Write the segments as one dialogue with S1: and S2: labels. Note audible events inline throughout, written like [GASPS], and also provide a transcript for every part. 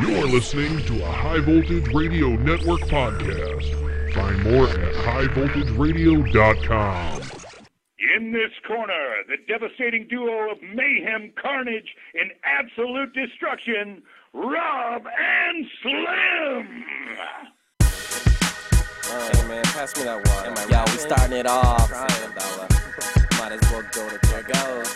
S1: You're listening to a High Voltage Radio Network podcast. Find more at highvoltageradio.com.
S2: In this corner, the devastating duo of mayhem, carnage, and absolute destruction, Rob and Slim.
S3: Alright, man, pass me that wine. Yo, we starting it off. Might as well go to there goes.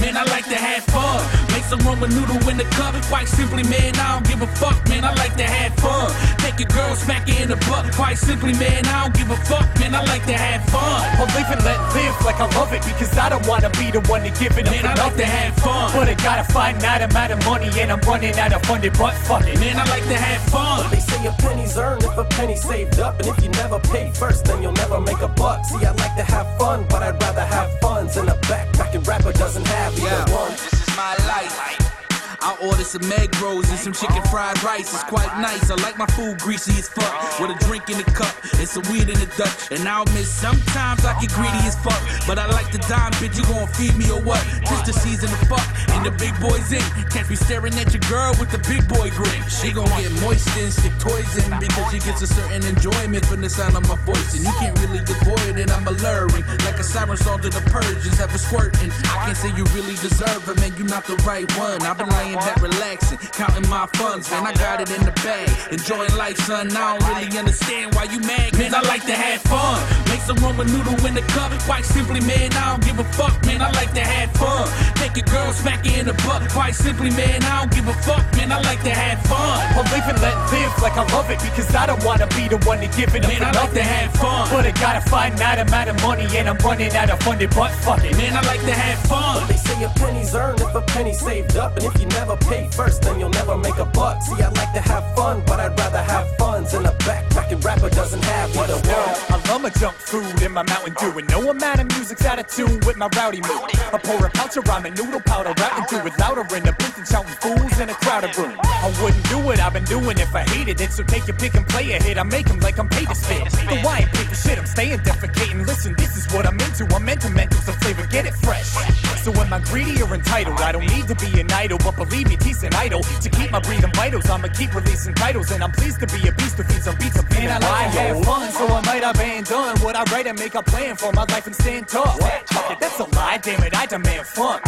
S4: Man, I like to have fun. Make some Roman noodle in the cup. Quite simply, man, I don't give a fuck. Man, I like to have fun. Take your girl, smack her in the butt. Quite simply, man, I don't give a fuck. Man, I like to have fun.
S5: Well, live and let live like I love it because I don't wanna be the one to give it up.
S4: Man,
S5: for
S4: I like to
S5: nothing.
S4: have fun.
S5: But I gotta find out amount of money and I'm running out of funding, but fuck it.
S4: Man, I like to have fun.
S3: They say a penny's earned if a penny saved up, and if you never pay first, then you'll never make a buck. See, I like to have fun, but I'd rather have funds in a backpack, and rapper doesn't have either one.
S4: This is my life. I ordered some egg rolls and some chicken fried rice. It's quite nice. I like my food greasy as fuck. With a drink in the cup and some weed in the Dutch. And I'll miss sometimes I get greedy as fuck. But I like the dime, bitch. You gon' feed me or what? Just the season to fuck. And the big boys in. Catch me staring at your girl with the big boy grin. She gon' get moist and stick toys in. Because she gets a certain enjoyment from the sound of my voice. And you can't really avoid it. I'm alluring. Like a siren song to the Persians. Have a squirting. I can't say you really deserve it, man. You not the right one. I've been lying back relaxing, counting my funds, man. I got it in the bag. Enjoying life, son. I don't really understand why you mad. Man, I like to have fun. Make some Roman noodle in the cup. Quite simply, man, I don't give a fuck, man. I like to have fun. Take your girl, smack her in the butt. Quite simply, man, I don't give a fuck, man. I like to have fun.
S5: Well, live and let live like I love it because I don't wanna be the one to give it up.
S4: Man,
S5: for
S4: I like to
S5: nothing.
S4: have fun.
S5: But I gotta find out amount of money and I'm running out of funding, but fuck it.
S4: Man, I like to have fun.
S3: They say a penny's earned if a penny saved up, and if you never pay first, then you'll never make a buck. See, I like to have fun, but I'd rather have funds in a backpack, and rapper doesn't have either one.
S5: I love my junk food and my Mountain Dew, and no amount of music's out of tune with my rowdy mood. I pour a pouch of ramen noodle powder out and do it louder in the booth and shouting fools in a crowded room. I wouldn't do what I've been doing if I hated it, so take your pick and play a hit. I make 'em like I'm paid to spit. The wine paper shit, I'm staying defecating. Listen, this is what I'm into. I'm into mentals of flavor, get it fresh. So am I greedy or entitled? I don't need to be an idol, but believe me, decent idol. To keep my breathing vitals, I'ma keep releasing titles, and I'm pleased to be a beast who feeds on beats of being I like to have fun, so I might abandon what I write and make a plan for my life and stand tall. Fuck it, that's a lie, damn it, I demand fun.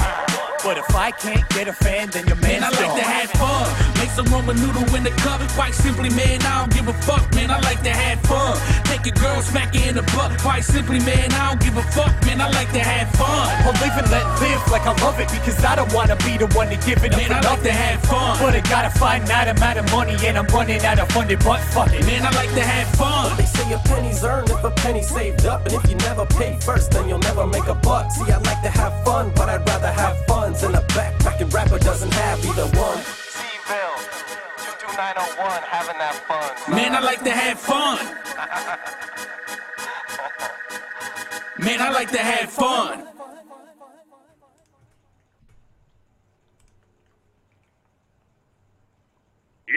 S5: But if I can't get a fan, then your
S4: Man,
S5: man's
S4: I like
S5: gone.
S4: to have fun. Make some Roman noodle in the cup. Quite simply, man, I don't give a fuck. Man, I like to have fun. Take your girl, smack her in the butt. Quite simply, man, I don't give a fuck. Man, I like to have fun.
S5: Well, live and let live like I love it because I don't wanna be the one to give it up
S4: Man,
S5: for
S4: I like to
S5: nothing.
S4: have fun.
S5: But I gotta find out amount of money and I'm running out of funding, but fuck it.
S4: Man, I like to have fun.
S3: They say a penny's earned if a penny saved up, and if you never pay first, then you'll never make a buck. See, I like to have fun, but I'd rather have funds in a backpack, and rapper doesn't have either one.
S6: Seville, 22901, having that fun.
S4: Man, I like to have fun. Man, I like to have fun.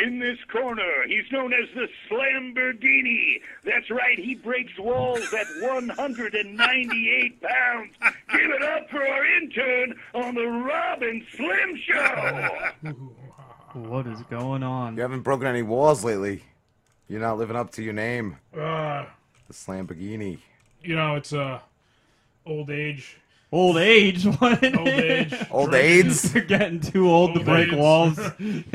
S2: In this corner, he's known as the Slamborghini. That's right, he breaks walls at 198 pounds. Give it up for our intern on the Rob and Slim Show.
S7: What is going on?
S8: You haven't broken any walls lately. You're not living up to your name,
S9: Uh,
S8: the Slamborghini.
S9: you know, it's uh, old age,
S7: Old age, [LAUGHS] what?
S9: old age,
S8: Old
S9: drinking.
S8: AIDS?
S7: You're getting too old, to
S9: Old
S7: break
S9: AIDS. [LAUGHS]
S7: walls.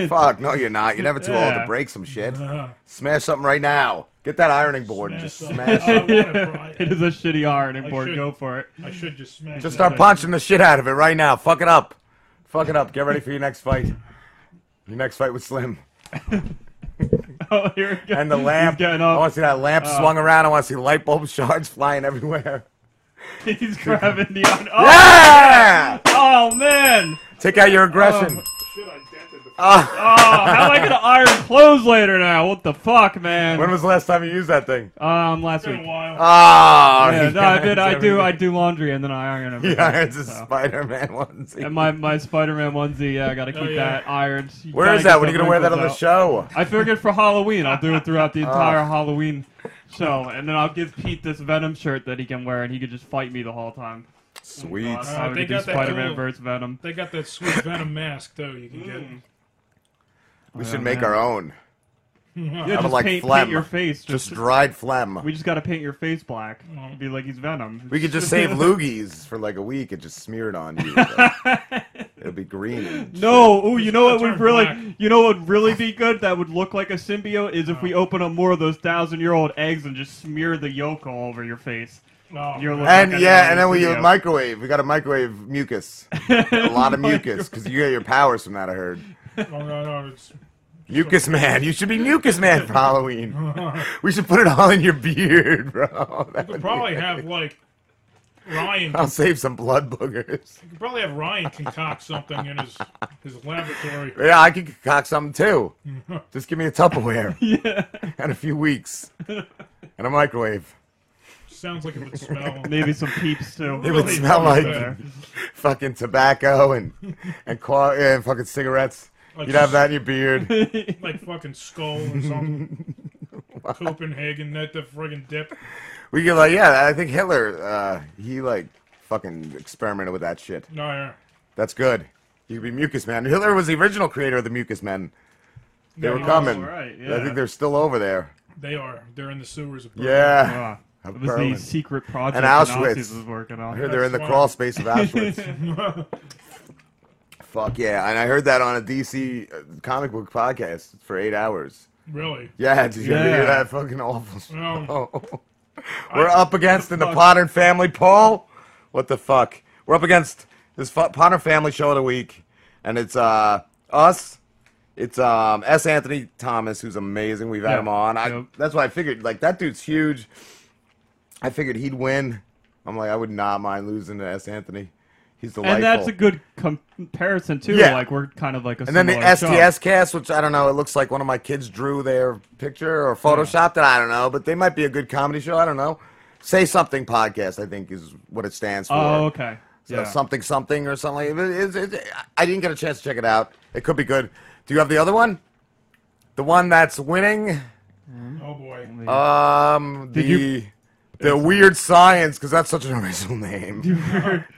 S8: Fuck, no, you're not. You're never too old
S7: Yeah.
S8: to break some shit.
S9: Uh,
S8: Smash something right now. Get that ironing board and just
S9: Smash
S8: smash
S9: something.
S8: it.
S9: I
S7: [LAUGHS]
S9: wanna cry.
S7: it is a shitty ironing
S9: I
S7: board.
S9: should-
S7: Go for it.
S9: I should just smash.
S8: Just
S9: that
S8: start
S9: thing.
S8: punching the shit out of it right now. Fuck it up. Fuck it up. Get ready for your next fight. Your next fight with Slim.
S7: [LAUGHS] Oh, here we go.
S8: And the lamp.
S7: He's getting
S8: I want
S7: up. Uh,
S8: to see that lamp swung around. I want to see light bulb [LAUGHS] shards flying everywhere.
S7: [LAUGHS] He's grabbing the iron. Oh,
S8: Yeah!
S7: oh, man.
S8: Take out your aggression.
S9: Oh,
S8: Ah.
S9: Shit, I dented the-
S7: Oh, how am I gonna iron clothes later now? What the fuck, man?
S8: When was the last time you used that thing?
S7: um, last
S9: It's been a
S7: week.
S9: while.
S8: Ah,
S7: Yeah,
S8: he
S7: no, I, did,
S8: irons
S7: I do.
S8: everything.
S7: I do laundry and then I iron everything.
S8: He irons a
S7: so.
S8: Spider-Man onesie.
S7: And my my Spider-Man onesie. Yeah, I gotta keep
S9: Oh, yeah.
S7: that ironed. You
S8: Where
S7: gotta
S8: is
S7: get
S8: that? When are you
S7: some
S8: gonna wear that on the
S7: wrinkles out.
S8: show?
S7: I figured for Halloween, I'll do it throughout the
S8: [LAUGHS] Ah.
S7: entire Halloween show, and then I'll give Pete this Venom shirt that he can wear, and he could just fight me the whole time. Oh
S8: Sweet.
S7: So we
S9: Uh, they
S7: could do
S9: got that
S7: Spider-Man
S9: cool-
S7: versus Venom.
S9: they got that sweet venom mask though. You can get.
S8: We
S7: Yeah,
S8: should make
S7: Oh, man.
S8: our own.
S7: Yeah,
S8: I
S7: just
S8: would like
S7: paint,
S8: phlegm.
S7: paint your face. Just,
S8: Just dried phlegm.
S7: we just gotta paint your face black.
S9: Mm.
S7: Be like he's Venom.
S8: We
S7: [LAUGHS]
S8: could just save loogies for like a week and just smear it on you. It'll be green. and
S7: No, ooh, you know what
S9: Turn
S7: would really,
S9: black.
S7: you know what would really be good? That would look like a symbiote is if
S9: Oh.
S7: we open up more of those thousand-year-old eggs and just smear the yolk all over your face.
S9: Oh,
S7: You're looking-
S9: man.
S8: And
S7: Like I
S8: yeah,
S7: know
S8: and then
S7: in
S8: we
S7: the
S8: uh,
S7: video.
S8: microwave. We got a microwave mucus.
S7: [LAUGHS]
S8: A lot of mucus because you get your powers from that. I heard.
S9: Oh, no, no, it's-
S8: Mucus man, you should be mucus man
S7: [LAUGHS]
S8: for Halloween. we should put it all in your beard, bro. That
S9: you
S8: would
S9: could
S8: be-
S9: probably have like Ryan.
S8: [LAUGHS] I'll save some blood boogers.
S9: You could probably have Ryan concoct something in his his laboratory.
S8: Yeah, I could concoct
S7: [LAUGHS]
S8: something too. Just give me a Tupperware
S7: Yeah,
S8: and a few weeks and a microwave.
S9: Sounds like it would smell.
S7: maybe some peeps too.
S8: It would
S9: Really
S8: smell
S9: funny
S8: like
S9: there.
S8: fucking tobacco and and, qua- and fucking cigarettes.
S9: Like
S8: You'd
S9: s-
S8: have that in your
S7: [LAUGHS]
S8: beard.
S9: [LAUGHS] like fucking skull or something.
S8: [LAUGHS]
S9: Copenhagen, that the friggin' dip.
S8: We could like, yeah, I think Hitler, uh, he like fucking experimented with that shit.
S9: No, yeah.
S8: That's good. You could be Mucus Man. Hitler was the original creator of the Mucus Men. They
S9: Yeah,
S8: were
S9: he
S8: coming.
S7: was, right,
S8: I
S7: yeah.
S8: think they're still over there.
S9: they are. They're in the sewers of Berlin.
S8: Yeah.
S7: Ah,
S8: Of
S7: it was
S8: Berlin.
S7: the secret project
S8: And
S7: the
S8: Auschwitz.
S7: Nazis was working
S8: I
S7: on.
S8: heard they're in the
S9: That's
S8: crawl
S9: wild.
S7: [LAUGHS]
S8: space of Auschwitz. Fuck yeah. And I heard that on a DC comic book podcast for eight hours.
S9: Really?
S8: Yeah, did you ever hear
S7: Yeah.
S8: that fucking awful?
S9: Um,
S8: We're up against in the
S7: fuck?
S8: Potter family, Paul. What the fuck? We're up against this fu- Potter family show of the week, and it's uh us. It's um S. Anthony Thomas, who's amazing. We've had
S7: Yeah.
S8: him on. I,
S7: Yep.
S8: [LAUGHS] That's why I figured like that dude's huge. I figured he'd win. I'm like I would not mind losing to S. Anthony. He's delightful.
S7: And that's a good com- comparison too.
S8: Yeah.
S7: Like we're kind of like a.
S8: And then the
S7: similar
S8: STS
S7: show.
S8: cast, which I don't know, it looks like one of my kids drew their picture or photoshopped it. I don't know, but they might be a good comedy show. I don't know. Say something podcast, I think is what it stands for.
S7: Oh, okay.
S8: So
S7: Yeah.
S8: something something or something. It- it- it- it- I didn't get a chance to check it out. It could be good. Do you have the other one? The one that's winning.
S9: oh boy.
S8: Um, the
S7: Did you-
S8: the weird science because that's such an [LAUGHS] original name.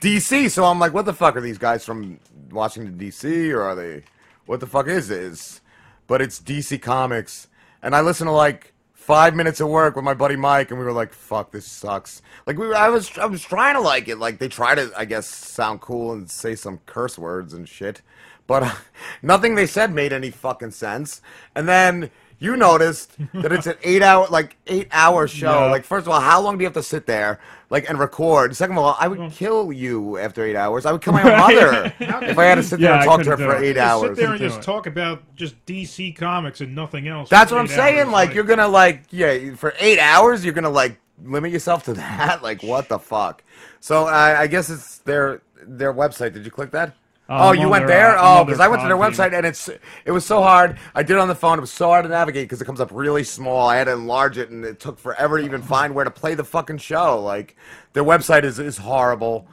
S8: DC. So I'm like, what the fuck are these guys from Washington DC or are they? What the fuck is this? But it's DC Comics, and I listen to like five minutes of work with my buddy Mike, and we were like, fuck, this sucks. Like we, were, I was, I was trying to like it. Like they try to, I guess, sound cool and say some curse words and shit, but uh, [LAUGHS] nothing they said made any fucking sense. And then you noticed that it's an eight hour like eight hour show
S7: Yeah.
S8: like first of all how long do you have to sit there like and record second of all i would kill you after eight hours i would kill my own
S9: [LAUGHS]
S8: mother if i had to sit there
S7: Yeah,
S8: and
S7: I
S8: talk to her
S7: couldn't
S8: for
S7: do it.
S8: eight
S9: Just Sit
S8: hours
S9: there and
S7: Do
S9: just
S7: it.
S9: talk about just DC comics and nothing else.
S8: that's
S9: for
S8: what i'm
S9: eight
S8: saying
S9: hours,
S8: like you're gonna like yeah for eight hours you're gonna like limit yourself to [LAUGHS] that like what the fuck so i, I guess it's their their website did you click that
S7: Uh,
S8: oh,
S7: I'm
S8: you
S7: on
S8: went
S7: their,
S8: there?
S7: uh, I'm
S8: Oh,
S7: on
S8: because
S7: their
S8: I went to their
S7: pod team.
S8: website and it's it was so hard. I did it on the phone. It was so hard to navigate because it comes up really small. I had to enlarge it, and it took forever to even find where to play the fucking show. Like their website is is horrible,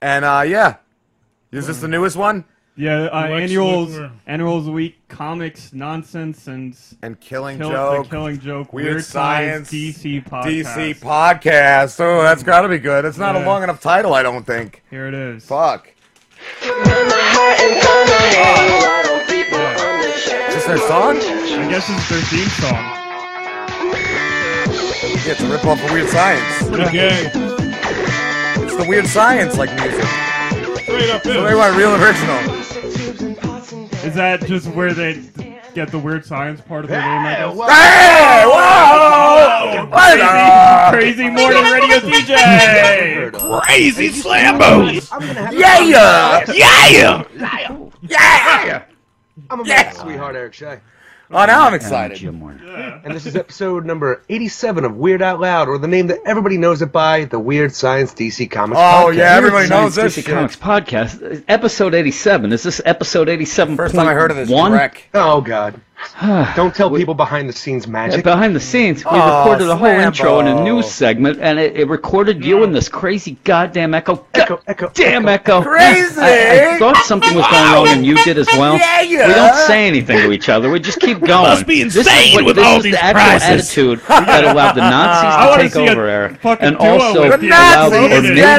S8: and uh, yeah, is this the newest one?
S7: Mm. Yeah, uh,
S9: Lex
S7: annuals,
S9: Luthor.
S7: annuals a week, comics, nonsense, and s-
S8: And Killing
S7: kill,
S8: Joke,
S7: the killing joke,
S8: Weird
S7: weird,
S8: Science,
S7: science, DC podcast. Hmm.
S8: DC podcast. Oh, that's got to be good. It's not a
S7: Yeah.
S8: long enough title, I don't think.
S7: Here it is.
S8: Fuck.
S7: Yeah.
S8: Is this their song?
S7: I guess it's their theme song.
S8: Yeah, it's a rip off of Weird Science.
S9: Pretty gay.
S8: It's the Weird Science like music.
S9: Straight up
S8: So they
S9: is.
S8: went real original.
S7: Is that just where they d- get the weird science part of their name? I guess?
S8: Hey! Whoa! What up?
S7: Crazy morning radio
S8: [LAUGHS]
S7: DJ.
S8: Crazy slambos! Yeah! Yeah! Yeah!
S10: I'm a
S8: Yes!
S10: sweetheart, Eric Shea.
S8: Oh, now I'm excited.
S10: And this is episode number 87 of Weird Out Loud, or the name that everybody knows it by, the Weird Science DC Comics
S8: Oh,
S10: Podcast.
S8: yeah, everybody knows this shit.
S11: Comics podcast, episode eighty-seven. Is this episode eighty-seven?
S8: First time I heard of this
S11: One
S8: wreck.
S11: [SIGHS]
S10: Oh, God. Don't tell people behind the scenes magic.
S11: behind the scenes, we
S8: Oh,
S11: recorded a whole
S8: Slambo.
S11: intro in a news segment, and it, it recorded you in this crazy goddamn echo.
S10: Echo, echo,
S11: damn echo.
S8: Crazy.
S11: I, I thought something was going wrong, and
S8: [LAUGHS]
S11: you did as well.
S8: Yeah, yeah.
S11: We don't say anything to each other. We just keep going.
S7: must be
S11: this is
S7: insane
S11: what,
S7: with
S11: this
S7: all
S11: is
S7: these
S11: the actual
S7: prizes.
S11: attitude that allowed
S7: [LAUGHS]
S11: the
S7: I wanna
S11: Nazis to
S7: see
S11: take
S7: a
S11: over, Eric,
S7: fucking
S11: and
S7: duo
S11: also
S7: with
S8: the
S11: allowed
S8: Nazis,
S11: or
S8: get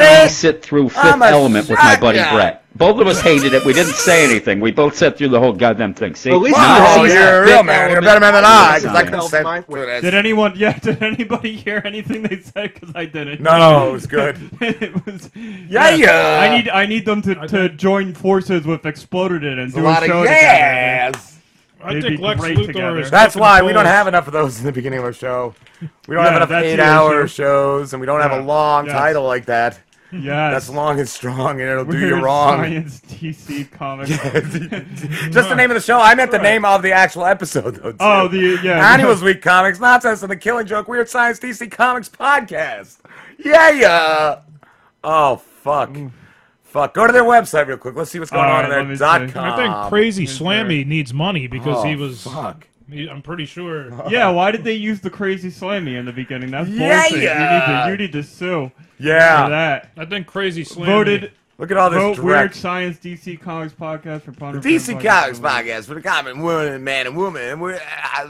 S11: made me
S8: it?
S11: sit through Fifth
S8: I'm a
S11: Element with my buddy
S8: shotgun.
S11: Brett. Both of us hated it. We didn't say anything. We both sat through the whole goddamn thing. See,
S7: Well, at least
S11: Now
S7: you
S11: I
S7: all
S11: see
S7: you're a
S11: that
S7: real
S11: big
S7: man. You're a
S11: element
S7: better man than
S11: of
S7: I, 'cause I
S11: science.
S7: [LAUGHS]
S8: couldn't say- My way.
S7: Did anyone? [LAUGHS] Yeah. Did anybody hear anything they said? Because I didn't.
S8: No, no, it was good.
S7: [LAUGHS] it
S8: [LAUGHS]
S7: was.
S8: Yeah, yeah.
S7: I need. I need them to, to join forces with Exploded It and
S8: There's
S7: do
S8: a lot
S7: a
S8: of
S7: show together.
S8: yes.
S7: They'd be great together.
S8: That's why we don't have enough of those in the beginning of our show. We don't
S7: Yeah,
S8: have enough
S7: that's your
S8: eight-hour
S7: issue.
S8: shows, and we don't have
S7: Yeah.
S8: a long
S7: Yes.
S8: title like that.
S7: Yes.
S8: That's long and strong, and it'll do
S7: Weird
S8: you wrong.
S7: Science [LAUGHS] DC comics.
S8: Just the name of the show. I meant the name of the actual episode, though. Too.
S7: Oh, the- yeah.
S8: Annuals Week Comics Nonsense and the Killing Joke Weird Science DC Comics Podcast. Yeah, yeah. Oh fuck, fuck. Go to their website real quick. Let's see what's going
S9: All
S8: on
S9: right,
S8: there.
S9: let me
S8: Dot
S9: see.
S8: com.
S9: I think Crazy Slammy needs money because
S8: Oh,
S9: he was.
S8: fuck.
S9: he- I'm pretty
S8: [LAUGHS]
S9: sure.
S7: [LAUGHS] Yeah, why did they use the crazy slammy in the beginning? That's
S9: Yeah,
S7: bullshit.
S9: yeah.
S7: You, need to, you need to sue.
S8: Yeah.
S7: For that.
S9: I think Crazy Slammy.
S7: Voted.
S8: Look at all this
S7: vote
S8: direct-
S7: Weird Science DC Comics podcast for Ponder.
S8: The DC
S7: Podcast.
S8: Comics podcast for the common woman, man, and woman. And we're high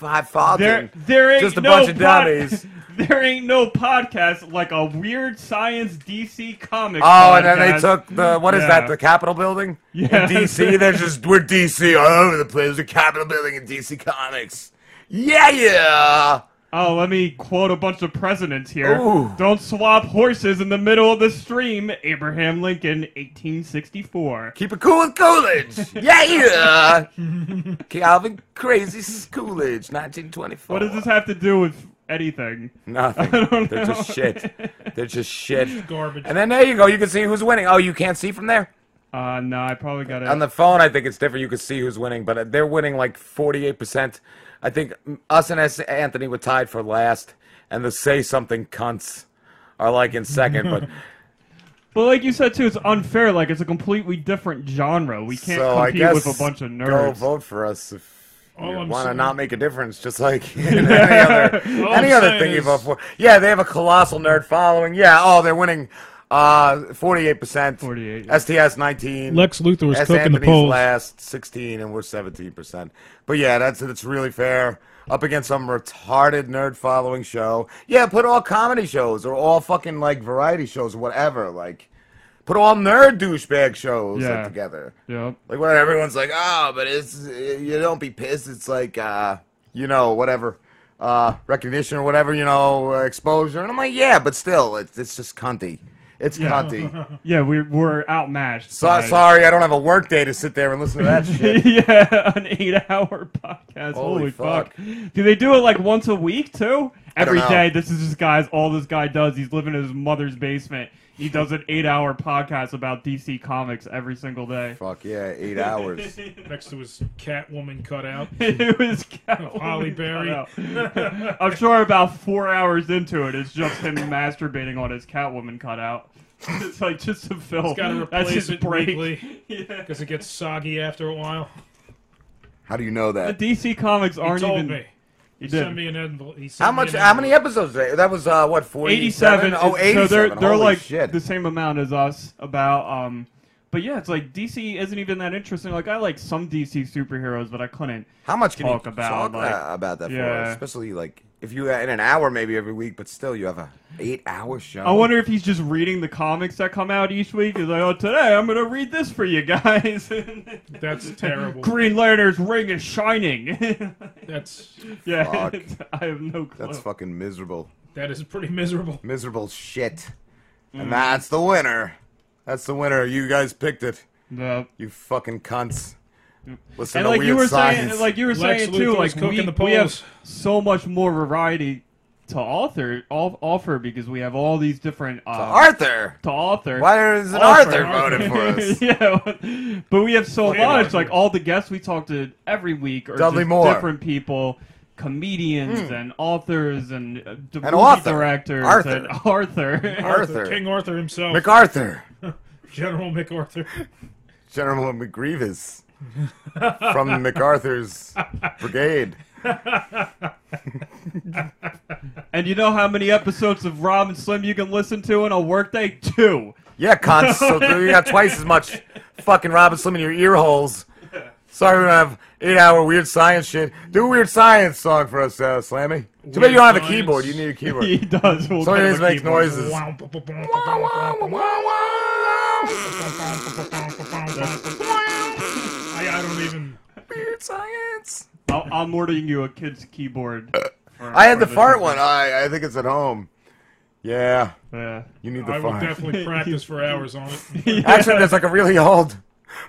S7: There,
S8: faulting.
S7: there ain't
S8: just a
S7: no
S8: bunch of
S7: pod-
S8: dummies.
S7: [LAUGHS] there ain't no podcast like a Weird Science DC Comics.
S8: Oh, and then they
S7: podcast.
S8: took the what is that? The Capitol
S7: [LAUGHS]
S8: building
S7: Yes.
S8: in DC. They're just we're DC all over the place. The Capitol building in DC Comics. Yeah, yeah.
S7: Oh, let me quote a bunch of presidents here.
S8: Ooh.
S7: Don't swap horses in the middle of the stream. Abraham Lincoln, 1864.
S8: Keep it cool with Coolidge. Yeah, yeah.
S7: [LAUGHS]
S8: Calvin Crazy Coolidge, 1924.
S7: What does this have to do with anything? [LAUGHS]
S8: Nothing.
S7: I don't
S8: They're just
S7: know.
S8: shit. They're just shit.
S7: Just garbage.
S8: And then there you go. You can see who's winning. Oh, you can't see from there.
S7: Uh, no, I probably got it.
S8: On the phone, I think it's different. You can see who's winning, but uh, they're winning like 48%. I think mm, us and S- Anthony were tied for last, and the Say Something Cunts are like in second. But
S7: But like you said too, it's unfair. Like it's a completely different genre. We can't
S8: so I
S7: compete
S8: guess
S7: with a bunch of
S8: go
S7: nerds.
S8: vote for us if
S7: All
S8: you
S7: I'm
S8: want to
S7: saying-
S8: not make a difference, just like
S7: [LAUGHS]
S8: [LAUGHS] in any other,
S7: All
S8: any
S7: I'm
S8: other
S7: saying
S8: thing you
S7: is-
S8: vote for. Yeah, they have a colossal nerd following. Yeah, oh, they're winning uh, 48%.
S7: 48.
S8: STS 19.
S9: Lex Luthor was
S8: S.
S9: cooking the
S8: Anthony's
S9: polls.
S8: last 16, and we're 17%. But yeah, that's it's really fair. Up against some retarded nerd following show. Yeah, put all comedy shows or all fucking like variety shows or whatever. Like, put all nerd douchebag shows like,
S7: Yeah.
S8: together.
S7: Yep.
S8: Like when everyone's like, "Oh, but it's you don't be pissed." It's like, uh, you know, whatever, uh, recognition or whatever, you know, uh, exposure. And I'm like, yeah, but still, it's it's just cunty.
S7: [LAUGHS]
S8: It's cunty.
S7: Yeah, we we're outmatched.
S8: So,
S7: by-
S8: sorry, I don't have a work day to sit there and listen
S7: [LAUGHS]
S8: to that shit.
S7: yeah, an eight-hour podcast. Holy,
S8: Holy
S7: fuck. Do they do it like once a week too?
S8: I don't
S7: Every
S8: know.
S7: day. This is just guys. All this guy does. He's living in his mother's basement. He does an eight-hour podcast about DC Comics every single day.
S8: Fuck yeah,
S7: [LAUGHS]
S8: eight hours.
S9: [LAUGHS] Next to his Catwoman cutout.
S7: it was Catwoman
S9: Holly Berry. [LAUGHS]
S7: cutout. I'm sure about four hours into it, it's just him masturbating on his Catwoman cutout. [LAUGHS] It's like just a film.
S9: He's got to
S7: That's
S9: replace
S7: his
S9: it
S7: break. [LAUGHS]
S9: weekly because it gets soggy after a while.
S8: How do you know
S7: The
S8: that?
S7: DC comics
S9: He
S7: aren't
S9: told
S7: even.
S9: me. He
S7: You
S9: sent
S7: did.
S9: me an envelope. he sent
S8: How
S9: me
S8: much?
S9: an
S8: How
S9: envelope.
S8: many episodes? Today? That was uh, what
S7: 87.
S8: 47?
S7: is-
S8: Oh,
S7: So
S8: 87.
S7: they're they're
S8: Holy
S7: like
S8: shit.
S7: the same amount as us. About um, but yeah, it's like DC isn't even that interesting. Like I like some DC superheroes, but I couldn't.
S8: How much can
S7: talk
S8: you
S7: about
S8: talk
S7: like,
S8: uh, about that for? us?
S7: Yeah.
S8: Especially like if you uh, in an hour maybe every week, but still you have a eight hour show.
S7: I wonder if he's just reading the comics that come out each week. He's like, oh, today I'm going to read this for you guys. [LAUGHS]
S9: That's terrible.
S7: Green Lantern's ring is shining. [LAUGHS]
S9: That's
S7: yeah. [LAUGHS]
S8: Fuck.
S7: it's- I have no clue.
S8: That's fucking miserable.
S9: that is pretty miserable.
S8: Miserable shit.
S7: Mm.
S8: And that's the winner. That's the winner. You guys picked it.
S7: Yep.
S8: You fucking cunts. Listen
S7: and
S8: to
S7: like
S8: weird
S7: you were
S8: science.
S7: saying, like you were
S9: Lex
S7: saying too,
S9: Luthor
S7: like
S9: was
S7: we,
S9: cooking the
S7: we have
S9: polls.
S7: so much more variety to author off, offer because we have all these different uh, to
S8: Arthur?
S7: to author.
S8: Why isn't Arthur voting
S7: [LAUGHS]
S8: for us?
S7: yeah, but we have so
S8: Fucking
S7: much.
S8: Arthur.
S7: Like all the guests we talk to every week are
S8: Dudley
S7: just
S8: Moore.
S7: different people. Comedians
S8: Hmm.
S7: and authors and uh, d-
S8: And
S7: movie
S8: author.
S7: directors
S8: Arthur.
S7: and [LAUGHS] Arthur.
S8: Arthur.
S9: King Arthur himself.
S8: MacArthur.
S9: [LAUGHS] General
S8: [LAUGHS]
S9: MacArthur.
S7: [LAUGHS]
S8: General McGreevous from MacArthur's brigade.
S7: [LAUGHS] And you know how many episodes of Rob and Slim you can listen to in a workday? Two.
S8: Yeah, cunts.
S7: [LAUGHS]
S8: so you got twice as much fucking Robin Slim in your ear holes. Sorry we don't have eight hour weird science shit. Do a weird science song for us, uh, Slammy. Too bad you don't have a
S9: Weird
S8: keyboard. You
S9: science.
S8: need a
S7: [LAUGHS]
S8: keyboard.
S7: he does. We'll
S8: Somebody
S7: get
S8: just
S7: him a
S8: makes
S7: keyboard.
S8: noises.
S9: Wow, bu- bu- bu- bu- bu- bu- bu- bu- I, I don't even.
S8: Weird science.
S7: I'll, I'm ordering you a kid's keyboard. for-
S8: Uh, I had
S7: for
S8: the fart one.
S7: this.
S8: Uh, I I think it's at home. Yeah.
S7: Yeah.
S8: You need the
S9: I would
S11: [LAUGHS]
S8: fart. [LAUGHS]
S9: definitely [LAUGHS] practice for hours on it.
S7: [LAUGHS]
S8: Actually, there's like a really old,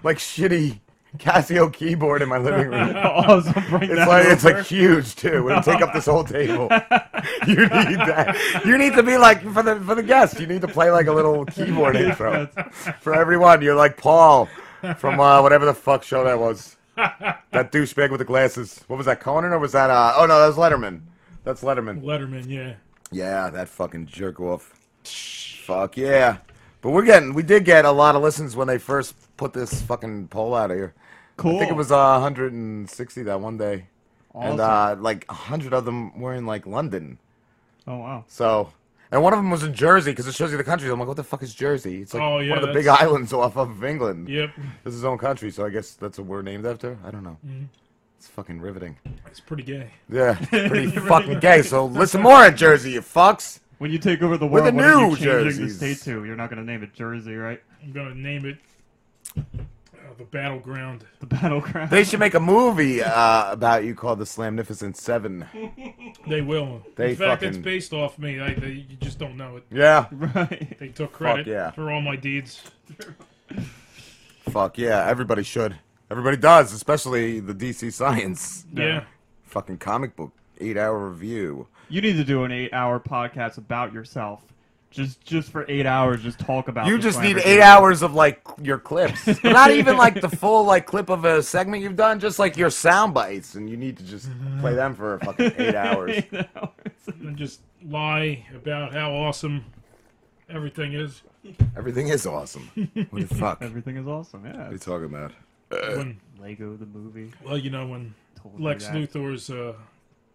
S8: like shitty Casio keyboard in my living
S9: [LAUGHS]
S8: room.
S9: Awesome, Oh, bring
S8: it's
S9: that
S8: like it's
S9: over.
S8: like huge too. It'll take up this whole table. [LAUGHS] you need that. You need to be like for the for the guests. You need to play like a
S9: [LAUGHS]
S8: little keyboard intro for everyone. You're like Paul from uh, whatever the fuck show that was.
S9: [LAUGHS]
S8: That douchebag with the glasses. What was that? Conan or was that? Uh, oh no, that was Letterman. That's Letterman.
S9: Letterman, yeah.
S8: Yeah, that fucking jerk off. Fuck yeah. But we're getting, we did get a lot of listens when they first put this fucking poll out here. I think it
S7: Cool.
S8: was uh, 160 that one day. And uh,
S7: Awesome.
S8: like 100 of them were in like London.
S7: Oh wow.
S8: So, and one of them was in Jersey because it shows you the country. I'm like, what the fuck is Jersey? It's like
S7: Oh, yeah,
S8: one of the big
S7: that's-
S8: islands off of England.
S9: Yep.
S8: It's his own country, so I guess that's what we're named after. I don't know.
S7: Mm-hmm.
S9: Mhm.
S8: It's fucking riveting.
S9: It's pretty gay.
S8: Yeah, it's pretty fucking gay. So listen more at Jersey, you fucks.
S7: When you take over the
S8: We're
S7: world,
S8: the
S7: what are you
S8: new
S7: changing
S8: jerseys.
S7: the state to? You're not gonna name it Jersey, right?
S9: I'm gonna name it uh, the battleground.
S7: The battleground.
S8: They should make a movie uh, about you called The Slamnificent Seven.
S9: They will.
S8: They
S9: In fact, it's
S8: fucking-
S9: based off me. I, they, you just don't know it.
S8: Yeah.
S7: Right.
S9: They took credit
S8: yeah.
S9: for all my deeds.
S8: Fuck yeah, everybody should. Everybody does, especially the DC Science.
S7: Yeah.
S8: Fucking comic book, eight hour review.
S7: You need to do an eight-hour podcast about yourself. Just just for eight hours, just talk about.
S8: you
S7: the
S8: just need
S7: Slammer
S8: eight
S7: Jam.
S8: hours of like your clips. [LAUGHS] Not even like the full like clip of a segment you've done, just like your sound bites, and you need to just play them for fucking
S7: [LAUGHS]
S8: eight hours.
S9: and just lie about how awesome everything is.
S8: Everything is awesome.
S7: [LAUGHS]
S8: What the fuck? What
S7: Everything is awesome. Yeah.
S8: are you talking about?
S9: When-
S7: Lego the movie.
S9: Uh, Well, you know when
S7: Told me
S9: Lex
S7: that.
S9: Luthor's uh,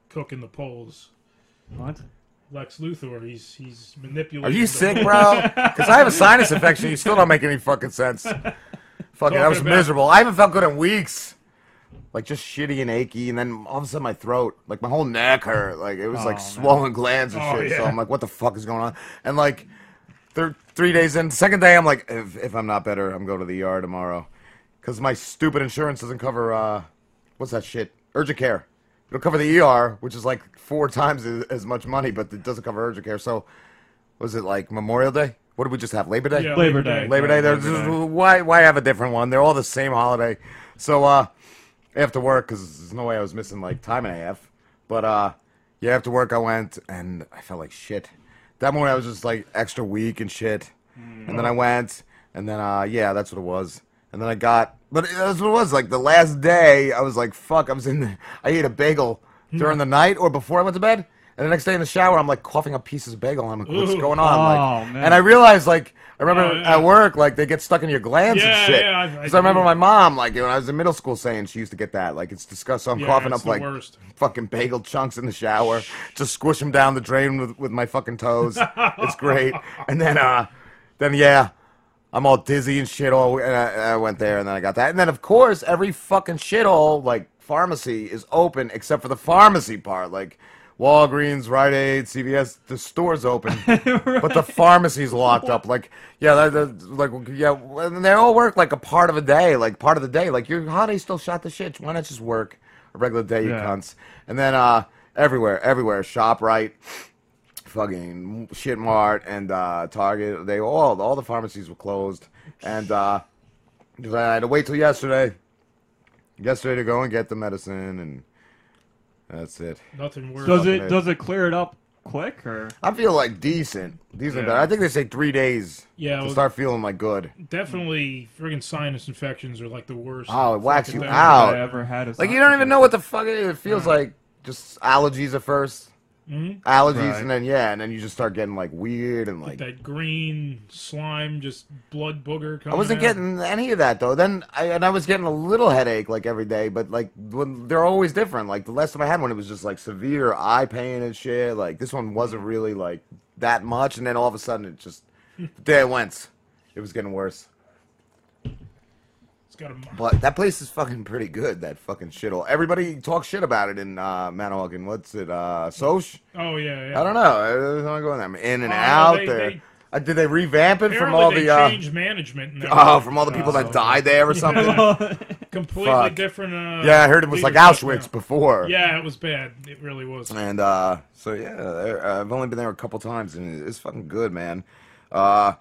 S9: cooking the polls.
S7: What?
S9: Lex Luthor, he's he's manipulating.
S8: Are you
S9: the-
S8: sick, bro?
S9: [LAUGHS]
S8: Because I have a sinus infection. You still don't make any fucking sense. Fucking, I
S9: Talking
S8: was
S9: about-
S8: miserable. I haven't felt good in weeks. Like just shitty and achy, and then all of a sudden my throat, like my whole neck hurt. Like it was
S7: Oh,
S8: like
S7: man.
S8: swollen glands and
S7: Oh,
S8: shit. So
S7: yeah.
S8: I'm like, what the fuck is going on? And like, th- three days in, second day, I'm like, if, if I'm not better, I'm going to the ER tomorrow, because my stupid insurance doesn't cover uh, what's that shit? Urgent care. It'll cover the ER, which is like four times as, as much money, but it doesn't cover urgent care. So was it like Memorial Day? What did we just have? Labor Day.
S7: Yeah, Labor Labor Day. Day.
S8: Labor Day.
S7: Yeah,
S8: There's
S7: Labor Day.
S8: Why? Why have a different one? They're all the same holiday. So uh, after work, because there's no way I was missing like time and a half. But uh, yeah, after work I went and I felt like shit. That morning I was just like extra weak and shit. And
S7: Mm.
S8: then I went, and then uh, yeah, that's what it was. And then I got, but that's what it was. Like the last day, I was like, fuck. I was in. The, I ate a bagel
S9: Hmm.
S8: during the night or before I went to bed. And the next day in the shower, I'm like coughing up pieces of bagel. and I'm like, what's
S9: Ooh.
S8: going on? like,
S7: Oh, man.
S8: and I realized, like, I remember
S9: Oh, yeah.
S8: at work, like they get stuck in your glands
S9: Yeah,
S8: and shit.
S9: yeah, I- I
S8: Because I, remember
S9: do.
S8: my mom, like when I was in middle school, saying she used to get that. Like it's disgusting. So I'm
S9: Yeah,
S8: coughing
S9: it's
S8: up
S9: the
S8: like
S9: worst.
S8: fucking bagel chunks in the shower, just squish them down the drain with, with my fucking toes. it's great. And then, uh, then yeah, I'm all dizzy and shit. All and I, I went there, and then I got that. And then of course, every fucking shithole like pharmacy is open except for the pharmacy part, like. Walgreens, Rite Aid, CVS, the store's open, but the pharmacy's locked up. Like, yeah, that, that, like, yeah, and they all work like a part of a day, like part of the day. Like, your holiday still shot the shit. Why not just work a regular day, you
S7: Yeah.
S8: cunts? And then uh, everywhere, everywhere, shop right, fucking shit mart and uh, Target. They all, all the pharmacies were closed, and uh, I had to wait till yesterday, yesterday to go and get the medicine, and that's it.
S9: Nothing worse.
S7: Does it does it clear it up quick or?
S8: I feel like decent. Decent.
S7: Yeah.
S8: better. I think they say three days
S9: Yeah,
S8: to
S9: well-
S8: start feeling like good.
S9: Definitely, friggin' sinus infections are like the worst.
S8: Oh, it whacks
S9: Friggin'
S8: you
S9: thing.
S8: out. like you don't
S7: sinus
S8: even know what the fuck it, is. it feels like. Just allergies at 1st
S9: Mhm.
S8: allergies,
S7: Right.
S8: and then yeah, and then you just start getting like weird and like.
S9: that green slime, just blood booger.
S8: I wasn't
S9: coming out.
S8: getting any of that though. Then I and I was getting a little headache like every day, but like when, they're always different. Like the last time I had one, it was just like severe eye pain and shit. Like this one wasn't really like that much, and then all of a sudden
S9: [LAUGHS]
S8: it just the day it went, it was getting worse.
S9: It's got a
S8: But that place is fucking pretty good. That fucking shithole. Everybody talks shit about it in uh, Manahawkin. What's it? Uh, Soch?
S9: Oh yeah, yeah.
S8: I don't know. I don't go in there. I'm in and
S9: Oh,
S8: out
S9: they-
S8: there.
S9: they-
S8: Uh, did they revamp it from
S9: Apparently
S8: all
S9: they
S8: the? Uh,
S9: changed management and
S8: oh, from all the people
S9: Oh.
S8: that died there
S7: [LAUGHS]
S8: or something.
S9: [LAUGHS] Completely
S8: Fuck.
S9: different. Uh,
S8: yeah, I heard it was like
S9: leadership now.
S8: Auschwitz before.
S9: Yeah, it was bad. It really was.
S8: And uh, so yeah, there- uh, I've only been there a couple times, and it's fucking good, man. Uh,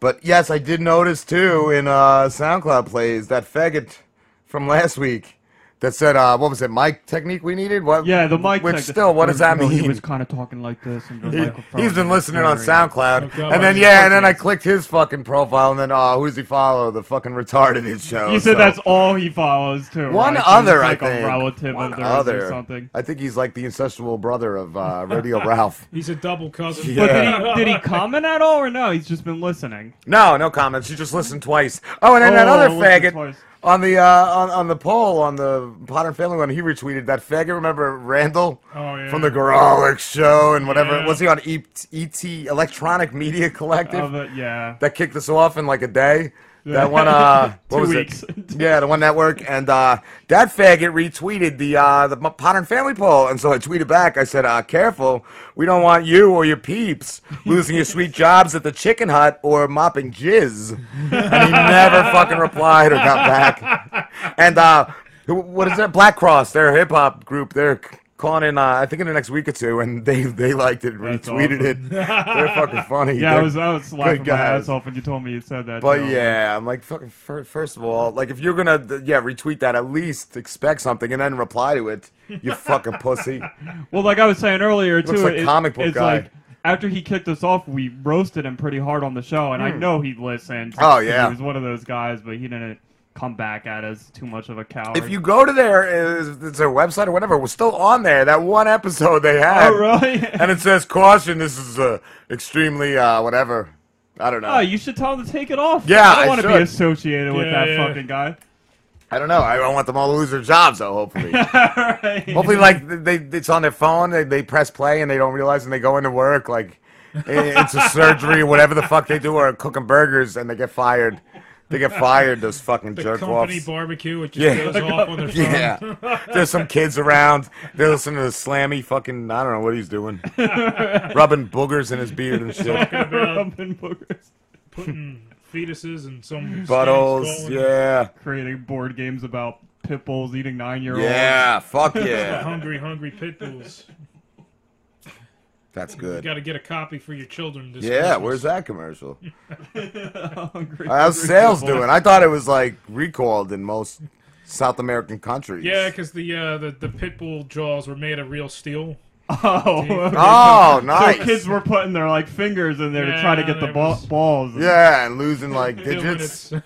S8: but yes, I did notice too in uh, SoundCloud plays that faggot from last week that said, uh, "What was it? Mic technique we needed?" What?
S7: Yeah, the mic.
S8: Which
S7: check-
S8: still, what does
S7: you
S8: that
S7: know, [LAUGHS]
S8: mean?
S7: He was kind of talking like this, and the
S8: He,
S7: microphone.
S8: has been listening on
S7: Yeah.
S8: SoundCloud,
S9: Oh,
S7: God,
S8: and then
S7: I'm
S8: yeah, and then I clicked his fucking profile, and then oh, who's he follow? The fucking retarded it shows.
S7: He said
S8: so.
S7: that's all he follows too.
S8: One
S7: right? So
S8: other,
S7: he's
S8: I
S7: like
S8: think.
S7: A relative
S8: One
S7: of theirs
S8: other.
S7: or something.
S8: I think he's like the incestual brother of [LAUGHS] uh, Radio Ralph. [LAUGHS]
S9: He's a double cousin.
S8: Yeah.
S7: But did he, did he comment at all or no? He's just been listening.
S8: No, no comments. You just listened twice. Oh, and then that
S7: Oh,
S8: other
S7: I listened
S8: faggot on the uh, on on the poll on the Potter Family one. He retweeted that faggot. Remember Randall
S9: Oh, yeah.
S8: from the Garolic Show and whatever.
S9: Yeah.
S8: Was he on e- ET Electronic Media Collective?
S7: Oh, but yeah.
S8: that kicked us off in like a day.
S7: Yeah.
S8: That
S7: [LAUGHS]
S8: one, uh, what
S7: Two
S8: was
S7: weeks.
S8: it? Yeah, the one network, and uh, that faggot retweeted the uh, the Potter and Family poll, and so I tweeted back. I said, uh, "Careful, we don't want you or
S7: [LAUGHS]
S8: your peeps losing your sweet jobs at the chicken hut or mopping jizz." And he never
S7: [LAUGHS]
S8: fucking replied or got back. And uh, who- what is that? Black Cross, their hip hop group, they're c- calling in. Uh, I think in the next week or two, and they they liked it, and retweeted it. They're fucking funny.
S7: [LAUGHS] Yeah, I
S8: They're
S7: was I was
S8: good
S7: laughing my
S8: guys.
S7: ass off when you told me you said that.
S8: But
S7: too.
S8: yeah, I'm like, fucking. fir- First of all, like, if you're gonna, th- yeah, retweet that, at least expect something and then reply to it. You
S7: [LAUGHS]
S8: fucking pussy.
S7: Well, like I was saying earlier,
S8: Looks
S7: too,
S8: like
S7: it-
S8: comic book
S7: it's
S8: guy.
S7: like after he kicked us off, we roasted him pretty hard on the show, and I
S8: Hmm.
S7: know he listened.
S8: Oh,
S7: 'cause
S8: yeah.
S7: he was one of those guys, but he didn't come back at us too much of a coward.
S8: If you go to their, uh, it's their website or whatever, we're still on there. That one episode they had.
S7: Oh, really?
S8: and it says caution. This is uh, extremely uh, whatever. I don't know.
S7: oh, you should tell him to take it off.
S8: Yeah,
S7: I
S8: I
S7: don't want to be
S8: should.
S7: associated with
S8: Yeah,
S7: that
S8: yeah.
S7: fucking guy.
S8: I don't know. I don't want them all to lose their jobs, though.
S7: [LAUGHS]
S8: Hopefully, hopefully, like they, they- it's on their phone. They, they press play and they don't realize, and they go into work like i- it's a surgery, whatever the fuck they do, or cooking burgers, and they get fired. They get fired. Those fucking
S9: The
S8: jerk
S9: company
S8: offs.
S9: barbecue, which just goes off on their phone.
S8: [LAUGHS] yeah. There's some kids around. They're listening to the slammy fucking. I don't know what
S9: [LAUGHS]
S8: he's doing. Rubbing boogers in his beard and shit.
S9: Talking about
S7: Rubbing boogers.
S9: Putting fetuses and some
S8: Buttholes. Yeah.
S7: Creating board games about pit bulls eating nine year olds. [LAUGHS]
S8: Yeah, fuck yeah.
S9: hungry, hungry pit bulls.
S8: That's
S9: You
S8: good.
S9: got to get a copy for your children. This
S7: [LAUGHS]
S8: Yeah. Where's that commercial?
S9: Christmas.
S8: How's sales doing? I thought it was like recalled in most South American countries.
S9: Yeah, because the, uh, the the pit bull jaws were made of real steel.
S7: Oh,
S8: [LAUGHS] Oh,
S7: [LAUGHS]
S8: nice.
S7: So kids were putting their like fingers in there to try to
S9: Yeah,
S7: get the
S9: there
S7: ball-
S9: was-
S7: balls.
S8: Yeah, and losing [LAUGHS] like
S9: Doing
S8: digits.
S9: Mm-hmm. its,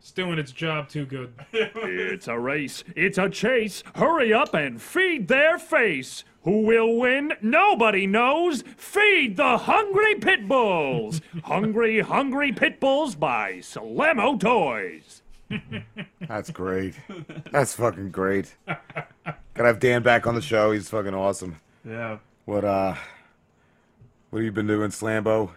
S9: it's doing its job too good.
S2: It's a race. It's a chase. Hurry up and feed their face. Who will win? Nobody knows. Feed the hungry pit
S9: [LAUGHS]
S2: bulls. hungry, hungry pit bulls by Salemo Toys.
S8: That's great. That's fucking great. Gotta have Dan back on the show. He's fucking awesome.
S7: Yeah.
S8: What uh, what have you been doing, Slambo?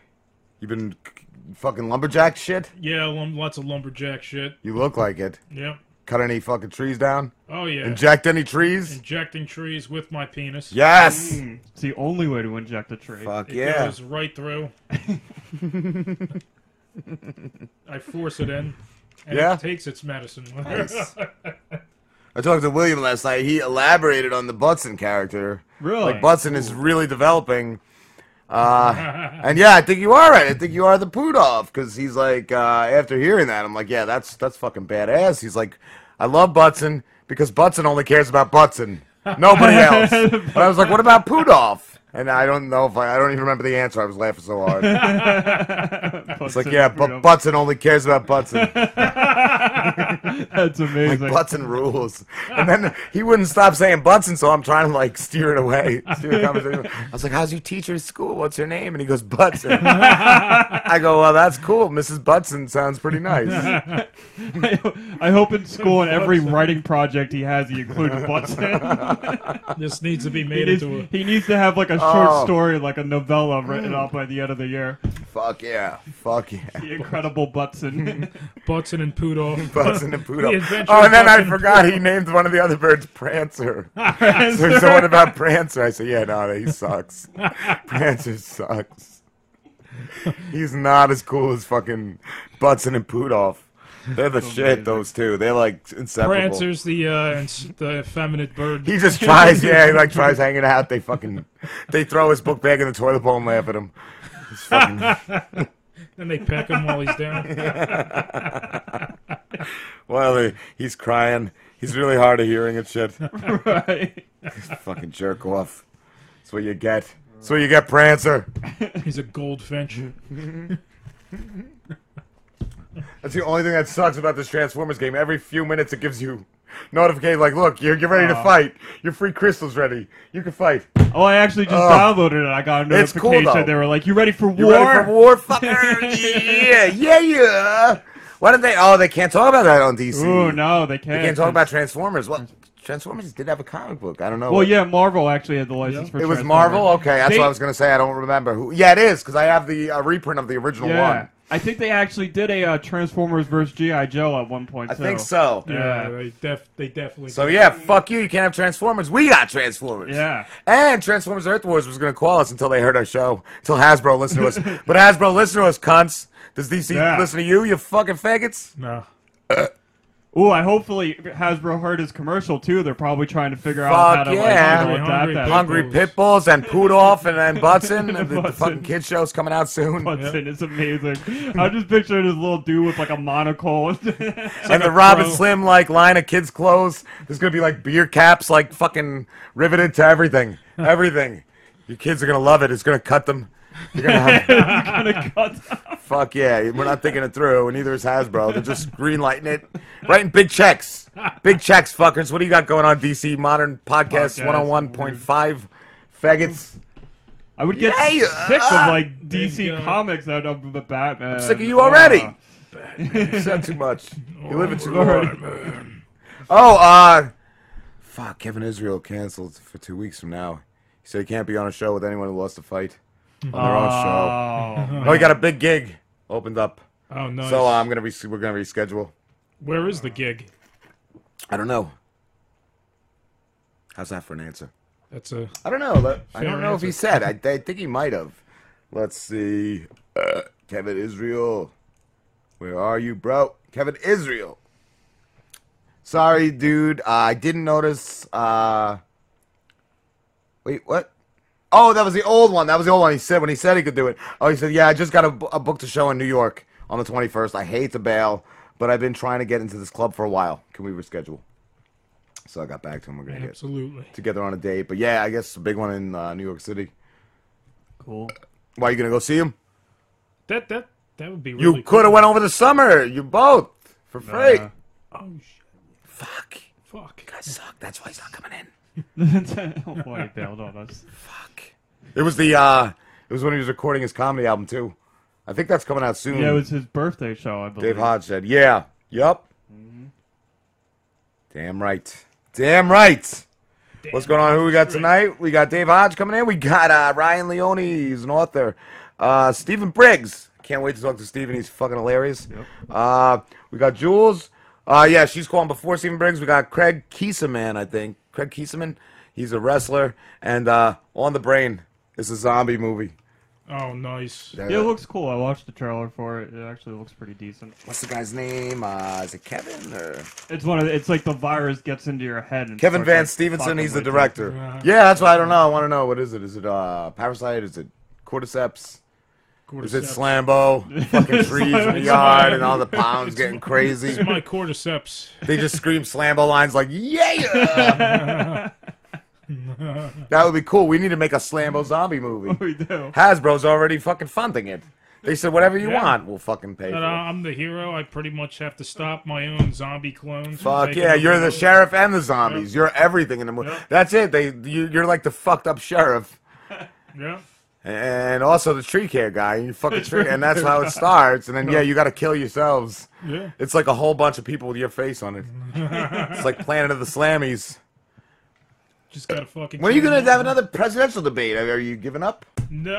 S8: You been c- fucking lumberjack shit?
S9: Yeah, lum- lots of lumberjack shit.
S8: You look like it.
S9: Yep.
S8: Cut any fucking trees down?
S9: Oh yeah.
S8: Inject any trees?
S9: Injecting trees with my penis.
S8: Yes.
S2: Mm.
S7: It's the only way to inject a tree.
S8: Fuck
S9: It goes right
S2: [LAUGHS]
S9: through. I force it in, and
S8: Yeah.
S9: it takes its medicine.
S7: [LAUGHS]
S9: [LAUGHS]
S8: Nice. I talked to William last night. He elaborated on the Butson character.
S7: Really?
S8: Like Butson is really
S7: [LAUGHS]
S8: developing. Uh, and yeah, I think you are right. I think you are the Pudov because he's like, uh, after hearing that, I'm like, yeah, that's that's fucking badass. He's like, I love Butson because Butson only cares about Butson,
S7: [LAUGHS]
S8: nobody else. but I was like, what about Pudov? And I don't know if I, I don't even remember the answer. I was laughing
S7: [LAUGHS]
S8: so hard. it's like,
S7: Butson,
S8: yeah, but
S7: Pudov.
S8: Butson only cares about Butson.
S7: That's amazing.
S8: [LAUGHS] Like Butson rules. And then he wouldn't stop saying Butson, so I'm trying to like steer it away. Steer the conversation. I was like, How's your teacher at school? What's her name? And he goes, Butson. I go, Well, that's cool. Mrs. Butson sounds pretty nice.
S7: [LAUGHS]
S9: [LAUGHS]
S7: I hope in school and every writing project he has, he
S9: [LAUGHS]
S7: included Butson.
S9: this needs to be
S7: he,
S9: made
S7: needs,
S9: into a.
S7: he needs to have like a short
S9: Oh.
S7: story, like a novella written up by the end of the year.
S8: Fuck yeah. Fuck yeah.
S7: The incredible Butson.
S9: [LAUGHS] Butson and [LAUGHS] Poodle.
S8: [LAUGHS] Butson and Poodle.
S9: adventure
S8: oh, and then I
S9: Butson and
S8: forgot
S9: [LAUGHS]
S8: he
S9: Poodle.
S8: named one of the other birds Prancer. So
S9: [LAUGHS] Prancer. [LAUGHS]
S8: he said, what about Prancer? I said, yeah, no, he sucks. Prancer sucks. He's not as cool as fucking Butson and Pudoff. They're the shit. Those two. They're like inseparable.
S9: Prancer's the uh, ins- the effeminate bird.
S8: He just tries, yeah, he
S9: [LAUGHS]
S8: like tries hanging out. They fucking, they throw his book bag in the toilet bowl and laugh at him. It's fucking-
S9: [LAUGHS] then they peck him while he's down.
S8: [LAUGHS] well, he- he's crying. He's really hard of hearing and shit.
S9: [LAUGHS] Right.
S8: fucking jerk off. That's what you get. That's what you get, Prancer.
S9: he's a goldfinch.
S8: [LAUGHS] That's the only thing that sucks about this Transformers game. Every few minutes, it gives you notification like, "Look, you're, you're ready to
S7: Oh.
S8: fight. Your free crystal's ready. You can fight."
S7: Oh, I actually just
S8: Ugh.
S7: downloaded it. I got a
S8: It's cool,
S7: notification.
S8: though.
S7: they were like, "You ready for
S8: You
S7: war?"
S8: ready for war, fucker?
S7: [LAUGHS]
S8: yeah, yeah, yeah. Why did they? Oh, they can't talk about that on DC.
S7: Ooh, no, they
S8: They
S7: can't.
S8: can't talk about Transformers. Well, Transformers did have a comic book. I don't know.
S7: Well, yeah, Marvel actually had the license for
S8: Oh, It was
S7: Transformers.
S8: Marvel. Okay, that's
S7: They-
S8: what I was gonna say. I don't remember who. Yeah, it is because I have the uh, reprint of the original
S7: Yeah,
S8: one.
S7: I think they actually did a uh, Transformers versus GI Joe at one point.
S8: I think so.
S7: Yeah.
S9: they, def- they definitely.
S8: So yeah, fuck you. You can't have Transformers. We got Transformers.
S7: Yeah.
S8: And Transformers Earth Wars was gonna call us until they heard our show. Until Hasbro listened to us. but Hasbro listened to us, cunts. Does DC
S7: Yeah.
S8: listen to you? You fucking faggots.
S9: No.
S7: [COUGHS] Ooh, I hopefully Hasbro heard his commercial too. They're probably trying to figure out how
S8: Fuck
S7: to like,
S8: yeah.
S7: handle it that bad.
S8: Hungry Pit Bulls and Pudolph and, and
S7: [LAUGHS]
S8: Butson. and the, the fucking kid show's coming out soon.
S7: Butson is amazing. I'm just picturing this little dude with like a monocle. [LAUGHS]
S8: and the Robin Slim like line of kids' clothes. There's gonna be like beer caps like fucking riveted
S7: [LAUGHS]
S8: to everything. Everything. Your kids are gonna love it. It's gonna cut them. You're gonna,
S7: [LAUGHS]
S8: have... Fuck yeah. We're not thinking it through, and neither is Hasbro. They're just greenlighting it. Writing big checks. Big checks, fuckers. What do you got going on, DC Modern Podcast
S7: Podcast.
S8: 101.5? Faggots.
S7: I would get
S8: Yeah. uh,
S7: sick of like uh, DC comics out of the Batman.
S8: I'm sick of you already.
S7: Yeah.
S8: You said too much. You live it too hard. Oh, uh, fuck. Kevin Israel canceled for two weeks from now. He said he can't be on a show with anyone who lost a fight on their own show.
S9: Oh,
S8: Oh, he got a big gig opened up.
S9: Oh, nice.
S8: So uh, I'm gonna res- we're gonna reschedule.
S9: Where is the gig?
S8: I don't know. How's that for an answer?
S9: That's a.
S8: I don't know. Let- I
S9: Fair
S8: don't know if he
S9: answer.
S8: said. I, I think he might have. Let's see. Uh, Kevin Israel. Where are you, bro? Kevin Israel. Sorry, dude. Uh, I didn't notice. Uh, wait, what? Oh, that was the old one. That was the old one. He said when he said he could do it. Oh, he said, yeah, I just got a, bu- a booked a show in New York on the 21st. I hate to bail, but I've been trying to get into this club for a while. Can we reschedule? So I got back to him. We're gonna get
S9: Absolutely.
S8: together on a date. But yeah, I guess a big one in uh, New York City.
S7: Cool.
S8: Why you gonna go see him?
S9: That that that would be.
S8: You
S9: Really
S8: could have went over the summer. You both for free.
S9: Nah. Oh shit.
S8: Fuck.
S9: Fuck.
S8: You guys suck. That's why he's not coming in.
S7: [LAUGHS] oh boy, he bailed on us. Fuck.
S8: It was the uh, it was when he was recording his comedy album too. I think that's coming out soon.
S7: Yeah, it was his birthday show, I believe.
S8: Dave Hodge said, "Yeah, yup, Mm-hmm. damn right, damn right." What's going on? Who we got tonight? We got Dave Hodge coming in. We got uh, Ryan Leone, he's an author. Uh, Stephen Briggs. Can't wait to talk to Stephen. He's fucking hilarious. Uh, we got Jules. Uh, yeah, she's calling before Stephen Briggs. We got Craig Kieseman, I think. Craig Kieseman. He's a wrestler. And uh, On the Brain. It's a zombie movie.
S9: Oh, nice.
S7: Yeah, it looks cool. I watched the trailer for it. It actually looks pretty decent.
S8: What's the guy's name? Uh, is it Kevin or
S7: It's one of the, it's like the virus gets into your head. And
S8: Kevin
S7: starts,
S8: Van
S7: like,
S8: Stevenson,
S7: fucking
S8: he's the
S7: with you.
S8: director.
S7: [LAUGHS]
S8: Yeah, that's why I don't know. I want to know what is it? Is it uh Parasite? Is it Cordyceps? Is it
S9: Cordyceps.
S7: [LAUGHS]
S8: Slambo? Fucking trees in the
S9: It's
S8: yard
S9: my-
S8: and all the pounds
S9: it's
S8: getting
S9: my-
S8: crazy.
S9: It's my cordyceps.
S8: They just scream Slambo lines like yeah.
S7: [LAUGHS]
S8: that would be cool. We need to make a Slambo zombie movie.
S7: [LAUGHS] We do.
S8: Hasbro's already fucking funding it. They said whatever you
S9: Yeah.
S8: want, we'll fucking pay
S9: But,
S8: for.
S9: uh,
S8: it.
S9: I'm the hero. I pretty much have to stop my own zombie clones. from
S8: Fuck
S9: taking
S8: yeah,
S9: over
S8: you're the
S9: world.
S8: sheriff and the zombies. You're everything in the movie.
S9: Yeah.
S8: That's it. They you, you're like the fucked up sheriff
S9: Yeah.
S8: and also the tree care guy. You fucking [LAUGHS]
S9: The
S8: tree,
S9: tree
S8: and that's
S9: care
S8: how
S9: guy.
S8: it starts. And then yeah,
S9: Yeah.
S8: you got to kill yourselves.
S9: Yeah.
S8: It's like a whole bunch of people with your face [LAUGHS] on it. it's like Planet of the Slammies.
S9: Just gotta fucking.
S8: When are you
S9: kill
S8: gonna
S9: them all.
S8: have another presidential debate? Are you giving up on the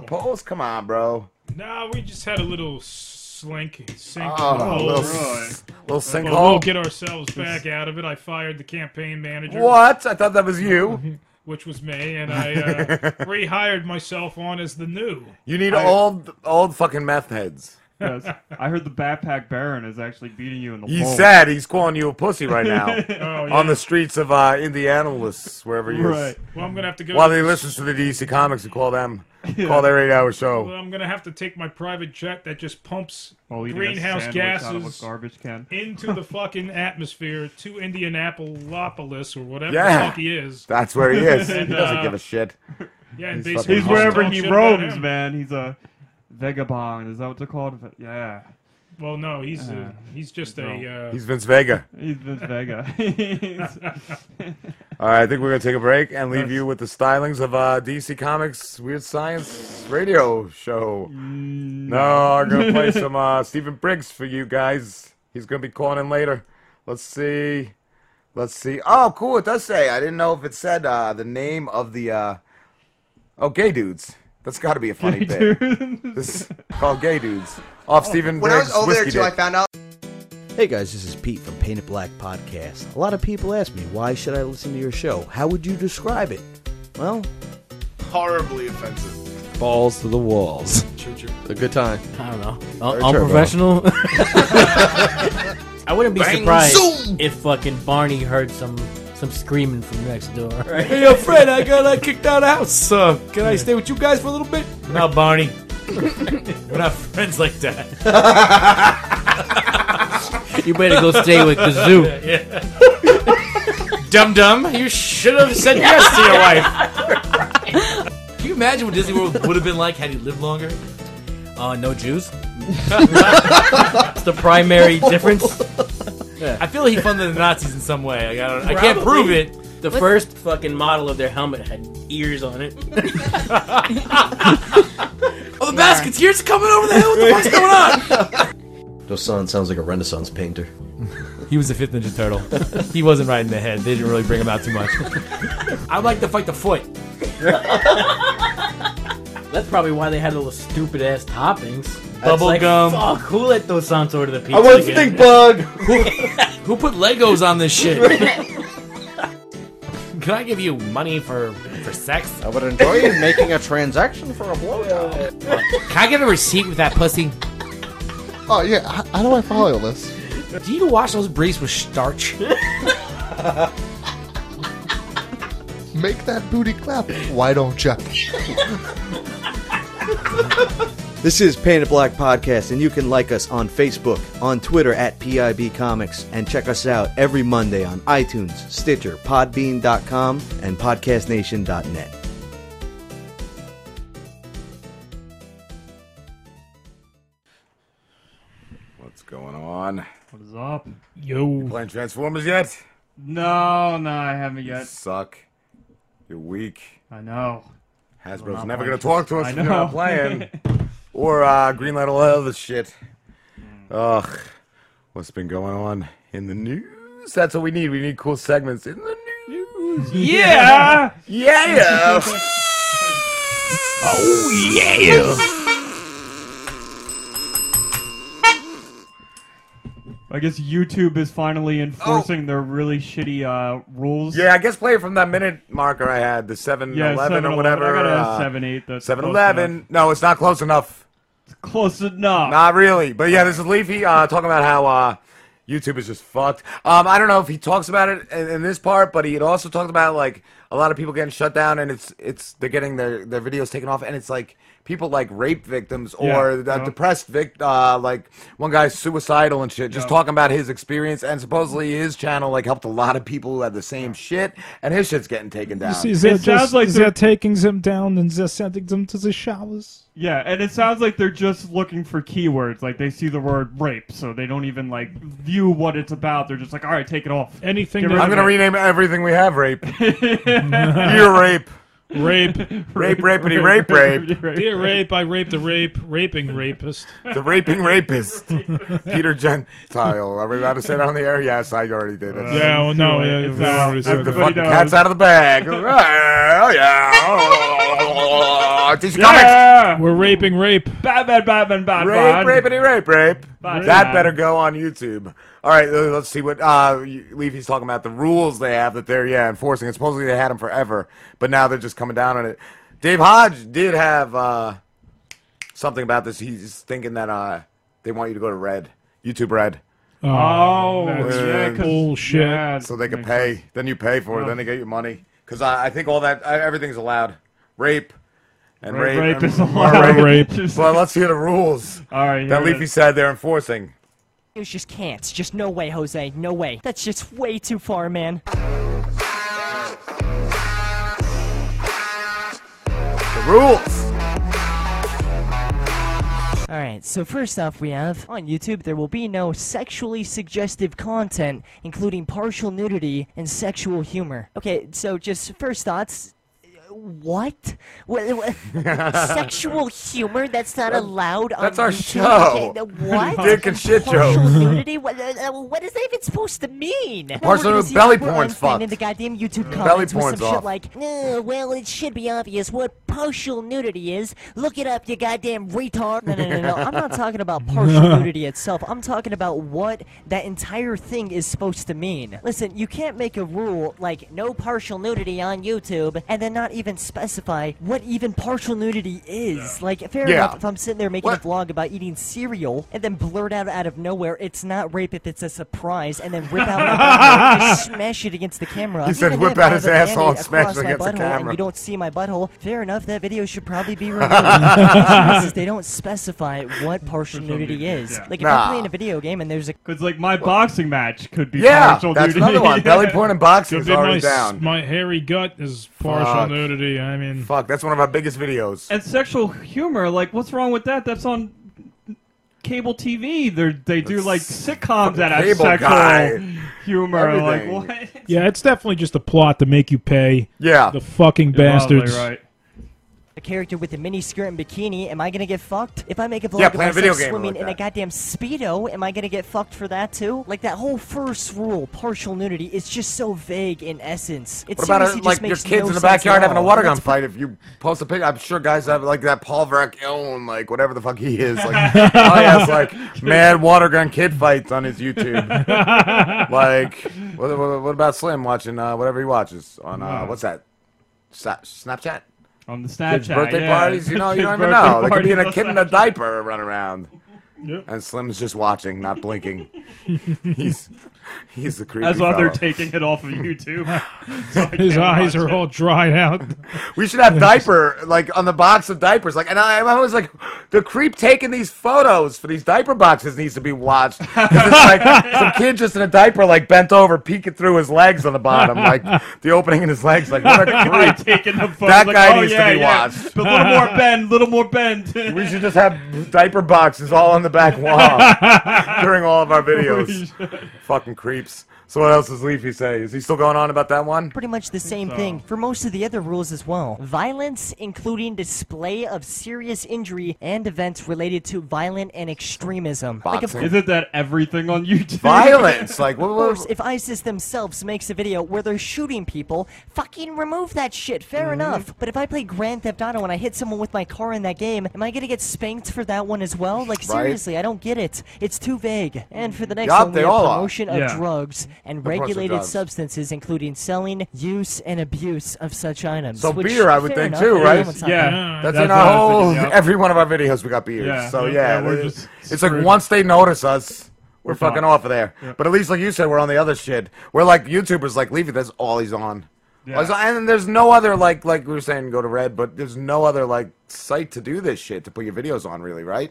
S9: No.
S8: polls? Come on, bro.
S9: Nah, we just had a little slink sink.
S8: Oh,
S9: in the hole.
S8: little s- little
S9: But
S8: sinkhole.
S9: We'll get ourselves back out of it. I fired the campaign manager.
S8: What? I thought that was you.
S9: [LAUGHS] which was me, and I
S8: [LAUGHS]
S9: uh,
S1: [LAUGHS]
S9: rehired myself on as the new.
S8: You need old, old fucking meth heads.
S7: Yes. I heard the Backpack Baron is actually beating you in the
S8: He's
S7: bowl.
S8: sad. He's calling you a pussy right now
S7: Oh,
S8: on
S7: yeah.
S8: the streets of uh, Indianapolis, wherever you.
S9: Right. Well, I'm gonna have to go
S8: While
S9: to
S8: they
S9: the-
S8: listen to the DC Comics and call them, call their eight-hour
S9: Well,
S8: show.
S9: I'm gonna have to take my private jet that just pumps
S7: While eating a
S9: greenhouse
S7: sandwich
S9: gases
S7: out of a garbage can.
S9: into
S7: [LAUGHS]
S9: the fucking atmosphere to Indianapolis or whatever the
S8: Yeah,
S9: fuck he is.
S8: that's where
S9: [LAUGHS]
S8: he is.
S9: And,
S8: he doesn't
S9: uh,
S8: give a shit.
S9: Yeah, and basically
S8: He's fucking
S7: He's wherever
S9: talk
S7: he
S9: shit about
S7: roams,
S9: him.
S7: man. He's a vagabond. Is that what they're called? Va- Yeah.
S9: Well, no, he's uh,
S7: Uh,
S9: he's just
S7: no.
S9: a. Uh,
S8: He's Vince Vega.
S7: He's Vince
S9: [LAUGHS]
S7: Vega.
S8: All right, I think we're gonna take a break and leave you with the stylings of uh, DC Comics Weird Science Radio Show.
S9: Mm.
S8: No, I'm
S4: [LAUGHS]
S9: [LAUGHS]
S8: gonna play some uh, Stephen Briggs for you guys. He's gonna be calling in later. Let's see. Let's see. Oh, cool. It does say. I didn't know if it said uh, the name of the. Uh... Oh, gay dudes. That's got to be a funny
S12: Gay
S8: bit. This is called gay dudes. Off Stephen
S12: Oh, When I
S8: Briggs.
S12: was over there
S8: Whiskey
S12: too, I
S8: Dick.
S12: found out.
S1: Hey guys, this is Pete from Painted Black Podcast. A lot of people ask me, why should I listen to your show? How would you describe it? Well,
S12: Horribly offensive.
S1: balls to the walls.
S4: A good time. I don't know. [LAUGHS]
S1: Very
S9: [LAUGHS]
S13: unprofessional. [LAUGHS] I wouldn't be
S4: Bang,
S13: surprised
S4: zoom!
S13: if fucking Barney heard some some screaming from next door.
S4: Hey, yo, Fred, I
S13: [LAUGHS]
S4: got uh, kicked out of the house. Uh, can I stay with you guys for a little bit?
S13: No,
S4: [LAUGHS]
S13: Barney. We're not friends like that. you better go stay with the
S4: [LAUGHS]
S13: zoo.
S4: Dum dum, you should have said yes to your wife. Can you imagine what Disney World would have been like had he lived longer?
S13: Uh, no Jews. [LAUGHS] It's the primary difference.
S4: I feel he funded the Nazis in some way. Like, I, don't, I can't
S13: Probably
S4: prove it.
S13: The first fucking model of their helmet had ears on [LAUGHS] it.
S4: [LAUGHS] Oh, the Basketeers are coming over the hill. What the fuck's going on?
S1: Dosan sounds like a Renaissance painter.
S4: He was the fifth Ninja Turtle. he wasn't right in the head. They didn't really bring him out too much. I'd like to fight
S14: [LAUGHS]
S4: the foot.
S13: That's probably why they had those stupid ass toppings.
S4: [LAUGHS] Bubble gum.
S13: Fuck, who let those sounds order the pizza? again?
S4: bug. [LAUGHS] Who, who put Legos on this shit? [LAUGHS] Can I give you money for for sex?
S15: I would enjoy you making a transaction for a blowjob.
S4: Can I get a receipt with that pussy?
S15: Oh yeah, how, how do I follow this?
S4: Do you wash those briefs with [LAUGHS] starch?
S15: Make that booty clap. Why don't you?
S1: This is Painted Black Podcast, and you can like us on Facebook, on Twitter at PIB Comics, and check us out every Monday on iTunes, Stitcher, Podbean.com, and PodcastNation.net.
S8: What's going on?
S7: What is up?
S8: Yo. Playing Transformers yet?
S7: No, no, I haven't
S8: You
S7: yet.
S8: suck. You're weak.
S7: I know. We're
S8: Hasbro's
S7: not
S8: never
S7: playing
S8: going to talk to us
S7: I
S8: if you're not
S7: know.
S8: playing.
S7: [LAUGHS]
S8: or uh, greenlight all that other shit.
S7: Hmm.
S8: Ugh. What's been going on in the news? That's what we need. We need cool segments in the news.
S7: [LAUGHS]
S4: Yeah. [LAUGHS]
S9: [LAUGHS]
S8: Yeah. yeah. oh, yeah.
S7: I guess YouTube is finally
S8: Oh.
S7: enforcing their really shitty uh, rules.
S8: Yeah, I guess play it from that minute marker I had, the 7
S7: Yeah,
S8: 11 or
S7: 7-Eleven.
S8: whatever.
S7: I gotta have
S8: uh,
S7: 7-8, that's
S8: 7-Eleven.
S7: close
S8: No, it's not close enough. It's
S7: close enough.
S8: Not really. But yeah, this is Leafy uh, talking about how uh, YouTube is just fucked. Um, I don't know if he talks about it in, in this part, but he had also talked about like a lot of people getting shut down and it's it's they're getting their, their videos taken off and it's like people like rape victims
S12: Yeah,
S8: or the
S7: Oh,
S12: yeah.
S8: depressed vic uh, like one guy's suicidal and shit just
S12: Yeah.
S8: talking about his experience and supposedly his channel like helped a lot of people who had the same shit and his shit's getting taken down.
S7: they're sounds like they're- [LAUGHS]
S9: taking them down and they're sending them to the [LAUGHS] showers.
S7: Yeah, and it sounds like they're just looking for keywords. Like they see the word rape, so they don't even like view what it's about. They're just like, all right, take it off.
S9: Anything.
S7: Get rid
S8: I'm
S7: of
S8: gonna
S7: it.
S8: rename everything we have
S7: [LAUGHS]
S8: rape. Dear rape.
S9: Rape.
S8: [LAUGHS] Rape, rapity,
S9: [LAUGHS]
S8: rape, rape.
S9: Dear rape, I raped a rape, raping rapist.
S8: The raping rapist. [LAUGHS]
S9: [LAUGHS]
S8: Peter Gentile. Are we allowed to say that on the air? Yes, I already did
S7: Uh,
S8: it.
S9: Yeah, well, no, yeah,
S8: It's
S9: yeah,
S8: out.
S9: it's
S8: That's
S9: out.
S8: the
S7: [LAUGHS]
S9: Everybody
S8: fucking
S9: knows.
S8: cat's out of the bag. oh, yeah. Oh, DC
S9: We're raping rape.
S7: Batman, Batman,
S8: Rape, rapity, rape, rape.
S9: Bad
S8: That
S9: man.
S8: better go on YouTube. All right, uh, let's see what uh, you- Leafy's talking about. The rules they have that they're yeah enforcing. And supposedly they had them forever, but now they're just coming down on it. Dave Hodge did have uh, something about this. He's thinking that uh, they want you to go to Red YouTube Red.
S7: Oh, that's
S8: Uh,
S7: yeah, 'cause- Bullshit. yeah,
S8: so they can pay. Then you pay for it.
S7: Yeah.
S8: Then they get your money. Because I, I think all that I, everything's allowed. Rape and
S7: Rape-
S8: rape.
S7: rape
S8: and-
S7: is allowed.
S8: Or
S7: Rape.
S8: [LAUGHS] Well, let's hear the rules.
S7: All right.
S8: That
S7: here it
S8: Leafy
S7: is.
S8: said they're enforcing.
S16: You just can't. Just no way, Jose. No way. That's just way too far, man.
S8: The rules.
S16: Alright, so first off, we have on YouTube there will be no sexually suggestive content, including partial nudity and sexual humor. Okay, so just first thoughts. uh, What? Wha- wha- sexual humor? That's not allowed on
S8: That's our
S16: YouTube?
S8: show.
S16: Okay, the
S8: [LAUGHS]
S16: what?
S8: Dick and shit
S16: partial
S8: jokes.
S16: nudity? What, uh, uh, what is that even supposed to mean? Now we're
S8: Partial
S16: gonna
S8: nudity-
S16: see
S8: belly
S16: Albert
S8: porn's
S16: Einstein
S8: fucked. Mm.
S16: In the goddamn YouTube
S8: Belly
S16: comments with some
S8: porn's
S16: shit
S8: off.
S16: like, "Uh, well, it should be obvious what partial nudity is. Look it up, you goddamn retard. No, no, no, no. I'm not talking about partial nudity itself. I'm talking about what that entire thing is supposed to mean. Listen, you can't make a rule like no partial nudity on YouTube and then not even specify what even partial nudity is. Like, fair
S17: Yeah.
S16: enough, if I'm sitting there making a vlog about eating cereal and then blurt out out of nowhere, it's not rape if it's a surprise, and then rip out
S8: [LAUGHS]
S16: my butthole, just smash it against the camera.
S8: He said
S16: Even
S8: whip
S16: if
S8: out
S16: I
S8: his
S16: have a
S8: asshole and
S16: band-aid
S8: smash it
S16: across my
S8: against the
S16: butthole And
S8: camera.
S16: you don't see my butthole. Fair enough, that video should probably
S8: [LAUGHS]
S16: be removed. Because they don't specify what partial nudity is. Like if
S7: Nah.
S16: I'm playing a video game and there's a
S7: Because like my boxing match could be
S8: Yeah,
S7: partial
S8: that's
S7: nudity.
S9: [LAUGHS]
S8: another one. Belly porn and boxing is
S9: Dude,
S8: already
S9: my, s-
S8: down.
S9: My hairy gut is partial
S8: Fuck.
S9: nudity. I mean,
S8: fuck, that's one of our biggest videos.
S7: and sexual humor, like what's wrong with that? That's on cable TV. They they do like sitcoms that have
S8: cable
S7: sexual
S8: guy.
S7: humor.
S8: Everything.
S7: Like what?
S9: yeah, it's definitely just a plot to make you pay.
S8: Yeah.
S9: the fucking
S7: You're probably
S9: bastards.
S7: right.
S16: a character with a mini skirt and bikini, am I gonna get fucked? If I make a vlog
S8: Yeah,
S16: of
S8: play a
S16: myself
S8: video game or
S16: swimming
S8: like
S16: in a
S8: that.
S16: goddamn speedo, am I gonna get fucked for that too? Like that whole first rule, partial nudity, is just so vague in essence. It
S8: What about
S16: seriously
S8: uh, like
S16: just
S8: your
S16: makes
S8: kids
S16: no
S8: in the
S16: sense at
S8: backyard having a
S16: all.
S8: water
S16: That's
S8: gun fight? If you post a picture, I'm sure guys have like that Paul Verhoeven, like whatever the fuck he
S7: [LAUGHS]
S8: is, like oh yeah, it's like mad water gun kid fights on
S7: [LAUGHS]
S8: his YouTube. like, what, what, what about Slim watching uh, whatever he watches on uh,
S7: Yeah.
S8: what's that? Sa- Snapchat.
S7: On the
S8: Kids'
S7: Snapchat,
S8: birthday
S7: yeah.
S8: parties, you know, you
S7: Kids'
S8: don't even
S7: birthday
S8: know. They could be in a
S7: parties
S8: kid
S7: on
S8: in a diaper running around.
S9: Yep.
S8: And Slim's just watching,
S7: [LAUGHS]
S8: not blinking. he's he's the creepy.
S7: That's why they're
S8: fellow.
S7: taking it off of YouTube. So I
S9: His
S7: can't
S9: eyes
S7: watch
S9: are
S7: it.
S9: all dried out.
S8: [LAUGHS] We
S7: [LAUGHS]
S8: should have diaper like on the box of diapers. Like, and I, I'm always like, the creep taking these photos for these diaper boxes needs to be watched. 'Cause
S7: [LAUGHS]
S8: It's like some kid just in a diaper, like bent over, peeking through his legs on the bottom, like the opening in his legs.
S7: [LAUGHS]
S8: Like, what a
S7: guy
S8: creep!
S7: taking the photo.
S8: that
S7: like,
S8: guy
S7: oh,
S8: needs
S7: yeah,
S8: to be
S7: yeah.
S8: watched.
S7: But little more
S8: [LAUGHS]
S7: bend, little more bend.
S8: we should just have diaper boxes all on the back
S7: [LAUGHS]
S8: wall during all of our videos. Fucking creeps. So what else does Leafy say? Is he still going on about that one?
S16: Pretty much the same
S8: so.
S16: thing for most of the other rules as well. Violence, including display of serious injury and events related to violent and extremism. Like, of
S7: Isn't that everything on [LAUGHS] YouTube?
S8: Violence, like
S16: Of course, if ISIS themselves makes a video where they're shooting people, fucking remove that shit. Fair
S8: Mm-hmm.
S16: enough. But if I play Grand Theft Auto and I hit someone with my car in that game, am I gonna get spanked for that one as well? Like
S8: Right.
S16: seriously, I don't get it. It's too vague. And for the next
S8: Yup,
S16: one,
S8: they
S16: we have
S8: all are.
S16: promotion of
S8: Yeah.
S16: drugs and
S8: Promotion of
S16: regulated
S8: drugs.
S16: substances, including selling, use, and abuse of such items.
S8: So
S16: which,
S8: beer, I would
S16: fair
S8: think
S16: enough,
S8: too,
S16: no
S8: right?
S16: one's talking
S8: Yeah,
S16: about.
S8: that's,
S7: That's what
S8: in our
S7: I was
S16: [LAUGHS]
S8: whole
S7: thinking, yeah.
S8: every one of our videos. We got beers,
S7: Yeah,
S8: so
S7: yeah,
S8: yeah,
S7: we're
S8: it-
S7: just
S8: it's
S7: screwed.
S8: like once they notice us, we're,
S7: We're
S8: fucking
S7: fucked.
S8: off of there.
S7: Yeah.
S8: But at least, like you said, we're on the other shit. We're like YouTubers, like Leafy. That's all he's on.
S7: Yeah.
S8: So- And there's no other like like we were saying, go to Red, but there's no other like site to do this shit to put your videos on, really, right?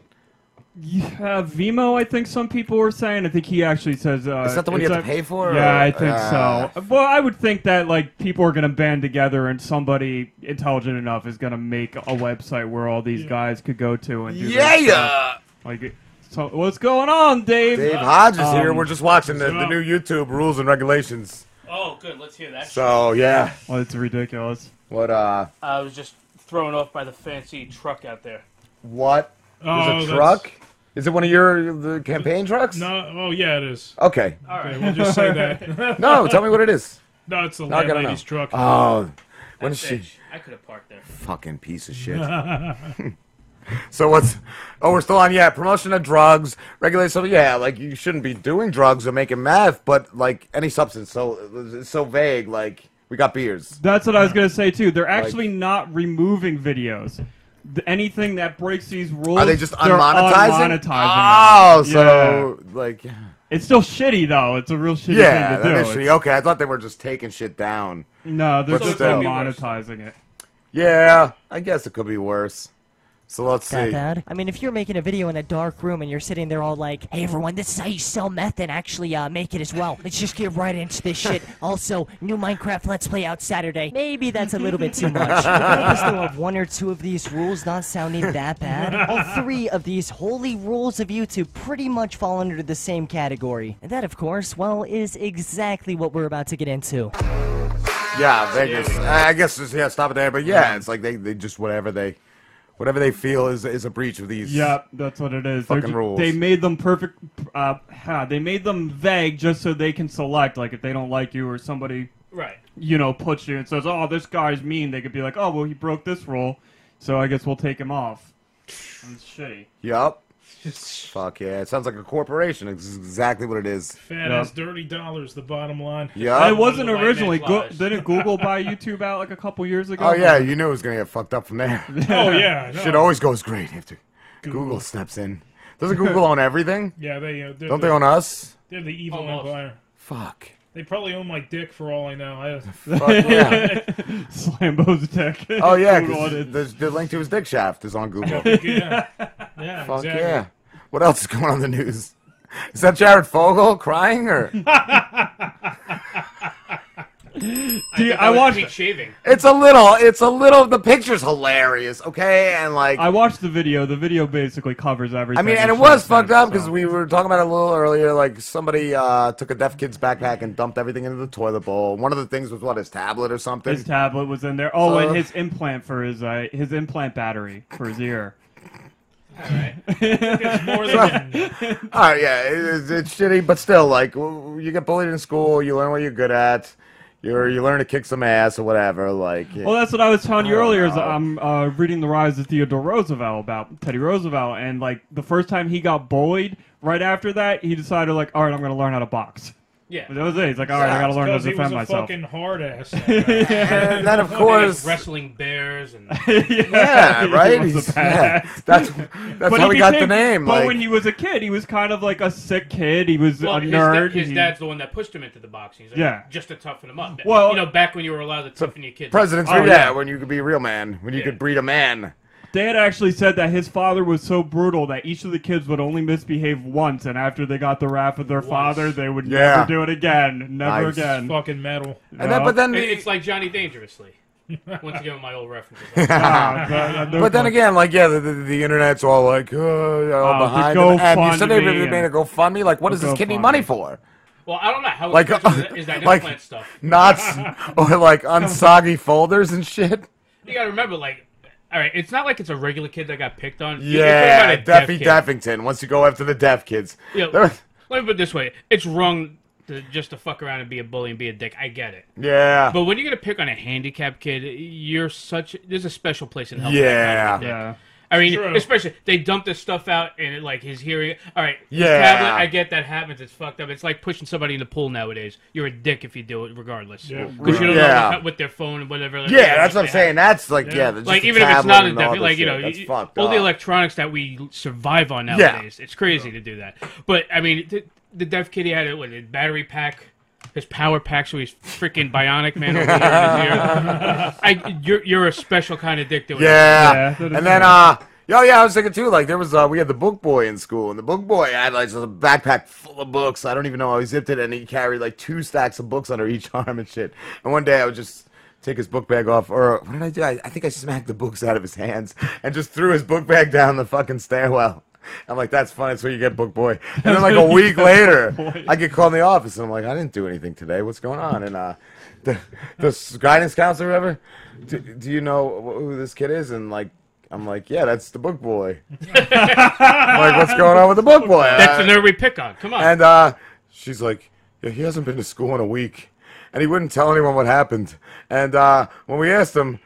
S7: Yeah, Vimo, I think some people were saying. I think he actually says. Uh,
S8: Is that the one you
S7: it's
S8: have to
S7: a-
S8: pay for,
S7: Yeah,
S8: or-
S7: I think
S8: Ah.
S7: so. Well, I would think that like people are gonna band together, and somebody intelligent enough is gonna make a website where all these guys could go to and do. their
S8: Yeah.
S7: stuff. Like, so what's going on, Dave?
S8: Dave Hodge is here.
S7: Um,
S8: We're just watching the, the new YouTube rules and regulations.
S13: Oh, good. Let's hear that.
S8: So yeah,
S7: well, it's ridiculous.
S8: What uh,
S13: I was just thrown off by the fancy truck out there.
S8: what?
S13: Oh,
S8: There's a
S13: that's-
S8: truck. Is it one of your the campaign trucks?
S9: No, oh yeah, it is.
S8: Okay.
S7: [LAUGHS]
S9: All right, we'll just say that.
S8: no, tell me what it is.
S9: No, it's the
S8: Now I gotta
S9: landlady's
S8: know.
S9: truck.
S8: Oh, When
S13: That's
S8: is she?
S13: it. I could have parked there.
S8: Fucking piece
S7: [LAUGHS]
S8: of shit. so what's? Oh, we're still on. Yeah, promotion of drugs, regulate stuff. Yeah, like you shouldn't be doing drugs or making meth, but like any substance. So it's so vague. Like we got beers.
S7: That's what I was gonna say too. They're actually not removing videos. Th- anything that breaks these rules,
S8: Are they just
S7: they're
S8: unmonetizing?
S7: unmonetizing
S8: Oh,
S7: it.
S8: so like.
S7: it's still shitty though. It's a real shitty
S8: Yeah,
S7: thing to do.
S8: that is shitty.
S7: It's-
S8: Okay, I thought they were just taking shit down.
S7: No, they're
S8: But
S7: just
S8: still.
S7: monetizing it.
S8: Yeah, I guess it could be worse. So let's
S16: That
S8: see.
S16: bad? I mean, if you're making a video in a dark room and you're sitting there all like, "Hey everyone, this is how you sell meth and actually uh, make it as well." Let's just get right into this shit. Also, new Minecraft Let's Play out Saturday. Maybe that's a little bit too much. Wouldn't it be still have one or two of these rules not sounding that bad. All three of these holy rules of YouTube pretty much fall under the same category. And that, of course, well, is exactly what we're about to get into.
S8: Yeah, Vegas. I I guess just, yeah, stop it there. But yeah, it's like they, they just whatever they, whatever they feel is is a breach of these.
S7: Yep, that's what it is. They're
S8: Fucking
S7: ju-
S8: rules.
S7: They made them perfect. Uh, ha, they made them vague just so they can select. Like if they don't like you or somebody,
S13: Right.
S7: You know, puts you and says, "Oh, this guy's mean." They could be like, "Oh, well, he broke this rule, so I guess we'll take him off." That's shitty.
S8: Yep. Fuck yeah! It sounds like a corporation. It's exactly what it is.
S9: Fat ass dirty dollars, the bottom line.
S8: Yeah.
S7: It wasn't
S9: The white
S7: originally.
S9: man
S7: Go-
S9: lies.
S7: didn't Google
S9: [LAUGHS]
S7: buy YouTube out like a couple years ago?
S8: Oh yeah, you knew it was gonna get fucked up
S7: [LAUGHS]
S8: from there.
S9: Oh, yeah, no.
S8: shit always goes great after Google, steps in. Doesn't
S7: [LAUGHS]
S8: Google own everything?
S9: [LAUGHS] Yeah, they uh, they're
S8: don't
S9: the-
S8: they own us?
S9: They're the evil empire.
S8: Fuck.
S9: They probably own my dick for all I know.
S8: [LAUGHS]
S9: I
S8: Fuck
S9: [LAUGHS]
S7: [LAUGHS]
S8: yeah.
S7: Slambo's dick.
S8: Oh yeah, 'cause
S7: Google it.
S8: the, the link to his dick shaft is on
S7: [LAUGHS]
S8: Google.
S9: yeah. Yeah,
S8: Fuck
S9: exactly.
S8: yeah. What else is going on in the news? Is that Jared Fogle
S7: [LAUGHS]
S8: crying or?
S7: Dude, I, watched.
S13: shaving.
S8: It's a little. It's a little. The picture's hilarious. Okay, and like.
S7: I watched the video. The video basically covers everything.
S8: I mean, and it
S7: It's
S8: was
S7: just-
S8: fucked up because we were talking about it a little earlier. Like somebody uh, took a deaf kid's backpack and dumped everything into the toilet bowl. One of the things was what his tablet or something.
S7: His tablet was in there. Oh,
S8: Uh,
S7: and his implant for his uh, his implant battery for his ear. [LAUGHS]
S8: [LAUGHS] All right, yeah, it, it's, it's shitty, but still, like w- you get bullied in school, you learn what you're good at, you you learn to kick some ass or whatever. Like,
S7: Well, that's what I was telling you
S8: I don't
S7: earlier. Is
S8: know.
S7: I'm uh, reading The Rise of Theodore Roosevelt about Teddy Roosevelt, and like the first time he got bullied, right after that, he decided like, all right, I'm gonna learn how to box.
S9: Yeah.
S7: that was it. He's like, all right, I gotta learn to
S9: Because he
S7: defend
S9: was a
S7: myself.
S9: Fucking
S7: [LAUGHS]
S9: hard ass.
S7: And then,
S9: [LAUGHS]
S7: of course-
S13: wrestling
S7: [LAUGHS]
S13: bears and
S7: Yeah, [LAUGHS]
S8: right?
S7: He was
S8: He's-
S7: a
S8: yeah.
S7: badass.
S8: That's- that's
S7: But
S8: how he got the
S7: became-
S8: name,
S7: But
S8: like-
S7: when he was a kid, he was kind of like a sick kid. He was
S13: Well,
S7: a
S13: his,
S7: nerd.
S13: da- his
S7: He-
S13: dad's the one that pushed him into the boxing. He's like,
S7: Yeah.
S13: just to toughen him up.
S7: Well-
S13: you know, back when you were allowed to toughen your kids.
S8: Presidents,
S7: Oh,
S8: yeah,
S7: yeah.
S8: when you could be a real man, when you could breed a man. [LAUGHS]
S7: Dad actually said that his father was so brutal that each of the kids would only misbehave once, and after they got the wrath of their father, they would
S8: Yeah.
S7: never do it again. Never
S8: Nice.
S7: again.
S9: Fucking metal.
S8: And then- but then-
S13: It- it's like Johnny Dangerously. Once again, with my old references.
S8: [LAUGHS] but then again, like yeah, the, the, the internet's all like, uh, all
S7: Oh, the
S8: behind him. And you said they
S7: GoFundMe
S8: really made a
S7: and-
S8: GoFundMe. Like, what
S7: The
S8: is this kid need
S7: GoFundMe.
S8: money for?
S13: Well, I don't know how
S8: Like,
S13: expensive
S8: [LAUGHS]
S13: is that
S8: like
S13: implant stuff.
S7: [LAUGHS]
S8: knots
S13: [LAUGHS]
S8: or like unsoggy folders and shit.
S13: You gotta remember, like, all right, it's not like it's a regular kid that got picked on. You- you're
S8: Yeah,
S13: talking about a
S8: Daffy
S13: deaf kid.
S8: Daffington. Once you go after the deaf kids,
S13: You know,
S8: They're-
S13: let me put it this way: it's wrong to just to fuck around and be a bully and be a dick. I get it.
S8: Yeah.
S13: But when you're gonna pick on a handicapped kid, you're such there's a special place in hell.
S8: Yeah.
S13: For that kind of dick.
S8: Yeah.
S13: I mean,
S8: True.
S13: especially they dump this stuff out and it, like his hearing. All right, his
S8: Yeah.
S13: tablet, I get that happens. It's fucked up. It's like pushing somebody in the pool nowadays. You're a dick if you do it, regardless.
S8: Yeah.
S13: Because you don't
S8: Yeah.
S13: know what, what their phone and whatever.
S8: Yeah, that's what
S13: they
S8: I'm saying.
S13: have.
S8: That's like, yeah, just
S13: like
S8: the
S13: even if it's
S8: tablet
S13: not a
S8: and all
S13: deaf,
S8: this
S13: like you
S8: shit.
S13: know,
S8: That's
S13: you-
S8: fucked
S13: all the
S8: up.
S13: electronics that we survive on
S8: Yeah.
S13: nowadays. It's crazy to do that. But I mean, the, the deaf kid he had a, what, a battery pack. His power pack, so he's freaking bionic man over here. in his
S8: [LAUGHS]
S13: ear. I, you're you're a special kind of dick doing
S8: Yeah.
S13: that.
S8: and then, uh, yo, yeah, I was thinking too. Like, there was, uh, we had the book boy in school, and the book boy had like just a backpack full of books. I don't even know how he zipped it, and he carried like two stacks of books under each [LAUGHS] arm and shit. And one day I would just take his book bag off, or what did I do? I, I think I smacked the books out of his hands and just threw his book bag down the fucking stairwell. I'm like, that's funny. That's what you get, book boy. [LAUGHS] And then, like, a
S7: what you
S8: week
S7: get,
S8: later,
S7: book boy.
S8: I get called in the office, and I'm like, I didn't do anything today. What's going on? And uh, the, the s- guidance counselor, ever, do, do you know wh- who this kid is? And like, I'm like, yeah, that's the book boy. I'm like, what's going on with the book boy?
S13: That's the
S8: Uh,
S13: nerd we pick on. Come on.
S8: And uh, she's like, yeah, he hasn't been to school in a week. and he wouldn't tell anyone what happened. And uh, when we asked him,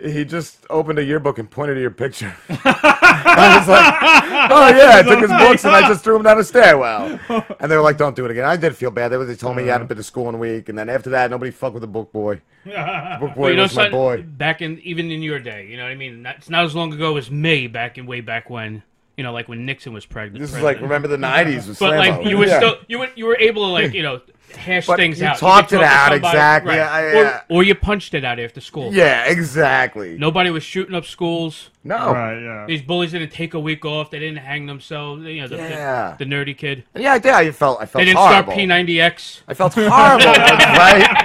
S8: he just opened a yearbook and pointed at
S13: [LAUGHS]
S8: your picture. I
S7: [LAUGHS]
S8: was like, oh yeah, I took his books and I just threw him down a stairwell. And they were like, don't do it again. I did feel bad. They, they told me you
S7: Uh-huh.
S8: hadn't been to school in a week, and then after that, nobody fucked with the
S7: [LAUGHS]
S8: book boy. The book
S13: Well,
S8: boy
S13: you know,
S8: was my
S13: son, [LAUGHS]
S8: boy.
S13: Back in even in your day, you know what I mean. Not, it's not as long ago as me. Back in way back when, you know, like when Nixon was pregnant.
S8: This is like, remember the 90s with
S13: But like
S8: Slambo.
S13: you were
S8: Yeah.
S13: still you were you were able to like you know hash
S8: But
S13: things
S8: you
S13: out.
S8: talked
S13: could
S8: it
S13: talk to
S8: out,
S13: somebody,
S8: exactly.
S13: right.
S8: I-
S13: Or-
S8: yeah.
S13: Or, you punched it out after school.
S8: Yeah, oh. exactly.
S13: Nobody was shooting up schools.
S8: No. Right, yeah.
S13: These bullies didn't take a week off. They didn't hang themselves. You know, the, the-
S8: Yeah.
S13: the, nerdy kid.
S8: And yeah, I did. I felt I felt
S13: They didn't
S8: horrible.
S13: start P90X.
S8: I
S13: [LAUGHS]
S8: felt horrible,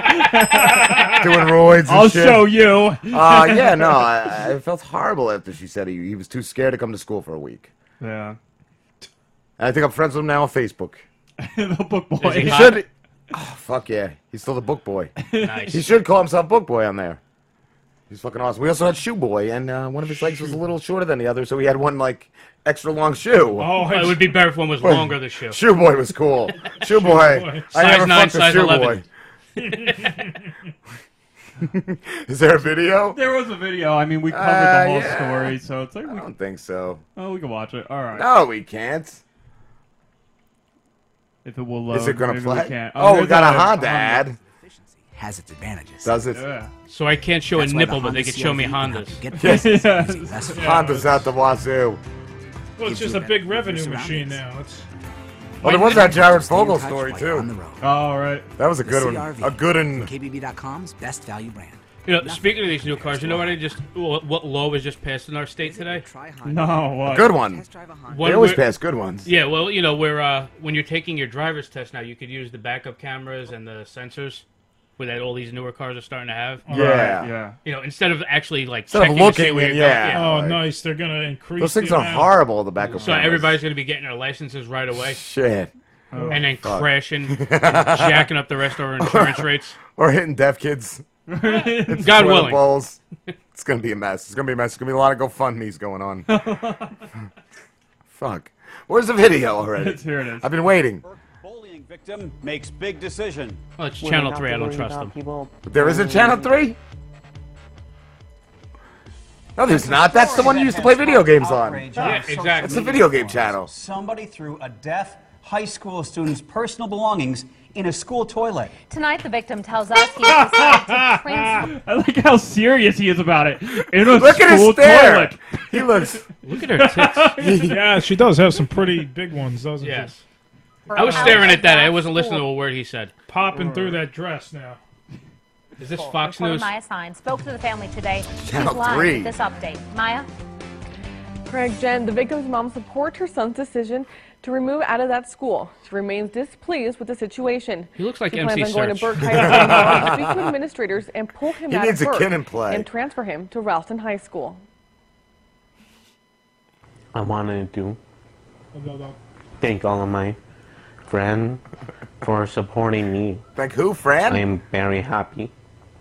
S8: right? Doing roids. And
S7: I'll
S8: shit.
S7: show you.
S8: Uh, yeah,
S7: [LAUGHS]
S8: no, I, I felt horrible after she said he, he was too scared to come to school for a week.
S7: Yeah.
S8: And I think I'm friends with him now on Facebook.
S7: [LAUGHS] the book boy.
S8: He should. Oh, fuck yeah, he's still the book boy.
S13: Nice.
S8: He should call himself book boy on there. He's fucking awesome. We also had shoe boy, and uh, one of his legs was a little shorter than the other, so he had one like extra long shoe.
S13: Oh, it would be better if one was longer. The shoe.
S8: Shoe boy was
S13: [LAUGHS]
S8: cool.
S10: Oh,
S8: Shoe boy. I
S13: Size
S8: never
S13: nine,
S8: fucked a
S13: size
S8: shoe
S13: 11.
S8: boy. Is there a video?
S7: There was a video. I mean, we covered
S8: Uh,
S7: the whole
S8: yeah.
S7: story, so it's like we
S8: don't think so.
S7: Oh, we can watch it. All right.
S8: No, we can't.
S7: If it will load,
S8: Is it gonna
S7: maybe
S8: play?
S7: We can't.
S8: Oh, we
S7: here's
S8: got a
S7: another
S8: Honda ad.
S17: Has its advantages.
S8: Does it?
S13: So I can't show
S17: That's
S13: a
S17: why the
S13: nipple, but they
S17: Honda
S13: could show me
S17: CRV can help
S13: Hondas.
S8: [LAUGHS]
S17: you get
S13: [LAUGHS]
S8: Yes.
S17: places
S8: Honda's
S17: using less fuel.
S8: out the wazoo.
S9: Well, it's just a big revenue machine now. It's
S8: Well, Oh, there was that Jared Fogle story too.
S13: Oh,
S7: All right,
S8: that was a
S17: The
S8: good one.
S17: CRV,
S8: A
S5: [LAUGHS]
S8: good one. [LAUGHS]
S17: KBB.com's best value brand.
S13: You know, speaking of these new cars, you know what I just what, what law was just passed in our state today?
S7: No, what?
S8: good one.
S13: One
S8: They always
S13: where-
S8: pass good ones.
S13: Yeah, well, you know, where uh, when you're taking your driver's test now, you could use the backup cameras and the sensors, where that all these newer cars are starting to have.
S8: Yeah. Yeah.
S13: You know, instead of actually like
S8: Instead of
S13: checking to
S8: looking
S13: see where
S8: and-
S13: you're going,
S8: yeah.
S9: oh,
S8: Like-
S9: nice. They're gonna increase.
S8: Those things
S9: the
S8: are
S9: amount.
S8: horrible. The backup
S13: So
S8: cameras.
S13: everybody's going to be getting their licenses right away.
S8: Shit. Oh,
S13: and then
S8: fuck. [LAUGHS]
S13: crashing, and jacking up the rest of our insurance rates.
S8: or hitting
S13: [LAUGHS]
S8: deaf kids. It's
S13: God
S8: toilet
S13: willing.
S8: Bowls. It's gonna be a mess. It's gonna be a mess. It's gonna be a lot of GoFundmes going on.
S13: [LAUGHS]
S8: Fuck. Where's the video already?
S18: It's- here it is.
S8: I've been waiting.
S18: victim makes big decision.
S13: Oh, it's Channel 3. I don't trust them.
S8: But there is a channel three. No, there's not. That's the one you used to play video games on.
S18: Yeah, exactly.
S8: It's a video game channel.
S18: Somebody threw a deaf high school student's personal belongings in a school toilet.
S19: Tonight, the victim tells us he decided to transfer.
S9: [LAUGHS]
S7: Ah, I like how serious he is about it. In a
S9: Look
S7: school
S9: at his stare.
S7: toilet. [LAUGHS]
S8: He looks.
S13: Look at her
S9: [LAUGHS]
S13: tits.
S9: yeah, she does have some pretty big ones, doesn't
S13: Yes.
S9: she?
S13: I was staring at that. I wasn't listening to a word he said.
S9: Popping through that dress now.
S13: Is this Fox
S19: Reporter
S13: News?
S19: Maya Stein spoke to the family today. She's
S13: Channel
S19: live
S13: three.
S19: with this update. Maya?
S14: Craig Jen, the victim's mom supports her son's decision to remove out of that school. She remains displeased with the situation.
S13: He looks like
S14: she
S13: MC
S14: plans on going to
S13: Search.
S14: Burke High School tomorrow
S13: [LAUGHS]
S14: to speak to administrators and pull him
S8: He
S14: out
S8: needs a
S14: of Burke
S8: kid and play.
S14: transfer him to Ralston High School.
S20: I wanted to thank all of my friends for supporting me.
S8: Thank who, Fran?
S20: I am very happy.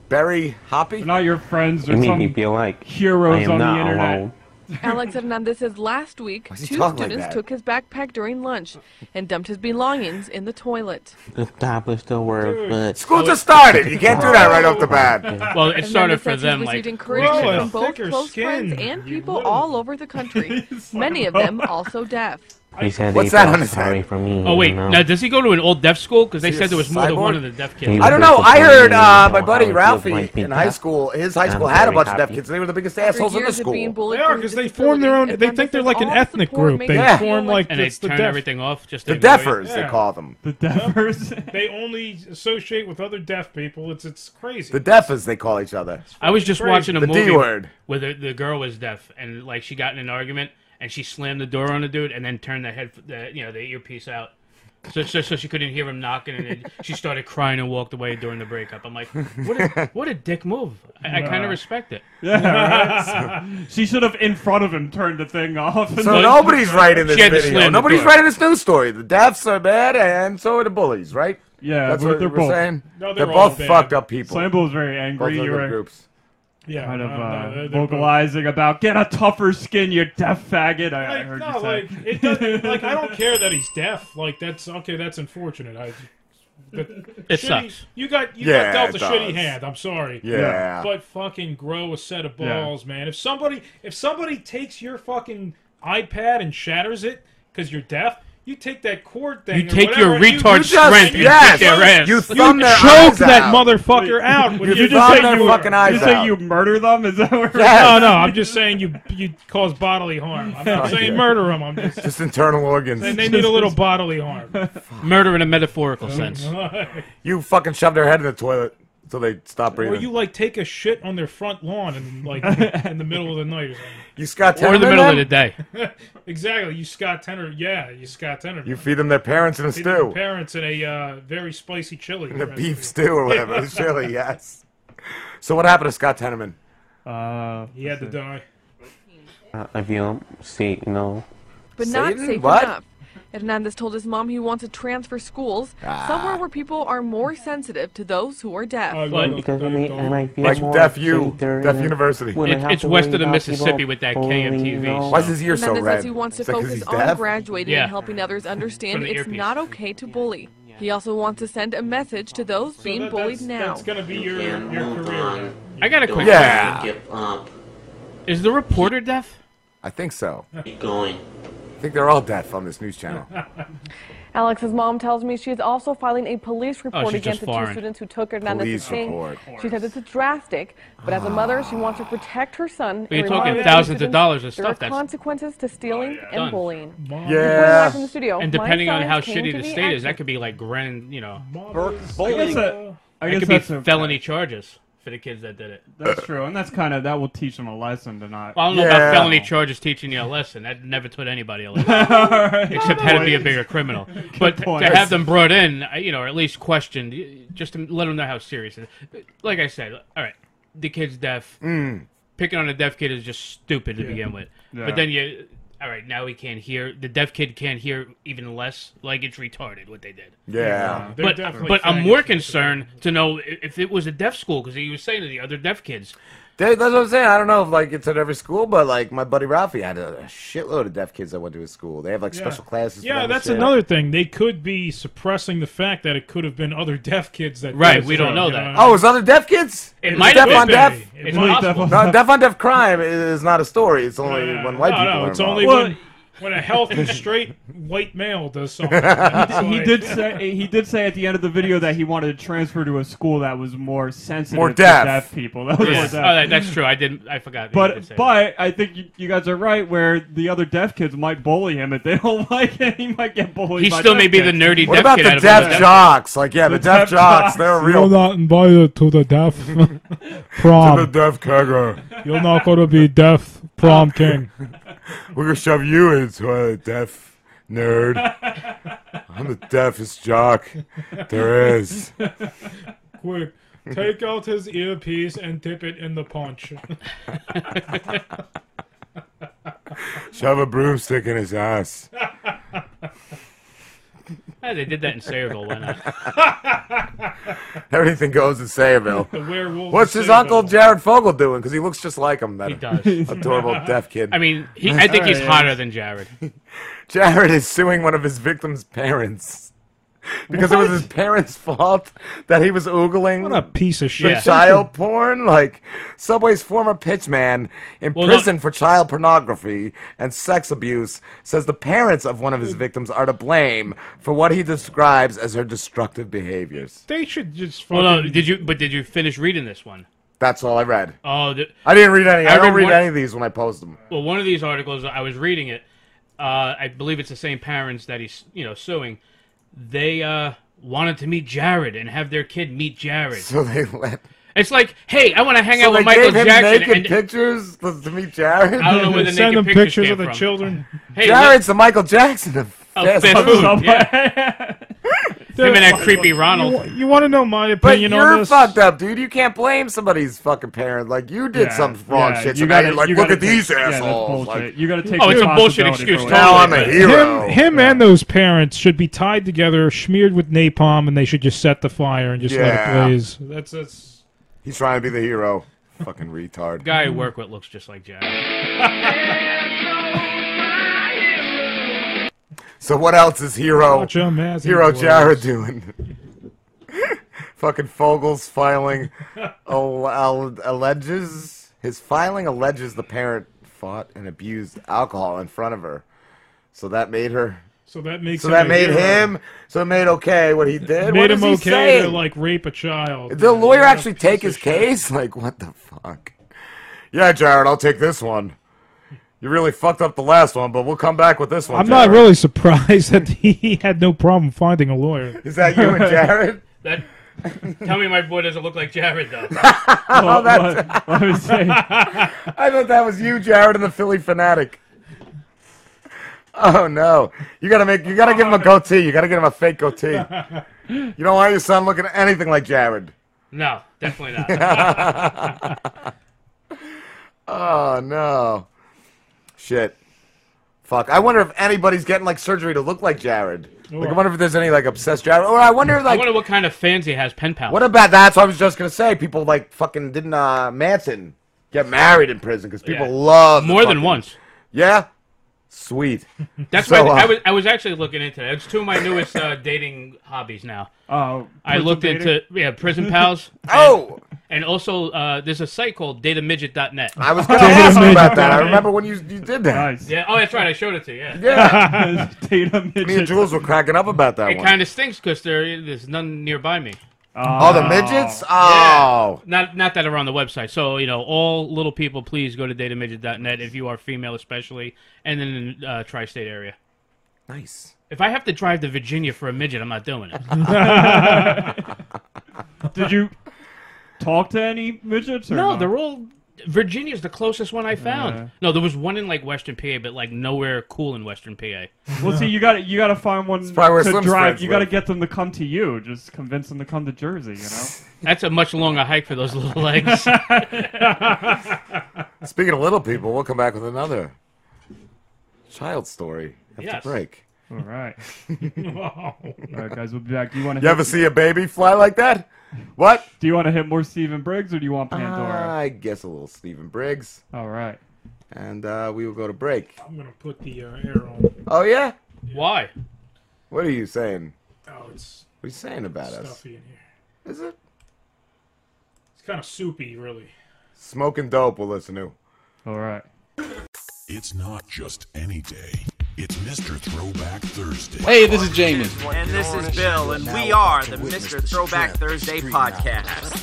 S8: Barry Hoppy?
S7: Not your friends
S20: You
S7: or
S20: made me
S7: some
S20: feel like I
S7: heroes
S20: am
S7: on the
S20: not
S7: internet.
S20: alone.
S14: Alex Hernandez says last week,
S20: is he
S14: two
S20: talking like
S14: students
S20: that?
S14: took his backpack during lunch and dumped his belongings in the toilet.
S20: Establish the
S13: Hmm.
S20: word, but
S8: School just started. You can't do that
S20: [LAUGHS]
S8: right off the bat.
S13: Well, it
S14: Hernandez
S13: started for
S14: says
S13: them
S14: he's
S13: like
S14: received
S13: weeks
S14: encouragement
S13: ago.
S14: from both
S9: thicker
S14: close friends
S9: skin,
S14: and people all over the country, many of them also deaf.
S20: he said
S8: What's
S20: they
S8: that
S20: felt
S8: on his
S20: sorry for me.
S13: Oh wait,
S20: you know?
S13: now does he go to an old deaf school? Because they
S8: Is he
S13: said
S8: a
S13: there was more than
S8: cyborg?
S13: one of the deaf
S20: He
S13: kids.
S8: I don't know. I heard uh, my buddy
S20: how it feels
S8: Ralphie
S20: like being
S8: in high
S20: deaf.
S8: school. His high
S20: I'm
S8: school had a
S20: very
S8: bunch of deaf
S20: happy.
S8: kids. and They were the biggest assholes in the
S14: years of being
S8: school.
S14: bullied
S9: They are
S14: through
S9: because they form their own. They think they're like an ethnic group. They
S8: Yeah.
S9: form like
S13: and they
S9: it's the
S13: turn
S9: deaf.
S13: everything off. Just to
S8: The
S13: avoid-
S8: Defers, they call them.
S13: [LAUGHS]
S8: The [LAUGHS]
S9: Defers. they only associate with other deaf people. It's it's crazy.
S8: The deafers, they call each other.
S13: I was just
S9: Crazy.
S13: watching a
S8: The
S13: movie
S8: D word.
S13: where the, the girl was deaf and like she got in an argument and she slammed the door on the dude and then turned the head the you know the earpiece out. So, so, so she couldn't hear him knocking, and then she started crying and walked away during the breakup. I'm like, what a, what a dick move. I, I kind of respect it.
S7: Yeah, right? [LAUGHS] she should have in front of him turned the thing off. [LAUGHS] and
S8: So
S7: then-
S8: nobody's right in this
S7: She had to slam
S8: video.
S7: the
S8: Nobody's
S7: door.
S8: right in this news story. The deafs are bad, and so are the bullies, right?
S7: Yeah,
S8: that's
S7: we're-
S8: what
S7: they're
S8: we're
S7: both-
S8: saying.
S7: No,
S8: they're
S7: they're all
S8: both
S7: bad.
S8: fucked up people.
S7: Slambo was very angry.
S8: Both
S7: you
S8: are
S7: were
S8: groups.
S9: Yeah,
S7: kind of
S9: no,
S7: uh,
S9: no, they're- they're
S7: vocalizing about get a tougher skin, you deaf faggot. I, I heard
S9: No,
S7: you say.
S13: [LAUGHS]
S9: like it doesn't. Like I don't care that he's deaf. Like that's okay. That's unfortunate. I
S13: [LAUGHS] It
S9: shitty-
S13: sucks.
S9: You got you
S13: Yeah,
S9: got dealt
S13: it
S9: a shitty
S13: does.
S9: hand. I'm sorry.
S13: Yeah.
S9: But fucking grow a set of
S13: Yeah.
S9: balls, man. If somebody if somebody takes your fucking iPad and shatters it because you're deaf, you take that cord thing.
S13: You
S9: or
S13: take your
S9: whatever, and you-
S13: retard
S9: you just-
S13: strength and yes! kick their ass.
S9: You
S13: You thumb their
S9: choke
S13: eyes
S9: that
S13: out.
S9: motherfucker out.
S13: You thumb their
S9: you-
S13: fucking eyes
S9: you say
S13: out.
S9: you
S7: murder them? Is that what?
S9: No, no. I'm just saying you you cause bodily harm. I'm not saying murder them. I'm just
S8: Just internal organs.
S9: saying they need a little bodily harm.
S13: Murder in a metaphorical sense.
S7: [LAUGHS]
S8: You fucking shove their head in the toilet until they stop
S9: Or
S8: breathing.
S9: you like take a shit on their front lawn and
S8: [LAUGHS]
S9: like in the middle of the night. Or something.
S8: You Scott Or the Tenorman middle of them? the day.
S9: [LAUGHS] exactly. You Scott Tenor. Yeah, you Scott Tenor.
S8: You feed them their parents in a
S9: Feed them
S8: stew.
S9: Parents in a uh, very spicy
S8: [LAUGHS]
S9: chili. [LAUGHS]
S8: In a beef stew or whatever. It's chili, yes. So what happened to Scott Tenorman?
S7: Uh,
S9: he had to die.
S20: [LAUGHS] Uh, I feel see no.
S14: But not safe enough. Hernandez told his mom he wants to transfer schools
S20: Ah.
S14: somewhere where people are more sensitive to those who are deaf.
S4: Uh,
S20: But because I mean, I might feel
S8: Like
S20: more
S8: Def U,
S20: safer
S8: Def
S20: than-
S8: University.
S20: when I
S8: It-
S20: have
S13: it's
S20: to
S13: west
S20: worry
S13: of the
S20: about
S13: Mississippi
S20: people
S13: with that
S20: only,
S13: KMTV
S20: you know.
S8: Why is his ear so
S14: Hernandez
S8: red?
S14: says he wants to
S8: Is that 'cause
S14: focus
S8: he's
S14: on
S8: deaf?
S14: graduating
S20: Yeah.
S14: and helping others understand
S20: the
S14: it's
S20: earpiece.
S14: not okay to bully. He also wants to send a message to those being
S9: that-
S14: bullied
S9: that's-
S14: now.
S9: that's gonna be your-
S14: career.
S13: I got a quick
S8: Yeah.
S13: question. Is the reporter deaf?
S8: I think so.
S20: Keep going.
S8: I think they're all deaf on this news channel.
S14: Oh. Alex's mom tells me she is also filing a
S13: Oh,
S14: police report
S8: she's just
S14: against the two
S8: foreign.
S14: students who took Hernandez's
S8: Police
S14: thing.
S8: report.
S14: She said it's drastic, but as a mother, she wants to protect her son.
S13: Well, you're
S14: and
S13: talking
S14: remind
S13: thousands of
S14: students
S13: dollars of
S14: there
S13: stuff
S14: are
S13: that's-
S14: consequences to stealing
S13: Done.
S14: and bullying.
S13: Mom.
S14: Reporting live from the studio,
S13: And
S14: my
S13: depending on
S14: sons
S13: how
S14: came
S13: shitty
S14: to
S13: the
S14: me
S13: state is,
S14: at-
S13: that could be like grand, you know,
S7: I guess that, I
S13: that
S7: guess
S13: could be
S7: that's a-
S13: felony charges for the kids that did it.
S7: That's true, and that's kind of that will teach them a lesson to not.
S13: Well, I don't know about felony charges teaching you a lesson. That never taught anybody a lesson, except how to be a bigger criminal.
S7: Good
S13: But to
S7: point.
S13: have them brought in, I- you know, or at least questioned, y- just to let them know how serious it is. Like I said, all right, the kid's deaf.
S8: Mm.
S13: Picking on a deaf kid is just stupid to
S8: Yeah.
S13: begin with.
S8: Yeah.
S13: But then you, all right, now he can't hear. The deaf kid can't hear even less. Like it's retarded what they did.
S8: Yeah. Yeah, they're
S13: but
S8: definitely
S13: but I'm
S8: faggots.
S13: more concerned to know i- if it was a deaf school because he was saying to the other deaf kids,
S8: They, that's what I'm saying. I don't know if like it's at every school, but like my buddy Ralphie had a shitload of deaf kids that went to his school. They have like special classes. for
S9: Yeah,
S8: them and
S9: that's
S8: shit.
S9: another thing. They could be suppressing the fact that it could have been other deaf kids that. did
S13: Right,
S9: it,
S13: we don't
S9: so,
S13: know
S9: you
S13: that.
S8: Oh, it's other deaf kids?
S13: It
S8: It's
S13: might
S8: deaf
S13: have
S8: on
S13: been.
S8: deaf.
S13: It's Might possible. have.
S8: No, deaf on deaf crime is not a story. It's only when white
S9: no,
S8: people.
S9: no,
S8: are
S9: it's only
S8: involved.
S9: when, when a
S8: [LAUGHS]
S9: healthy, straight white male does something.
S7: he, he did say he did say at the end of the video that he wanted to transfer to a school that was more sensitive
S8: More
S7: to
S8: deaf.
S7: deaf people. That was
S13: Yeah.
S7: more
S13: Oh,
S7: deaf.
S13: that- that's true. I didn't. I forgot. that you did
S7: But
S13: say
S7: but I think you, you guys are right. Where the other deaf kids might bully him if they [LAUGHS] don't like it, he might get bullied.
S13: He
S7: by
S13: still
S7: deaf
S13: may be
S7: kids.
S13: the nerdy
S8: What about the deaf
S13: [LAUGHS]
S8: jocks? Like, yeah, [LAUGHS] the, deaf, jocks.
S9: [LAUGHS]
S8: They're real.
S9: not invited to the
S8: [LAUGHS]
S9: deaf
S8: To the deaf kegger.
S9: You're not going to be deaf prom king.
S8: [LAUGHS] We're gonna shove you into a deaf nerd. I'm the deafest jock there is.
S9: Quick, take out his earpiece and dip it in
S13: [LAUGHS]
S9: the punch.
S8: Shove a broomstick in his ass.
S13: Hey, they did that in Sayreville. Why not?
S8: [LAUGHS] Everything goes in Sayerville.
S13: The werewolves
S8: What's
S13: of
S8: his
S13: Sayreville.
S8: uncle Jared Fogle doing? Because he looks just like him. That
S13: He does.
S8: Adorable deaf kid.
S13: I mean, he, I think he's
S8: Alright.
S13: hotter than Jared.
S8: Jared is suing one of his victim's parents. Because it was his parents' fault that he was oogling. What a
S9: piece of
S13: shit.
S8: Child porn? Like, Subway's former pitchman in
S13: Well,
S8: prison for child pornography and sex abuse says the parents of one of his victims are to blame for what he describes as her destructive behaviors.
S9: They should just. Fucking...
S13: Well, no, did you? But did you finish reading this one?
S8: That's all I read.
S13: Oh, the,
S8: I didn't read any. I, don't read
S13: one,
S8: any of these when I post them.
S13: Well, one of these articles I was reading it. Uh, I believe it's the same parents that he's you know suing. They uh, wanted to meet Jared and have their kid meet Jared.
S8: So they let.
S13: It's like, hey, I want to hang
S8: so
S13: out
S8: they
S13: with Michael
S8: gave him
S13: Jackson.
S8: naked
S13: And,
S8: pictures to to meet Jared.
S13: I don't know where the
S9: Send
S13: naked
S9: them
S13: pictures,
S9: pictures
S13: came
S9: of the
S13: from.
S9: children.
S13: [LAUGHS] Hey,
S8: Jared's the Michael Jackson of
S13: Oh,
S8: fast
S13: fast
S8: food.
S13: food,
S9: [LAUGHS]
S13: yeah. Him and that creepy
S9: You,
S13: Ronald.
S9: wa- you want to know my
S8: But
S9: opinion on
S8: you're
S9: this?
S8: fucked up, dude. You can't blame somebody's fucking parent. Like you did
S9: Yeah,
S8: some wrong
S9: yeah,
S8: shit. So
S9: you
S8: now
S9: gotta-
S8: you're like,
S9: you
S8: look
S9: gotta
S8: at these
S9: take- yeah, that's
S8: assholes.
S7: bullshit.
S8: Like,
S7: You gotta take
S13: Oh, it's a bullshit
S7: responsibility
S13: excuse.
S7: for
S9: Now
S8: now
S13: totally,
S8: I'm a
S13: but-
S8: hero.
S9: Him, him and those parents should be tied together, smeared with napalm, and they should just set the fire and just let
S8: Yeah.
S9: it blaze. That's that's.
S8: He's trying to be the hero. fucking retard.
S13: guy I work with looks just like
S8: [LAUGHS]
S13: Jared. [LAUGHS]
S8: So what else is hero
S9: Watch him as he
S8: hero
S9: blows.
S8: Jared doing? Fucking Fogel's filing al- al- alleges his filing alleges the parent fought and abused alcohol in front of her, so that made her.
S9: So that makes
S8: So
S9: him
S8: that
S9: a
S8: made
S9: hero.
S8: him. So it made okay what he did.
S9: made
S8: what is
S9: him
S8: he
S9: okay
S8: saying?
S9: to like rape a child.
S8: Did the lawyer actually take his case? Like, what the fuck? Yeah, Jared, I'll take this one. You really fucked up the last one, but we'll come back with this one.
S9: I'm not
S8: Jared.
S9: really surprised [LAUGHS] that he had no problem finding a lawyer.
S8: Is that you and
S9: [LAUGHS]
S8: Jared?
S13: That, tell me my boy doesn't look like Jared, though.
S8: [LAUGHS] Oh, that's- [LAUGHS] I thought that was you, Jared, and the Philly fanatic. Oh no! You gotta make. You gotta give him a goatee. You gotta give him a
S9: [LAUGHS]
S8: fake goatee. You don't want your son looking anything like Jared.
S13: no, definitely not.
S8: [LAUGHS] oh no! Shit! Fuck! I wonder if anybody's getting like surgery to look like Jared. Like, I wonder if there's any like obsessed Jared, or I wonder if
S13: I
S8: like
S13: wonder what kind of fans he has. Pen pal.
S8: What about that's what I was just gonna say? People like fucking didn't uh, Manson get married in prison because people
S13: Yeah.
S8: love the
S13: More than
S8: fucking-
S13: once.
S8: Yeah, sweet.
S13: That's
S8: So,
S13: why
S8: uh,
S13: I was I was actually looking into that. It's two of my newest uh, dating hobbies now.
S7: Oh,
S13: I
S7: prison
S13: looked
S7: dating?
S13: into yeah, prison
S8: [LAUGHS]
S13: pals.
S8: oh,
S13: and, and also uh, there's a site called datamidget.net.
S8: I was gonna ask you about that. I remember when you you did that.
S13: Yeah. Oh, that's right. I showed it to you. Yeah. [LAUGHS]
S8: [LAUGHS]
S7: [LAUGHS]
S8: Yeah, me and Jules were cracking up about that
S13: it
S8: one.
S13: kind of stinks because there there's none nearby me.
S8: Oh, the midgets? Oh.
S13: Not not that are on the website. So you know, all little people, please go to datamidget.net if you are female, especially, and then in uh, tri-state area.
S8: Nice.
S13: If I have to drive to Virginia for a midget, I'm not doing
S7: [LAUGHS]
S13: it.
S7: Did you talk to any midgets? Or
S13: No,
S7: not?
S13: they're all. Virginia's the closest one I found.
S7: Yeah.
S13: No, there was one in like Western PA, but like nowhere cool in Western PA.
S7: Well, see, you got to you got to find one to
S13: probably where Slim's
S7: drive.
S13: friends
S7: You got to
S13: live.
S7: get them to come to you. Just convince them to come to Jersey. You know.
S13: That's a much longer hike for those little
S7: [LAUGHS]
S13: legs.
S8: Speaking of little people, we'll come back with another child story after
S7: Yes.
S8: break.
S7: All
S8: [LAUGHS]
S7: right. All right, guys, we'll be back. Do you want to?
S8: You ever see a baby fly like that? What?
S7: Do you want to hit more Stephen Briggs or do you want Pandora?
S8: I guess a little Stephen Briggs.
S7: All right.
S8: And uh, we will go to break.
S9: I'm gonna put the uh, air on.
S8: Oh yeah.
S13: Why?
S8: What are you saying?
S9: Oh, it's
S8: What are you saying about us?
S9: stuffy in here.
S8: Is it?
S9: It's kind of soupy, really.
S8: Smoking dope. We'll listen to.
S7: All right.
S21: It's not just any day. It's Mr. Throwback Thursday.
S12: Hey, this is Jamin.
S5: And this is Bill, and we are the Mr. Throwback Thursday podcast.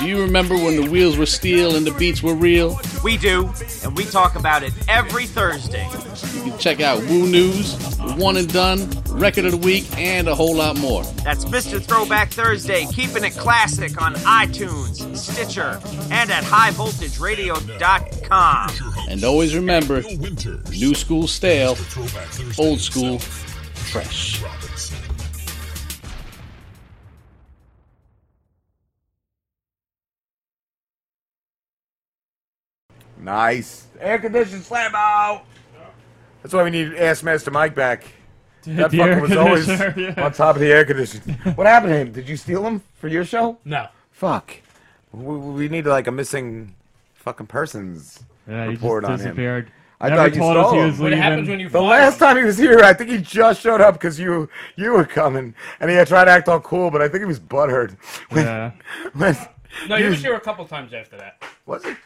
S12: Do you remember when the wheels were steel and the beats were real?
S5: We do, and we talk about it every Thursday.
S12: You can check out Woo News, One and Done, Record of the Week, and a whole lot more.
S5: That's Mr. Throwback Thursday, keeping it classic on iTunes, Stitcher, and at highvoltageradio.com.
S12: And always remember, new school stale, old school fresh.
S8: Nice. Air conditioned slam out. That's why we need Ass Master Mike back. That
S7: the
S8: fucker
S7: air
S8: was always
S7: conditioner, [LAUGHS] yeah.
S8: on top of the air conditioning. what happened to him? Did you steal him for your show?
S13: No.
S8: Fuck. We, we need like a missing fucking persons
S7: Yeah, he
S8: report
S7: just
S8: on
S7: disappeared.
S8: him. I
S7: Never
S8: thought you
S7: told
S8: stole
S7: us he
S8: him.
S7: was What leaving. happens when you
S8: the
S7: fire
S8: last time he was here, I think he just showed up because you you were coming, and he had tried to act all cool, but I think he was butthurt. [LAUGHS] When,
S7: Yeah.
S8: when
S13: No, he was here a couple times after that.
S8: Was it?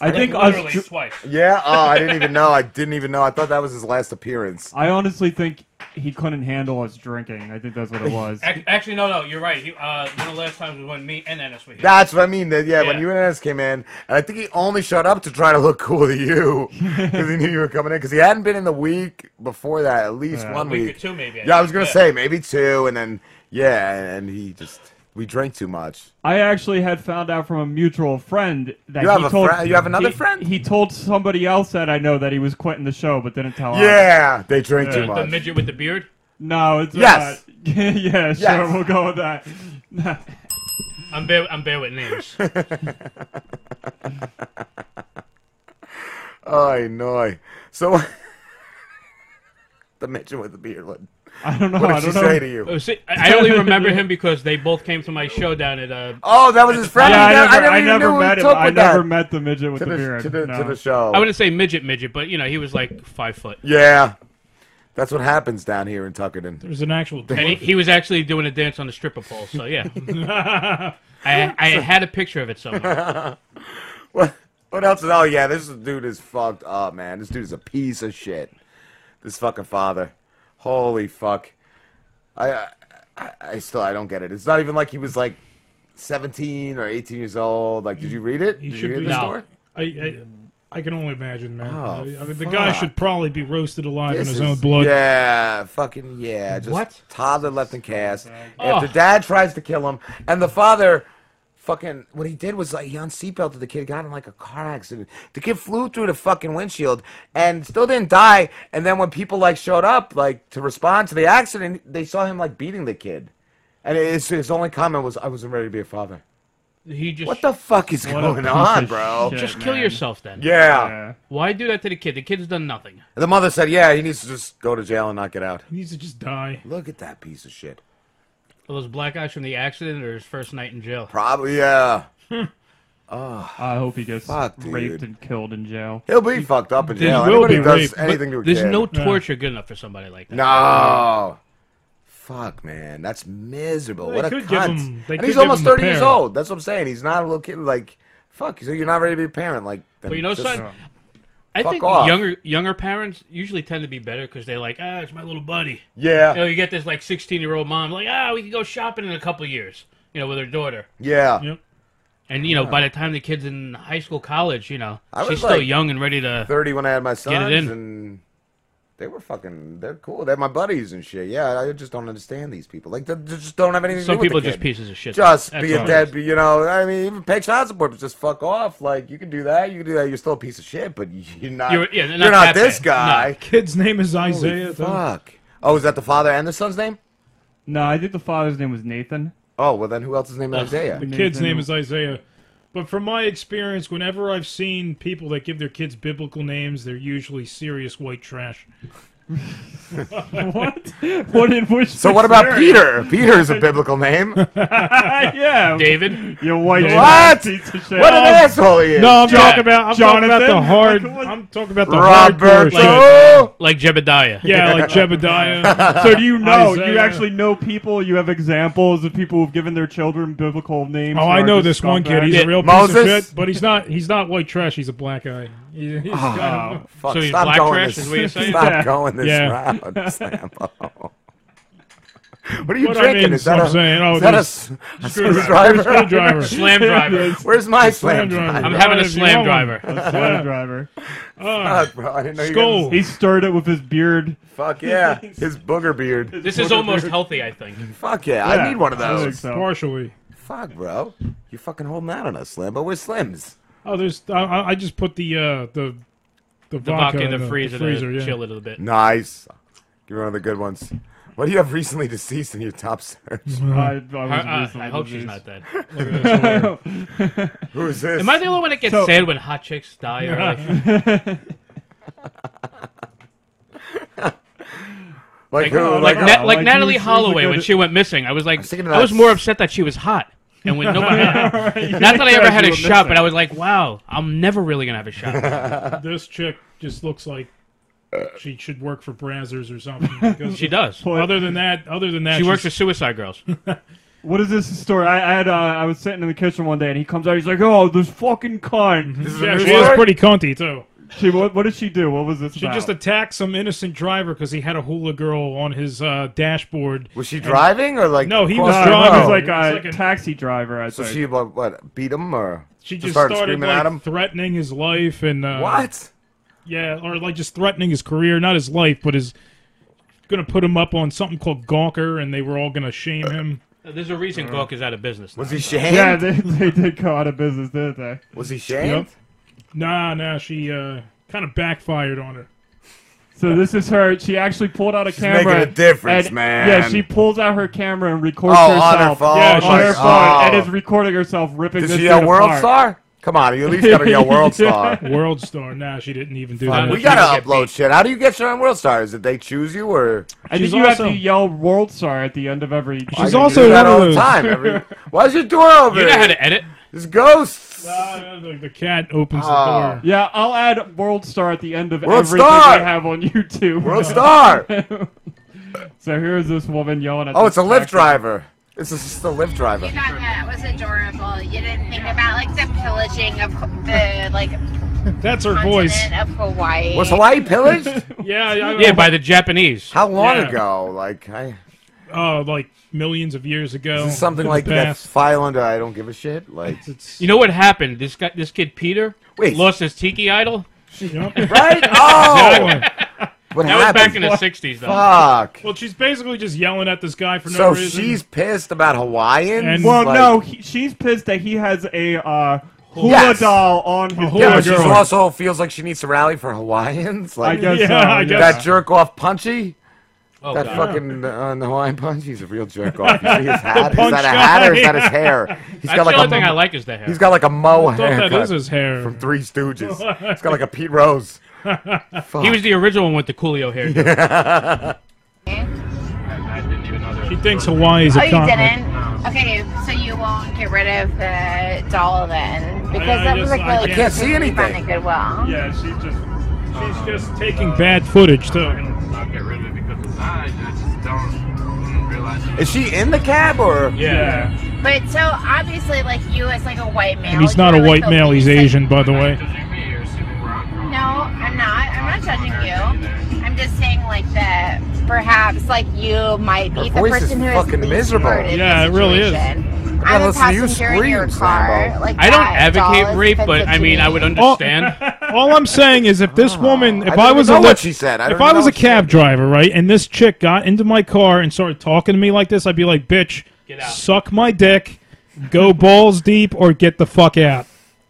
S7: I think us
S13: literally
S7: ju-
S13: twice.
S8: Yeah. Oh, I didn't even know. I didn't even know. I thought that was his last appearance.
S7: I honestly think he couldn't handle us drinking. I think that's what it
S8: [LAUGHS]
S7: was.
S13: Ac- Actually, no, no, you're right. You, uh, one of the last times was when me and Ennis were here.
S8: That's what I mean. That yeah, when you and Ennis came in, and I think he only showed up to try to look cool
S7: [LAUGHS]
S8: to you because he knew you were coming in. Because he hadn't been in the week before that, at least
S13: Yeah.
S8: one
S13: A week or
S8: week.
S13: two, maybe, I
S8: Yeah, I
S13: think.
S8: was gonna
S13: Yeah.
S8: say maybe two, and then yeah, and he just we drank too much.
S7: I actually had found out from a mutual friend that
S8: You have
S7: he
S8: a
S7: told
S8: friend- you have another
S7: he-
S8: friend?
S7: He told somebody else that I know that he was quitting the show, but didn't tell. us.
S8: Yeah, they drink
S13: The-
S8: too
S13: The
S8: much.
S13: midget with the beard.
S7: Oh, No, it's
S13: Yes.
S7: uh, [LAUGHS] yeah, sure,
S13: Yes.
S7: we'll go with that.
S13: [LAUGHS]
S7: [LAUGHS]
S13: I'm bad. I'm bad with
S8: [LAUGHS]
S13: names.
S8: Ay, no. So [LAUGHS] the midget with the beard. What,
S7: I don't know.
S8: What did
S7: I
S8: she
S7: don't know.
S8: say to you?
S13: Oh, see, I I only remember him because they both came to my show down at. Uh,
S8: Oh, that was his friend.
S7: Yeah, I
S8: I,
S7: never-
S8: never,
S7: I
S8: even
S7: never
S8: knew he
S7: met him.
S8: took
S7: I
S8: with
S7: never
S8: that.
S7: met the midget with
S8: To
S7: the
S8: the-
S7: beard,
S8: To the, to
S7: no.
S8: the show.
S13: I wouldn't say midget, midget, but you know he was like five foot.
S8: Yeah. That's what happens down here in Tuckerton.
S9: There's an actual.
S13: And he, [LAUGHS] he was actually doing a dance on the stripper pole, so yeah.
S7: [LAUGHS]
S13: I, I had a picture of it somewhere.
S8: [LAUGHS] what? What else? Is, oh yeah, this dude is fucked up, man. This dude is a piece of shit. This fucking father. Holy fuck. I, I, I still I don't get it. It's not even like he was like 17 or 18 years old. Like, did you read it?
S9: He
S8: did
S9: should
S8: you
S9: be.
S8: read the story?
S9: I, I, I can only imagine, man.
S8: Oh,
S9: I mean, the guy
S8: fuck.
S9: should probably be roasted alive
S8: This
S9: in his
S8: is-
S9: own blood.
S8: Yeah, fucking yeah. Just
S9: What?
S8: Toddler left in cast.
S9: Oh.
S8: After dad tries to kill him, and the father, fucking, what he did was like he unseatbelted the kid, got in like a car accident. The kid flew through the fucking windshield and still didn't die. And then when people like showed up like to respond to the accident, they saw him like beating the kid, and his his only comment was, "I wasn't ready to be a father."
S13: He just
S8: What the fuck is
S13: What a
S8: going
S13: piece
S8: on,
S13: of
S8: bro?
S13: shit, Just kill man. yourself then.
S8: Yeah.
S13: Yeah. Why do that to the kid? The kid's done nothing.
S8: And the mother said, "Yeah, he needs to just go to jail and not get out."
S9: He needs to just die.
S8: Look at that piece of shit.
S13: Are those black eyes from the accident or his first night in jail?
S8: Probably, yeah.
S13: Hmm.
S8: oh,
S7: I hope he gets
S8: Fuck,
S7: raped
S8: dude.
S7: and killed in jail.
S8: He'll be fucked up in
S7: There
S8: jail.
S7: will
S8: Anybody
S7: be
S8: who does
S7: rape, but
S8: anything to a
S13: There's
S8: kid.
S13: no torture good enough for somebody like that.
S8: No. Fuck, man, that's miserable.
S13: They
S8: what a
S13: could
S8: cunt!
S13: give him- they
S8: and
S13: could
S8: he's
S13: give
S8: almost
S13: him a
S8: thirty years
S13: parent.
S8: old. That's what I'm saying. He's not a little kid. Like, fuck. So you're not ready to be a parent. Like, then
S13: But you know,
S8: just-
S13: son, I
S8: fuck
S13: think
S8: off.
S13: younger younger parents usually tend to be better because they're like, ah, it's my little buddy.
S8: Yeah.
S13: You know, you get this like 16 year old mom like, ah, we can go shopping in a couple years. You know, with her daughter.
S8: Yeah.
S13: And you know,
S8: Yeah.
S13: by the time the kid's in high school, college, you know,
S8: I was
S13: she's
S8: like
S13: still young and ready to.
S8: Thirty when I had my
S13: Get it
S8: sons,
S13: in.
S8: and they were fucking. They're cool. They're my buddies and shit. Yeah, I just don't understand these people. Like, they they just don't have anything.
S13: Some
S8: to do
S13: people are
S8: with the
S13: just
S8: kid.
S13: pieces of shit.
S8: Just
S13: That's
S8: be a
S13: all it
S8: dead.
S13: is.
S8: You know, I mean, even pay child support, but just fuck off. Like, you can do that. You can do that. You're still a piece of shit, but you're not.
S9: You're- yeah, they're not
S8: you're
S9: that
S8: not this
S9: bad.
S8: guy.
S9: No. Kid's name is Isaiah, though.
S8: fuck. Oh, is that the father and the son's name?
S7: No, I think the father's name was Nathan.
S8: Oh well, then who else's name is Isaiah?
S9: The kid's name [LAUGHS] is Isaiah. But from my experience, whenever I've seen people that give their kids biblical names, they're usually serious white trash.
S7: [LAUGHS] what? What in which?
S8: So what about Peter?
S9: [LAUGHS]
S8: Peter is a
S13: [LAUGHS]
S8: biblical name.
S7: yeah,
S13: David.
S7: You're white.
S8: David.
S7: trash
S8: What?
S7: piece of shit.
S8: What an asshole he is.
S9: No, I'm
S8: Yeah.
S9: talking about I'm talking about
S7: Jonathan?
S9: the hard.
S7: Like, what-
S9: I'm talking about the hardcore shit.
S8: Roberto.
S13: Like Jebediah.
S9: Yeah,
S7: [LAUGHS]
S9: like Jebediah.
S7: so do
S9: [LAUGHS]
S7: you know? You
S9: Isaiah.
S7: actually know people. You have examples of people who've given their children biblical names.
S9: Oh,
S7: and
S9: I
S7: are
S9: know
S7: just
S9: this one kid. He's
S7: scumbags.
S9: a real piece of shit, but he's not. He's not white trash. He's a black guy. He- he's
S8: Oh,
S9: kind of-
S8: fuck, stop going this, [LAUGHS] Stop going this
S9: Yeah. [LAUGHS]
S7: [LAUGHS]
S8: route, Sambo. What oh. are you
S9: What I
S8: drinking?
S9: mean,
S8: is that
S9: I'm
S8: a,
S9: saying, oh,
S8: is that a,
S13: [LAUGHS]
S9: this
S8: s- a
S9: screwdriver.
S8: screwdriver?
S9: Screwdriver.
S8: [LAUGHS]
S13: Slam
S9: [LAUGHS]
S13: driver.
S8: Where's my
S9: Slam
S8: slam,
S9: driver.
S8: driver?
S13: I'm having a
S9: If you
S13: slam
S9: want one.
S13: driver.
S7: A slam
S8: [LAUGHS]
S7: driver.
S9: Ah.
S8: Fuck, Oh, bro, I didn't know you
S9: Skull.
S8: guys-
S7: He started with his beard.
S9: [LAUGHS]
S8: Fuck yeah, his booger beard.
S13: This is almost healthy, I think.
S8: Fuck yeah,
S7: Yeah,
S8: I need one of
S7: I think
S8: those.
S7: so.
S9: Partially.
S8: Fuck, bro, you're fucking holding out on us, Slambo. We're Slims.
S9: Oh, there's. I- I, I just put the uh, the
S13: The
S9: the,
S13: vodka in the
S9: in
S13: freezer to
S9: freezer yeah.
S13: chill it a bit.
S8: Nice. Give me one of the good ones. What do you have recently deceased in your top search?
S7: [LAUGHS] I, I, was
S13: I- I,
S7: recently
S13: uh, I hope she's
S7: diseased.
S13: not
S7: [LAUGHS]
S13: dead.
S8: [LAUGHS] Who is this?
S13: Am I the only one that gets
S7: So-
S13: sad when hot chicks die
S8: [LAUGHS]
S13: [LAUGHS] early?
S8: Like, who?
S13: oh, like,
S8: Like,
S13: Na-
S8: who?
S13: like uh, Natalie
S8: who's- who's the
S13: Holloway
S8: good-
S13: when she went missing. I was like,
S8: thinking
S13: I was
S8: that's-
S13: more upset that she was hot. And
S7: [LAUGHS]
S13: when nobody,
S9: You
S13: not that I ever
S9: realize
S13: had
S9: you
S13: a
S9: were
S13: shot, but
S9: missing.
S13: I was like, wow, I'm never really gonna have a shot.
S8: [LAUGHS]
S9: this chick just looks like she should work for Brazzers or something.
S13: [LAUGHS]
S9: because-
S13: She does.
S9: Other than that, other than that,
S13: She works for
S9: she's-
S13: Suicide Girls.
S7: What is this story? I, I had uh, I was sitting in the kitchen one day and he comes out. He's like, "Oh, this fucking cunt."
S8: This is
S9: Yeah,
S8: a new
S9: she is
S8: story?
S9: pretty cunty too.
S7: She what? What did she do? What was this?
S9: She
S7: about?
S9: just attacked some innocent driver because he had a hula girl on his uh, dashboard.
S8: Was she driving or like?
S9: No, he
S7: No,
S9: was
S8: crossing
S7: he
S8: the
S9: driving.
S7: was
S8: road?
S7: like
S9: It's
S7: a
S9: like a-
S7: taxi driver. I
S8: So
S7: think.
S8: she what, what beat him or
S9: She just started,
S8: screaming
S9: like,
S8: at him?
S9: threatening his life and uh,
S8: What?
S9: Yeah, or like just threatening his career, not his life, but his going to put him up on something called Gawker, and they were all going to shame him.
S13: There's a reason Gawk is out of business.
S8: Uh, Was
S7: [LAUGHS]
S13: now.
S8: he shamed?
S7: yeah, they, they did go out of business, didn't they?
S8: Was he shamed?
S9: Nah, nah, she uh, kind of backfired on her.
S7: So this is her. She actually pulled out a
S8: She's
S7: camera.
S8: making a difference,
S7: and-
S8: man.
S7: Yeah, she pulls out her camera and records
S8: Oh,
S7: herself.
S8: on her phone?
S7: Yeah,
S8: Oh,
S7: on her
S8: she's-
S7: phone, and
S8: oh.
S7: is recording herself ripping.
S8: Did
S7: this
S8: she
S7: dude
S8: a world
S7: apart.
S8: star? Come on, you at least gotta be a
S7: [LAUGHS]
S8: world star.
S9: World star. Nah, she didn't even do
S8: Fuck,
S9: that.
S8: we gotta upload shit. How do you get your own world stars? Did they choose you or?
S7: I
S9: She's
S7: think you
S9: also-
S7: have to yell "world star" at the end of every.
S8: I
S9: She's
S8: do
S9: also
S8: that
S9: one of
S8: all the
S9: those- [LAUGHS]
S8: [LAUGHS] time. Every... Why's your door open?
S13: You know how to edit?
S8: There's ghosts.
S9: the, the cat opens
S8: Ah.
S9: the
S8: Oh.
S9: door.
S7: Yeah, I'll add World Star at the end of
S9: World
S7: everything
S9: Star!
S7: we have on YouTube.
S8: World Star!
S7: [LAUGHS] so here's this woman yelling at
S8: Oh,
S7: this
S8: it's a lift
S7: tractor.
S8: driver. It's just a lift driver.
S4: You thought that was adorable. You didn't think about like the pillaging of the like
S9: That's her
S4: voice of Hawaii.
S8: Was Hawaii pillaged? [LAUGHS]
S9: yeah,
S13: [LAUGHS]
S9: yeah,
S13: yeah, by the Japanese.
S8: How long ago? Like I.
S9: Oh, like millions of years ago.
S8: Is this something
S9: in the
S8: like that
S9: past.
S8: file under I don't give a shit? Like
S13: [LAUGHS] You know what happened? This guy, this kid Peter,
S8: Wait.
S13: lost his tiki idol.
S8: [LAUGHS]
S9: [LAUGHS]
S13: [LAUGHS]
S8: Right? Oh! What
S13: that was back
S8: happened?
S13: in the
S8: What?
S13: '60s, though.
S8: Fuck.
S9: Well, she's basically just yelling at this guy for no
S8: So
S9: reason.
S8: she's pissed about Hawaiians.
S7: well,
S8: Like-
S7: no, he, she's pissed that he has a uh, hula
S8: Yes.
S7: doll on his.
S8: yeah, but she also feels like she needs to rally for Hawaiians. Like
S7: guess Yeah, so,
S9: uh,
S7: I yeah. guess
S8: that jerk off punchy.
S7: Oh,
S8: that
S7: God.
S8: fucking uh, the Hawaiian punch. He's a real jerk off. You
S9: [LAUGHS]
S8: see his
S9: The
S8: hat? is
S9: punch
S8: that a hat or is
S9: guy.
S8: that his
S9: [LAUGHS]
S8: hair? He's
S9: That's
S8: got like
S9: the
S8: a
S9: only thing
S8: mo-
S9: I like is the hair.
S8: He's got like a mo
S9: I thought that
S8: haircut.
S9: is his hair
S8: from
S9: [LAUGHS]
S8: Three Stooges. he's got like a Pete Rose. Fuck.
S13: He was the original one with the Coolio
S8: [LAUGHS]
S13: hair.
S9: She thinks Hawaii is a
S4: oh, you
S9: continent.
S4: didn't. Okay, so you won't get rid of the doll then, because
S9: I
S4: that was
S9: just-
S4: like
S9: I
S4: really cute
S9: can't see
S4: to keep on
S9: anything.
S4: the Goodwill.
S9: Yeah, she's just she's just taking bad footage too.
S22: I'll get rid of it because I just don't realize.
S8: Is she in the cab or?
S9: Yeah.
S4: But so obviously, like you as like a white male.
S9: And he's not a
S4: you're, like,
S9: white
S4: the
S9: male. He's
S4: least, like-
S9: Asian, by the way.
S4: No, I'm not. I'm not judging you. I'm just saying like that. Perhaps like you might be
S8: Her
S4: the
S8: voice is
S4: person who is
S8: fucking
S4: least
S8: miserable.
S4: hurt in
S8: Yeah,
S4: the
S8: it really is.
S4: situation.
S8: I
S4: I'm
S8: gotta
S4: a
S8: listen to you
S4: passenger in your
S8: scream,
S4: car.
S8: Sambo.
S4: Like
S13: I don't
S4: that doll
S13: advocate
S4: is
S13: rape, but
S4: offensive
S13: I
S4: to
S13: mean, I
S4: me.
S13: would understand.
S9: All I'm saying is, if this woman, if
S8: Oh, don't
S9: I, was
S8: even
S9: a
S8: know what
S9: lift-
S8: she said. I
S9: if
S8: don't
S9: I
S8: even
S9: was
S8: know
S9: a cab driver, right, and this chick got into my car and started talking to me like this, I'd be like, "Bitch, suck my dick, go balls deep, or get the fuck out.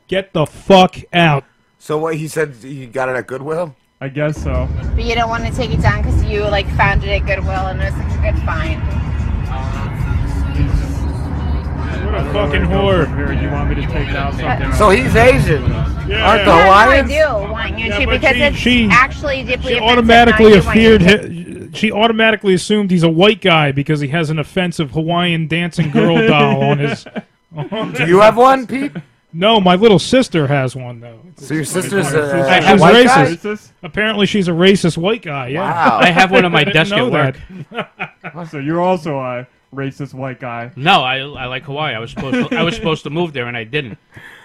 S9: Get the fuck out."
S8: So what he said? He got it at Goodwill.
S7: I guess so.
S4: But you don't want to take it down because you like found it at Goodwill and it was like a good find.
S9: What a fucking whore!
S7: Here, you want me to take it outside?
S8: So he's Asian. Aren't the
S4: Yeah,
S8: Hawaiians?
S4: I do want you
S9: Yeah,
S4: to
S9: but
S4: because
S9: she-
S4: it's
S9: she-
S4: actually deeply
S9: She
S4: offensive,
S9: automatically
S4: not you want you
S9: feared.
S4: to-
S9: hi- She automatically assumed he's a white guy because he has an offensive Hawaiian dancing girl doll on
S8: [LAUGHS]
S9: his.
S8: Do you have one, Pete?
S9: No, my little sister has one though.
S8: So your sister's
S9: She's
S8: a, a white guy?
S9: racist. Apparently, she's a racist white guy. Yeah,
S8: Wow. I
S7: [LAUGHS]
S8: have one on
S9: [LAUGHS]
S8: my
S9: I didn't
S8: desk at
S9: know
S13: work.
S7: so you're also a racist white guy.
S13: No, I, I like Hawaii. I was supposed to, I was supposed to move there and I didn't.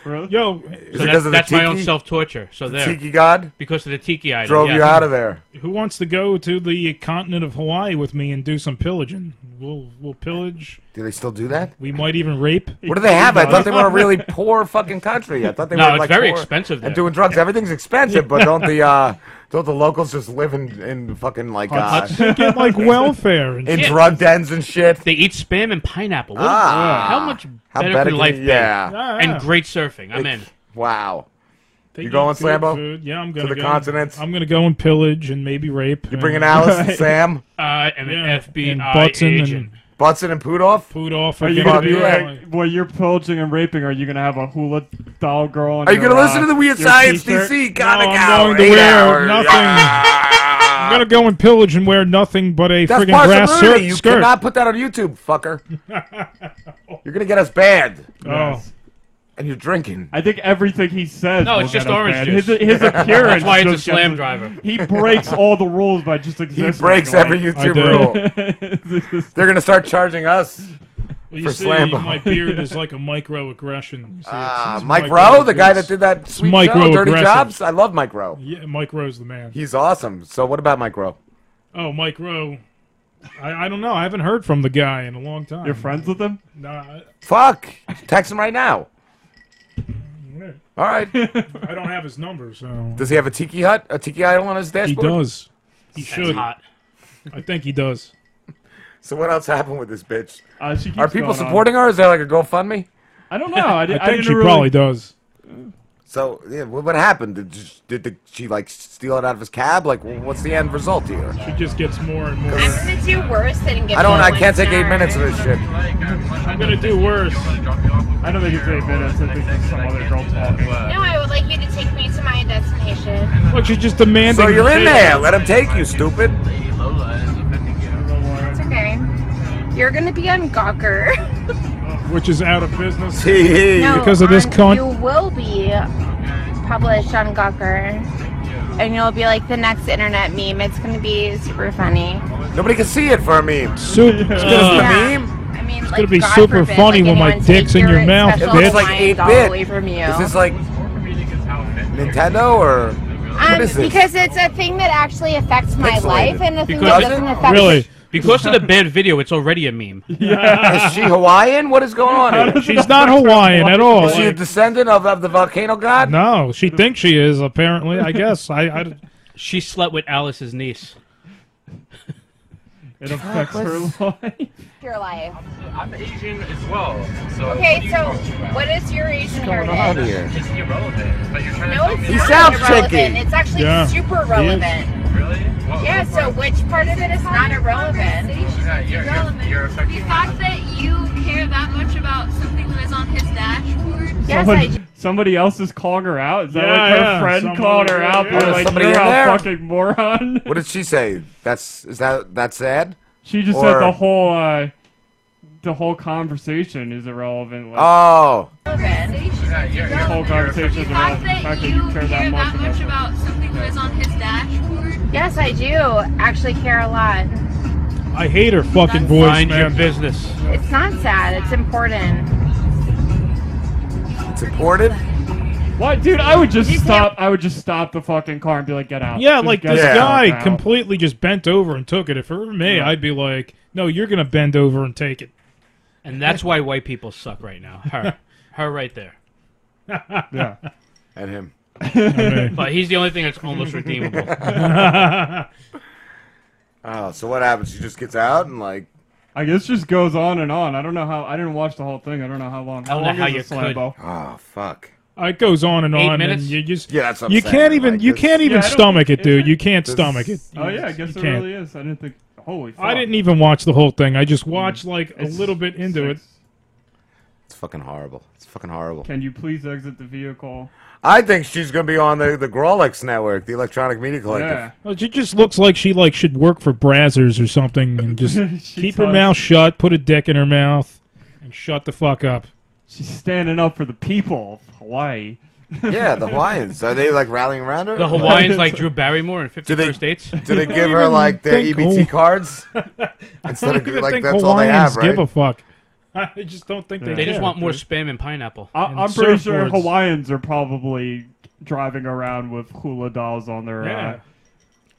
S7: Really?
S9: Yo,
S13: so that's, that's my own self torture. So there,
S8: god
S13: because of the tiki idol
S8: drove
S13: yeah.
S8: you out of there.
S9: Who wants to go to the continent of Hawaii with me and do some pillaging? We'll we'll pillage.
S8: Do they still do that?
S9: We might even rape.
S8: What do they have? I thought they were
S13: [LAUGHS]
S8: a really poor fucking country. I thought they
S9: No,
S8: were
S9: it's
S8: like
S9: very
S8: poor
S9: expensive
S8: And
S9: there.
S8: doing drugs, everything's expensive. But don't the uh, don't the locals just live in, in fucking like uh,
S9: Huts. They get, like, [LAUGHS] welfare and
S8: in
S9: shit.
S8: drug dens and shit?
S13: They eat spam and pineapple. What- uh,
S8: Ah.
S13: how much
S8: How
S13: better
S8: better
S13: could
S8: can-
S13: life be?
S8: yeah. Yeah, yeah.
S13: And great surfing. I'm in.
S8: Wow.
S9: They
S8: you
S9: eat
S8: going,
S9: good
S8: Slambo?
S9: food. Yeah, I'm
S8: To
S9: gonna
S8: the
S9: go.
S8: continents?
S9: I'm gonna go and pillage and maybe rape.
S8: You bringing Alice
S9: [LAUGHS]
S8: and Sam?
S13: I am an
S9: Uh, and
S13: FBI
S9: Butson
S13: agent.
S8: Butson and Pudoff?
S9: Pudoff.
S7: Are you
S8: Fuck
S7: gonna be
S8: you.
S7: like, while you're pillaging and raping, are you gonna have a hula doll girl? on
S8: Are you
S7: your,
S8: gonna listen
S7: uh,
S8: to the Weird
S7: your
S8: Science
S7: t-shirt?
S8: DC? Gotta
S9: No,
S8: go.
S9: I'm going to
S8: Eight
S9: wear
S8: hours.
S9: nothing. I'm gonna go and pillage and wear nothing but a
S8: That's
S9: friggin'
S8: Parson
S9: grass
S8: Rooney.
S9: skirt.
S8: You
S9: skirt.
S8: cannot put that on YouTube,
S7: [LAUGHS]
S8: fucker. You're gonna get us banned.
S9: Oh.
S8: And you're drinking.
S7: I think everything he says.
S13: No,
S7: will
S13: it's
S7: get
S13: just
S7: us
S13: orange
S7: banned.
S13: juice.
S7: His, his appearance.
S13: That's why it's a
S7: just
S13: slam
S7: gets-
S13: driver.
S7: He breaks all the rules by just
S8: [LAUGHS] He
S7: existing.
S8: breaks
S7: right?
S8: every YouTube
S7: [LAUGHS]
S8: rule. They're gonna start charging us
S9: Well,
S8: for
S9: you see,
S8: Slambo.
S9: my beard
S8: [LAUGHS]
S9: is like a microaggression. You see, it's-
S8: Ah,
S9: it's
S8: Mike
S9: micro-
S8: Rowe, the guy that
S9: it's-
S8: did that
S9: it's
S8: sweet show, Dirty
S9: microaggressive.
S8: Ah, Jobs. I love Mike Rowe.
S9: Yeah, Mike Rowe's the man.
S8: He's awesome. So what about Mike Rowe?
S9: Oh, Mike Rowe. I, I don't know. I haven't heard from the guy in a long time.
S7: You're friends with him?
S9: Nah,
S8: Fuck. Text him right now. All right.
S9: [LAUGHS] I don't have his number, so
S8: Does he have a tiki hut, a tiki idol on his
S9: he
S8: dashboard?
S9: does. He should.
S13: hot.
S9: I think he does.
S8: So what else happened with this bitch?
S7: Uh, she keeps
S8: Are
S7: going
S8: people
S7: on.
S8: supporting her? Is there like a GoFundMe?
S7: I don't know. I,
S8: [LAUGHS]
S7: di-
S9: I
S7: I
S9: think
S7: didn't
S9: she
S7: really-
S9: probably does.
S8: So yeah, what what happened? Did, sh- did the, she like steal it out of his cab? Like, wh- what's the end result here?
S9: She just gets more and more.
S4: I'm gonna do worse than give.
S8: I don't.
S4: you
S8: I
S4: one
S8: can't take eight
S4: star.
S8: minutes of this shit.
S9: I'm gonna do worse.
S7: I don't think it's eight minutes. I think it's some other girl talking.
S4: No, I would like you to take me to my destination.
S9: Look, she's just demanding.
S8: So you're in there. Let him take you, stupid.
S9: [LAUGHS]
S4: It's okay. You're gonna be on Gawker.
S9: which is out of [LAUGHS] business
S23: No,
S9: because of this
S23: on-
S9: con.
S23: You will be published on Gawker, and you'll be like the next internet meme. It's gonna be super funny.
S8: Nobody can see it for a meme.
S9: Super.
S8: It's
S23: Yeah.
S8: gonna
S23: I mean,
S9: It's
S23: like,
S9: gonna be
S23: God
S9: super
S23: forbid,
S9: funny
S23: like,
S9: when my
S23: anyone take
S9: dick's in your mouth,
S23: special
S9: bitch. It's like
S23: mind all
S8: 8-bit.
S23: away from you.
S8: Is this like Nintendo or
S23: Um,
S8: what is this?
S23: because it's a thing that actually affects my
S8: Pixelated.
S23: life and a thing
S13: Because-
S23: that doesn't affect
S13: [LAUGHS] Because of the bad video, it's already a meme.
S8: is she Hawaiian? What is
S7: [LAUGHS]
S8: going on? Here?
S9: She's not Hawaiian at all.
S8: Is she a descendant of, of the volcano god?
S9: No, she thinks she is. Apparently, I guess. I, I
S13: She slept with Alice's niece.
S7: It affects her life.
S23: your life.
S24: I'm Asian as well. So what are
S23: Okay,
S24: you
S23: so
S24: talking about?
S23: what is your Asian heritage?
S24: It's irrelevant. But you're trying
S23: No,
S24: to
S23: it's
S24: tell me
S23: not irrelevant. It's actually
S24: Yeah.
S23: super
S24: He is.
S23: relevant.
S24: Really? What-
S23: Yeah,
S24: what
S23: so
S24: part?
S23: which part of it is not irrelevant?
S24: Yeah, you're, you're, you're affecting
S1: fact that you care that much about something that is on his dashboard.
S7: Someone- somebody else is calling her out. Is that
S8: Yeah,
S7: like her
S8: yeah,
S7: friend
S8: somebody-
S7: called her out?
S8: yeah.
S7: They're like,
S8: Somebody
S7: you're
S8: in there?"
S7: a fucking moron. [LAUGHS]
S8: What did she say? That's is that that sad?
S7: She just
S8: Or-
S7: said the whole uh, the whole conversation is irrelevant. Like,
S8: [LAUGHS]
S7: [LAUGHS]
S8: Oh.
S7: the whole conversation is
S1: The
S7: irrelevant.
S1: fact
S7: The
S1: that
S7: fact that
S1: you
S7: you care that much about.
S1: about something that is on his dashboard.
S23: Yes, I do actually care a lot.
S9: I hate her fucking voice,
S13: Mind
S9: man.
S13: your business.
S23: It's not sad. It's important.
S8: It's important.
S7: What, dude? I would just stop. I would just stop the fucking car and be like, "Get out!"
S9: Yeah,
S7: Just
S9: like
S7: get
S9: this
S7: the fuck
S9: guy
S7: out.
S9: completely just bent over and took it. If it were me,
S13: Yeah.
S9: I'd be like, "No, you're gonna bend over and take it."
S13: And that's why white people suck right now.
S9: [LAUGHS]
S13: Her. Her right
S7: [LAUGHS]
S13: there.
S9: Yeah.
S8: And him.
S13: But he's the only thing that's
S7: [LAUGHS]
S13: almost redeemable.
S8: Oh, so what happens? She just gets out and like
S7: I guess it just goes on and on. I don't know how. I didn't watch the whole thing. I don't know how long.
S8: I
S7: How
S8: don't
S7: long
S8: know how
S7: is
S8: you
S7: it, Slambo?
S8: Oh fuck.
S9: Uh, It goes on and
S7: Eight
S9: on,
S7: minutes?
S9: and you just
S8: Yeah, that's what I'm
S9: you
S8: saying,
S9: can't even you can't
S7: Yeah,
S9: even
S7: I don't
S9: stomach
S7: think-
S9: it, dude.
S7: yeah.
S9: You can't
S7: This-
S9: stomach it.
S7: Oh yeah, I guess
S9: You
S7: it
S9: can't.
S7: really is. I didn't think. Holy. Mm. Fuck.
S9: I didn't even watch the whole thing. I just
S13: Mm.
S9: watched like a little bit into it.
S8: It's fucking horrible. It's fucking horrible.
S7: Can you please exit the vehicle?
S8: I think she's gonna be on the the Grolix network, the Electronic Media Collective.
S9: Well, uh, She just looks like she like should work for Brazzers or something, and
S13: [LAUGHS]
S9: just
S7: She
S9: keep her
S7: does.
S9: mouth shut, put a dick in her mouth, and shut the fuck up.
S7: She's standing up for the people of Hawaii. [LAUGHS]
S8: Yeah, the Hawaiians are they like rallying around her?
S13: The Hawaiians
S8: [LAUGHS]
S13: like Drew Barrymore in 50 First Dates.
S8: Do
S13: [LAUGHS]
S8: they give her like their E EBT cards?
S9: [LAUGHS]
S8: Instead of
S9: even
S8: like
S9: think
S8: that's all they have,
S9: Hawaiians
S8: right?
S9: give a fuck. I just don't think
S13: They,
S9: they.
S13: just
S9: care,
S13: want more
S9: dude.
S13: spam and pineapple.
S7: I,
S9: And
S7: I'm pretty sure
S9: surfboards.
S7: Hawaiians are probably driving around with hula dolls on their. Uh,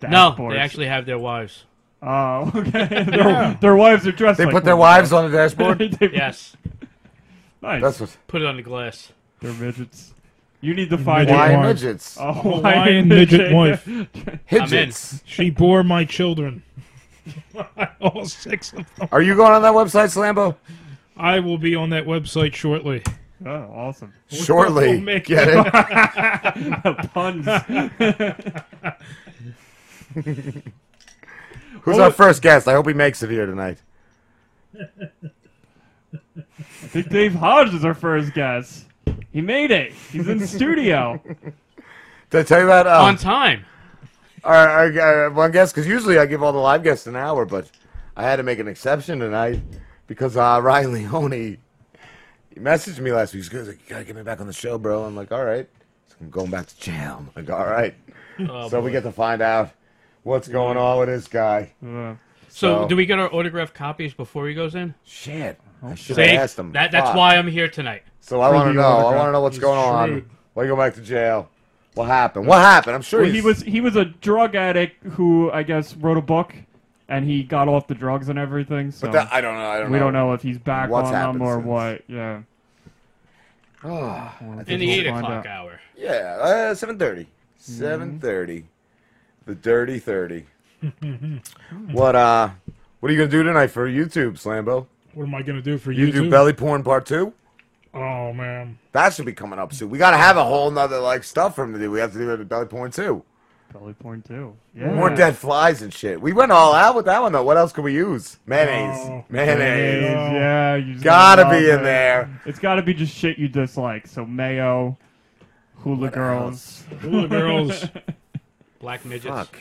S13: no,
S7: dashboards. [LAUGHS]
S13: they actually have their wives.
S7: Oh,
S13: [LAUGHS]
S7: okay.
S9: [LAUGHS]
S7: their, their wives are dressed.
S8: They
S7: like
S8: put their
S7: women. [LAUGHS]
S8: wives on the dashboard?
S7: They-
S13: Yes.
S7: Nice.
S8: That's what.
S13: Put it on the glass.
S7: They're midgets. You need to find
S8: Hawaiian
S7: out.
S8: midgets.
S7: A Hawaiian,
S9: [LAUGHS] Hawaiian midget wife.
S8: Hidgets.
S9: She bore my children. All six of them.
S8: Are you going on that website, Slambo?
S9: I will be on that website shortly.
S7: Oh, awesome.
S8: Shortly.
S9: We'll make [LAUGHS]
S8: Get
S9: it.
S7: The
S9: puns.
S8: Who's
S7: Well,
S8: our first guest? I hope he makes it here tonight.
S7: I think Dave Hodge is our first guest. He made it. He's in studio.
S8: Did I tell you about uh,
S13: On time.
S8: Our, our, our one guest? Because usually I give all the live guests an hour, but I had to make an exception tonight because uh, [LAUGHS] Ryan Leone he messaged me last week. He's like, "You gotta get me back on the show, bro." I'm like, "All right." So I'm going back to jail. I'm like, "All right."
S13: Oh,
S8: [LAUGHS] so we
S13: boy.
S8: get to find out what's going on with this guy.
S13: So,
S8: So-
S13: do we get our autographed copies before he goes in?
S8: Shit. I
S13: See,
S8: should have asked him.
S13: That, that's
S8: Fuck.
S13: why I'm here tonight.
S8: So I
S13: For
S8: want to
S13: the
S8: know. I
S13: autograph.
S8: want to know what's
S13: He's
S8: going
S13: shrewd.
S8: on. Why you go back to jail? What happened? [LAUGHS] What happened? I'm sure
S7: Well, he
S8: he's-
S7: was he was a drug addict who I guess wrote a book, and he got off the drugs and everything. So
S8: that- I don't know, I don't
S7: we
S8: know
S7: don't know if he's back
S8: what's
S7: on
S8: happened
S7: them or
S8: since.
S7: what. Yeah.
S8: Oh,
S13: [SIGHS] In the 8 o'clock hour.
S8: Yeah, uh, seven thirty. Seven thirty. The dirty thirty. what uh? What are you gonna do tonight for YouTube, Slambo?
S9: What am I gonna do for
S8: You
S9: YouTube?
S8: do belly porn part two.
S9: Oh man.
S8: That should be coming up soon. We gotta have a whole nother like stuff for him to do. We have to do it at belly porn two.
S7: Belly porn too.
S8: More dead flies and shit. We went all out with that one though. What else could we use? Mayonnaise. Mayonnaise.
S7: Oh, Yeah, you just
S8: Gotta
S7: love
S8: be in
S7: it.
S8: there.
S7: It's gotta be just shit you dislike. So mayo, hula girls, [LAUGHS]
S13: [LAUGHS]
S9: Hula girls.
S13: Black midgets.
S7: like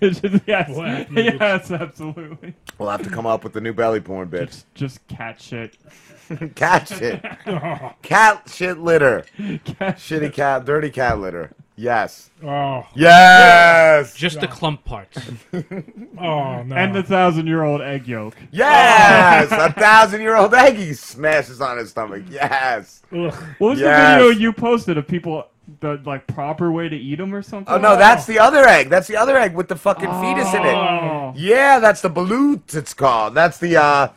S7: midgets. [LAUGHS] Yes,
S13: Black midgets.
S7: yes, absolutely.
S8: We'll have to come up with the new belly porn bit.
S7: Just cat shit.
S8: [LAUGHS] cat
S7: [LAUGHS]
S8: shit. cat shit litter. Shitty cat, dirty cat litter. Yes.
S9: Oh.
S8: Yes.
S13: Just the clump
S7: [LAUGHS]
S13: parts.
S9: oh no.
S7: And the thousand year old egg yolk. [LAUGHS]
S8: Yes, a thousand year old egg he smashes on his stomach. Yes.
S7: What was
S8: Yes.
S7: the video you posted of people the like proper way to eat them or something?
S8: Oh no, that's the other egg. That's the other egg with the fucking fetus in
S7: Oh.
S8: it. Yeah, that's the balut. It's called. That's the uh,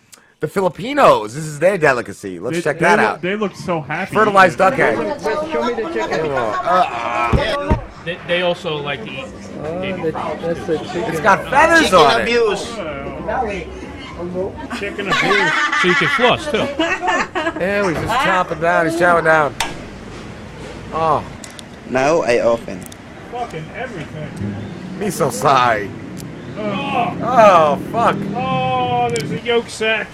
S8: the Filipinos. This is their delicacy. Let's
S7: They-
S8: check
S7: they
S8: that
S7: look-
S8: out.
S7: They look so happy.
S8: Fertilized duck egg.
S13: Show me the chicken. Uh, They, they also like to eat. baby Uh, frogs, too.
S8: It's got feathers
S13: Chicken
S8: on
S13: abuse. Uh,
S9: Chicken abuse. [LAUGHS]
S13: So you can floss too.
S8: Yeah, we just chop it down. He's chopping down. Oh,
S10: Now I open.
S9: Fucking everything.
S8: me so sorry.
S9: Oh.
S8: fuck.
S9: Oh, there's a yolk sack.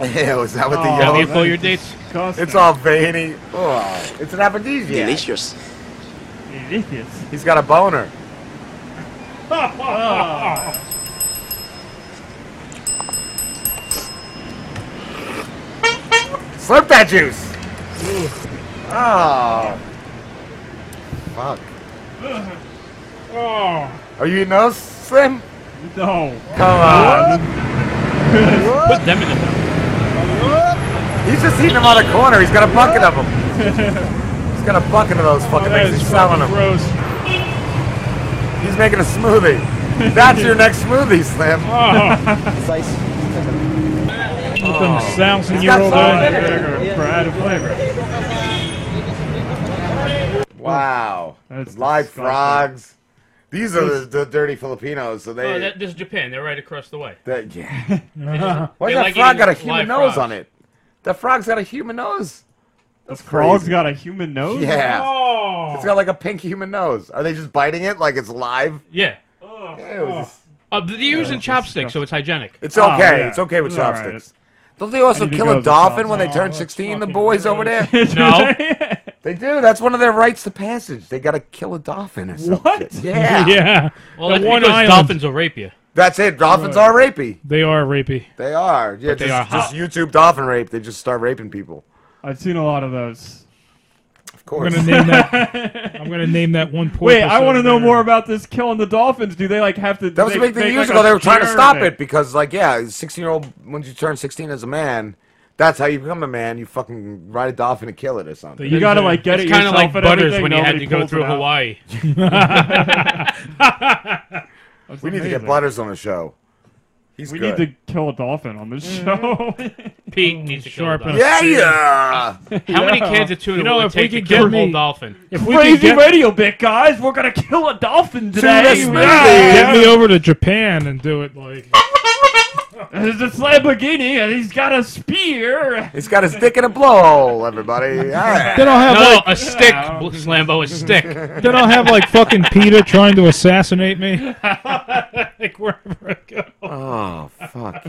S8: Yeah, was that what the uh,
S13: Oh,
S8: yellow?
S13: you pull your dates?
S8: It's all veiny. Oh, it's an aphrodisiac.
S10: Delicious.
S7: Delicious.
S8: He's got a boner.
S9: [LAUGHS]
S8: Slurp that juice. Oh, fuck.
S9: Oh.
S8: Are you eating those, Slim?
S7: No.
S8: Come on.
S13: Put them in the
S8: He's just eating them on the corner. He's got a bucket of them. He's got a bucket of those fucking things. He's selling them.
S9: Gross.
S8: He's making a smoothie. That's your next smoothie, Slim.
S9: Some thousand
S8: Oh. He's
S9: year
S8: got
S9: old
S8: salt
S9: egg.
S8: in it.
S7: For added flavor.
S8: Wow. Live frogs. These are the, the dirty Filipinos, so they.
S13: Oh, that, this is Japan. They're right across the way.
S8: they-
S13: [LAUGHS]
S8: yeah.
S13: just-
S8: Why's
S13: they
S8: that
S13: like
S8: frog
S13: eating
S8: got a human
S13: live
S8: nose
S13: frogs.
S8: on it? The frog's got a human nose.
S7: The
S8: That's
S7: frog's
S8: crazy.
S7: got a human nose.
S8: Yeah.
S9: Oh.
S8: It's got like a pink human nose. Are they just biting it like it's live?
S13: Yeah.
S8: it was just-
S13: Uh, but they're using chopsticks, so it's hygienic.
S8: It's okay. It's okay with chopsticks. Don't they
S13: I
S8: also
S13: need to
S8: kill
S13: go
S8: a
S13: to the
S8: dolphin
S13: shops.
S8: when they [LAUGHS]
S13: Oh,
S8: turn
S13: that's
S8: 16? The boys over there?
S13: No.
S8: They do. That's one of their rights to passage. They got to kill a dolphin or something. What? [LAUGHS] Yeah.
S9: Yeah.
S13: Well,
S9: The
S13: that's
S9: one
S13: because
S9: island.
S13: dolphins will rape you.
S8: That's it. Dolphins are rapey.
S9: They are rapey.
S8: They are. Yeah,
S13: But they
S8: just,
S13: are
S8: just YouTube dolphin rape. They just start raping people.
S7: I've seen a lot of those.
S8: Of
S9: I'm
S8: course.
S9: gonna name
S8: [LAUGHS]
S9: that. I'm gonna name that one. Porpoise
S7: Wait, I want to
S9: over
S7: know
S9: there.
S7: more about this killing the dolphins. Do they like have to?
S8: That was
S7: they,
S8: a big thing
S7: make,
S8: years
S7: like,
S8: ago.
S7: a
S8: They were trying to
S7: cure
S8: stop
S7: thing?
S8: it because, like, yeah, 16 year old, once you turn 16 as a man, that's how you become a man. You fucking ride a dolphin and kill it or something.
S7: You gotta like get
S13: It's
S7: it
S13: kinda
S7: yourself
S13: like
S7: and
S13: Butters
S7: everything,
S13: when he had
S7: nobody
S13: to go
S7: pulls
S13: through
S7: it out. [LAUGHS]
S13: Hawaii.
S8: we need to
S7: amazing.
S8: get Butters on the show. He's
S7: we
S8: good.
S7: need to kill a dolphin on this
S9: Mm.
S7: show.
S13: Pete needs to kill a
S7: Sharp
S13: dolphin.
S8: yeah, yeah.
S9: [LAUGHS]
S13: How many
S7: Yeah.
S13: cans of tuna
S9: You know,
S13: will it
S9: if we
S13: take to
S9: could
S13: kill
S9: get
S13: a whole
S9: me-
S13: dolphin?
S9: If we
S7: Crazy
S9: could get,
S7: radio bit, guys. We're gonna kill a dolphin today.
S8: this
S9: get
S7: Yeah.
S9: me over to Japan and do it like.
S13: [LAUGHS]
S7: There's this Lamborghini, and he's got a spear.
S8: He's got his dick in a blowhole, everybody. Yeah.
S9: Then I'll have
S13: No,
S9: like.
S13: a stick, bl- Slambo, a
S9: [LAUGHS]
S13: stick.
S9: Then I'll have
S13: [LAUGHS]
S9: like fucking Peter trying to assassinate me. like wherever I go.
S8: Oh fuck,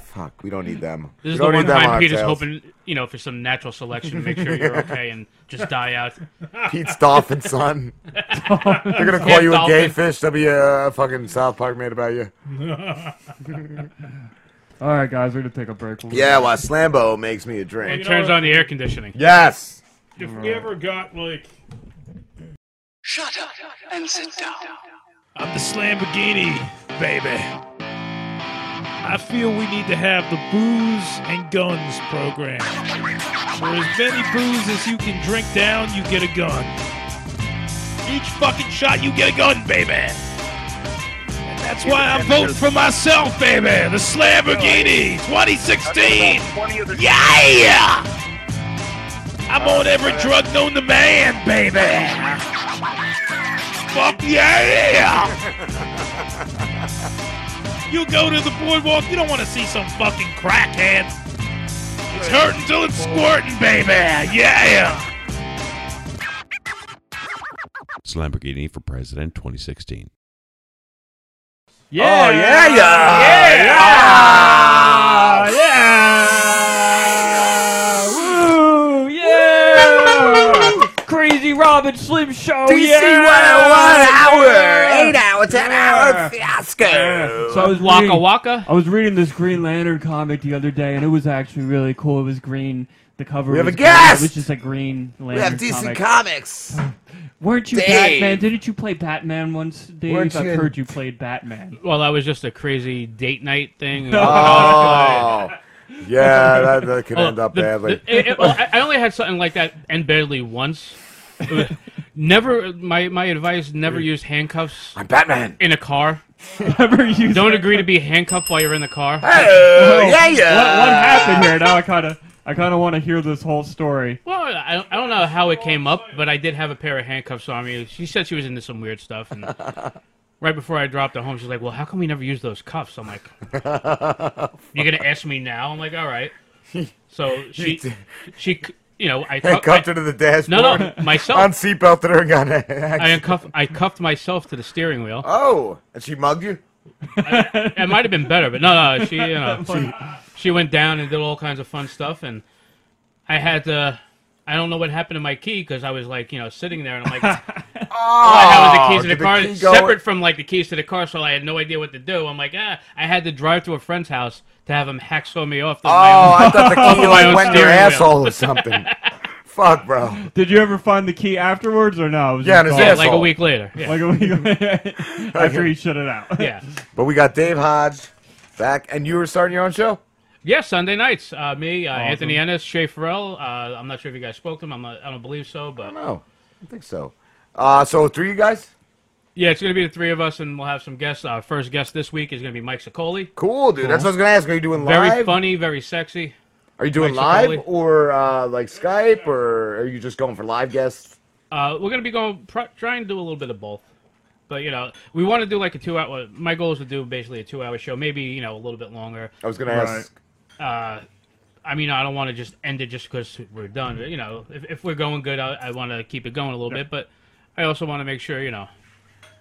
S8: fuck. We don't need them.
S13: This
S8: we
S13: is the
S8: don't
S13: one
S8: need them on
S13: time
S8: our
S13: Peter's
S8: tails.
S13: hoping, you know, for some natural selection to make sure
S8: [LAUGHS]
S13: you're okay and just die out.
S8: Pete's
S7: [LAUGHS]
S8: dolphin son. They're gonna call
S13: Yeah,
S8: you a gay
S13: dolphin.
S8: fish. That'll be a fucking South Park made about you.
S7: All right, guys, we're gonna take a break. We'll-
S8: Yeah, well, Slambo makes me a
S13: It
S8: drink.
S13: turns on the air conditioning.
S8: Yes.
S9: [LAUGHS] If we ever got like.
S11: Shut up and sit down.
S9: I'm the Slamborghini, baby. I feel we need to have the booze and guns program. For as many booze as you can drink down, you get a gun. Each fucking shot, you get a gun, baby. And that's why I'm voting for myself, baby. The Slamborghini 2016. Yeah! I'm on every drug known to man, baby. Fuck [LAUGHS] yeah! You go to the boardwalk, you don't want to see some fucking crackhead. It's hurting till it's squirting, baby. Yeah.
S2: Lamborghini for President 2016.
S7: Yeah.
S8: Oh yeah, yeah, yeah, Ah, yeah.
S7: Woo! Yeah! Crazy Crazy Robin Slim
S9: Oh,
S7: Show.
S5: DC
S7: yeah!
S5: 101 hour, eight
S7: hour,
S5: ten
S7: hour
S5: fiasco.
S7: So I was
S13: Waka
S7: reading,
S13: Waka?
S7: I was reading this Green Lantern comic the other day, and it was actually really cool. It was green. The cover.
S5: We have
S7: was
S5: a
S7: green.
S5: guest!
S7: It was just a Green Lantern.
S5: We have decent
S7: comic.
S5: comics.
S7: [SIGHS] Weren't you
S5: Dave.
S7: Batman? Didn't you play Batman once, Dave?
S13: Weren't
S7: I've
S13: you in-
S7: heard you played Batman.
S13: Well, that was just a crazy date night
S8: [LAUGHS]
S13: thing.
S7: Oh.
S8: Yeah, that- that could
S13: Well,
S8: end up
S13: the-
S8: badly.
S13: the- it- it- well, I I only had something like that end badly once. It was- [LAUGHS] never. My my advice: never use handcuffs.
S8: I'm Batman.
S13: In a car.
S7: [LAUGHS] never use.
S13: Don't agree to be handcuffed while you're in the car. [LAUGHS]
S7: Wait, Oh, What, what happened here? Now I kind of, I kind of want to hear this whole story.
S13: Well, I, I don't know how it came up, but I did have a pair of handcuffs on me. She said she was into some weird stuff,
S8: [LAUGHS]
S13: and right before I dropped it home, she's like, "Well, how come we never use those cuffs?" I'm
S8: [LAUGHS]
S13: like, "You're gonna ask me now?" I'm like, "All right." So
S8: [LAUGHS]
S13: she, she, you know, I
S8: Hey, [LAUGHS] cuffed her to the dashboard.
S13: No, no, myself.
S8: On seatbelted her and got an
S13: I
S8: accident.
S13: uncuff, I cuffed myself to the steering wheel.
S8: Oh, and she mugged you.
S13: I, it might have been better, but no, no, she, you know, she, she went down and did all kinds of fun stuff, and I had to. I don't know what happened to my key because I was like, you know, sitting there, and I'm like, oh, I have the keys to the
S5: did the
S13: car
S5: key go-
S13: separate from like the keys to the car, so I had no idea what to do. I'm like, ah, I had to drive to a friend's house to have him hacksaw me off. Oh,
S8: I
S7: [LAUGHS]
S13: [LAUGHS]
S8: thought the key like went in your asshole or
S7: something. [LAUGHS]
S8: Fuck, bro.
S7: Did you ever find the key afterwards or no? It was
S8: Yeah,
S7: just
S8: in his
S7: gone?
S8: Yeah, like a asshole. week
S13: later, yeah.
S7: Like a week later. [LAUGHS] after he shut it out.
S13: Yeah.
S8: But we got Dave Hodge back, and you were starting your own show.
S13: Yeah, Sunday nights. Uh, me, uh, Anthony Ennis, Shay Farrell. Uh, I'm not sure if you guys spoke to him. I'm not, I don't believe so, but
S8: Oh, I think so. Uh, so three of you guys.
S13: yeah, it's gonna be the three of us, and we'll have some guests. Our first guest this week is gonna be Mike Sicoli.
S8: Cool, dude. That's what I was gonna ask. Are you doing
S13: Very
S8: live?
S13: funny, very sexy.
S8: Are you doing
S13: Mike
S8: live
S13: Sicoli.
S8: or uh, like Skype, or are you just going for live guests?
S13: Uh, we're gonna be going pro- trying to do a little bit of both, but you know, we want to do like a two hour. My goal is to do basically a two hour show, maybe you know a little bit longer.
S8: I was gonna ask-
S13: Uh, I mean, I don't want to just end it just because we're done. You know, if, if we're going good, I, I want to keep it going a little bit, but I also want to make sure you know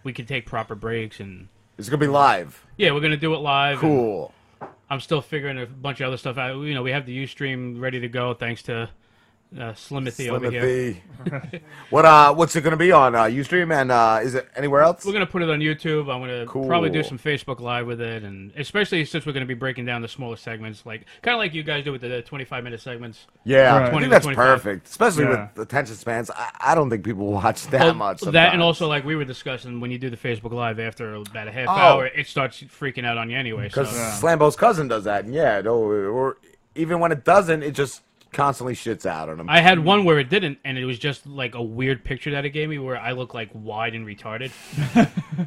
S13: we can take proper breaks and.
S8: It's gonna be live.
S13: Yeah, we're gonna do it live. and
S8: Cool.
S13: I'm still figuring a bunch of other stuff out. You know, we have the UStream ready to go thanks to uh, Slimothy over here.
S8: [LAUGHS]
S13: [LAUGHS]
S8: Slimothy. what uh, what's it gonna be on uh, UStream and uh, is it anywhere else?
S13: We're gonna put it on YouTube. I'm gonna probably do
S8: Cool.
S13: some Facebook Live with it, and especially since we're gonna be breaking down the smaller segments, like kind of like you guys do with the 25 minute segments.
S8: Yeah,
S13: Or
S8: I
S13: 20
S8: think
S13: to
S8: that's
S13: 25.
S8: perfect, especially
S13: Yeah.
S8: with attention spans. I, I don't think people [LAUGHS] watch that
S13: Well,
S8: much.
S13: oh, That and
S8: sometimes.
S13: also like we were discussing when you do the Facebook Live after about a half
S8: Oh.
S13: hour, it starts freaking out on you anyway. So
S8: because Slambo's cousin does that, and yeah, no, or even when it doesn't, it just constantly shits out on him.
S13: I had
S8: [LAUGHS]
S13: one where it didn't, and it was just like a weird picture that it gave me where I look like wide and retarded.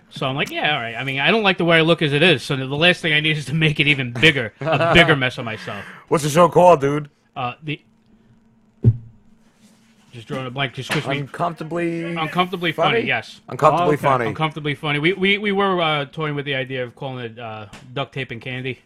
S13: so I'm like, yeah, all right. I mean, I don't like the way I look as it is, so the last thing I need is to make it even bigger, a
S8: [LAUGHS]
S13: bigger mess of myself.
S8: What's the show called, dude?
S13: Uh, the just drawing a blank. Just 'cause we
S8: uncomfortably
S13: uncomfortably funny.
S8: funny?
S13: yes,
S8: Uncomfortably Oh, okay. funny.
S13: Uncomfortably funny. We we we were uh, toying with the idea of calling it uh, duct tape and candy,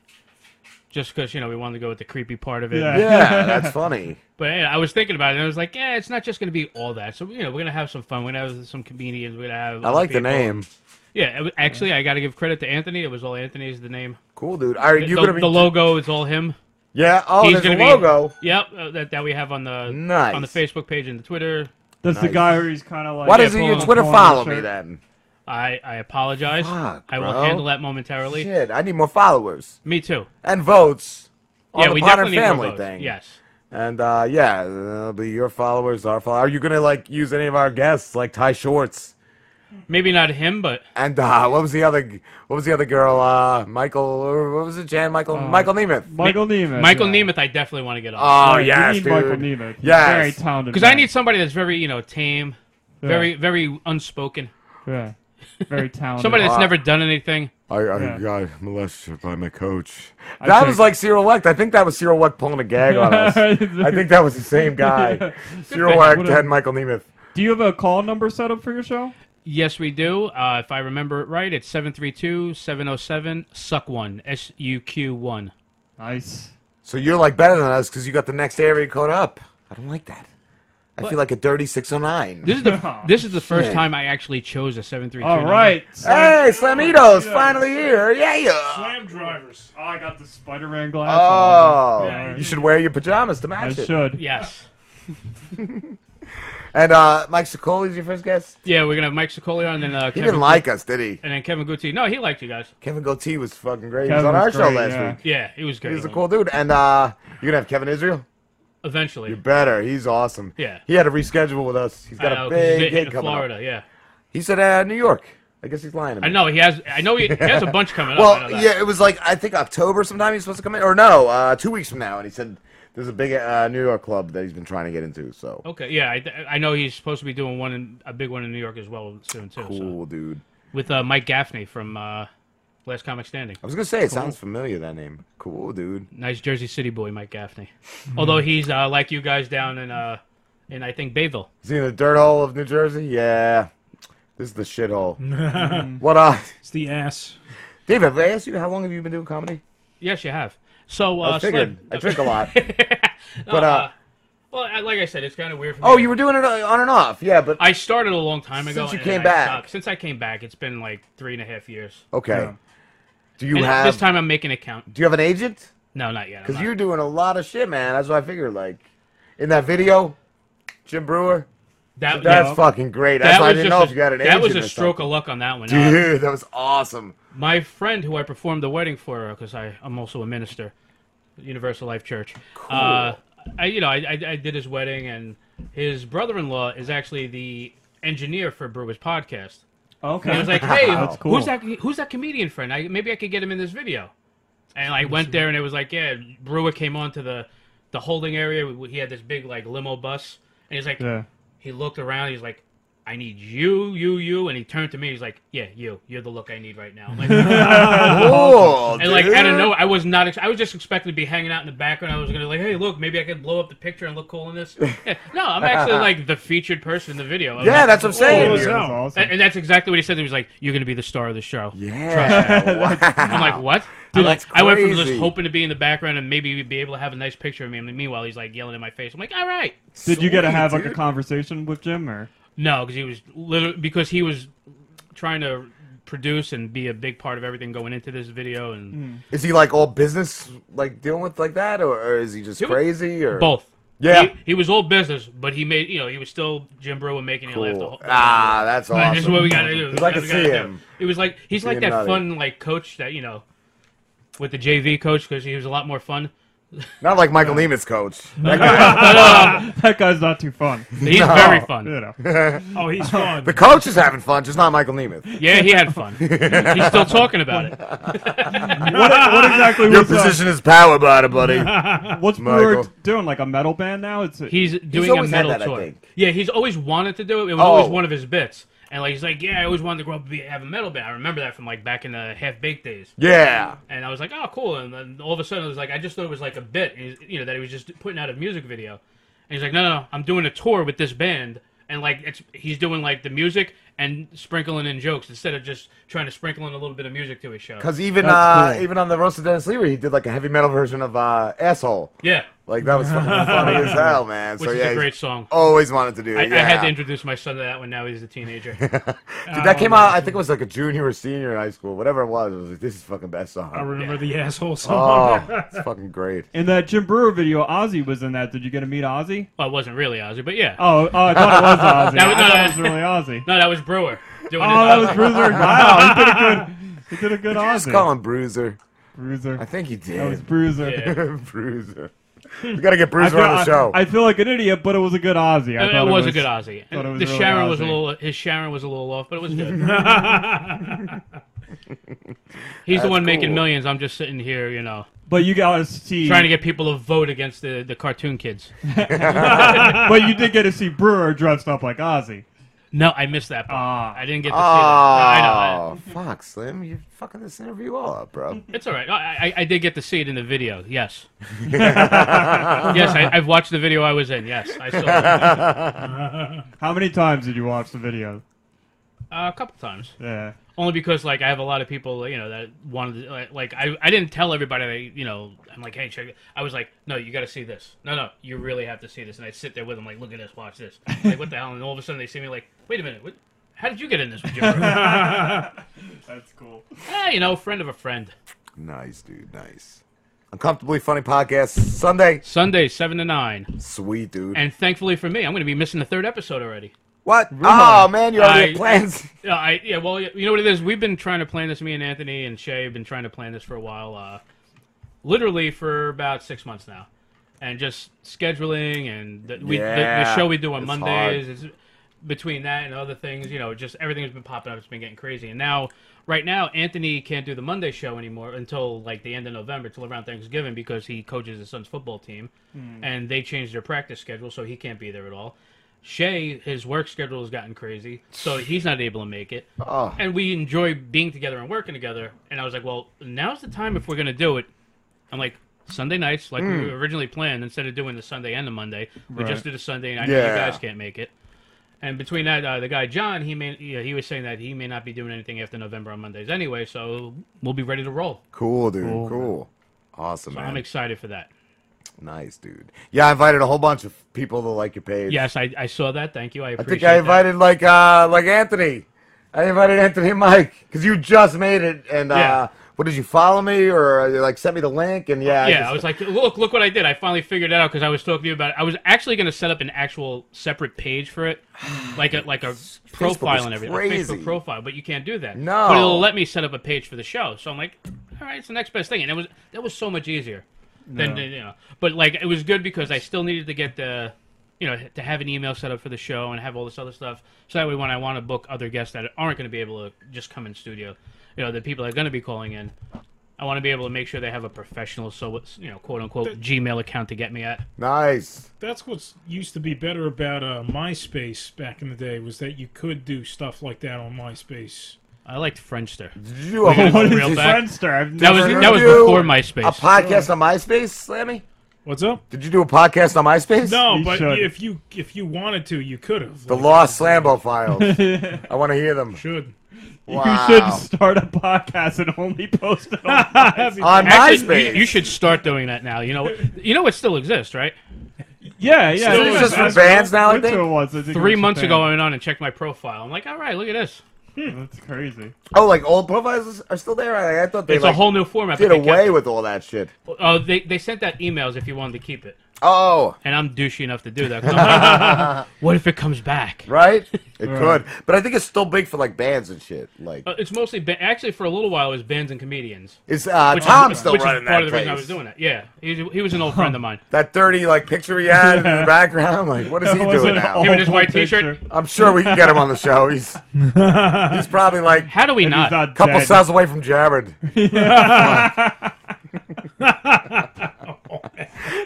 S13: just because you know we wanted to go with the creepy part of it. [LAUGHS]
S8: Yeah. Yeah, that's funny.
S13: But yeah, I was thinking about it, and I was like, yeah, it's not just going to be all that. So you know, we're gonna have some fun. We're gonna have some comedians. We're gonna have.
S8: I
S13: other
S8: like the
S13: people.
S8: name.
S13: Yeah, it was- actually, I got to give credit to Anthony. It was all Anthony's the name.
S8: Cool, dude. All right,
S13: The-
S8: you
S13: the,
S8: gonna be-
S13: the logo? It's all him.
S8: Yeah, oh,
S13: He's
S8: there's a
S13: gonna be-
S8: logo.
S13: Yep, uh, that, that we have on the
S8: Nice.
S13: on the Facebook page and the Twitter.
S7: That's the
S8: Nice.
S7: guy where he's kind of like.
S8: Why doesn't
S13: Yeah,
S8: your
S13: pull-
S8: Twitter
S13: pull on
S8: follow
S13: the
S8: me
S13: shirt.
S8: then?
S13: I I apologize.
S8: Fuck,
S13: I will
S8: bro.
S13: handle that momentarily.
S8: Shit, I need more followers.
S13: Me too.
S8: And votes on
S13: Yeah,
S8: the
S13: we
S8: Potter
S13: definitely need more
S8: family
S13: votes,
S8: thing.
S13: yes.
S8: And uh, yeah, it'll be your followers, our followers. Are you gonna like use any of our guests, like Ty Shorts?
S13: Maybe not him, but
S8: And uh, what was the other? What was the other girl? Uh, Michael? Or what was it? Jan? Michael? Michael Nemeth.
S13: Um, Mi- Uh, Michael Nemeth, I definitely want to get on.
S8: Oh, Yeah, yes, we need Michael dude. Nemeth. He's a Yes. very talented
S13: Because I
S8: man.
S13: need somebody that's very you know tame,
S7: Yeah.
S13: very very unspoken.
S7: Yeah. Very talented.
S13: somebody that's
S8: Ah.
S13: never done anything.
S8: I, I
S13: Yeah.
S8: got molested by my coach.
S13: I
S8: That
S13: think-
S8: was like Cyril Wecht. I think that was Cyril Wecht pulling a gag
S13: [LAUGHS]
S8: on us. I think that was the same guy. Cyril Wecht and Michael Nemeth.
S7: Do you have a call number set up for your show?
S13: Yes, we do. Uh, if I remember it right, it's 732-707 suck one s u q one.
S7: Nice.
S8: So you're like better than us because you got the next area code up. I don't like that. I
S13: What?
S8: feel like a dirty 609.
S13: This is
S8: [LAUGHS]
S13: the this is the first
S8: Shit.
S13: time I actually chose a seven three two.
S7: All right.
S8: Hey, Slamitos, Oh, finally here. Yeah, yeah.
S7: Slam drivers. Oh, I got the Spider Man glasses.
S8: Oh,
S7: on. Yeah.
S8: you should wear your pajamas to match
S7: I
S8: it. [LAUGHS]
S7: should.
S13: Yes.
S8: And uh, Mike Sicoli's your first guest.
S13: Yeah, we're gonna have Mike Sicoli on, and then uh,
S8: He
S13: Kevin
S8: didn't like us, did he?
S13: And then Kevin Guti. No, he liked you guys.
S8: Kevin Goatee was fucking great. he was on our show last week.
S13: Yeah, he was great.
S8: He's a cool dude. And uh, you're gonna have Kevin Israel.
S13: Eventually.
S8: You're better. He's awesome.
S13: Yeah.
S8: He had to reschedule with us. He's got
S13: I know,
S8: a
S13: 'cause he's
S8: big
S13: hitting
S8: gig coming up.
S13: Florida, yeah.
S8: He said uh, New York. I guess he's lying. To me.
S13: I know he has. I know he, he has a
S8: [LAUGHS]
S13: bunch coming
S8: well,
S13: up. I know that.
S8: yeah, it was like I think October sometime he's supposed to come in, or no, uh, two weeks from now. And he said there's a big uh, New York club that he's been trying to get into. So
S13: Okay, yeah, I, I know he's supposed to be doing one in, a big one in New York as well soon too. Oh, So.
S8: cool, dude.
S13: With uh, Mike Gaffney from uh, Last Comic Standing.
S8: I was gonna say it sounds familiar that name. Cool, dude.
S13: nice Jersey City boy, Mike Gaffney.
S7: Hmm.
S13: Although he's uh, like you guys down in uh, in I think Bayville.
S8: Is he in the dirt hole of New Jersey? Yeah, this is
S13: [LAUGHS]
S8: the
S13: Mm-hmm.
S8: shithole. what? Uh,
S9: it's the ass.
S8: Dave, have I asked you how long have you been doing comedy?
S13: Yes, you have. So uh,
S8: I figured.
S13: Slim-
S8: I
S13: [LAUGHS]
S8: drink a lot,
S13: No,
S8: but uh,
S13: well, I- like I said, it's kind of weird. For me
S8: oh,
S13: to-
S8: you were doing it uh, on and off. Yeah, but
S13: I started a long time ago.
S8: Since you
S13: and then
S8: came
S13: I
S8: back.
S13: stopped. Since I came back, it's been like three and a half years. Um,
S8: Okay. Do you
S13: And
S8: have
S13: this time? I'm making a count.
S8: Do you have an agent?
S13: No, not yet. I'm
S8: Because
S13: not.
S8: you're doing a lot of shit, man. That's what I figured. Like in that video, Jim Brewer.
S13: That-
S8: that's
S13: yeah.
S8: fucking great.
S13: That
S8: That's why I
S13: was
S8: didn't
S13: just
S8: know
S13: a-
S8: if you got an
S13: that was
S8: agent
S13: a
S8: or
S13: stroke
S8: something.
S13: of luck on that one, uh,
S8: dude. that was awesome.
S13: My friend, who I performed the wedding for, because I'm also a minister, Universal Life Church. Cool. Uh, I, you know, I, I, I did his wedding, and his brother-in-law is actually the engineer for Brewer's podcast.
S7: Okay.
S13: And I was like,
S7: [LAUGHS]
S13: hey,
S7: That's cool.
S13: who's that? Who's that comedian friend? I, maybe I could get him in this video. And I went there, and it was like, yeah, Brewer came on to the the holding area. We- He had this big like limo bus, and he's like,
S7: Yeah.
S13: he looked around. He's like, I need you, you, you, and he turned to me. He's like, yeah, you, you're the look I need right now. I'm like, [LAUGHS]
S8: Cool,
S13: and like, I don't
S8: dude.
S13: know. I was not. Ex- I was just expecting to be hanging out in the background. I was gonna like, hey, look, maybe I could blow up the picture and look cool in
S8: [LAUGHS]
S13: this. Yeah. No, I'm actually like the featured person in the video. I'm
S8: Yeah,
S13: like,
S8: that's what I'm saying.
S13: "Whoa."
S8: Yeah, that's awesome.
S13: And, and that's exactly what he said. He was like, you're gonna be the star of the show.
S7: [LAUGHS]
S13: [LAUGHS]
S8: Yeah,
S13: Trust me. I'm like, [LAUGHS]
S8: wow.
S13: what?
S8: Dude,
S13: I'm like,
S8: that's
S13: I went from just
S8: crazy.
S13: hoping to be in the background and maybe be able to have a nice picture of me. And meanwhile, he's like yelling in my face. I'm like, all right.
S7: Did you get to
S13: Sweet,
S7: have like a
S13: dude.
S7: conversation with Jim or?
S13: No, because he was literally because he was trying to produce and be a big part of everything going into this video and
S7: Hmm.
S8: Is he like all business, like dealing with like that, or, or is he just
S13: He was-
S8: crazy? Or
S13: both.
S8: Yeah.
S13: he, he was old business, but he made you know he was still Jim Brewer making it laugh the
S8: Cool.
S13: whole.
S8: Ah, that's
S13: But This is
S8: awesome.
S13: what we gotta do.
S8: 'Cause I
S13: This
S8: can
S13: is what we
S8: see
S13: gotta
S8: him.
S13: Do. It was like he's
S8: See
S13: like
S8: him
S13: that
S8: nodding.
S13: fun like coach that you know with the JV coach because he was a lot more fun.
S8: Not like Michael Neiman's coach. That guy.
S7: that guy's not too fun.
S13: He's very fun.
S7: You
S8: [LAUGHS]
S7: know.
S9: Oh, he's fun.
S8: The coach is having fun, just not Michael Neiman.
S13: Yeah, he had
S8: [LAUGHS]
S13: fun. He's still talking about it.
S7: [LAUGHS] what exactly
S8: Your
S7: was, uh,
S8: position is power
S13: [LAUGHS]
S8: bottom, buddy.
S7: What's Brewer
S8: Michael.
S7: doing? Like a metal band now? It's
S13: He's doing a metal tour. Yeah, he's always wanted to do it. It was
S7: Oh.
S13: always one of his bits. And like he's like, yeah, I always wanted to grow up and be, have a metal band. I remember that from like back in the half baked days.
S8: Yeah.
S13: And I was like, oh, cool. And then all of a sudden, it was like I just thought it was like a bit, and he's- you know, that he was just putting out a music video. And he's like, no, no, no, I'm doing a tour with this band, and like it's he's doing like the music and sprinkling in jokes instead of just trying to sprinkle in a little bit of music to his show.
S8: Because even
S13: That's
S8: uh,
S13: cool.
S8: even on the roast of Dennis Leary, he did like a heavy metal version of uh, asshole.
S13: Yeah. [LAUGHS]
S8: like that was fucking funny as hell, man.
S13: Which
S8: so
S13: is
S8: yeah,
S13: a
S8: he's
S13: great song.
S8: Always wanted to do.
S13: I,
S8: It. yeah.
S13: I had Oh, to introduce my son to that one. Now he's a teenager.
S8: [LAUGHS]
S13: Um,
S8: Dude, that came out. I think it was like a junior or senior in high school, whatever it was. It was like this is fucking best song.
S9: I remember the asshole song.
S13: [LAUGHS]
S8: Oh, it's fucking great.
S7: In that Jim Brewer video, Ozzy was in that. Did you get to meet Ozzy?
S13: Well, it wasn't really Ozzy, but yeah.
S7: Oh, oh, I thought it
S13: [LAUGHS]
S7: was Ozzy.
S13: That
S7: I thought it was really Ozzy.
S13: No, that was Brewer. Doing
S7: Oh, that
S13: his
S7: was
S13: Ozzy. [LAUGHS]
S7: Bruiser. Wow, he did a good. He did a good
S8: Did you just
S7: Ozzy.
S8: call him Bruiser.
S7: Bruiser.
S8: I think he did.
S7: That was Bruiser.
S13: Yeah.
S8: [LAUGHS] Bruiser. We gotta get Bruiser
S7: I feel-
S8: on the show.
S7: I, I feel like an idiot, but it was a good Ozzy. I
S13: it,
S7: thought
S13: it
S7: was
S13: was, a good Ozzy.
S7: thought it
S13: the
S7: really
S13: Sharon was a
S7: Ozzy.
S13: little his Sharon was a little off, but it was
S8: [LAUGHS]
S13: good. He's
S7: That's
S13: the one making
S7: cool.
S13: millions. I'm just sitting here, you know,
S7: But you got to see.
S13: trying to get people to vote against the, the cartoon kids.
S7: [LAUGHS] [LAUGHS]
S13: [LAUGHS]
S7: but you did get to see Brewer dressed up like Ozzy.
S13: No, I missed that. Part. I didn't get to see that. No, I know.
S8: Oh,
S13: [LAUGHS]
S8: fuck, Slim, you're fucking this interview all up, bro.
S13: It's all right. I, I, I did get to see it in the video.
S8: [LAUGHS]
S13: Yes. yes, I, I've watched the video I was in. Yes, I
S8: [LAUGHS]
S13: saw it.
S7: [LAUGHS] How many times did you watch the video?
S13: Uh, a couple times.
S7: Yeah.
S13: Only because like I have a lot of people you know that wanted to, like, like I I didn't tell everybody that you know I'm like hey check it. I was like no you got to see this no no you really have to see this and I would sit there with them like look at this watch this like what the hell and all of a sudden they see me like wait a minute what, how did you get in this with Jim Brewer?"
S7: That's cool.
S13: Eh, you know friend of a friend
S8: Nice, dude. Nice. Uncomfortably Funny Podcast Sunday.
S13: Sunday, 7 to 9.
S8: Sweet, dude.
S13: And thankfully for me, I'm going to be missing the third episode already.
S8: What? Oh, man, you already have plans.
S13: I, I, [LAUGHS] yeah, well, you know what it is? We've been trying to plan this, me and Anthony and Shay have been trying to plan this for a while, uh, literally for about six months now. And just scheduling and the, we, the,
S5: Yeah,
S13: the show we do on
S5: it's
S13: Mondays is between that and other things, you know, just everything has been popping up. It's been getting crazy. And now, right now, Anthony can't do the Monday show anymore until like the end of November, till around Thanksgiving, because he coaches his son's football team,
S5: Hmm.
S13: and they changed their practice schedule, so he can't be there at all. Shay, his work schedule has gotten crazy, so he's not able to make it.
S8: Oh.
S13: And we enjoy being together and working together. And I was like, well, now's the time if we're gonna do it. I'm like. Sunday nights, like we
S5: Hmm.
S13: originally planned, instead of doing the Sunday and the Monday, we
S5: Right.
S13: just did a Sunday, and I know you
S5: Yeah.
S13: guys can't make it. And between that, uh, the guy John, he may yeah, he was saying that he may not be doing anything after November on Mondays anyway, so we'll be ready to roll.
S8: Cool, dude. Cool.
S13: Cool.
S8: Awesome,
S13: So
S8: man.
S13: I'm excited for that.
S8: nice, dude. Yeah, I invited a whole bunch of people to like your page.
S13: Yes, I, I saw that. Thank you. I
S8: I
S13: appreciate
S8: think I invited like uh like Anthony. I invited Anthony and Mike because you just made it, and
S13: Yeah.
S8: uh, what did you follow me or uh, you, like sent me the link? And yeah,
S13: that.
S8: I
S13: yeah,
S8: just-
S13: I was like, look, look what I did. I finally figured it out because I was talking to you about it. I was actually going to set up an actual separate page for it, like a like
S5: [SIGHS]
S13: a
S5: is
S13: profile and everything, a
S5: crazy.
S13: Facebook profile. But you can't do that.
S5: No.
S13: but it'll let me set up a page for the show. So I'm like, all right, it's the next best thing, and it was that was so much easier than
S5: No.
S13: you know. But like, it was good because I still needed to get the, you know, to have an email set up for the show and have all this other stuff. So that way, when I want to book other guests that aren't going to be able to just come in studio, you know, the people that are going to be calling in, I want to be able to make sure they have a professional, so it's you know, quote unquote, Gmail account to get me at.
S8: nice.
S9: That's what used to be better about uh, MySpace back in the day was that you could do stuff like that on MySpace.
S13: I liked Friendster. [LAUGHS]
S8: You-
S13: We're gonna
S8: What
S13: go
S8: is
S13: real
S8: this?
S13: back.
S8: Friendster? I've
S13: That was
S8: never
S13: that was
S8: heard of
S13: before
S8: you.
S13: MySpace.
S8: A podcast on MySpace, Slammy?
S9: What's up?
S8: Did you do a podcast on MySpace?
S9: No, but if you if you wanted to, you could have.
S8: the Lost Slambo files. I want to hear them.
S9: Should.
S8: Wow.
S7: You should start a podcast and only post it on MySpace.
S13: Actually, you, you should start doing that now. You know, you know it still exists, right?
S7: Yeah, yeah, Still it exists. exists for That's bands what now, I Winter think? was, I think [LAUGHS] it was
S13: Three
S7: for
S13: months ago,
S7: bands.
S13: I went on and checked my profile. I'm like, all right, look at this.
S7: That's crazy.
S8: Oh, like old profiles are still there? I, I thought they
S13: It's a
S8: like,
S13: whole new format, but
S8: Did
S13: they kept
S8: away
S13: it.
S8: with all that shit.
S13: Oh, they, they sent out emails if you wanted to keep it.
S8: Oh.
S13: And I'm douchey enough to do that. [LAUGHS] 'cause I'm like, what if it comes back?
S8: Right? It
S13: Right.
S8: could, but I think it's still big for like bands and shit. Like
S13: Uh, it's mostly ba- actually for a little while it was bands and comedians.
S8: Is, uh,
S13: Which
S8: Tom still
S13: which is
S8: running
S13: part
S8: that
S13: of the reason I
S8: place?
S13: was doing that. Yeah, he, he was an old friend of mine.
S8: that dirty like picture he had in the background. Like, what is he
S13: That was
S8: doing
S13: an
S8: now?
S13: Him in his awful white t-shirt? picture.
S8: I'm sure we can get him on the show. He's he's probably like
S13: how do we If he's not?
S8: a
S13: not
S8: couple
S13: dead.
S8: styles away from Jared.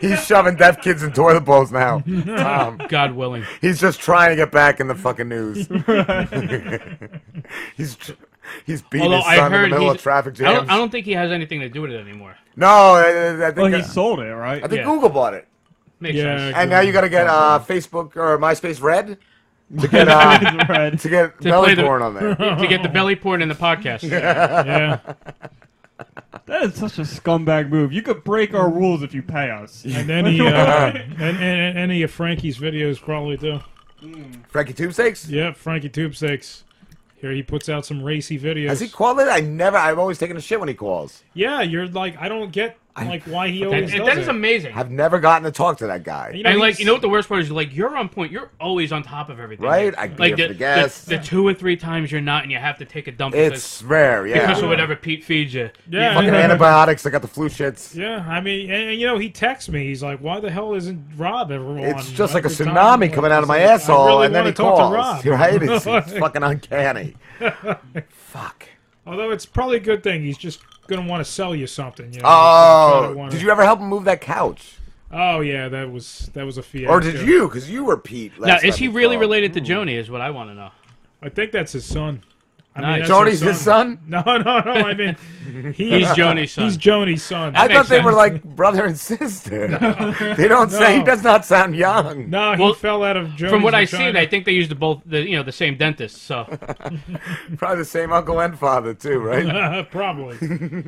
S8: he's shoving deaf kids in toilet bowls now. Tom.
S13: God willing.
S8: He's just trying to get back in the
S13: [LAUGHS]
S8: fucking news. he's tr- he's beating
S13: Although
S8: his son
S13: I heard
S8: in the middle
S13: he's-
S8: of traffic
S13: I
S8: jams.
S13: don't, I don't think he has anything to do with it anymore.
S8: No, I, I think
S7: Well, he
S8: uh,
S7: sold it, right?
S8: I think
S13: Yeah.
S8: Google bought it.
S13: Makes Yeah, sense.
S8: And now you got to get uh, Facebook or MySpace Red
S7: [LAUGHS]
S8: to [LAUGHS] get uh, [LAUGHS]
S7: MySpace Red.
S8: to get
S13: To
S8: belly
S13: play the-
S8: porn on there.
S13: [LAUGHS] to get the belly porn in the podcast.
S7: Yeah.
S8: [LAUGHS]
S7: That is such a scumbag move. You could break our rules if you pay
S13: [LAUGHS]
S7: us.
S9: And any uh,
S7: [LAUGHS]
S9: and, and, and any of Frankie's videos probably do.
S8: Frankie Tubestakes?
S9: Yeah, Frankie Tubestakes. Here he puts out some racy videos.
S8: Has he called it? I never. I've always taken a shit when he calls.
S9: Yeah, you're like I don't get like why he
S13: That-
S9: always
S13: that
S9: does
S13: is
S9: it.
S13: amazing.
S8: I've never gotten to talk to that guy.
S13: and like you know what the worst part is like you're on point you're always on top of everything
S8: Right? I
S13: like the,
S8: give the gas.
S13: The, the two or three times you're not and you have to take a dump
S8: It's
S13: because,
S8: rare, yeah.
S13: because of whatever Pete feeds you
S9: Yeah.
S8: Fucking antibiotics. I got the flu shits.
S9: Yeah, I mean, and, and, you know, he texts me. He's like, "Why the hell isn't Rob ever on?"
S8: It's just like a
S9: every time?"
S8: tsunami
S9: Like,
S8: coming out of my
S9: I really
S8: asshole, and then
S9: wanna
S8: he
S9: talk to
S8: calls.
S9: Rob.
S8: [LAUGHS] You're right.
S9: [LAUGHS]
S8: It's, it's fucking uncanny. Fuck.
S9: Although it's probably a good thing. He's just gonna want to sell you something. You know? He's gonna
S8: Oh,
S9: wanna-
S8: did you ever help him move that couch?
S9: Oh yeah, that was that was a fiasco.
S8: Or did you? Because you were Pete.
S13: now
S8: Last
S13: is
S8: time
S13: he really
S8: called.
S13: related to Joni is what I want to know
S9: Hmm. I think that's his son. I
S13: Nice.
S9: that's her
S8: Joni's his son?
S9: No, no, no. I mean, he-
S13: He's Joni's son.
S9: He's Joni's son.
S8: I thought they were like brother and sister. [LAUGHS] they don't say. He
S9: No.
S8: does not sound young.
S9: No, he fell out of Joni's
S13: from what I
S9: vagina.
S13: seen I think they used the both the you know the same dentist so
S8: [LAUGHS]
S13: [LAUGHS]
S8: Probably the same uncle and father too, right?
S9: [LAUGHS]
S8: [LAUGHS]
S9: Probably.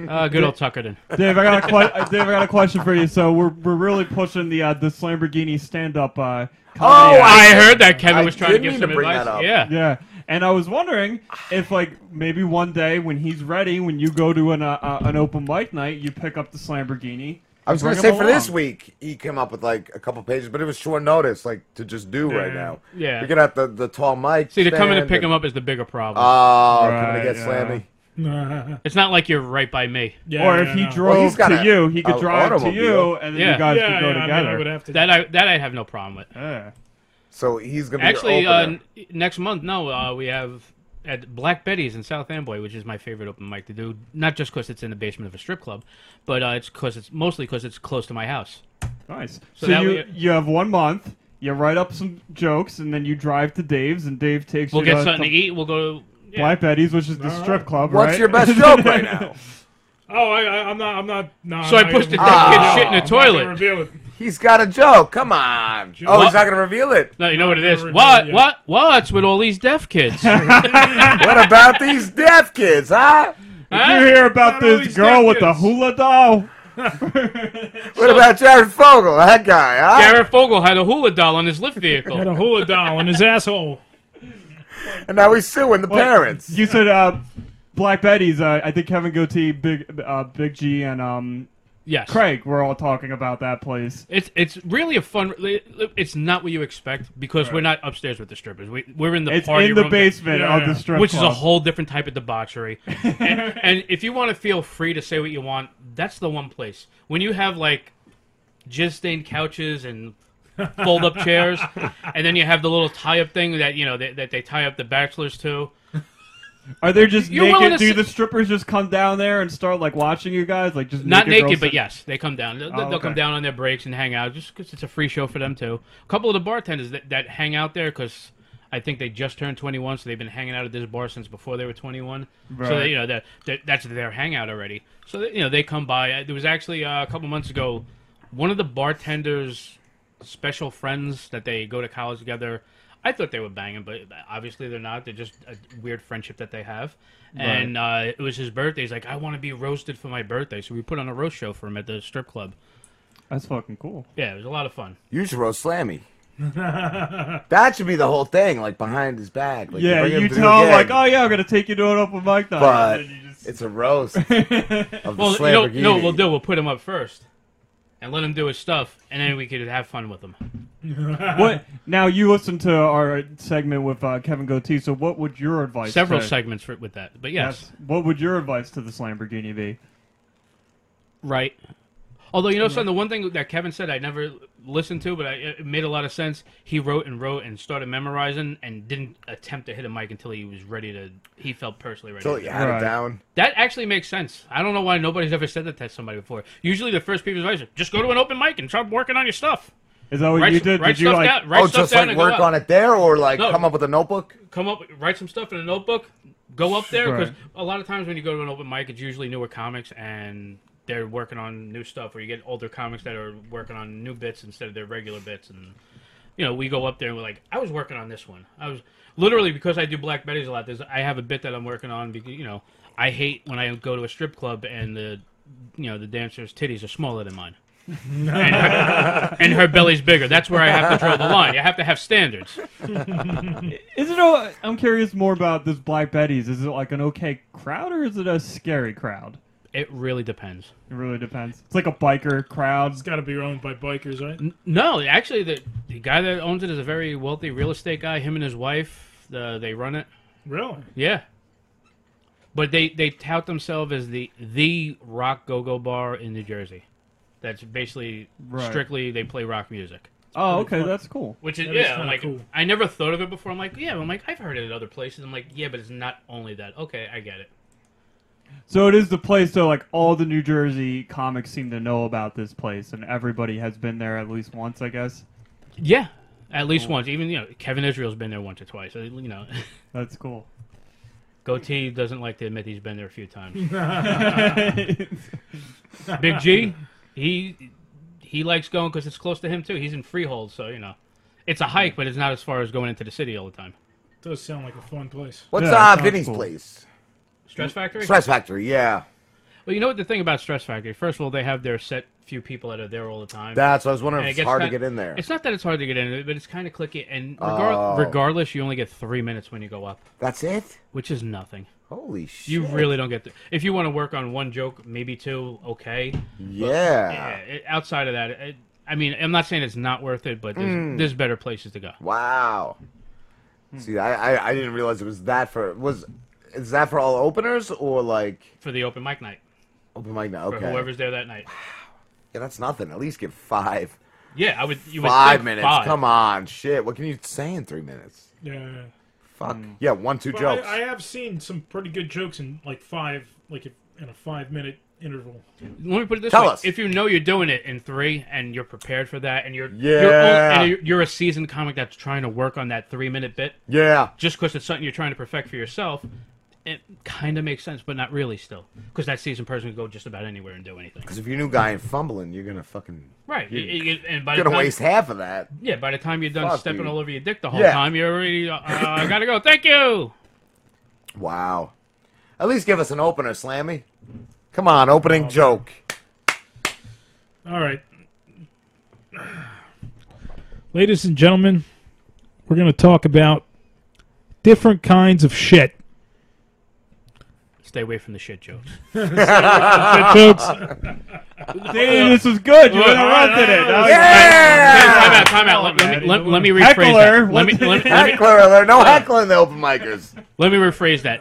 S13: uh, good old Tuckerton
S7: Dave, I got a que-
S13: [LAUGHS]
S7: uh, Dave, I got a question for you. So we're we're really pushing the uh, this Lamborghini stand up. Uh, comedy
S13: I
S7: act.
S13: heard that Kevin I was trying to did give mean some to bring advice. that up. Yeah.
S7: yeah. And I was wondering if, like, maybe one day when he's ready, when you go to an uh, uh, an open mic night, you pick up the Lamborghini
S8: I was
S7: Bring
S8: going to say
S7: him
S8: for this
S7: along.
S8: week, he came up with like a couple pages, but it was short notice, like to just do right
S13: Yeah.
S8: now.
S13: Yeah.
S8: You're going to have the, the tall mic.
S13: See, to come in and
S8: stand
S13: pick him up is the bigger problem.
S8: Oh, coming to Right, get yeah.
S7: [LAUGHS]
S9: slammy.
S13: it's not like you're right by me.
S7: Yeah, Or if yeah, he no. drove Well, he's got to a- you, he could a drive to automobile. you, and then you guys could Yeah, go yeah, I mean, I together. would have to-
S13: That I that I have no problem with.
S8: So he's going to be
S13: Actually,
S8: your
S13: uh,
S8: opener.
S13: n- next month, no, uh, we have at Black Betty's in South Amboy, which is my favorite open mic to do. Not just because it's in the basement of a strip club, but uh, it's because it's mostly because it's close to my house.
S7: Nice. So,
S13: So, that
S7: you
S13: way,
S7: you have one month. You write up some jokes, and then you drive to Dave's, and Dave takes
S13: we'll
S7: you
S13: get
S7: to
S13: something to eat. We'll go. Yeah.
S7: Black Betty's, which is the
S13: All
S7: strip
S13: right.
S7: club.
S13: What's
S7: right? [LAUGHS]
S13: your best joke right now?
S9: Oh, I, I, I'm not. I'm not. No.
S13: So
S9: I'm
S13: I
S9: not
S13: pushed the
S9: gonna
S13: dead kid
S7: Ah.
S9: reveal it.
S13: shit in the
S9: I'm not gonna
S13: toilet.
S9: reveal it.
S8: He's got a joke. Come on. Oh, he's not going to reveal it.
S13: No, you know what it is. What? What? What's with all these deaf
S8: [LAUGHS]
S13: kids?
S8: what about these deaf kids, huh?
S7: Did you hear about this girl with the hula doll?
S8: What about Jared Fogle? That guy, huh?
S13: Garrett Fogel had a hula doll on his lift vehicle.
S9: Had a hula doll on
S7: [LAUGHS]
S9: his asshole.
S8: And now he's suing the
S7: What?
S8: parents.
S7: You said uh, Black Betty's. Uh, I think Kevin Goatee, Big uh, Big G, and um,
S13: Yes.
S7: Craig were all talking about that place.
S13: It's it's really a fun. It's not what you expect because we're not upstairs with the strippers. We we're in the
S7: It's
S13: party
S7: in the
S13: room,
S7: basement of the strip
S13: which is a
S7: club.
S13: whole different type of
S7: [LAUGHS]
S13: debauchery. and, and if you want to feel free to say what you want, that's the one place. When you have like jizz stained couches and fold up
S7: [LAUGHS]
S13: chairs, and then you have the little tie up thing that you know that, that they tie up the bachelors to.
S7: Are they just
S13: You're willing to
S7: naked? Do
S13: sit-
S7: the strippers just come down there and start like watching you guys? Like just
S13: Not
S7: naked,
S13: naked,
S7: girls
S13: but
S7: sit-
S13: yes, they come down. They'll,
S7: Oh,
S13: they'll come
S7: okay.
S13: down on their breaks and hang out, just because it's a free show for them too. A couple of the bartenders that, that hang out there because I think they just turned 21, so they've been hanging out at this bar since before they were 21. So
S7: Right.
S13: they, you know that that- that's their hangout already. So they, you know they come by. Uh, There was actually uh, a couple months ago, one of the bartenders' special friends that they go to college together. I thought they were banging, but obviously they're not. They're just a weird friendship that they have.
S7: Right.
S13: And uh, it was his birthday. He's like, I want to be roasted for my birthday. So we put on a roast show for him at the strip club.
S7: That's fucking cool.
S13: Yeah, it was a lot of fun.
S8: You should roast
S13: [LAUGHS]
S8: Slammy.
S9: [LAUGHS]
S8: that should be the whole thing, like behind his back. Like,
S7: yeah,
S8: bring him
S7: you
S8: to the
S7: tell them like,
S8: gig,
S7: oh yeah, I'm gonna take you to an open mic night.
S8: but it's
S13: [LAUGHS]
S8: a roast of the
S13: well, you know,
S8: Slamborghini.
S13: no, we'll do. We'll put him up first and let him do his stuff, and then we could have fun with him.
S7: [LAUGHS] what? Now you listened to our segment with uh, Kevin Goatee. So what would your advice?
S13: Several
S7: to-
S13: segments for, with that, but yes.
S7: What would your advice to this Lamborghini be?
S13: Right. Although you know, son, the one thing that Kevin said I never listened to, but I, it made a lot of sense. He wrote and wrote and started memorizing and didn't attempt to hit a mic until he was ready to. He felt personally ready.
S8: Till
S13: to
S8: he
S13: do
S8: had it Right. down.
S13: That actually makes sense. I don't know why nobody's ever said that to somebody before. Usually, the first people's advice is just go to an open mic and start working on your stuff.
S7: Is that what
S13: Write
S7: you
S13: some-
S7: did?
S13: write
S7: did you
S13: stuff
S7: like?
S13: down- write
S8: oh,
S13: stuff
S8: just
S13: down
S8: like
S13: and go
S8: work
S13: up.
S8: on it there, or like
S13: No.
S8: come up with a notebook.
S13: Come up, write some stuff in a notebook. Go up there because
S8: Right.
S13: a lot of times when you go to an open mic, it's usually newer comics and they're working on new stuff, or you get older comics that are working on new bits instead of their regular bits. And you know, we go up there and we're like, I was working on this one. I was literally because I do Black Betty's a lot. There's I have a bit that I'm working on because you know I hate when I go to a strip club and the you know the dancer's titties are smaller than mine. and, her, and her belly's bigger. That's where I have to draw the line. You have to have standards.
S7: Is it? A, I'm curious more about this Black Betty's. Is it like an okay crowd or is it a scary crowd?
S13: It really depends.
S7: It really depends. It's like a biker crowd.
S9: It's got to be owned by bikers, right?
S13: No, actually, the, the guy that owns it is a very wealthy real estate guy. Him and his wife, the, they run it.
S9: Really?
S13: Yeah. But they, they tout themselves as the the rock go go bar in New Jersey. That's basically
S7: Right.
S13: strictly they play rock music.
S7: Oh, okay, that's cool.
S13: Which is
S9: That is
S13: yeah,
S9: kinda
S13: like
S9: cool.
S13: I never thought of it before. I'm like, yeah, I'm like I've heard it at other places. I'm like, yeah, but it's not only that. Okay, I get it.
S7: So it is the place though. Like all the New Jersey comics seem to know about this place, and everybody has been there at least once, I guess.
S13: Yeah, at least once. Even you know, Kevin Israel's been there once or twice. So, you know, [LAUGHS]
S7: that's cool.
S13: Goatee doesn't like to admit he's been there a few times. [LAUGHS] Big G, he he likes going because it's close to him too. He's in Freehold, so you know, it's a hike, but it's not as far as going into the city all the time.
S9: Does sound like a fun place.
S8: What's uh, Vinny's place?
S13: Stress Factory.
S8: Stress Factory, yeah.
S13: Well, you know what the thing about Stress Factory? First of all, they have their set few people that are there all the time.
S8: That's what I was wondering
S13: And
S8: if
S13: it
S8: it's
S13: gets
S8: hard to
S13: kinda-
S8: get in there.
S13: It's not that it's hard to get in, but it's kind of clicky. And regar-
S8: Oh.
S13: regardless, you only get three minutes when you go up.
S8: That's it.
S13: Which is nothing.
S8: Holy shit.
S13: You really don't get the. If you want to work on one joke, maybe two, okay. But,
S8: Yeah.
S13: it- outside of that, it, I mean, I'm not saying it's not worth it, but there's,
S8: Mm.
S13: there's better places to go.
S8: Wow. See, I, I I didn't realize it was that for was is that for all openers or like
S13: for the open mic night?
S8: Open mic night.
S13: For
S8: Okay.
S13: whoever's there that night.
S8: Yeah, that's nothing. At least get five.
S13: Yeah, I would. You would
S8: five
S13: think
S8: minutes.
S13: Five.
S8: Come on, shit. What can you say in three minutes?
S9: Yeah.
S8: Fuck.
S13: Hmm.
S8: Yeah, one two
S9: But
S8: jokes.
S9: I, I have seen some pretty good jokes in like five, like if, in a five minute interval.
S13: Let me put it this
S9: Tell
S13: way:
S9: us.
S13: if you know you're doing it in three and you're prepared for that, and you're you're,
S8: Yeah.
S13: and you're, you're a seasoned comic that's trying to work on that three minute bit,
S8: Yeah.
S13: just because it's something you're trying to perfect for yourself, it kind of makes sense, but not really still, because that seasoned person can go just about anywhere and do anything.
S8: Because if you're a new guy and fumbling, you're gonna fucking
S13: Right.
S8: You're
S13: You- you- and by the
S8: gonna
S13: time-
S8: waste half of that.
S13: Yeah, by the time you're done
S8: Fuck,
S13: stepping
S8: dude.
S13: all over your dick the whole
S8: Yeah.
S13: time, you're already. Uh, I gotta go. Thank you.
S8: Wow. At least give us an opener, Slammy. Come on,
S13: Oh,
S8: opening joke.
S9: All right.
S4: Ladies and gentlemen, we're going to talk about different kinds of shit.
S13: Stay away from the shit jokes.
S4: Shit
S7: [LAUGHS]
S4: jokes.
S7: Dude, this was good. You interrupted it. That was-
S13: Time out, time out. Let- Let me- let- let me rephrase
S8: Heckler,
S13: that. Let me- let me- let me-
S8: heckler alert. No heckling the open micers.
S13: Let me rephrase that.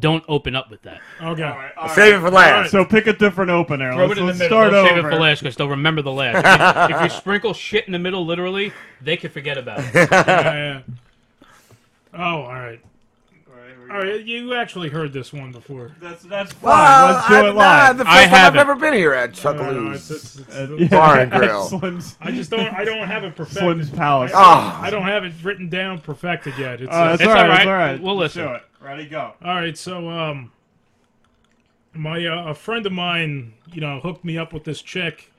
S13: Don't open up with that.
S9: Okay.
S8: Save it for last.
S7: So pick a different opener.
S13: Throw
S7: Let's,
S13: it in the
S7: let's
S13: middle.
S7: start
S13: They'll
S7: over.
S13: Save it for last because they'll remember the last. if, if you sprinkle shit in the middle, literally, they can forget about
S8: [LAUGHS]
S13: it.
S9: yeah, yeah. Oh, all right. All right, you actually heard this one before.
S7: That's that's fine.
S8: Well, Let's do I'm it live. not- the first time I've ever been here at
S9: Uh,
S8: Chuckaloo's Bar
S9: [LAUGHS]
S8: and Grill.
S7: Slim's-
S9: I just don't. I don't [LAUGHS] have it perfected.
S7: Slim's Palace.
S8: Ah.
S9: I, I don't have it written down perfected yet. It's,
S7: Oh, that's
S9: Uh, it's
S7: all right,
S9: all
S7: that's all right.
S9: We'll
S7: Let's
S9: listen.
S7: do it. Ready, go.
S9: All right. So, um, my uh, a friend of mine, you know, hooked me up with this chick,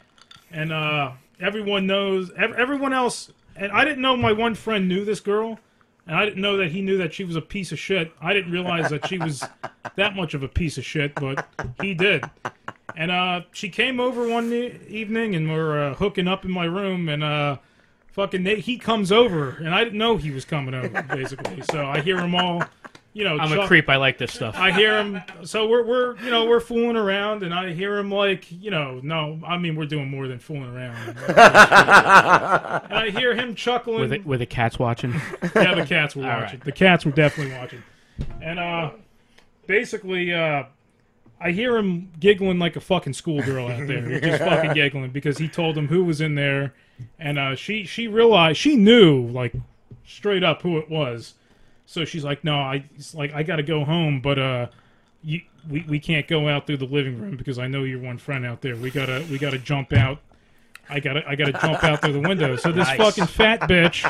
S9: and uh, everyone knows. Ev- everyone else, and I didn't know my one friend knew this girl, and I didn't know that he knew that she was a piece of shit. I didn't realize that she was that much of a piece of shit, but he did. And uh, she came over one e- evening, and we're uh, hooking up in my room, and uh, fucking they, he comes over, and I didn't know he was coming over, basically. So I hear him all, you know.
S13: I'm a
S9: chuck-
S13: creep. I like this stuff.
S9: I hear him. So we're we're you know we're fooling around, and I hear him like you know no, I mean we're doing more than fooling around. and I hear him chuckling.
S13: With the, with the cats watching.
S9: [LAUGHS] yeah, the cats were
S13: All right.
S9: watching. The cats were definitely watching. And uh, basically, uh, I hear him giggling like a fucking schoolgirl out there, He's just
S13: [LAUGHS]
S9: fucking giggling because he told him who was in there, and uh, she she realized she knew like straight up who it was. So she's like, "No, I it's like I got to go home, but uh, you, we we can't go out through the living room because I know your one friend out there. We gotta we gotta jump out. I gotta I gotta jump out through the window. So this
S13: Nice.
S9: fucking fat bitch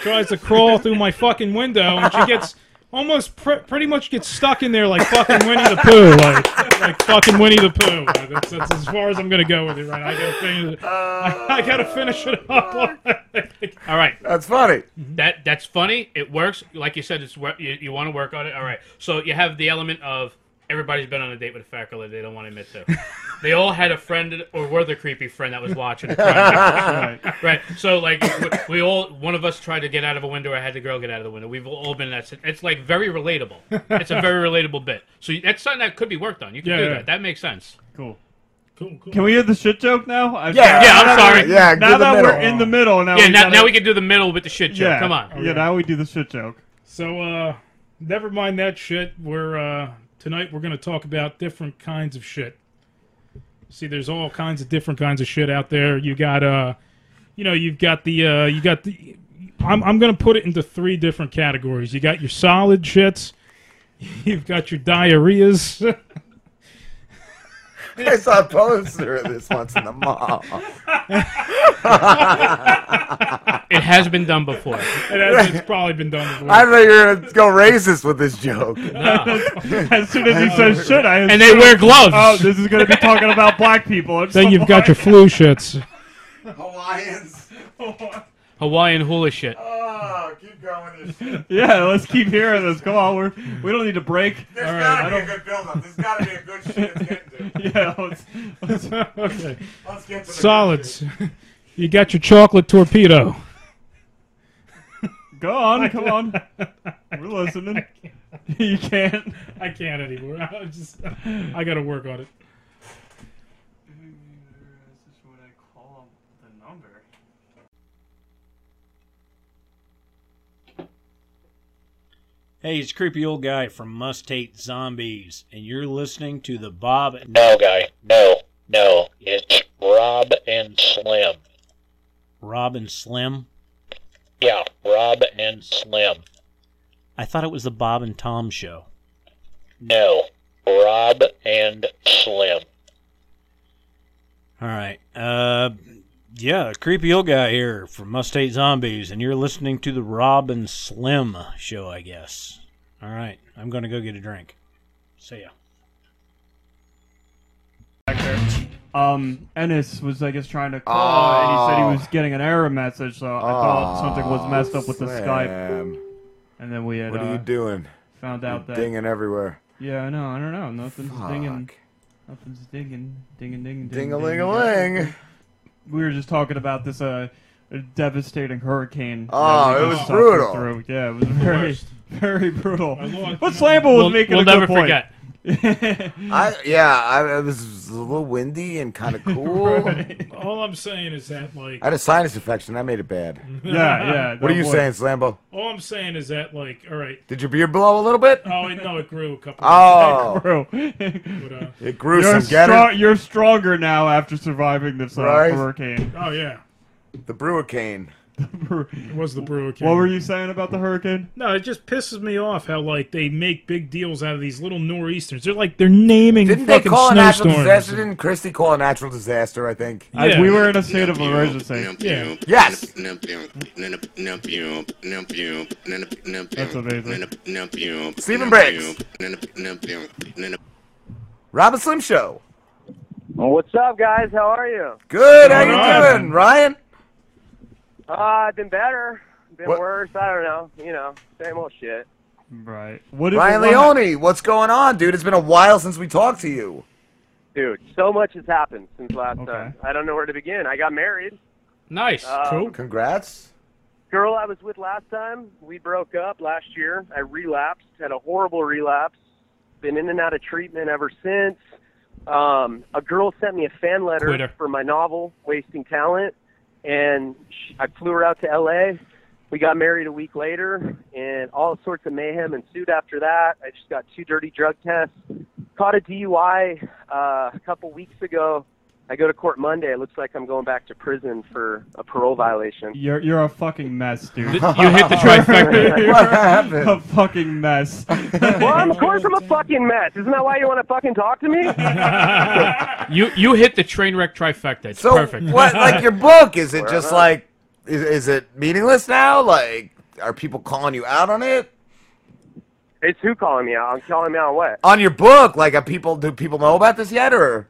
S9: tries to crawl through my fucking window, and she gets almost pr- pretty much gets stuck in there like fucking Winnie the Pooh, like like fucking Winnie the Pooh. That's, that's as far as I'm gonna go with it. Right? I gotta finish it. I, I gotta finish it up.
S13: [LAUGHS] All right.
S8: That's funny.
S13: That that's funny. It works. Like you said, it's wor- you, you want to work on it. All right. So you have the element of everybody's been on a date with a fat girl that they don't want to admit
S7: [LAUGHS]
S13: to. they all had a friend or were the creepy friend that was
S7: [LAUGHS]
S13: watching. and crying. right. So like we, we all one of us tried to get out of a window. I had the girl get out of the window. We've all been in that. sit- It's like very relatable. It's a very relatable bit. So that's something that could be worked on. You can
S7: Yeah,
S13: do
S7: yeah.
S13: that. That makes sense.
S7: Cool.
S9: Cool. Cool.
S7: Can we hear the shit joke now? [LAUGHS] I'm
S13: Yeah, yeah, I'm
S7: now that
S13: sorry.
S7: we're-
S13: Yeah, do
S7: Now
S13: the
S7: that we're
S13: middle.
S7: in the middle, now
S13: yeah.
S7: we
S13: now,
S7: gotta-
S13: now we can do the middle with the
S7: [LAUGHS]
S13: shit joke.
S7: Yeah.
S13: Come on.
S7: Yeah, now we do the shit
S9: [LAUGHS]
S7: joke.
S9: So uh never mind that shit. We're uh tonight we're gonna talk about different kinds of shit. See, there's all kinds of different kinds of shit out there. You got uh you know, you've got the uh you got the I'm I'm gonna put it into three different categories. You got your solid shits, [LAUGHS] you've got your diarrheas. [LAUGHS]
S8: [LAUGHS] I saw a poster of this once in the mall.
S13: It has been done before. It
S9: has- it's probably
S13: [LAUGHS]
S9: been done before.
S8: I thought you were gonna go racist with this joke.
S9: Oh,
S7: [LAUGHS] as soon as he
S9: [LAUGHS]
S7: says shit, I
S9: And they
S7: assume,
S9: wear gloves.
S7: [LAUGHS] Oh, this is going to be talking about black people. It's
S9: [LAUGHS] then
S7: so
S9: you've got your
S7: like- [LAUGHS]
S9: flu shits.
S8: Hawaiians.
S13: Hawaiian hula shit.
S8: Oh, keep
S7: [LAUGHS]
S8: going with your shit.
S7: Yeah, let's keep hearing this. Come on, we're we don't need a break.
S8: There's
S7: All right,
S8: gotta
S7: I
S8: be a
S7: don't-
S8: good build-up. There's gotta be a good shit to get
S7: [LAUGHS]
S8: to.
S7: yeah, let's, let's,
S9: okay.
S8: Let's get to the
S9: Solids. You got your chocolate torpedo. [LAUGHS]
S7: Go on, come on. We're listening. you can't.
S9: I can't anymore. [LAUGHS] I just, I gotta work on it.
S24: Hey, it's creepy old guy from Must Hate Zombies, and you're listening to the Bob.
S4: No, guy. No. No. It's Rob and Slim.
S24: Rob and Slim.
S4: Yeah, Rob and Slim.
S24: I thought it was the Bob and Tom show.
S4: No. Rob and Slim.
S24: All right. Uh, yeah, creepy old guy here from Must Hate Zombies, and you're listening to the Rob and Slim show, I guess. All right, I'm gonna go get a drink. See ya.
S7: Um, Ennis was, I guess, trying to call, and he said he was getting an error message, so I thought something was messed up with the
S8: Oh,
S7: Skype. And then we had.
S8: What are you
S7: uh,
S8: doing?
S7: Found out that.
S8: Dinging
S7: [GASPS]
S8: everywhere.
S7: Yeah, I know. I don't know. Nothing's dinging. Nothing's dinging. Dinging, dinging, ding
S8: Ding-a-ling-a-ling.
S7: We were just talking about this uh, devastating hurricane.
S8: Oh,
S7: that we
S8: it was
S7: just suffered
S8: brutal.
S7: Through. Yeah, it was very, very brutal. But Slamble was
S13: We'll-
S7: making
S13: we'll
S7: a good
S13: never
S7: point.
S13: forget.
S8: I yeah, I, it was a little windy
S7: [LAUGHS]
S8: and kind of cool.
S9: All I'm saying is that, like,
S8: I had a sinus infection. That made it
S7: [LAUGHS]
S8: bad. [LAUGHS]
S9: Yeah, yeah,
S8: What are
S9: that
S8: you
S9: was-
S8: saying, Slambo?
S9: all I'm saying is that, like, all right.
S8: Did your beer blow a little bit?
S9: Oh, it, no, it grew a couple.
S8: [LAUGHS] Oh.
S9: [LAUGHS] It grew. uh,
S8: It grew
S7: you're
S8: some. Get
S7: strong-
S8: it?
S7: You're stronger now after surviving this uh,
S8: Right.
S7: hurricane.
S9: Oh yeah.
S8: The brewercane.
S9: It was the brewer.
S7: What were you saying about the hurricane?
S9: No, it just pisses me off how like they make big deals out of these little nor'easters. They're like they're naming
S8: Didn't they
S9: fucking
S8: call a natural
S9: snowstorms.
S8: disaster? Didn't Christy call a natural disaster? I think.
S7: I- we were in a state of emergency.
S9: Yeah.
S8: Yes.
S7: That's amazing.
S8: Stephen Briggs. Robin Slim Show.
S3: Well, what's up, guys? How are you?
S8: Good. How
S3: Going
S8: you
S3: on?
S8: doing, Ryan?
S3: Uh, I've been better, been
S8: What-
S3: worse. I don't know. You know, same old shit.
S7: Right. What is
S8: Ryan
S7: it- what-
S8: Leone, what's going on, dude? It's been a while since we talked to you.
S3: Dude, so much has happened since last time. I don't know where to begin. I got married.
S13: Nice.
S3: Um,
S8: cool. Congrats.
S3: Girl I was with last time, we broke up last year. I relapsed, had a horrible relapse. Been in and out of treatment ever since. Um, a girl sent me a fan letter
S13: Quitter.
S3: for my novel, Wasting Talent, and she, I flew her out to L.A. We got married a week later, and all sorts of mayhem ensued after that. I just got two dirty drug tests, caught a DUI uh, a couple weeks ago. I go to court Monday. It looks like I'm going back to prison for a parole violation.
S7: You're you're a fucking mess, dude.
S3: You hit
S7: [LAUGHS]
S3: the trifecta.
S7: You're
S3: What happened?
S7: A
S3: [LAUGHS]
S7: fucking mess.
S3: well, I'm, of course I'm a fucking mess. Isn't that why you want to fucking talk to me? Uh,
S13: You you hit the train wreck trifecta. It's
S3: So,
S13: perfect.
S7: [LAUGHS]
S8: What, like your book? Is it
S3: Well,
S8: just
S3: uh,
S8: like, is, is it meaningless now? Like, are people calling you out on it?
S3: it's who calling me out? I'm calling me out on what?
S8: On your book, like, are people do people know about this yet, or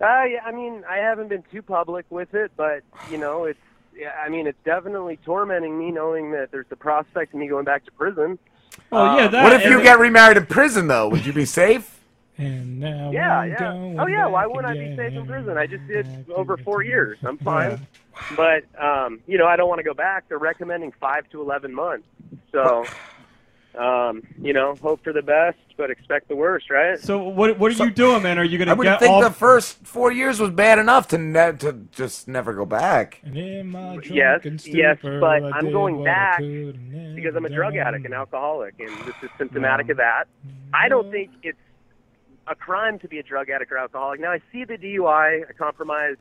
S3: Uh, yeah, I mean, I haven't been too public with it, but you know, it's. Yeah, I mean, it's definitely tormenting me knowing that there's the prospect of me going back to prison.
S8: Oh,
S3: Um,
S7: Well,
S3: Uh,
S7: yeah, that-
S8: what if
S7: and
S8: you
S7: it-
S8: get remarried in prison though? Would you be safe?
S9: And now
S3: Yeah, yeah. Oh, yeah. Why wouldn't I be safe in prison? I just did over four years. I'm fine. But um, you know, I don't want to go back. They're recommending five to eleven months. So, um, you know, hope for the best, but expect the worst, right?
S7: So what what are you doing, man? Are you
S8: I
S7: gonna
S8: would
S7: get
S8: think
S7: off?
S8: the first four years was bad enough to ne- to just never go back.
S3: Yes, yes, but
S8: I
S3: I'm
S8: did
S3: going
S8: what I
S3: back because I'm a drug addict and alcoholic, and this is symptomatic of that. I don't think it's a crime to be a drug addict or alcoholic. Now I see the DUI, I compromise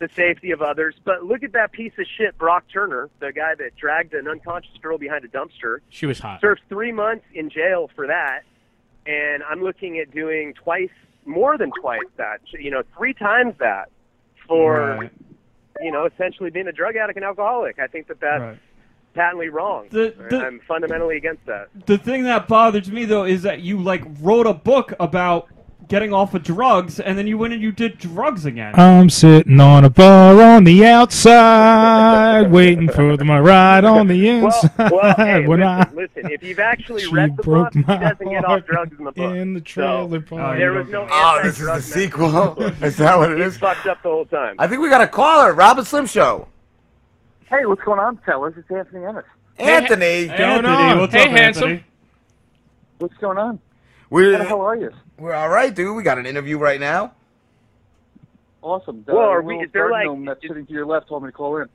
S3: the safety of others, but look at that piece of shit, Brock Turner, the guy that dragged an unconscious girl behind a dumpster.
S13: She was hot.
S3: Served three months in jail for that, and I'm looking at doing twice, more than twice that, you know, three times that for
S7: Right.
S3: you know, essentially being a drug addict and alcoholic. I think that that's
S7: Right.
S3: patently wrong.
S7: The- the-
S3: I'm fundamentally against that.
S7: The thing that bothers me though is that you like wrote a book about getting off of drugs, and then you went and you did drugs again.
S9: I'm sitting on a bar on the outside, waiting for my ride on the inside.
S3: Well, hey,
S9: when I
S3: listen, listen, if you've actually read the book,
S9: broke
S3: he
S9: my
S3: doesn't get off drugs in the book.
S9: in the trailer park.
S3: there was no
S8: Oh, this is the sequel. [LAUGHS] is that what it is?
S3: fucked up the whole time.
S8: I think we got a caller, Robin Slim Show.
S25: Hey, what's going on, fellas? It's Anthony Ennis.
S8: Anthony,
S7: Anthony, what's up, Anthony?
S15: What's going on?
S8: We're,
S15: How the hell are you?
S8: We're all right, dude. We got an interview right now.
S15: Awesome.
S3: Well, are we-
S15: little
S3: is there,
S15: garden
S3: like-
S15: gnome that's sitting to your left told me to call in.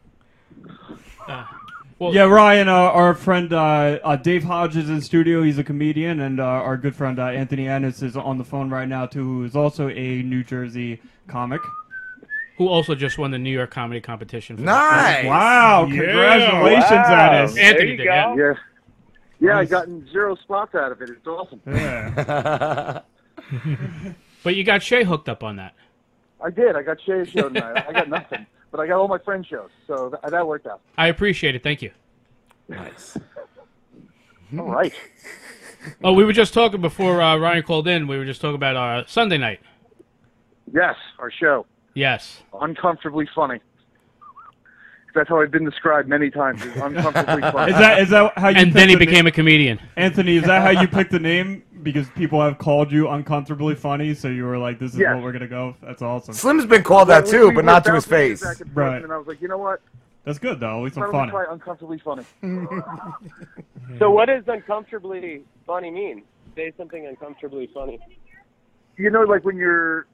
S7: Ah. yeah, Ryan, uh, our friend uh, uh, Dave Hodge is in studio. He's a comedian, and uh, our good friend uh, Anthony Ennis is on the phone right now too, who is also a New Jersey comic.
S13: Who also just won the New York Comedy Competition. for the-
S7: Nice. Wow, congratulations, Wow. Addis. There
S13: Anthony
S7: you
S13: did,
S15: go.
S13: yeah.
S15: Yeah. Yeah,
S13: Nice.
S15: I gotten zero spots out of it. It's awesome.
S13: [LAUGHS] But you got Shay hooked up on that.
S15: I did. I got Shay's show tonight. I got nothing, but I got all my friend shows, so th- that worked out.
S13: I appreciate it. Thank you.
S15: Nice. All right.
S13: Oh, we were just talking before uh, Ryan called in. We were just talking about our Sunday night.
S15: Yes, our show.
S13: Yes.
S15: Uncomfortably funny. That's how I've been described many times. is uncomfortably funny.
S7: Is that is that how you?
S15: And
S7: picked
S15: then he
S7: the name-
S15: became
S13: a comedian.
S7: Anthony, is that how you picked the name? Because people have called you uncomfortably funny, so you were like, "This is
S15: Yes.
S7: what we're gonna go." with? That's awesome.
S8: Slim's been called that too, but not to his face.
S7: Right.
S15: And I was like, you know what?
S7: That's good though. At least
S15: Why
S7: I'm
S15: don't we
S7: funny.
S15: try uncomfortably funny?
S8: [LAUGHS]
S3: So what does uncomfortably funny mean? Say something uncomfortably funny.
S15: you know, like when you're,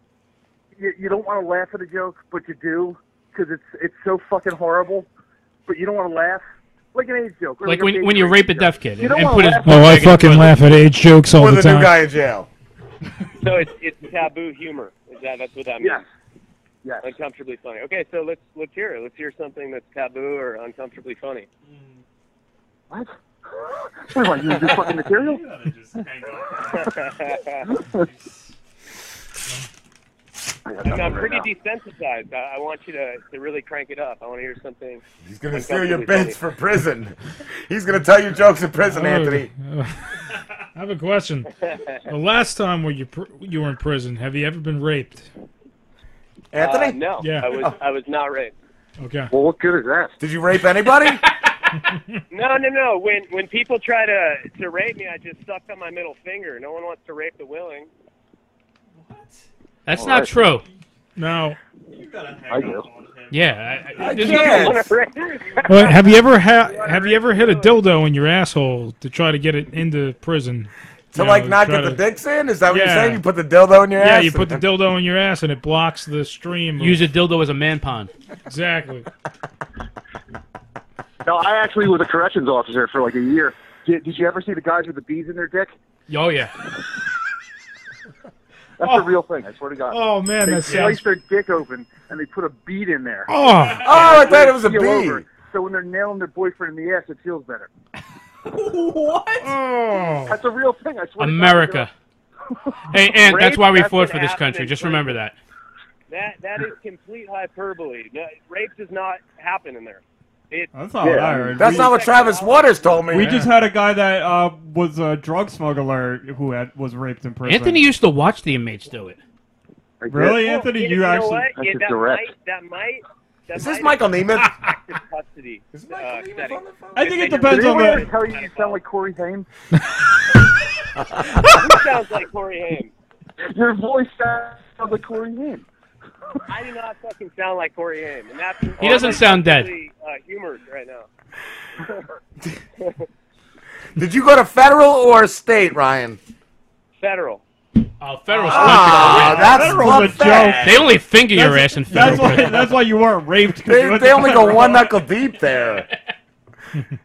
S15: you, you don't want to laugh at a joke, but you do because it's it's so fucking horrible. But you don't want to laugh, like an AIDS joke. or
S13: Like
S15: a
S13: when
S15: gay
S13: when you
S15: joke.
S13: rape a deaf kid
S15: You
S13: and,
S15: don't
S13: and
S15: wanna
S13: put his
S15: laugh
S13: butt
S15: at
S4: Oh, I
S13: back in the
S4: fucking
S13: toilet.
S4: laugh at age jokes all
S13: We're
S4: the
S13: the new
S4: time.
S13: guy
S8: in jail.
S3: [LAUGHS] So it's it's taboo humor. Is that that's what that means? Yes.
S15: Yes.
S3: Uncomfortably funny. Okay, so let's let's hear it. Let's hear something that's taboo or uncomfortably funny.
S15: What? [LAUGHS] What do I use this fucking
S4: [LAUGHS]
S15: material?
S3: [LAUGHS] I'm, I'm pretty desensitized. I, I want you to, to really crank it up. I want to hear something.
S8: He's gonna steal your
S3: uncomfortably
S8: bits for prison. He's gonna tell you jokes in prison,
S9: Oh,
S8: Anthony.
S9: uh, I have a question. The last time where you pr- you were in prison, have you ever been raped?
S3: funny. Uh, no,
S9: Yeah.
S3: I was I was not raped.
S9: Okay.
S15: Well, what good is that?
S8: Did you rape anybody? [LAUGHS]
S3: No, no, no. When when people try to to rape me, I just suck on my middle finger. No one wants to rape the willing.
S13: That's
S3: All
S13: not
S3: right.
S13: true.
S9: No.
S15: I do.
S13: [LAUGHS] Yeah. I, I,
S15: I
S13: there's
S15: can't.
S13: no-
S9: Well, have you ever ha- have you ever hit a dildo in your asshole to try to get it into prison?
S8: To
S9: You
S8: like
S9: know,
S8: not
S9: try
S8: get the
S9: to-
S8: dicks in? Is that what you're
S9: Yeah.
S8: saying? You put the dildo in your
S9: yeah,
S8: ass?
S9: you put the dildo in your ass and it blocks the stream.
S13: Use a dildo as a man pond.
S9: Exactly.
S15: [LAUGHS] No, I actually was a corrections officer for like a year. Did, did you ever see the guys with the bees in their dick?
S13: Oh yeah.
S15: That's a real thing. I swear to God.
S9: Oh, man,
S15: they
S9: that
S15: slice
S9: sounds-
S15: their dick open and they put a bead in there.
S9: Oh. Oh, I
S15: They
S9: thought it was a
S15: seal
S9: bee.
S15: over. So when they're nailing their boyfriend in the ass, it feels better.
S9: what? Oh.
S15: That's a real thing. I swear.
S13: America. Hey, and
S15: Rape,
S13: that's why we
S15: that's
S13: fought
S15: what
S13: for this country.
S15: happened
S13: Just
S15: in
S13: remember that.
S3: That that is complete hyperbole. No, rape does not happen in there. It,
S7: That's not what I heard.
S8: That's
S7: We-
S8: not what Travis Waters told me.
S7: We just had a guy that uh, was a drug smuggler who had was raped in prison.
S13: Anthony used to watch the inmates do it.
S7: Really, Anthony?
S3: Yeah,
S7: You
S3: know
S7: actually?
S3: what? Yeah, that might. That might. That
S8: Is
S3: might
S8: this Michael Neiman?
S3: active custody. Is Michael
S15: Uh,
S3: Neiman on the phone?
S7: I think it
S15: Did
S7: depends on
S15: anyone ever
S7: the.
S15: tell you you sound
S3: [LAUGHS]
S15: like Corey Haim?
S3: Who sounds like Corey Haim?
S15: Your voice sounds like Corey Haim.
S3: I do not fucking sound like Corey Haim, and that's
S13: He doesn't sound dead.
S3: really, Uh, humored right now. [LAUGHS]
S8: Did you go to federal or state, Ryan?
S3: federal.
S13: Oh, federal.
S8: Ah, that's not fair.
S13: They only finger your
S8: That's-
S13: ass in federal.
S8: that's why-
S13: prison.
S8: that's
S7: why you weren't raped.
S8: They, they only go one knuckle deep there.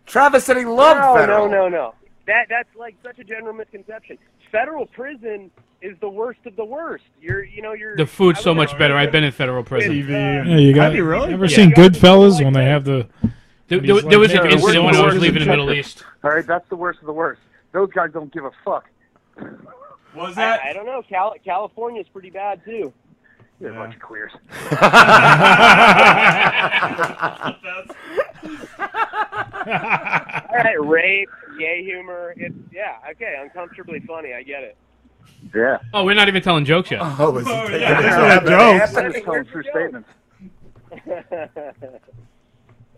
S8: Travis said he loved
S3: no,
S8: federal.
S3: No, no, no. That that's like such a general misconception. Federal prison is the worst of the worst. You're, you know, you're
S13: The food's so much better. I've been in federal prison.
S9: Yeah, you got. Ever seen Goodfellas when they have the?
S13: There-
S9: these,
S13: there- there was an
S9: makeup
S13: incident when I was
S9: scenes?
S13: leaving the Middle East.
S15: All right, that's the worst of the worst. Those guys don't give a fuck.
S7: Was
S3: that? I, I don't know. Cal- California's pretty bad too.
S15: They're a bunch
S3: [LAUGHS]
S15: of queers.
S3: All right, rape, gay humor. It's yeah, okay, uncomfortably funny. I get it.
S15: Yeah.
S13: Oh, we're not even telling jokes yet.
S8: Oh,
S3: [LAUGHS]
S8: listen,
S13: oh,
S15: They're just telling true statements.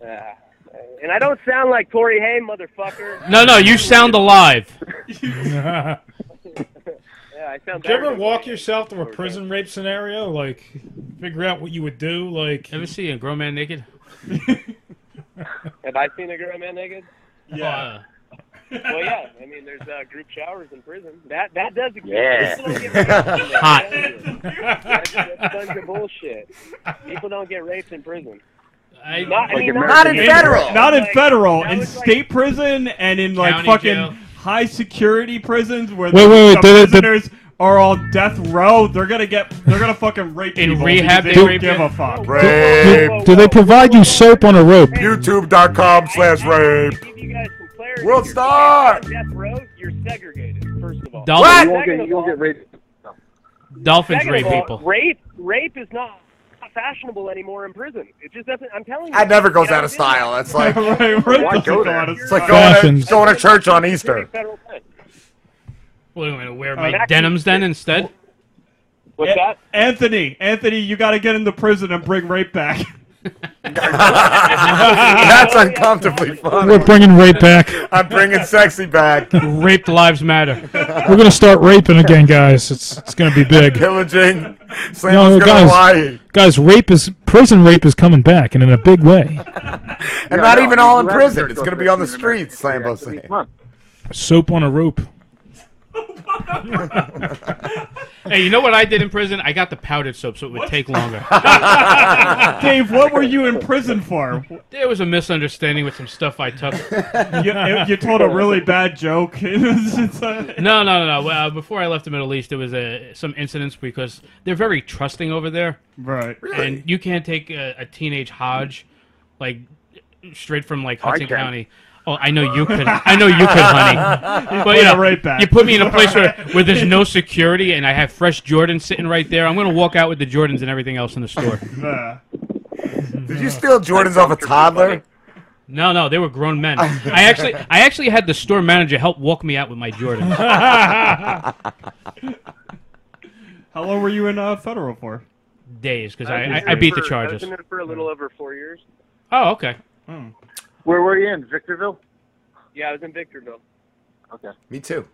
S3: Yeah. And I don't sound like Corey Haim, motherfucker.
S13: No, no, you sound [LAUGHS] alive.
S9: yeah,
S3: I sound.
S9: Did you
S3: better
S9: ever
S3: than
S9: walk yourself through a prison rape scenario? Like, figure out what you would do? Like,
S13: ever see a grown man naked?
S3: Have I seen a grown man naked?
S13: Yeah.
S3: well, yeah. I mean, there's uh, group showers in prison. That that does exist.
S11: Yeah.
S3: People don't get raped
S13: [LAUGHS]
S3: in there.
S11: Hot.
S3: That's, that's a bunch of bullshit. People don't get raped in prison.
S13: I,
S3: not, I mean,
S7: Not in
S3: Like,
S7: federal.
S3: that
S7: In
S3: was like-
S7: state prison and in like
S13: County
S7: fucking
S13: jail.
S7: high security prisons where
S9: Wait,
S7: the,
S9: wait, wait,
S7: the
S9: did it- did-
S7: prisoners are all death row. They're gonna get. They're gonna fucking rape
S13: In
S7: people
S13: rehab,
S7: because
S13: they
S7: they
S13: rape
S7: don't give
S13: you?
S7: a fuck.
S9: Do, do they provide you soap on a rope?
S8: YouTube.com slash rape. World star.
S13: Dolphin-
S3: What?
S13: You won't get- you
S3: get
S26: raped.
S13: Dolphins
S3: Second
S13: rape
S3: of all,
S13: people.
S3: Rape, rape is not fashionable anymore in prison. It just doesn't. I'm telling you,
S8: That never goes
S3: Get
S8: out of style. That's like,
S7: right,
S8: why go there?
S3: out of
S8: It's like
S3: style.
S8: going to, going to church
S4: [LAUGHS]
S8: on Easter.
S13: Well, I'm gonna wear
S7: Uh,
S13: my denims then instead.
S3: What's that?
S7: Anthony, Anthony, you got to get into prison and bring rape back. [LAUGHS]
S8: That's
S9: [LAUGHS]
S8: [LAUGHS] uncomfortably funny.
S9: We're bringing rape back.
S8: I'm bringing sexy back.
S13: Raped lives matter.
S9: We're gonna start raping again, guys. It's it's gonna be big.
S8: Pillaging. Slam's
S9: No,
S8: going to
S9: guys,
S8: Hawaii.
S9: guys, rape is prison rape is coming back and in a big way.
S8: And not even all in prison. It's going to be on the streets, Slambo saying.
S9: Soap on a rope.
S13: Hey, you know what I did in prison? I got the powdered soap, so it would take longer.
S7: Dave, what were you in prison for?
S13: There was a misunderstanding with some stuff I took.
S7: [LAUGHS] You, you told a really bad joke. [LAUGHS] It was- it's uh, a-
S13: No, no, no, no. Well, before I left the Middle East, there was uh some incidents because they're very trusting over there.
S7: Right.
S13: And you can't take a, a teenage Hodge, like straight from like
S7: I
S13: Hudson
S7: can.
S13: County. Oh, I know you could. I know you could, honey.
S7: You
S13: But
S7: [LAUGHS] put
S13: you, know,
S7: it right back.
S13: you put me in a place
S7: [LAUGHS]
S13: where, where there's no security, and I have fresh Jordans sitting right there. I'm gonna walk out with the Jordans and everything else in the store.
S8: Did you steal Jordan's off a toddler?
S13: No, no, they were grown men. I actually, I actually had the store manager help walk me out with
S7: [LAUGHS]
S13: my Jordans.
S7: How long were you in uh, federal for?
S13: Days, because
S26: I
S13: I,
S26: was
S13: I,
S26: in
S13: I
S26: there
S13: beat the
S26: for- I was
S13: charges.
S26: in there for a little over four years.
S13: Oh, okay.
S26: Where were you in Victorville?
S3: Yeah, I was in Victorville.
S26: Okay.
S8: Me too.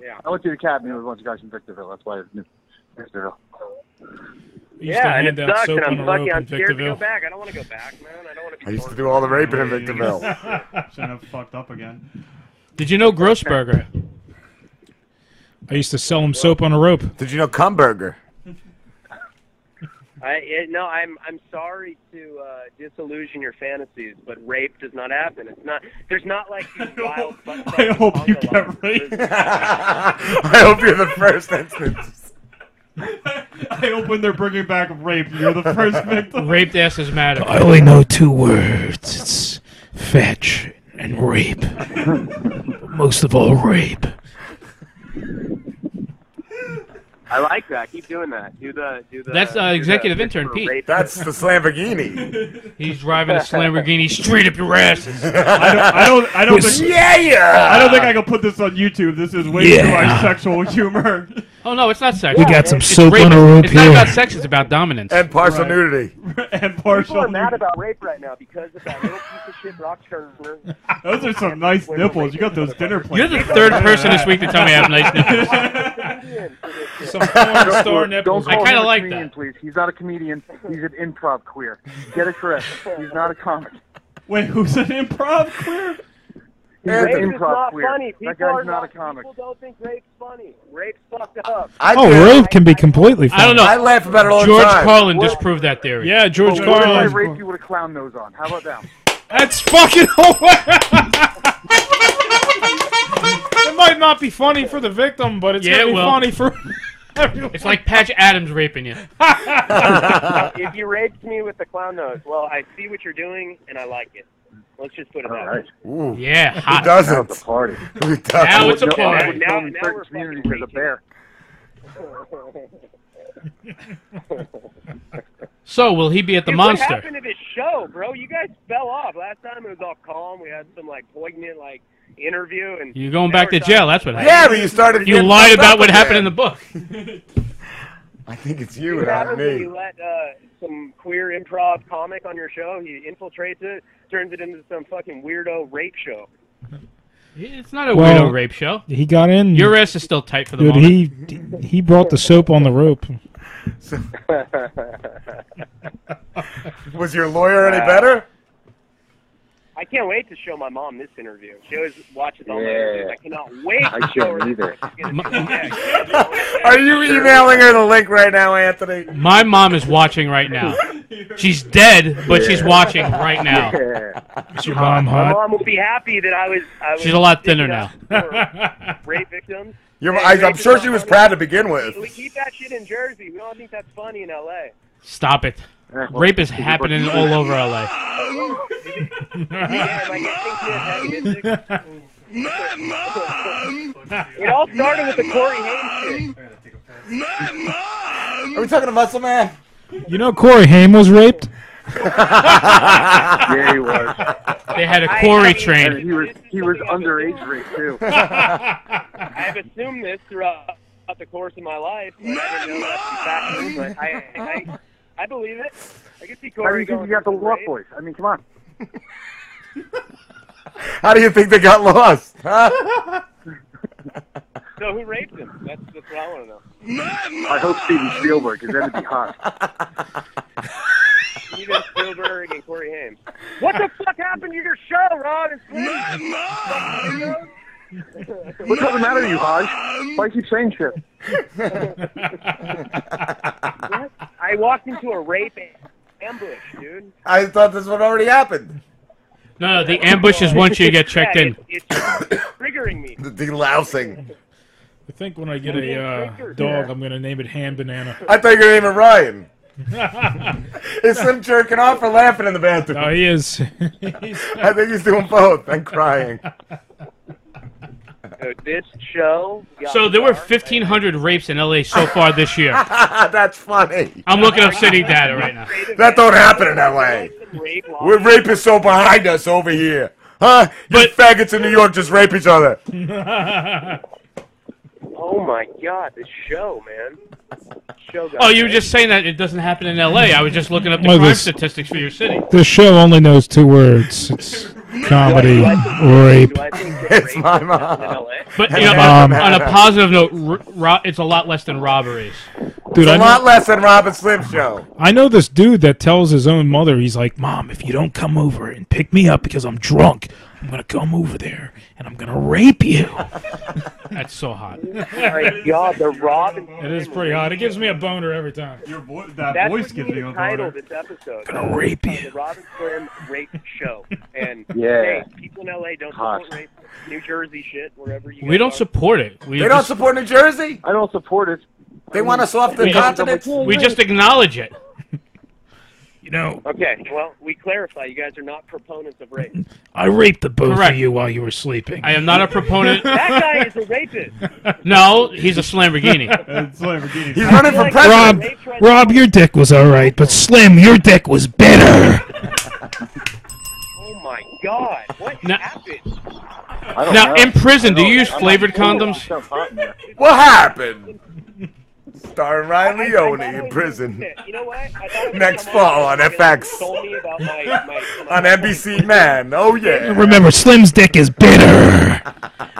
S3: Yeah.
S26: I went to the academy with a bunch of guys from Victorville. That's why I knew Victorville.
S3: Yeah, and it
S26: hand out
S3: sucks,
S26: soap
S3: and
S26: on a
S3: I'm fucking.
S26: rope
S3: I'm
S26: in
S3: scared to go
S26: Victorville.
S3: back. I don't want to go back, man. I don't want to be.
S8: I used to do all the raping
S7: [LAUGHS]
S8: in Victorville.
S3: [LAUGHS]
S7: Shouldn't have fucked up again. [LAUGHS]
S13: Did you know Grossberger?
S9: I used to sell him soap on a rope.
S8: Did you know Cumberger?
S3: I it, no, I'm I'm sorry to uh, disillusion your fantasies, but rape does not happen. It's not. There's not like these wild. I
S7: hope you get raped.
S8: [LAUGHS] I hope you're the first instance.
S7: I hope when they're bringing back rape, you're the
S8: [LAUGHS]
S7: first victim.
S13: Raped asses matter.
S9: I only know two words. It's fetch and rape. Most of all, rape.
S3: I like that. Keep doing that. Do the do the.
S13: That's, uh,
S3: do
S13: executive
S3: the-
S13: intern Pete.
S3: rape.
S8: That's the Lamborghini.
S13: [LAUGHS] He's driving a Lamborghini straight up your
S8: [LAUGHS]
S13: asses.
S7: I don't. I don't. I don't think.
S8: Yeah, yeah.
S7: I don't think I can put this on YouTube. This is way too
S9: Yeah.
S7: much sexual humor.
S13: Oh no, it's not sex.
S9: We got some
S13: It's
S9: soap
S13: rape.
S9: on a rope
S13: It's not
S9: here.
S13: about sex. It's about dominance.
S8: And partial
S7: Right.
S8: nudity.
S7: and
S3: People
S7: partial.
S3: are mad about rape right now because of that little piece of shit Brock [LAUGHS] Turner.
S7: Those are some nice nipples. You got those dinner
S13: You're
S7: plates.
S13: the third person this week to tell me I have nice nipples.
S9: Some porn star nipples.
S13: I kinda
S26: him a
S13: like
S26: comedian, Please, he's not a comedian. He's an improv queer. Get it correct. He's not a comic.
S7: [LAUGHS] Wait, who's an improv queer?
S26: He's
S3: Rape
S26: an
S3: is
S26: improv
S3: not
S26: queer.
S3: funny. People
S26: That guy's
S3: are
S26: not a comic.
S3: People don't think rape's funny. Rape's fucked up.
S9: Oh, rape can be completely.
S13: I don't know.
S8: I laugh about it all
S13: George
S8: the time.
S13: Carlin disproved that theory. Oh,
S9: Yeah, George
S26: Well, if I
S9: Carlin.
S26: raped you with a clown nose on. How about that?
S13: [LAUGHS]
S9: That's fucking hilarious.
S4: It might not be funny for the victim, but it's
S13: Yeah,
S4: gonna
S13: it
S4: be
S13: will.
S4: funny
S9: [LAUGHS]
S4: for everyone.
S13: It's like Patch Adams raping you.
S3: if you raped me with the clown nose, well, I see what you're doing and I like it. Let's just put it that way.
S8: Ooh.
S13: Yeah,
S8: Who
S13: hot.
S8: doesn't?
S26: That's a party.
S8: Who doesn't?
S13: Now it's a
S26: No, I
S13: party.
S26: would tell
S3: Now-
S26: him
S3: now
S26: certain
S3: we're
S26: communities
S3: fucking
S26: there's a bear.
S13: So will he be at the
S3: Dude, What
S13: monster?
S3: happened to this show, bro? You guys fell off. Last time it was all calm. We had some like poignant like interview and
S13: You're going
S3: now
S13: back
S3: we're
S13: to jail. That's what happened.
S8: Yeah, but you started.
S13: You
S8: getting
S13: lied
S8: fucked
S13: about
S8: up
S13: what happened
S8: again.
S13: in the book.
S8: I think [LAUGHS] it's you
S3: What
S8: and not
S3: happens when
S8: me.
S3: you let uh, some queer improv comic on your show? He infiltrates it, turns it into some fucking weirdo rape show.
S13: It's not a
S9: Well-
S13: weirdo rape show.
S9: He got in.
S13: Your ass is still tight for the
S9: Dude,
S13: moment.
S9: he he brought the soap on the rope.
S8: [LAUGHS] Was your lawyer any better?
S3: [LAUGHS] I I can't wait to show my mom this interview. She always watches all my
S16: Yeah.
S3: interviews. I cannot wait. [LAUGHS]
S16: I shouldn't either.
S8: Are you emailing her the link right now, Anthony?
S13: My mom is watching right
S8: [LAUGHS]
S13: now. She's dead, but she's watching right now.
S9: Is your mom
S3: My
S9: hot?
S3: mom will be happy that I was. I was
S13: She's a lot thinner
S3: sticking
S13: now.
S3: up for rape victims.
S8: Your,
S3: Hey,
S8: I, I'm
S3: rape
S8: sure
S3: is
S8: she
S3: not
S8: was
S3: funny.
S8: proud to begin with.
S3: We keep that shit in Jersey. We don't think that's funny in L.A.
S13: Stop
S8: Eh,
S13: it. Rape is happening all over LA.
S3: Yeah, like, I think you have heavy dick. It all started with the Corey Haim shit.
S8: Are we talking to Muscle Man?
S9: You
S8: [LAUGHS]
S9: know Corey Haim was raped?
S8: [LAUGHS]
S16: Yeah, he was.
S13: They had a quarry train.
S16: And he was he was underage rape
S3: [LAUGHS]
S16: too.
S3: I've assumed this throughout the course of my life. I didn't know that to be factual, but I, I, I believe it. I can see
S26: How do
S3: Corey
S26: you think
S3: going.
S26: you got the
S3: through some
S26: Lost
S3: rape.
S26: Boys? I mean, come on.
S8: How do you think they got lost? Huh?
S3: [LAUGHS] So who raped him? That's, that's what I want to know.
S16: I hope Steven Spielberg because that'd
S3: [LAUGHS]
S16: be hot.
S3: Steven Spielberg and Corey Haim. What the fuck happened to your show, Ron? And Slim?
S26: What doesn't matter to you, Hodge? Why keep saying shit?
S3: [LAUGHS] What? I walked into a rape ambush, dude.
S8: I thought this one already happened.
S13: No, no,
S8: [LAUGHS]
S13: the ambush is once you get checked
S3: Yeah,
S13: in.
S3: It's, it's triggering me.
S8: The delousing.
S4: I think when I get
S3: Little
S4: a uh,
S3: trickster.
S4: dog, I'm gonna name it Ham Banana.
S8: I thought you were naming Ryan. [LAUGHS] is Slim jerking off or laughing in the bathroom?
S4: No, he is.
S8: [LAUGHS] I think he's doing both and crying.
S3: So this show.
S13: So there were 1,500 rapes in LA so far this
S8: [LAUGHS]
S13: year.
S8: Ah, That's funny.
S13: I'm looking up city data right now.
S8: That don't happen in L.A. We're rape is so behind us over here, huh? You faggots in New York just rape each other.
S3: Oh my god, this show, man. Show got
S13: Oh, you were just saying that it doesn't happen in LA. I was just looking up the
S9: Well,
S13: crime
S9: this-
S13: statistics for your city.
S9: This show only knows two words. It's comedy, rape.
S8: [LAUGHS] It's my mom.
S13: But
S8: [LAUGHS]
S13: you know,
S9: Um,
S13: on, on a positive note, r- ro- it's a lot less than robberies.
S9: Dude,
S8: it's a
S9: I know-
S8: lot less than Robin Slim show.
S9: I know this dude that tells his own mother, he's like, Mom, if you don't come over and pick me up because I'm drunk, I'm going to come over there and I'm going to rape you.
S13: That's so hot.
S3: my god, the Robin.
S4: It is pretty hot. It gives me a boner every time.
S7: Your boy, that
S3: That's
S7: voice
S3: what
S7: gives
S3: we
S7: you a
S3: entitled
S7: boner.
S3: this episode.
S7: Gonna rape
S3: you. The Robin Slim rape show. And
S7: Yeah.
S3: hey, people in LA don't
S16: Hot.
S3: support rape. New Jersey shit, wherever you.
S13: We don't support [LAUGHS] it. We
S8: They don't support New Jersey.
S16: I don't support it.
S8: They want us off the
S13: we just-
S8: continent.
S13: we just acknowledge it.
S9: [LAUGHS] You know,
S3: Okay, well, we clarify. You guys are not proponents of rape.
S9: I raped the both
S13: Correct.
S9: of you while you were sleeping.
S13: I am not
S7: [LAUGHS]
S13: a proponent.
S3: that guy is a
S13: [LAUGHS]
S3: rapist.
S13: No, he's a Lamborghini. Lamborghini.
S8: He's running for
S9: Rob, Rob, your dick was all right, but Slim, your dick was better.
S3: Oh my god, what happened?
S16: don't
S13: Now,
S16: know.
S13: in prison,
S16: I
S13: do
S16: don't-
S13: you use
S16: Oh, I'm not
S13: flavored
S16: sure.
S13: condoms?
S16: Stuff hot in there.
S8: What happened? Starring Ryan Leone in prison.
S3: You know what? I thought it was
S8: Next
S3: someone
S8: fall on
S3: that
S8: FX.
S3: Told me about my, my,
S8: [LAUGHS] On NBC Man. Oh,
S3: [LAUGHS]
S8: yeah.
S9: Remember, Slim's dick is bitter.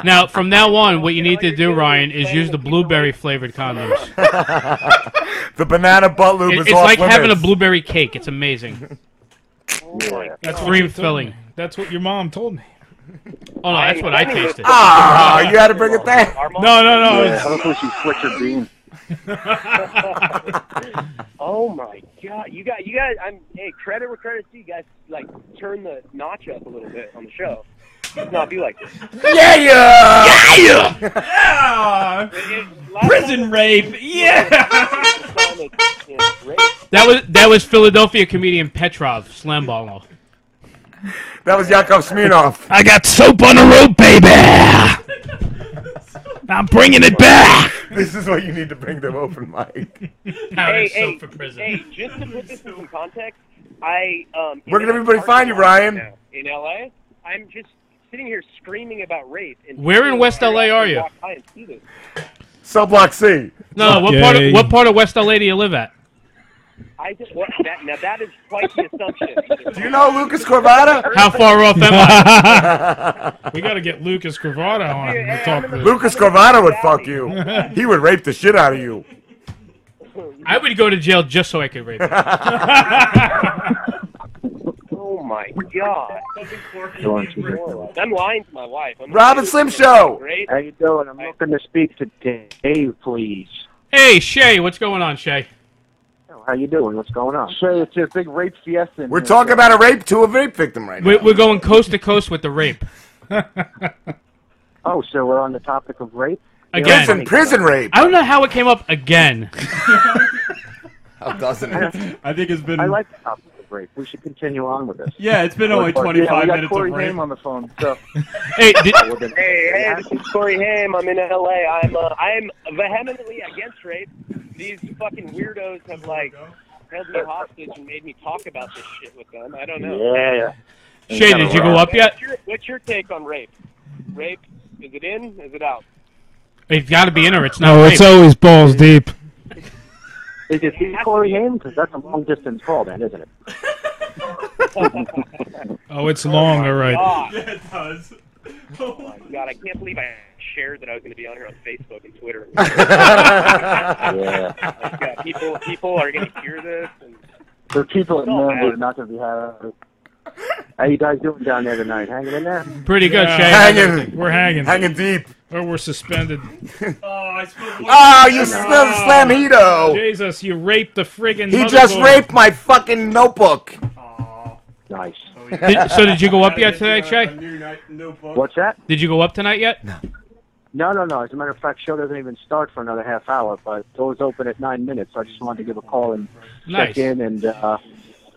S13: Now, from now on, what you need to do, Ryan, is use the blueberry flavored condoms.
S8: [LAUGHS] The banana butt lube
S13: It-
S8: is
S13: it's
S8: off
S13: like having a
S8: limits.
S13: blueberry cake. It's amazing.
S3: Oh
S4: That's what
S13: Cream
S4: you told me.
S13: filling.
S4: That's what your mom told me.
S13: Oh no, that's what I tasted.
S8: Ah, you had to bring it back.
S4: No, no, no.
S16: Yeah,
S4: it's-
S16: I
S2: [LAUGHS]
S16: don't think she flicked her bean.
S3: Oh my god, you got you guys. I'm hey, credit where credit's due. You guys like turn the notch up a little bit on the show. Let's not be like this.
S8: Yeah, yeah! Yeah,
S7: yeah! Prison rape,
S9: [LAUGHS]
S7: yeah!
S13: [LAUGHS] That was that was Philadelphia comedian Petrov Slamballo.
S8: That was Yakov Smirnov.
S9: I got soap on a rope, baby.
S13: [LAUGHS]
S9: I'm bringing it back.
S8: This is what you need to bring them open mic.
S3: hey,
S13: soap
S3: hey,
S13: for
S3: hey, just to put this in context, I um.
S8: Where
S3: in
S8: can
S3: a
S8: everybody
S3: parking
S8: find you,
S3: lot right
S8: Ryan?
S3: now In LA, I'm just sitting here screaming about rape. And
S13: Where in West LA are you?
S3: Walk by and see this.
S8: Subblock C.
S13: No, what part of what part of West LA do you live at?
S3: I just what, that now that is quite the assumption.
S8: Do you know Lucas Corbata?
S13: How far off am I?
S4: We got to get Lucas Gravata on to talk to
S8: Lucas Corbata would fuck
S13: [LAUGHS]
S8: you. He would rape the shit out of you. [LAUGHS]
S13: I would go to jail just so I could rape. you.
S3: [LAUGHS] Oh my god. I'm lying to my wife. I'm
S4: Robin Slim Show.
S3: Great.
S24: How you doing? I'm looking to speak to Dave, please.
S13: Hey, Shay, what's going on, Shay?
S24: How you doing? What's going on?
S15: Shay, it's a big rape fiesta. in
S4: We're
S15: here.
S4: talking about a rape to a rape victim right now.
S13: We're, we're going coast to coast with the rape.
S24: Oh, so we're on the topic of rape
S13: Again.
S4: Prison- prison rape.
S13: I don't know how it came up again.
S4: [LAUGHS] How doesn't it?
S7: I think it's been.
S24: I like the topic of rape. We should continue on with this.
S7: Yeah, it's been
S24: Or-
S7: only
S24: or-
S7: 25
S24: yeah, we got
S7: minutes of
S24: Corey
S7: rape.
S24: Haim on the phone. So.
S13: hey,
S24: [LAUGHS]
S3: hey, hey, this is Corey Haim. I'm in LA. I'm uh, I'm vehemently against rape. These fucking weirdos have like held me hostage and made me talk about this shit with them. I don't know.
S24: Yeah.
S13: Shay, did you go up yet?
S3: What's your, what's your take on rape? Rape is it in? Is it out?
S13: It's got to be in or it's not.
S27: No, it's
S13: rape.
S27: always balls deep.
S24: Is it the Corey Haim? Because that's a long distance call, then, isn't it?
S27: Oh, it's long, all right.
S3: God.
S7: Yeah, it does.
S3: [LAUGHS] Oh my god, I can't believe I shared that I was going to be on here on Facebook and
S24: [LAUGHS]
S3: Twitter. [LAUGHS]
S24: Yeah.
S3: Like, uh, people, people are going to hear this. And
S24: For people at
S3: No,
S24: home
S3: man.
S24: who are not going to be happy. How you guys doing down there tonight? Hanging in there?
S13: Pretty good,
S27: Yeah.
S13: Shay.
S4: Hanging.
S27: We're hanging.
S4: Hanging deep.
S27: Or we're suspended.
S7: Oh, I spilled one.
S4: Oh, you smell the
S9: Oh,
S4: slamito.
S9: Jesus, you raped the friggin'
S4: He
S9: mother
S4: just
S9: boy.
S4: raped my fucking notebook.
S24: Nice.
S13: [LAUGHS] Did- so did you go up yet tonight, Shay?
S24: What's that?
S13: Did you go up tonight yet?
S24: No, no, no. As a matter of fact, show doesn't even start for another half hour, but doors open at nine minutes. So I just wanted to give a call and
S13: Nice.
S24: check in and uh,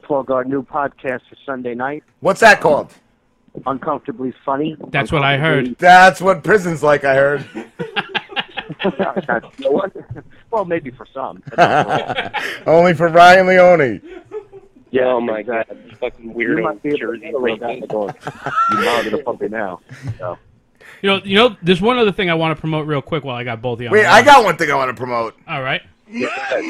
S24: plug our new podcast for Sunday night,
S4: What's that called?
S24: Uncomfortably Funny.
S13: That's what I heard.
S4: That's what prison's like.
S13: [LAUGHS]
S4: I
S8: [LAUGHS]
S4: heard.
S24: You know what? [LAUGHS] well, maybe for some. [LAUGHS]
S4: Only for Ryan Leone.
S24: yeah,
S3: oh my god,
S24: exactly.
S3: fucking
S24: You might be
S3: weirdo
S24: able to
S3: Jersey
S24: handle it without the
S3: rapist.
S24: door. You're not gonna pump it now. So.
S13: You know, you know. There's one other thing I want to promote real quick while I got both of you. on
S4: Wait,
S13: the
S4: I
S13: line.
S4: got one thing I want to promote.
S13: All right.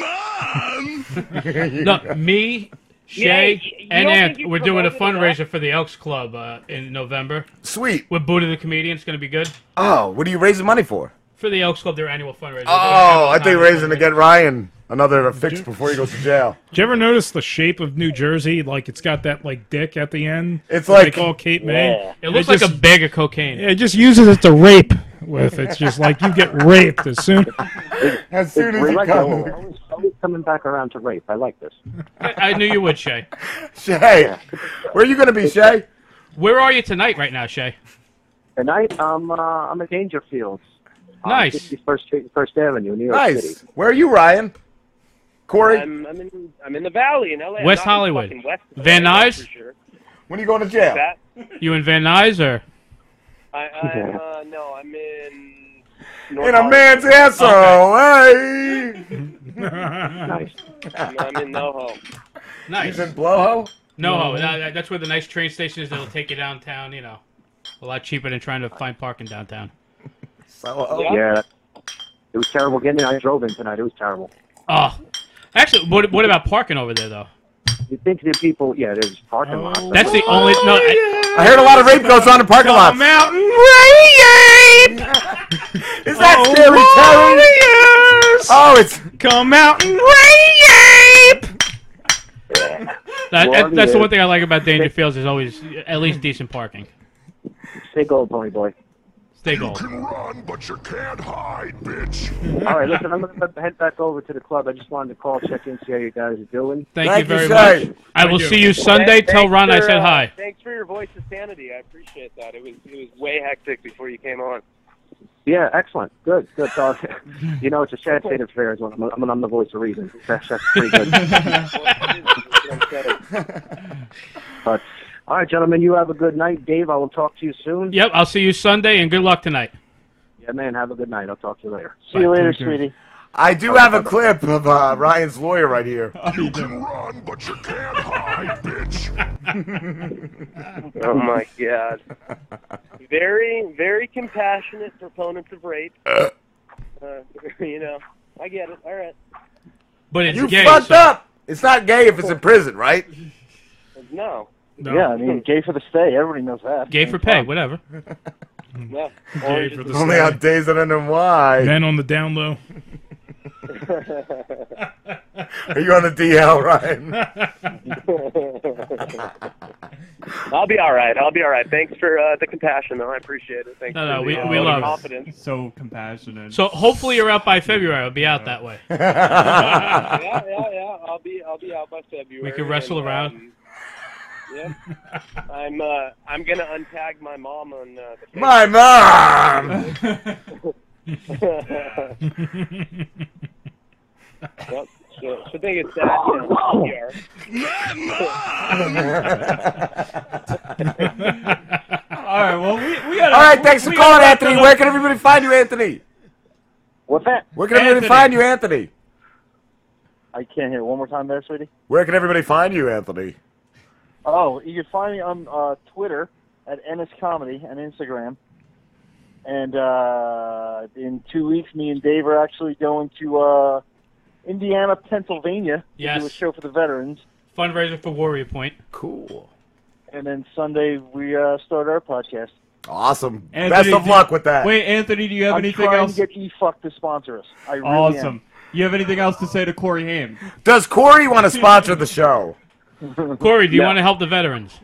S4: [LAUGHS] no,
S13: [LAUGHS] No, me,
S3: Yeah,
S13: Shay,
S3: you- you
S13: and
S3: don't
S13: Ant.
S3: think you
S13: We're doing a
S3: promoted it
S13: fundraiser for the Elks Club uh, in November.
S4: Sweet.
S13: With Buddha the comedian, it's going to be good
S4: Oh, what are you raising money for?
S13: for the Elks Club. Their annual fundraiser.
S4: Oh, I think raising to get Ryan another fix before he goes to jail.
S9: Did you ever notice the shape of New Jersey? Like it's got that like dick at the end.
S4: It's
S9: that they
S4: like-
S9: call Cape May.
S13: It looks like
S9: just-
S13: a bag of cocaine.
S9: Yeah, it just uses it to rape with. It's just like you get raped as
S4: [LAUGHS]
S9: soon.
S4: Oh, As soon as he
S24: Like,
S4: comes.
S24: always, always coming back around to rape. I like this.
S13: I, I knew you would, Shay.
S4: [LAUGHS] Shay, where are you going to be, Shay?
S13: Where are you tonight, right now, Shay?
S24: Tonight,
S3: um,
S24: I'm uh, I'm at Dangerfield.
S13: Nice.
S24: Fifty First Street and First Avenue, New York
S4: Nice.
S24: City.
S4: Where are you, Ryan? Corey,
S3: I'm, I'm, in, I'm in the valley in LA. I'm
S13: West
S3: not in
S13: Hollywood.
S3: fucking West
S13: Van
S3: LA, that's
S13: Nuys?
S3: for Sure.
S4: when are you going to jail?
S3: That,
S13: You in Van Nuys or?
S3: I, I'm, uh, no, I'm in. North
S4: In a man's asshole. Hey.
S24: [LAUGHS] Nice.
S3: Hollywood. uh, I'm in NoHo.
S13: Nice.
S4: He's in blowhole.
S13: No, that- that- that's where the nice train station is. That'll take you downtown. You know, a lot cheaper than trying to find parking downtown.
S4: So,
S3: Yeah.
S24: Yeah. It was terrible getting in. I drove in tonight. It was terrible.
S13: Oh, actually, what what about parking over there though? Oh,
S24: You think the people? Yeah, there's parking lots.
S13: That's the only no. I, Oh,
S4: I heard a lot of rape goes on in parking lots.
S9: Mountain
S4: Is that
S7: Oh,
S4: Scary Terry? Oh, it's
S9: come out and
S13: that-
S24: Well,
S13: that's the
S24: yeah.
S13: one thing I like about Dangerfields is always at least decent parking.
S24: Stay gold, pony boy.
S13: Stay
S8: You
S13: gold.
S8: can run, but you can't hide, bitch.
S24: All right, listen. I'm gonna head back over to the club. I just wanted to call, check in, see how you guys are doing.
S13: Thank,
S4: Thank
S13: you very
S4: you,
S13: much.
S4: Shay.
S13: I will
S9: you.
S13: see you Sunday.
S3: Thanks
S13: Tell Ron I
S3: for,
S13: said
S3: uh,
S13: hi.
S3: Thanks for your voice of sanity. I appreciate that. It was it was way hectic before you came on.
S24: Yeah, excellent. Good, good. So, [LAUGHS] you know, it's a sad state of affairs when I'm, when I'm the voice of reason. That's, that's pretty good.
S13: [LAUGHS]
S24: but, all right, gentlemen, you have a good night. Dave, I will talk to you soon.
S13: Yep, I'll see you Sunday, and good luck tonight.
S24: Yeah, man, have a good night. I'll talk to you later.
S3: See you later, sweetie.
S4: I do have a clip of uh, Ryan's lawyer right
S13: [LAUGHS]
S4: here.
S13: Oh,
S8: You can run, but you can't hide, bitch.
S3: Oh my god. Very very compassionate proponents of rape. Uh, [LAUGHS] you know, I get it. All right.
S13: But it's
S4: You
S13: gay.
S4: fucked
S13: so-
S4: up. It's not gay if it's in prison, right?
S3: No.
S15: Yeah, I mean, gay for the stay. Everybody knows that.
S13: Gay for pay, whatever.
S3: No.
S9: [LAUGHS] Gay for the
S4: Only on days that end in
S13: [LAUGHS]
S4: Y.
S9: Men on the down low. [LAUGHS]
S4: [LAUGHS] Are you on the DL, Ryan?
S3: I'll be all right. I'll be all right. Thanks for uh, the compassion, though. I appreciate it. Thanks
S13: No,
S3: for
S13: no,
S3: the,
S13: we-
S3: uh,
S13: we
S3: vote of
S13: love it.
S3: confidence.
S7: So compassionate.
S13: So hopefully you're out by February. I'll be out that way.
S3: [LAUGHS] yeah, yeah, yeah. I'll be I'll be out by February.
S13: We can wrestle
S3: and,
S13: around.
S3: um, Yep. I'm uh, I'm gonna untag my mom on uh, the
S8: My mom!
S3: [LAUGHS] yep. So, so they get that.
S8: [LAUGHS]
S3: [LAUGHS]
S7: All right, well, we, we gotta,
S8: All right,
S7: we-
S8: thanks for
S7: we
S8: calling,
S7: gotta wrap
S8: Anthony.
S7: this
S8: Where
S7: up.
S8: can everybody find you, Anthony?
S24: What's that?
S8: Where can everybody
S24: Anthony.
S8: find you, Anthony?
S24: I can't hear. One more time there, sweetie.
S8: Where can everybody find you, Anthony?
S24: Oh, you can find me on uh, Twitter at NS Comedy and Instagram. And uh, in two weeks, me and Dave are actually going to uh, Indiana, Pennsylvania to
S13: Yes.
S24: do a show for the veterans.
S13: Fundraiser for Warrior Point.
S8: Cool.
S24: And then Sunday, we uh, start our podcast.
S8: Awesome.
S7: Anthony,
S8: Best of
S7: do-
S8: luck with that.
S7: Wait, Anthony, do you have
S24: I'm
S7: anything
S24: trying
S7: else?
S24: to [LAUGHS] get E-Fuck to sponsor us. I really
S7: awesome.
S24: am.
S7: You have anything else to say to Corey Haim?
S8: Does Corey want to
S7: [LAUGHS]
S8: sponsor
S3: [LAUGHS]
S8: the show?
S13: Corey, do you
S7: No.
S13: want to help the veterans?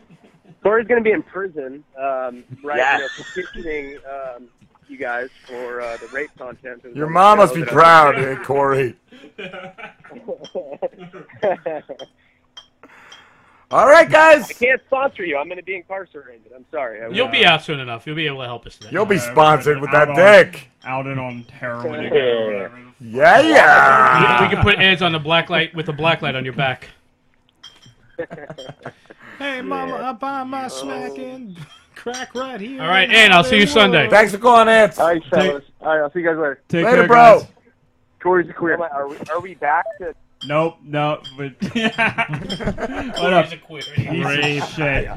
S3: Corey's gonna be in prison, um, right? You know, petitioning um, you guys for uh, the rape content. that was
S8: Your
S3: on the
S8: mom
S3: show
S8: must be
S3: that I-
S8: proud, eh, Corey. [LAUGHS] All right, guys.
S3: I can't sponsor you. I'm going to be incarcerated. I'm sorry. I
S13: You'll be
S3: won't.
S13: out soon enough. You'll be able to help us. Today.
S8: You'll be
S7: Uh,
S8: sponsored with that
S7: out on-
S8: dick.
S7: Out and on heroin again. whatever the fuck.
S8: Yeah, yeah.
S13: We, we can put ads on the black light with a black light on your back.
S15: Hey, mama, I buy my snack
S9: [LAUGHS]
S15: and crack right here.
S13: All right, and I'll see you Sunday.
S8: Thanks for calling, Ants.
S24: All right, fellas. All right, I'll see you guys later.
S7: Take Later, care, bro. guys.
S24: Corey's a queer.
S3: Are we, are we back to
S7: Nope, no, [LAUGHS] but what up?
S13: Corey's a queer.
S7: Piece of
S13: Rape.
S7: shit.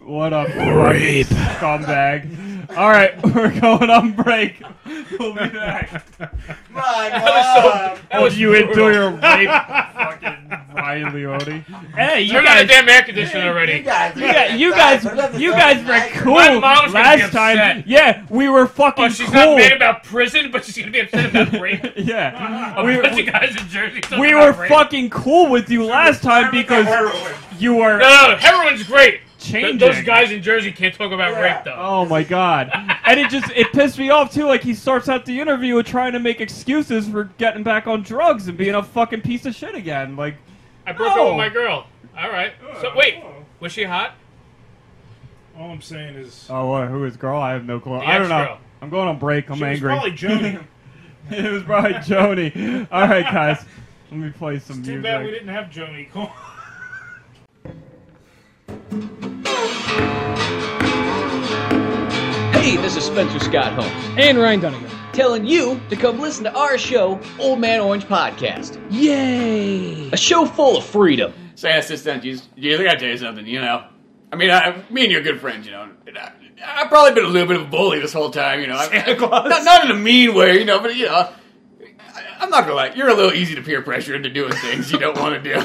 S7: What up, rape scumbag? All right, [LAUGHS] we're going on break. We'll be [LAUGHS]
S13: [LAUGHS]
S7: back. [LAUGHS]
S13: That was so- that
S7: Oh,
S13: was
S7: you into
S13: brutal.
S7: your [LAUGHS] rape, fucking Ryan Leone. Hey, you
S13: Turn on
S7: guys,
S13: the damn air conditioner already. You guys,
S7: you guys, you guys, you guys were cool
S13: My mom's gonna be
S7: last
S13: upset.
S7: time. Yeah, we were fucking
S13: Oh, she's
S7: cool.
S13: not mad about prison, but she's gonna be upset [LAUGHS] about rape.
S7: yeah,
S13: a
S7: we,
S13: bunch
S7: we,
S13: of guys in Jersey. talking
S7: we were
S13: about rape.
S7: fucking cool with you last time because you were.
S13: No, no, no, heroin's great.
S7: Changing.
S13: Th- Those guys in Jersey can't talk about rape though.
S7: Oh my god. and it just it pissed me off too, like he starts out the interview with trying to make excuses for getting back on drugs and being a fucking piece of shit again. Like
S13: I broke
S7: no.
S13: up with my girl. All right.
S8: Oh,
S13: So wait, was she hot?
S9: All I'm saying is,
S7: Oh what, who is girl? I have no clue.
S9: The
S7: I don't know.
S9: ex-girl.
S7: I'm going on break, I'm
S9: she was
S7: angry.
S9: probably Joni.
S7: [LAUGHS] it was probably
S9: [LAUGHS]
S7: Joni. Alright guys. Let me play some
S9: Too
S7: music.
S9: bad we didn't have Joni. Call.
S14: Hey, this is
S8: [LAUGHS]
S14: Spencer Scott Holmes. And Ryan Dunnigan. Telling you to come listen to our show, Old Man Orange Podcast. Yay! A show full of freedom.
S4: Say, assistant, you, you, I gotta tell you something, you know. I mean, I, me and you're good friends, you know. And I, I've probably been a little bit of a bully this whole time, you know. I- Not, not in a mean way, you know, but, you know. I, I'm not gonna lie, you're a little easy to peer pressure into doing things you don't want to do.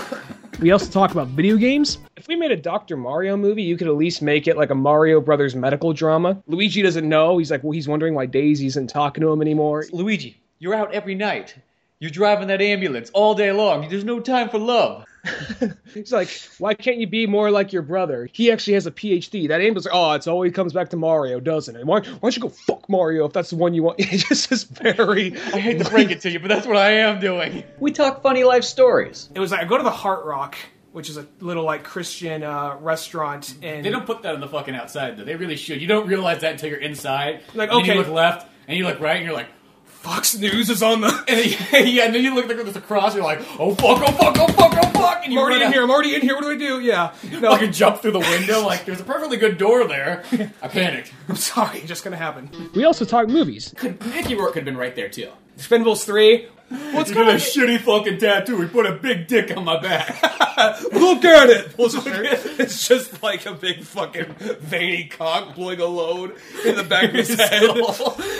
S28: We also talk about video games. If we made a Dr. Mario movie, you could at least make it like a Mario Brothers medical drama. Luigi doesn't know. He's like, well, he's wondering why Daisy isn't talking to him anymore.
S14: Luigi, [LAUGHS] you're out every night. You're driving that ambulance all day long. There's no time for love. [LAUGHS]
S28: He's like, why can't you be more like your brother? He actually has a PhD. That ambulance, oh, it's always comes back to Mario, doesn't it? Why, why don't you go fuck Mario if that's the one you want? [LAUGHS] It's just is very. I hate to break it to you, but that's what I am doing.
S14: We talk funny life stories.
S12: It was like I go to the Heart Rock, which is a little like Christian uh, restaurant, and
S4: They don't put that on the fucking outside, though. They really should. You don't realize that until you're inside.
S12: Like,
S4: and then
S12: okay.
S4: you look left, and you look right, and you're like, Fox News is on the. [LAUGHS] And then, yeah, and then you look like across, you're like, oh fuck, oh fuck, oh fuck, oh fuck. And
S12: I'm
S4: you
S12: already
S4: run
S12: in
S4: out.
S12: here. I'm already in here. What do I do? Yeah, no.
S4: Fucking jump through the window. Like, there's a perfectly good door there. I panicked.
S12: [LAUGHS] I'm sorry, just gonna happen.
S28: We also talk movies.
S4: Mickey Rourke could have been right there, too.
S12: Spinballs three. What's
S4: He
S12: going
S4: did
S12: on?
S4: a shitty fucking tattoo. He put a big dick on my back.
S12: [LAUGHS] Look
S4: [LAUGHS]
S12: at it. Look at it. [LAUGHS] It's just like a big fucking veiny cock blowing a load in the back
S4: [LAUGHS]
S12: of his head.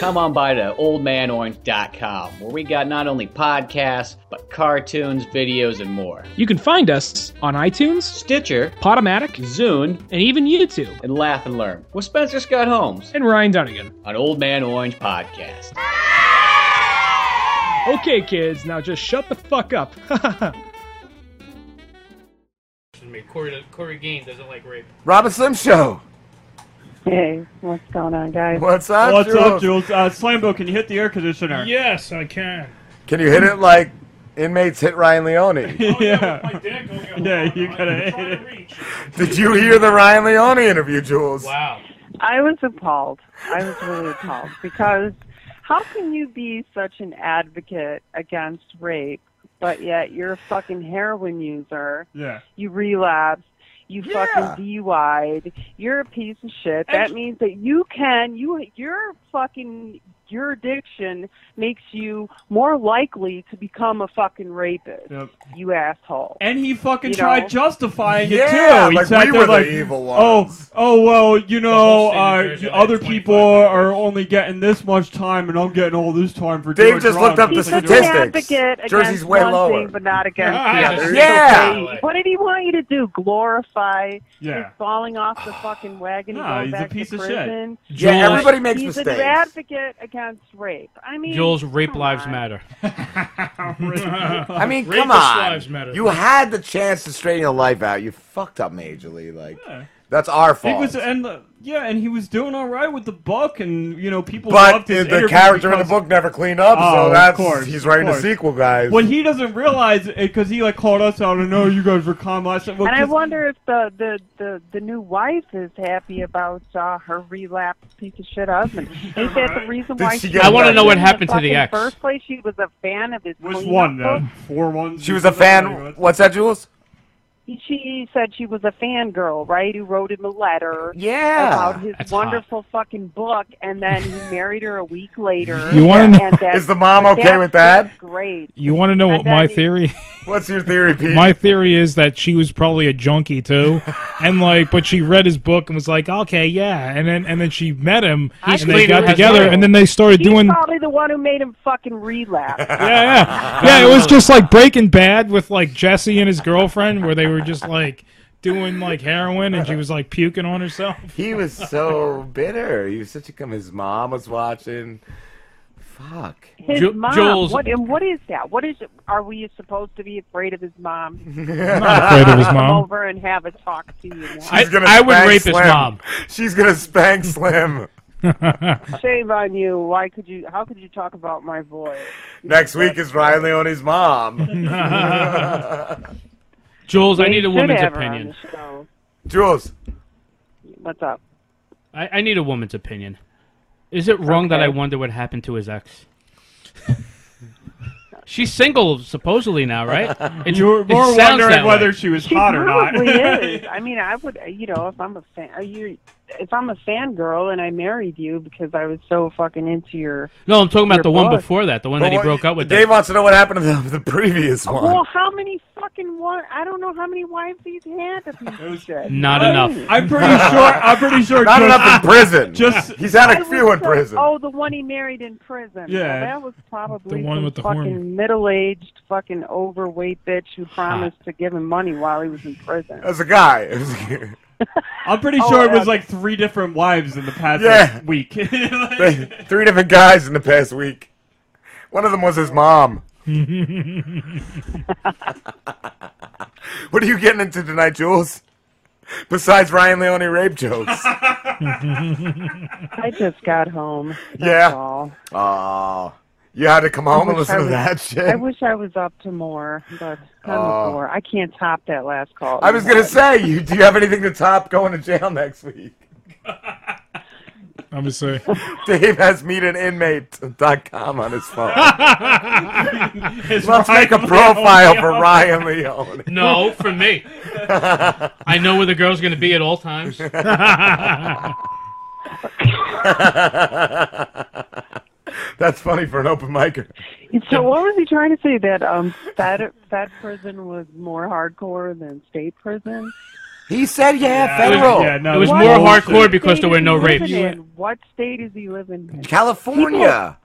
S12: [LAUGHS]
S14: Come on by to oldmanorange.com, where we got not only podcasts, but cartoons, videos, and more.
S28: You can find us on iTunes,
S14: Stitcher,
S28: Podomatic,
S14: Zune,
S28: and even YouTube.
S14: And laugh and learn with Spencer Scott Holmes
S28: and Ryan Dunnigan
S14: on Old Man Orange Podcast.
S12: [LAUGHS]
S28: Okay, kids, now just shut the fuck up.
S13: me. Corey, Corey Gain doesn't like rape.
S8: Robin Slim Show.
S23: Hey, what's going on, guys?
S7: What's up, [LAUGHS] Jules? Uh, Slambo, can you hit the air conditioner?
S4: Yes, I can.
S8: Can you hit it like inmates hit Ryan Leone?
S7: [LAUGHS] yeah. Yeah, you gotta hit it.
S8: Did you hear the Ryan Leone interview, Jules?
S13: Wow.
S23: I was appalled. I was really appalled because how can you be such an advocate against rape, but yet you're a fucking heroin user?
S7: Yeah.
S23: You relapse. You
S12: Yeah.
S23: fucking DUI'd. You're a piece of shit.
S12: And-
S23: that means that you can. You your fucking your addiction makes you more likely to become a fucking rapist. You asshole.
S7: And he fucking
S23: You
S7: tried
S23: know?
S7: justifying
S8: Yeah,
S7: it too. He
S8: like,
S7: sat
S8: we
S7: there
S8: were the
S7: like,
S8: evil
S7: Oh, oh well, you know,
S8: state of
S7: uh, other people are only getting this much time, and I'm getting all this time for.
S8: Dave
S7: doing
S8: just looked up
S7: drugs.
S8: the
S7: Like,
S23: He's an
S7: it's-
S23: advocate
S7: Jersey's
S23: [LAUGHS] against
S7: way
S23: one
S7: lower.
S23: thing, but not
S7: [LAUGHS]
S23: against
S7: Yeah.
S23: the other.
S7: Yeah.
S23: Okay, What did he want you to do? Glorify
S7: Yeah.
S23: his falling off the
S7: [SIGHS]
S23: fucking wagon and
S7: Nah,
S23: going
S7: he's a
S23: back
S7: piece
S23: to
S7: of shit.
S23: prison?
S13: Yeah,
S23: Like,
S13: everybody makes
S23: he's
S13: mistakes.
S23: an advocate against rape. I mean,
S13: Jules, rape lives matter.
S8: I mean,
S13: Rapist
S8: come on.
S13: lives matter.
S8: You had the chance to straighten your life out. You fucked up majorly. Like
S7: Yeah.
S8: that's our
S7: He
S8: fault.
S7: was and uh, yeah, and he was doing all right with the book, and you know people
S8: but
S7: loved his
S8: the
S7: interview
S8: character in the
S7: because-
S8: book never cleaned up,
S7: Oh,
S8: so
S7: of
S8: that's
S7: course,
S8: he's
S7: of
S8: writing a
S7: course.
S8: sequel, guys.
S7: What he doesn't realize it because he like called us out and know you guys were calm last night." Well,
S23: and I
S7: 'cause-
S23: wonder if the, the, the, the new wife is happy about uh, her relapsed piece of
S7: [LAUGHS]
S23: shit husband. Is that the reason
S7: Did
S23: why
S7: she
S23: she?
S7: get I wanna
S23: was
S7: know what
S23: in
S7: happened to the
S23: fucking
S7: ex.
S23: First place, she was a fan of his.
S7: Which
S23: cleanup
S7: one
S23: book.
S7: then? Four ones.
S8: She was a fan. What's that, Jules?
S23: she said she was a fangirl, right? Who wrote him a letter
S8: yeah.
S23: about his
S8: That's
S23: wonderful fucking book, and then he married her a week later.
S9: [LAUGHS] You wanna
S23: and
S9: know-
S23: that's-
S9: Is the mom okay
S23: that's
S9: with that?
S23: just Great.
S9: You want to know what my [LAUGHS] theory?
S8: What's your theory, Pete?
S9: My theory is that she was probably a junkie too, and like, but she read his book and was like, "Okay, yeah," and then and then she met him, and they got together, and then they started
S23: She's
S9: doing.
S23: probably the one who made him fucking relapse.
S9: [LAUGHS] yeah,
S8: [LAUGHS]
S9: yeah, yeah. It was just like Breaking Bad with like Jesse and his girlfriend, where they were just like doing like heroin, and she was like puking on herself.
S8: He was [LAUGHS] so bitter. He was such a cum. His mom was watching. Fuck.
S23: His mom. What and what is that? What is? Are we supposed to be afraid of his
S9: [LAUGHS]
S23: mom?
S8: I'm not afraid of his
S23: Come
S8: mom.
S23: over and have a talk to you.
S8: She's gonna spank Slim.
S9: [LAUGHS]
S8: She's gonna spank Slim.
S23: Shame on you. Why could you? How could you talk about my
S8: [LAUGHS]
S23: voice?
S8: Next week is Ryan
S23: [LAUGHS]
S8: Leone's mom.
S13: Jules, I need a
S23: should
S13: woman's
S23: have her on
S13: opinion.
S23: the show.
S8: Jules.
S23: What's up?
S13: I, I need a woman's opinion. Is it wrong that I
S23: Okay.
S13: wonder what happened to his ex? She's single, supposedly now, right? It-
S7: You were
S13: it
S7: more
S13: sounds
S7: wondering
S13: that way.
S7: whether she was She hot or not.
S23: Probably
S7: [LAUGHS]
S23: is. I mean, I would, you know, if I'm a fan, are you, if I'm a fangirl and I married you because I was so fucking into your.
S13: No, I'm talking
S23: your
S13: about the one
S23: book.
S13: before that, the one
S8: But
S13: that he
S8: what-
S13: broke up with.
S4: [LAUGHS]
S8: Dave wants to know what happened to the, the previous one.
S13: [LAUGHS]
S23: Well, how many fucking one? I don't know how many wives he's had. If he's shit.
S13: Not
S7: I-
S13: enough.
S7: I'm
S23: [LAUGHS]
S7: pretty sure. I'm pretty sure.
S8: Not
S7: just-
S8: enough in [LAUGHS] prison.
S7: Just
S8: He's had a
S23: I
S8: few
S23: was
S8: in
S23: so-
S8: prison.
S23: Oh, the one he married in prison.
S8: Yeah.
S23: Well, that was probably
S8: The one
S23: some
S8: with the horn.
S23: fucking middle-aged, fucking overweight bitch who promised to give him money while he was in prison.
S8: As a guy. [LAUGHS] It
S7: I'm pretty
S23: Oh,
S7: sure it was
S23: yeah.
S7: like three different wives in the past
S8: Yeah. [LAUGHS]
S7: week.
S8: was
S7: [LAUGHS]
S8: Three different guys in the past week. One of them was his mom. What are you getting into tonight, Jules? Besides Ryan Leone rape jokes.
S23: I just got home. [LAUGHS] That's
S8: yeah.
S23: all.
S8: Aw. you had to come home
S23: I
S8: and
S23: wish
S8: listen
S23: I
S8: to
S23: was-
S8: that shit.
S23: I wish I was up to more, but I'm
S8: Oh.
S23: a four. I can't top that last call.
S8: I was gonna say, you, do you have anything to top going to jail next week?
S9: I'm just saying.
S8: [LAUGHS] Dave has meetinmate.com on his phone. [LAUGHS] Let's make a
S13: Ryan
S8: profile for
S13: Leone.
S8: Ryan Leone.
S13: No, for me. I know where the girl's going to be at all times. [LAUGHS]
S8: That's funny for an open micer.
S23: [LAUGHS] So what was he trying to say? That um, fed fed prison was more hardcore than state prison.
S8: He said, yeah,
S13: It was-
S8: federal.
S13: yeah, no, it was What more hardcore because there were no rapes.
S23: In? What state is he living in?
S8: California.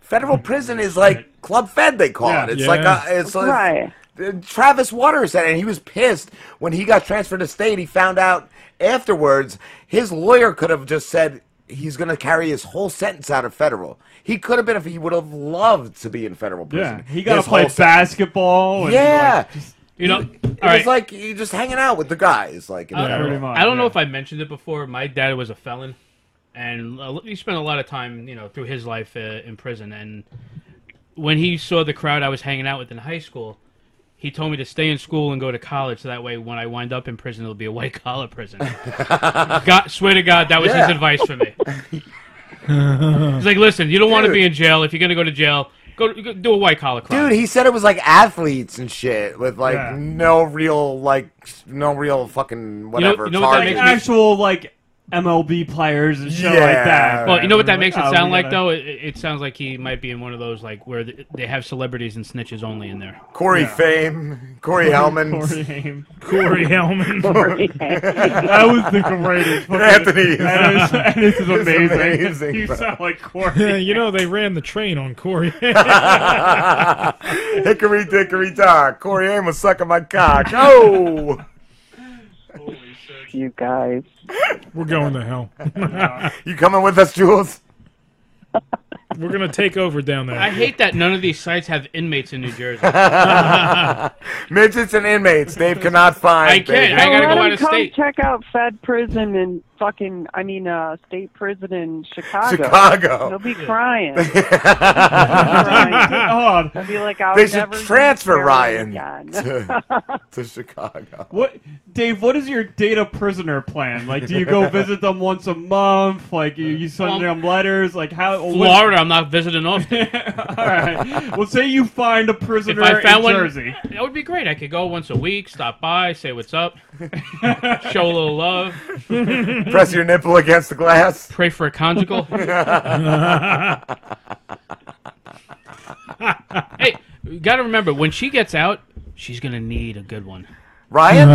S8: Federal prison is like Club Fed, they call
S23: Yeah.
S8: it. It's
S23: Yeah.
S8: like a, it's like-
S23: Right.
S8: Uh, Travis Waters said, it, and he was pissed when he got transferred to state. He found out afterwards his lawyer could have just said he's going to carry his whole sentence out of federal. He could have been if he would have loved to be in federal prison.
S7: yeah, he got
S8: His
S7: to play
S8: whole sentence.
S7: basketball. And
S8: Yeah.
S7: like, just-
S13: You know,
S8: it
S13: all
S8: was
S13: right. Uh,
S8: like you're just hanging out with the guys, like in
S13: I-
S8: general.
S13: I don't know if I mentioned it before. My dad was a felon, and uh, he spent a lot of time, you know, through his life uh, in prison. And when he saw the crowd I was hanging out with in high school, he told me to stay in school and go to college. So that way, when I wind up in prison, it'll be a white [LAUGHS] collar prison. God, swear to God, that was his
S29: Yeah.
S13: advice for me. He's like, listen, you don't want to
S8: Dude.
S13: be in jail. If you're gonna go to jail, go, go do a white collar crime.
S8: Dude, he said it was like athletes and shit with like
S13: Yeah.
S8: no real like s- no real fucking whatever.
S7: like
S13: [LAUGHS]
S8: target.
S7: actual like MLB players and shit like that.
S13: Well, you know what that makes it
S7: Oh, we
S13: sound like
S7: gotta-
S13: though? It, it sounds like he might be in one of those like where th- they have celebrities and snitches only in there.
S8: Corey Fame,
S13: [LAUGHS]
S8: Corey Hellman,
S7: Corey Haim.
S4: Corey
S23: [LAUGHS]
S4: Hellman.
S7: Corey Haim. That was the greatest fucking- [LAUGHS]
S8: Anthony.
S7: That is- that
S8: [LAUGHS]
S7: is amazing. You sound
S4: [LAUGHS]
S7: like
S4: Yeah,
S7: Corey.
S4: you know they ran the train on Corey.
S8: [LAUGHS] Hickory dickory dock. Corey Haim was sucking my cock.
S13: [LAUGHS]
S8: Oh.
S23: You guys.
S4: We're going
S7: [LAUGHS]
S4: to hell.
S8: [LAUGHS] you coming with us, Jules?
S4: We're gonna take over down there.
S13: I hate [LAUGHS] that none of these sites have inmates in New Jersey.
S8: [LAUGHS]
S13: [LAUGHS]
S8: Midgets and inmates, Dave cannot find.
S13: I can't.
S8: baby.
S13: I gotta
S23: Let
S13: go out
S23: him
S13: of
S23: come
S13: state.
S23: check out Fed prison in fucking, I mean, uh, state prison in Chicago.
S8: Chicago.
S23: He'll be crying.
S7: [LAUGHS] Hold
S23: He'll
S7: on.
S23: be like, I
S8: they
S23: would
S8: should
S23: never
S8: transfer
S23: leave
S8: Ryan
S23: again.
S8: [LAUGHS]
S23: [LAUGHS]
S8: to, to Chicago.
S7: What, Dave? What is your data prisoner plan? Like, do you go visit them once a month? Like, you, you send them letters? Like, how?
S13: Florida, I'm not visiting often.
S7: [LAUGHS] All right. [LAUGHS] Well, say you find a
S13: If
S7: prisoner
S13: I found
S7: in
S13: one,
S7: Jersey.
S13: that would be great. I could go once a week, stop by, say what's up, show a
S7: [LAUGHS]
S13: little love.
S8: Press your nipple against the glass.
S13: Pray for
S7: [LAUGHS]
S13: a
S8: [LAUGHS]
S13: conjugal. [LAUGHS] hey, you gotta remember when she gets out, she's gonna need a good one.
S8: Ryan?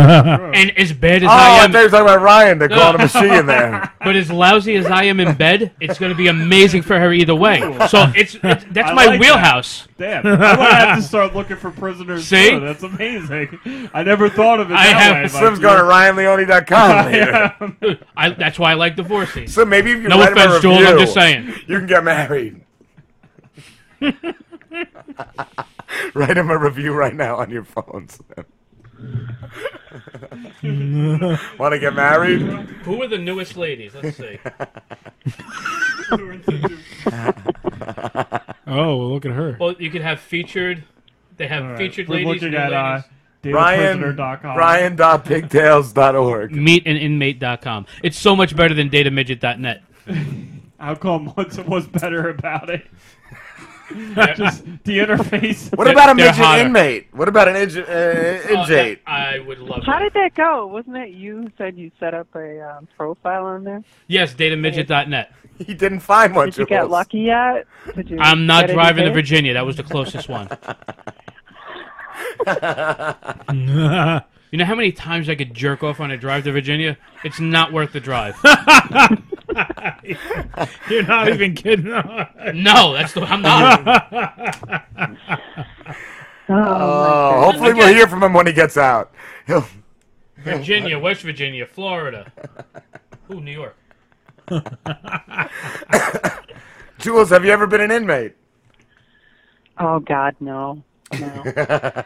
S13: and as bad as
S8: oh,
S13: I am,
S8: thought you were talking about Ryan.
S13: [LAUGHS]
S8: They're calling him a [LAUGHS] she in there.
S13: But as lousy as I am in bed, it's gonna be amazing for her either way. So
S7: [LAUGHS]
S13: it's,
S8: [LAUGHS]
S13: it's that's
S7: I
S13: my
S7: like that.
S13: wheelhouse.
S7: Damn, I want to have to start looking for prisoners.
S13: See?
S7: too. that's amazing. I never thought of it.
S13: I
S7: that
S13: have-
S7: way, but-
S8: Slim's going to
S7: [LAUGHS]
S8: RyanLeone.com later.
S13: [LAUGHS] I, that's why I like divorcing.
S8: So maybe if you
S13: no
S8: write him a
S13: offense, Joel. I'm
S8: review,
S13: just saying.
S8: You can get married. write him a review right now on your phone,
S13: [LAUGHS]
S8: [LAUGHS] Slim. Want to get married?
S13: Who are the newest ladies? Let's
S8: [LAUGHS]
S13: see.
S4: [LAUGHS] Oh, well, look at her.
S13: well, you could have featured. They have
S7: right,
S13: featured
S7: we're
S13: ladies.
S7: looking
S13: new
S7: at, uh,
S13: ladies.
S8: Ryan,
S7: Dataprisoner.com.
S8: Ryan.pigtails.org.
S13: Meetanninmate.com. It's so much better than datamidget.net.
S7: How come once it [LAUGHS] was better about it? [LAUGHS] Just the interface.
S8: What about a midget inmate? What about an inj- uh, injate? [LAUGHS]
S13: I would love
S23: How did that go? Wasn't it you who said you set up a um, profile on there?
S13: Yes, datamidget.net.
S8: [LAUGHS] He didn't find one.
S23: Did you get lucky yet? Did you
S13: I'm not
S23: get
S13: driving to
S23: anything?
S13: Virginia. That was the closest
S23: [LAUGHS]
S13: one. you know how many times I could jerk off on a drive to Virginia? It's not worth the drive.
S4: [LAUGHS] You're not even kidding.
S13: no, that's the I'm not.
S8: Oh, hopefully we'll
S13: Again.
S8: hear from him when he gets out. He'll
S13: Virginia, West Virginia, Florida. Ooh, New York.
S8: Jules, have you ever been an inmate?
S23: Oh God, no, no,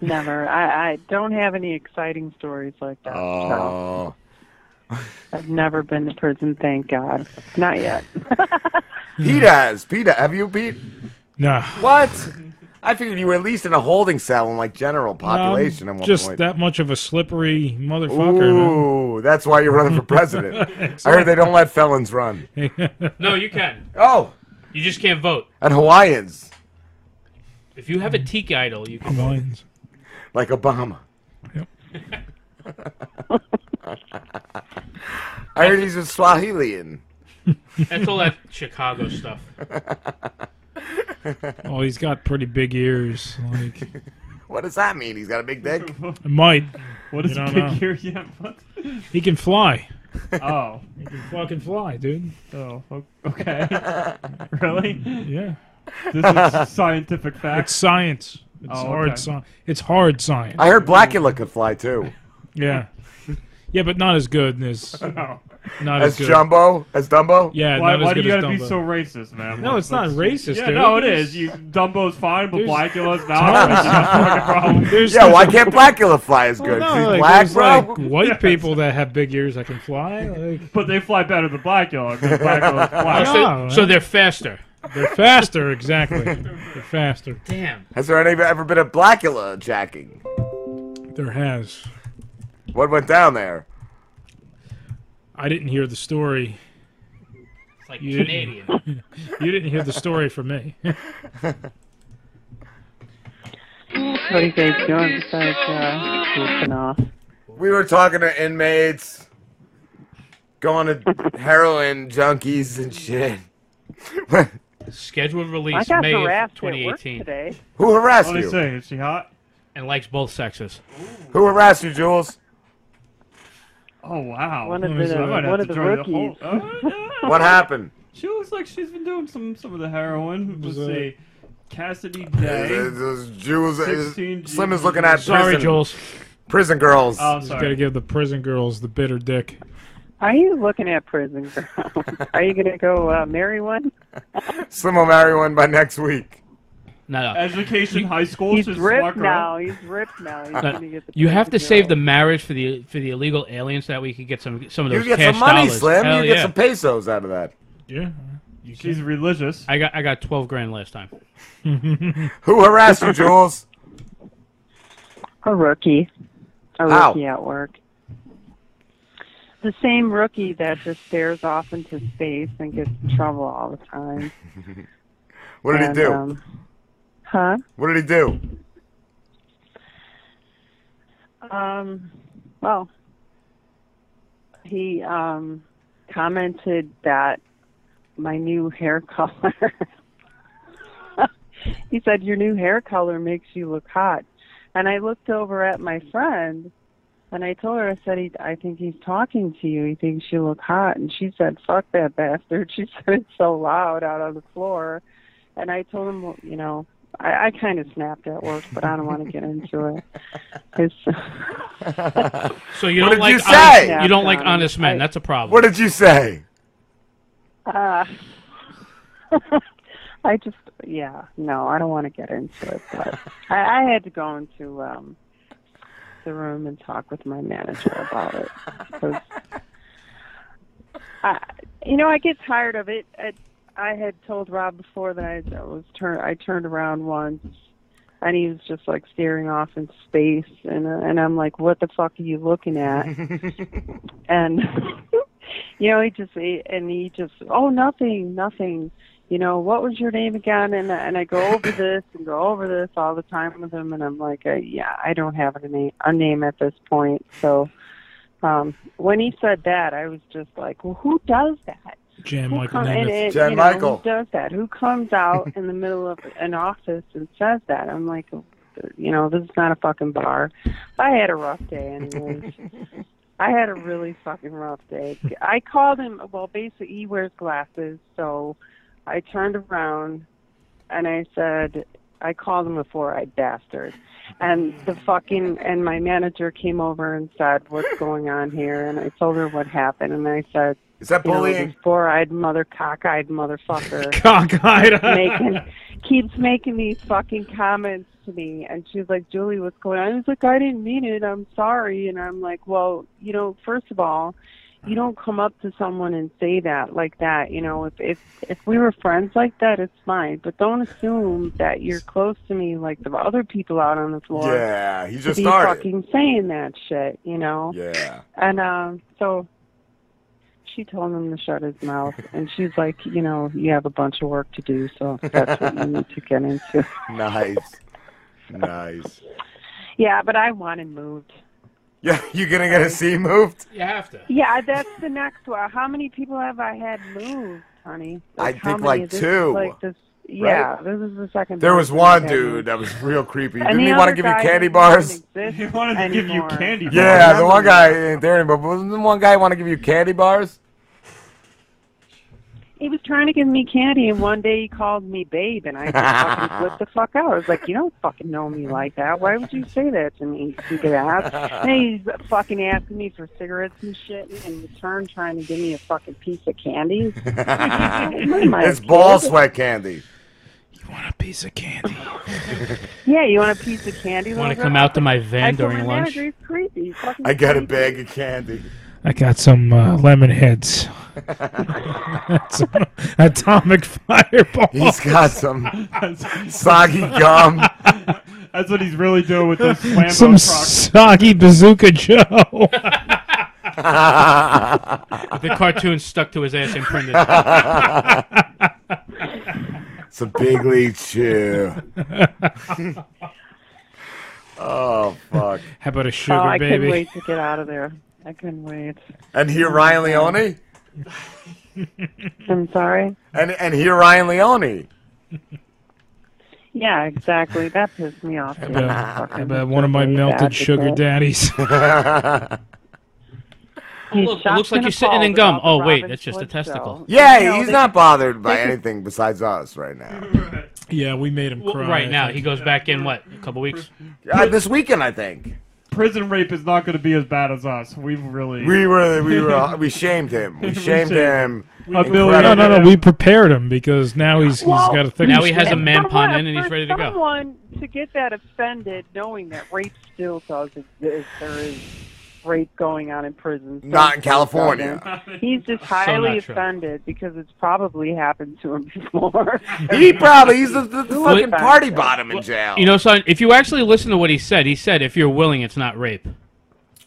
S23: never. I, I don't have any exciting stories like that.
S8: Oh.
S23: I've never been to prison, thank God. Not yet.
S8: Pete has. Pete, have you, Pete?
S4: No.
S8: What? I figured you were at least in a holding cell in like general population at one
S4: just
S8: point.
S4: that much of a slippery motherfucker. man.
S8: Ooh, that's why you're running for president.
S4: [LAUGHS]
S8: I heard they don't let felons run.
S13: No, you can.
S8: Oh.
S13: You just can't vote.
S8: And Hawaiians,
S13: If you have a teak idol, you can vote.
S8: like Obama. [LAUGHS] I heard he's a Swahilian.
S13: That's all that Chicago stuff.
S4: Oh, he's got pretty big ears. Like,
S8: [LAUGHS] What does that mean? He's got a big dick?
S4: it might.
S7: What
S4: You
S7: is
S4: don't
S7: big
S4: know.
S7: ear? Yeah, what?
S4: He can fly.
S7: Oh.
S4: He can fucking fly, dude.
S7: Oh, o-
S8: [LAUGHS]
S7: okay. [LAUGHS] really?
S4: Yeah.
S7: This is scientific fact.
S4: It's science. It's
S7: Oh,
S4: hard
S7: okay.
S4: science. It's hard science.
S8: I heard Blackula could fly too.
S7: [LAUGHS]
S4: Yeah. Yeah, but not as good as. Not
S8: as
S4: as good.
S8: Jumbo, as Dumbo.
S4: Yeah,
S7: Why, why do you gotta be so racist, man?
S4: No, it's not racist,
S7: Yeah,
S4: dude.
S7: no, it is. You Dumbo's fine, but
S4: There's- [LAUGHS]
S7: Blackula's not. That's not a problem.
S8: yeah, why can't Blackula fly as good? 'Cause
S4: Oh, No, like,
S8: he's black,
S4: there's,
S8: bro.
S4: like,
S8: [LAUGHS]
S4: white people that have big ears that can fly. Like,
S7: But they fly better than Blackula. 'cause Blackula's black.
S13: [LAUGHS]
S4: No,
S13: Oh, so, so they're faster.
S4: They're faster, exactly.
S23: [LAUGHS]
S4: They're faster.
S13: Damn.
S8: Has there any, ever been a Blackula jacking?
S4: There has.
S8: What went down there?
S4: I didn't hear the story. It's
S13: like
S4: Didn't,
S13: Canadian.
S4: [LAUGHS] you didn't hear the story from me.
S23: What are you guys doing besides uh, goofing off?
S8: We were talking to inmates,
S13: [LAUGHS]
S8: going to heroin junkies and shit.
S13: Scheduled
S23: I
S13: release
S23: got
S13: May of
S23: harassed at work
S13: 2018.
S23: today.
S8: Who harassed
S13: What'd he
S8: you?
S13: say?
S7: Is she hot?
S13: And likes both sexes.
S8: Who harassed you, Jules?
S7: Oh wow!
S23: One of
S7: Let me
S23: the-
S7: see. I might have
S23: one
S7: to
S23: of the
S7: join
S23: rookies.
S7: Oh, yeah.
S8: What happened?
S7: She looks like she's been doing some some of the heroin. Let's
S8: Was, uh,
S7: see, Cassidy
S8: Uh,
S7: Day.
S8: those Jews, uh,
S7: 16
S8: Slim is
S7: Jews.
S8: looking at
S4: Sorry,
S8: prison-
S4: Jules.
S8: Prison girls.
S7: Oh,
S4: Just gotta give the prison girls the bitter dick.
S23: Are you looking at prison girl?
S8: [LAUGHS]
S23: Are you gonna go uh, marry one?
S8: Slim will marry one by
S23: [LAUGHS]
S8: next week.
S13: No, no.
S7: Education, high school.
S23: He's
S7: she's a
S23: ripped
S7: smart girl.
S23: now. He's ripped now. He's
S13: [LAUGHS] But
S23: gonna
S7: [LAUGHS]
S23: get the
S13: you have to
S23: prison
S13: save
S23: girl.
S13: the marriage for the for the illegal aliens so that we could get some some of
S8: You
S13: those
S8: get
S13: cash
S8: some money,
S13: dollars.
S8: Slim.
S13: Hell
S8: you get
S13: yeah.
S8: some pesos out of that.
S4: Yeah.
S7: She's religious.
S13: I got I got twelve grand last
S8: [LAUGHS]
S13: time.
S8: Who harassed you, Jules?
S23: A rookie. A
S8: How?
S23: rookie at work. The same rookie that just stares off into space and gets in trouble all the time.
S8: [LAUGHS] What did
S23: And,
S8: he do?
S23: um, huh?
S8: what did he do?
S23: Um, well, he um, commented that my new hair color. [LAUGHS] he said, Your new hair color makes you look hot. And I looked over at my friend and I told her, I said, he, I think he's talking to you. He thinks you look hot. And she said, Fuck that bastard. [LAUGHS] She said it so loud out on the floor. And I told him, well, you know, I, I kind of snapped at work, but I don't want to get into it. It's-
S13: So you
S8: What
S13: don't
S8: did
S13: like
S8: you
S13: honest,
S8: say?
S13: you don't like honest men. That's a problem.
S8: What did
S13: [LAUGHS]
S8: you say?
S23: [LAUGHS] Uh, [LAUGHS] I just, yeah, no, I don't want to get into it, but I, I had to go into um, the room and talk with my manager about it.
S8: [LAUGHS]
S23: 'cause I, you know, I get tired of it. I, I had told Rob before that I was turn, I turned around once, and he was just like staring off in space, and uh, and I'm like, what the fuck are you looking at?
S3: [LAUGHS]
S23: and [LAUGHS] you know, he just he, and he just, oh, nothing, nothing. You know, what was your name again? And and I go over this and go over this all the time with him, and I'm like, I, yeah, I don't have a name, a name at this point. So um, when he said that, I was just like, well, who does that?
S4: Jan
S23: Who
S4: Michael
S23: come- and
S4: Nemeth.
S23: it- you know, Who does that? Who comes out in the middle of an office and says that? I'm like, you know, this is not a fucking bar. I had a rough day, anyways. I had a really fucking rough day. I called him. Well, basically, he wears glasses, so I turned around and I said, I called him a four-eyed bastard, and the fucking and my manager came over and said, "What's going on here?" And I told her what happened, and I said,
S8: "Is that bullying?"
S23: four-eyed mother, cock-eyed
S8: [LAUGHS]
S23: motherfucker,
S4: Cock-eyed.
S23: making keeps making these fucking comments to me and she's like julie what's going on i was like i didn't mean it i'm sorry and i'm like well you know first of all you don't come up to someone and say that like that you know if if if we were friends like that it's fine but don't assume that you're close to me like the other people out on the floor
S8: Yeah, he
S23: to
S8: just
S23: be
S8: started.
S23: fucking saying that shit you know
S8: [LAUGHS] Yeah.
S23: and um, so she told him to shut his mouth, and she's like, you know, you have a bunch of work to do,
S24: [LAUGHS]
S23: so that's what you need to get into.
S8: Nice. nice. [LAUGHS]
S23: Yeah, but I want him moved.
S8: Yeah, you gonna get a C moved?
S13: You have to.
S23: Yeah, that's the next one. How many people have I had moved, honey? how
S8: I
S23: many?
S8: think like
S23: This is
S8: two.
S23: like this, yeah, this is the second.
S8: There was
S23: person
S8: one
S23: I've had
S8: dude
S23: moved.
S8: that was real creepy.
S23: And
S8: Didn't
S23: the
S8: he want
S23: other
S8: to give you
S23: guy
S8: candy
S23: doesn't
S8: bars?
S23: even exist
S7: wanted to give you
S23: anymore.
S7: candy bars.
S8: [LAUGHS] Yeah, the
S23: [LAUGHS]
S8: one [LAUGHS] guy ain't there anymore. But wasn't the one guy want to give you candy bars?
S23: He was trying to give me candy, and one day he called me babe, and I just
S8: [LAUGHS]
S23: fucking flipped the fuck out. I was like, "You don't fucking know me like that. Why would you say that to me, you stupid ass?" And he's fucking asking me for cigarettes and shit, and in return trying to give me a fucking piece of
S8: [LAUGHS]
S23: candy. Oh
S8: it's ball sweat candy.
S9: a piece of
S8: [LAUGHS]
S9: candy.
S23: Yeah, you want a piece of candy?
S13: Want to
S23: little
S13: come
S23: girl?
S13: out to my van
S23: I told
S13: during
S23: my
S13: lunch?
S23: manager, he's creepy. He's fucking
S8: I got a
S23: creepy.
S8: bag of candy.
S9: I got some uh, lemon
S8: [LAUGHS]
S9: heads. some atomic fireball.
S8: He's got some soggy gum.
S7: That's what he's really doing with this slam
S9: some
S7: dunk truck.
S9: soggy bazooka
S8: [LAUGHS]
S9: Joe.
S13: With [LAUGHS] the cartoon stuck to his ass imprinted.
S8: [LAUGHS] It's a big
S13: [LAUGHS]
S8: league chew. oh fuck!
S9: How about a
S23: oh, I couldn't wait to get out of there. I couldn't wait.
S8: And here, Ryan Leone.
S23: I'm sorry.
S8: And and here, Ryan Leone.
S23: Yeah, exactly. That pissed me off. too.
S9: about,
S23: Fucking
S9: about one of my
S23: um, really
S9: melted
S23: bad
S9: sugar
S23: with it.
S8: [LAUGHS]
S9: daddies.
S23: [LAUGHS] He's
S13: Look, it
S23: shocked
S13: looks like
S23: and
S13: you're sitting in
S23: appalled
S13: gum.
S23: about the
S13: Oh wait,
S23: Robin
S13: that's just a
S23: Hood
S13: testicle.
S23: show.
S8: Yeah,
S23: No,
S8: he's
S23: they-
S8: not bothered by
S23: they-
S8: anything besides us right now.
S9: Yeah, we made him
S13: Well,
S9: cry.
S13: right now, he goes back in what a couple weeks.
S8: Uh, this weekend, I think
S7: Prison rape is not going to be as bad as us. We've really
S8: we were we were we shamed
S7: [LAUGHS]
S8: him. We shamed him.
S7: A billion-
S9: No, no, no. We prepared him because now he's he's got a thick.
S13: Now he has a
S9: skin.
S13: man pun in and he's ready to
S23: For
S13: go.
S23: someone to get that offended, knowing that rape still does exist, there is rape going on in prisons.
S8: Not in California.
S23: [LAUGHS] He's just
S8: So
S23: highly
S8: not true.
S23: offended because it's probably happened to him [LAUGHS] before.
S8: He probably he's the, the, the
S23: Who
S8: fucking
S23: offends
S8: party
S23: him?
S8: bottom in jail.
S13: You know, son, if you actually listen to what he said, he said, if you're willing, it's not rape.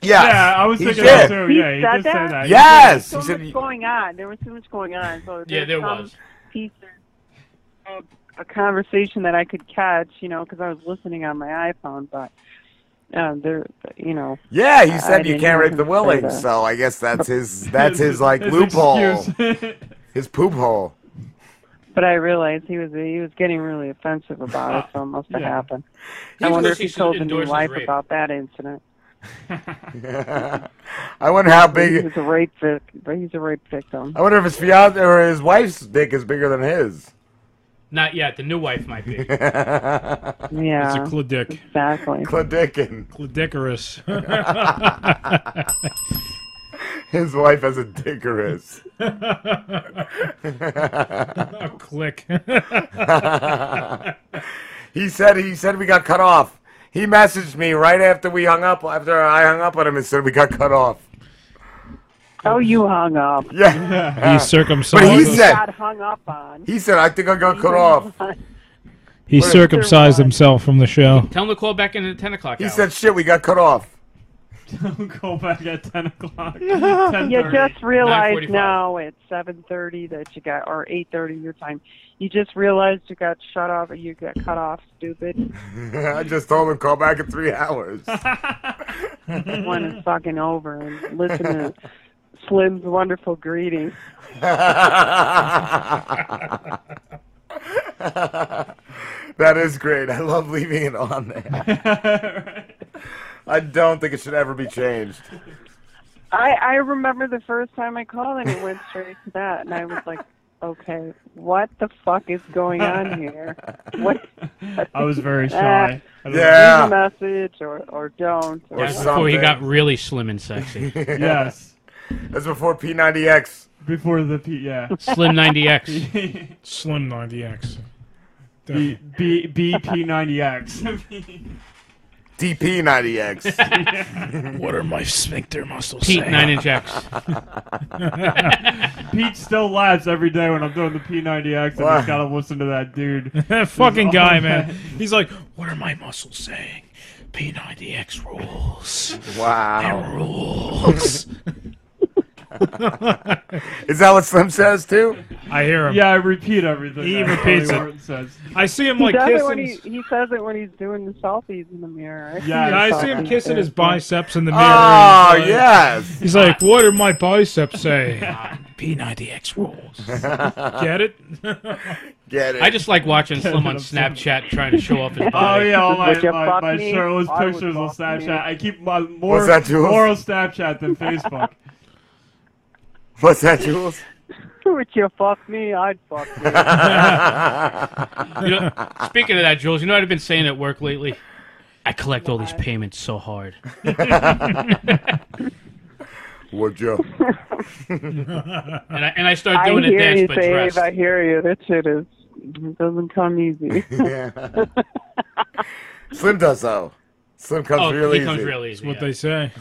S8: Yes.
S7: Yeah, I was
S8: He
S7: thinking
S8: did.
S7: that too. Yeah, he did say that. He
S8: Yes.
S23: There
S8: He
S23: was so
S8: said
S23: much going on. There was so much going on. So
S13: Yeah, there
S23: some
S13: was.
S23: Piece of a conversation that I could catch, you know, because I was listening on my iPhone, but. Uh, there, you know.
S8: Yeah,
S23: I
S8: he said you
S23: didn't
S8: can't
S23: hear
S8: rape
S23: him
S8: the
S23: say
S8: willing,
S23: that.
S8: so I guess that's his
S23: [LAUGHS]
S8: that's his like
S23: His
S8: loophole.
S23: excuse.
S8: [LAUGHS]
S23: [LAUGHS]
S8: His poop hole. [LAUGHS]
S23: But I realized he was he was getting really offensive about it, so it must have
S13: Yeah.
S23: happened.
S13: He
S23: I wonder
S13: was-
S23: if he
S13: he's
S23: told the new
S13: endorsing
S23: wife
S13: rape.
S23: about that incident.
S8: [LAUGHS] I wonder how big Oh,
S23: He's a rape victim. He's a rape victim.
S8: I wonder if his fiance or his wife's dick is bigger than his.
S13: Not yet. The new wife might
S8: [LAUGHS]
S13: be.
S8: yeah.
S23: Yeah.
S9: It's a cladick.
S23: Exactly.
S8: Cladickin.
S9: [LAUGHS] Cladicarous.
S8: [LAUGHS] His wife has a dickerous.
S9: [LAUGHS] A click.
S8: [LAUGHS] he said he said we got cut off. He messaged me right after we hung up after I hung up on him and said we got cut off.
S23: Oh, you hung up.
S8: [LAUGHS] Yeah.
S9: He's circumcised.
S8: But he
S9: us.
S8: said
S23: Got hung up on.
S8: he said I think I got cut off. [LAUGHS]
S9: He
S8: Where-
S9: circumcised himself from the show.
S8: [LAUGHS]
S13: Tell him to call back in at 10 o'clock.
S8: He
S13: hour.
S8: said shit we got cut off.
S7: [LAUGHS] Go back at ten o'clock.
S23: [LAUGHS] you
S7: 10:30.
S23: just realize now at 7:30 that you got or 8:30 your time. You just realized you got shut off or you got cut off. Stupid.
S8: I just told him call back in three hours.
S23: One is fucking over and listen to Slim's wonderful greeting.
S8: [LAUGHS] that is great. I love leaving it
S13: [LAUGHS]
S8: on there. I don't think it should ever be changed.
S23: I I remember the first time I called and it went straight to that and I was like, okay, what the fuck is going on here?
S13: [LAUGHS]
S23: What?
S7: I was
S23: [LAUGHS]
S7: very
S23: Ah,
S7: shy. I don't-
S8: Yeah.
S23: Leave a message or or don't. Or
S13: That's before he got really slim and
S8: [LAUGHS]
S13: sexy.
S7: Yes.
S8: That's before P90X.
S7: Before the P, yeah.
S13: Slim
S7: [LAUGHS]
S13: 90X.
S9: Slim 90X.
S7: B, B,
S8: [LAUGHS]
S7: BP90X.
S8: DP90X.
S9: What are my sphincter muscles
S13: Pete
S9: saying?
S13: 9 inch X.
S7: [LAUGHS] Pete still laughs every day when I'm doing the P90X and
S9: Wow.
S7: he's gotta listen to that dude.
S9: [LAUGHS] [LAUGHS] That fucking
S7: He's
S9: guy,
S8: [LAUGHS]
S7: all
S9: man.
S7: mad.
S9: He's like, what are my muscles saying? P90X rules.
S8: Wow.
S9: And rules.
S8: [LAUGHS]
S9: [LAUGHS]
S8: Is that what Slim says too?
S9: I hear him.
S7: Yeah, I [LAUGHS] repeat everything.
S9: He
S7: that
S9: repeats
S7: Charlie
S9: it.
S7: Ward says.
S9: I see him
S23: He
S9: like
S23: does it
S9: kissing.
S23: when he,
S9: his-
S23: he says it when he's doing the selfies in
S13: [LAUGHS]
S23: the mirror.
S9: Yeah, I see him kissing his biceps in the mirror.
S8: Oh,
S9: He's like-
S8: yes.
S9: He's like, what are my biceps
S8: [LAUGHS]
S9: saying? P90X rules. Get it? [LAUGHS]
S8: Get it.
S13: I just like watching Slim on Snapchat trying to show off his body.
S7: Oh
S8: [LAUGHS]
S7: yeah, all my,
S13: Would you
S7: my,
S13: fuck
S7: my
S13: me?
S7: shirtless
S13: I would
S7: pictures on
S13: fuck
S7: Snapchat.
S13: you.
S7: I keep my more
S8: that, Jules?
S13: [LAUGHS]
S7: more on Snapchat than Facebook. [LAUGHS]
S8: What's that, Jules?
S23: would you fuck me? I'd fuck
S13: [LAUGHS]
S23: you.
S13: You know, speaking of that, Jules, you know what I've been saying at work lately? I collect all these payments
S7: [LAUGHS]
S13: so
S8: [LAUGHS]
S13: hard.
S8: Would you?
S9: [LAUGHS]
S13: and, I, and I start doing
S23: I
S13: a
S23: hear
S13: dance,
S23: you,
S13: but
S23: Dave.
S13: dressed.
S23: I hear you. That shit is it doesn't come easy. [LAUGHS]
S8: Slim does though. Slim comes
S13: Oh,
S8: really
S13: he comes
S8: easy.
S13: real easy. yeah.
S9: say.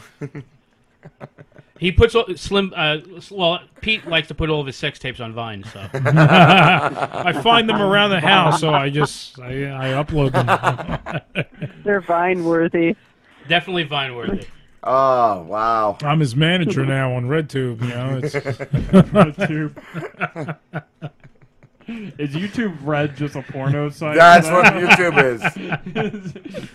S13: He puts all, Slim. Uh, well, Pete likes to put all of his sex tapes on Vine,
S8: [LAUGHS]
S13: so
S9: I find them around the house, so I just I, I upload them.
S23: They're vine worthy.
S13: Definitely Vine worthy.
S8: Oh wow!
S9: [LAUGHS] I'm his manager
S8: [LAUGHS]
S9: now on RedTube. You know, it's [LAUGHS] RedTube.
S7: [LAUGHS] Is YouTube Red just a porno site?
S8: That's
S7: [LAUGHS]
S8: what YouTube
S7: is.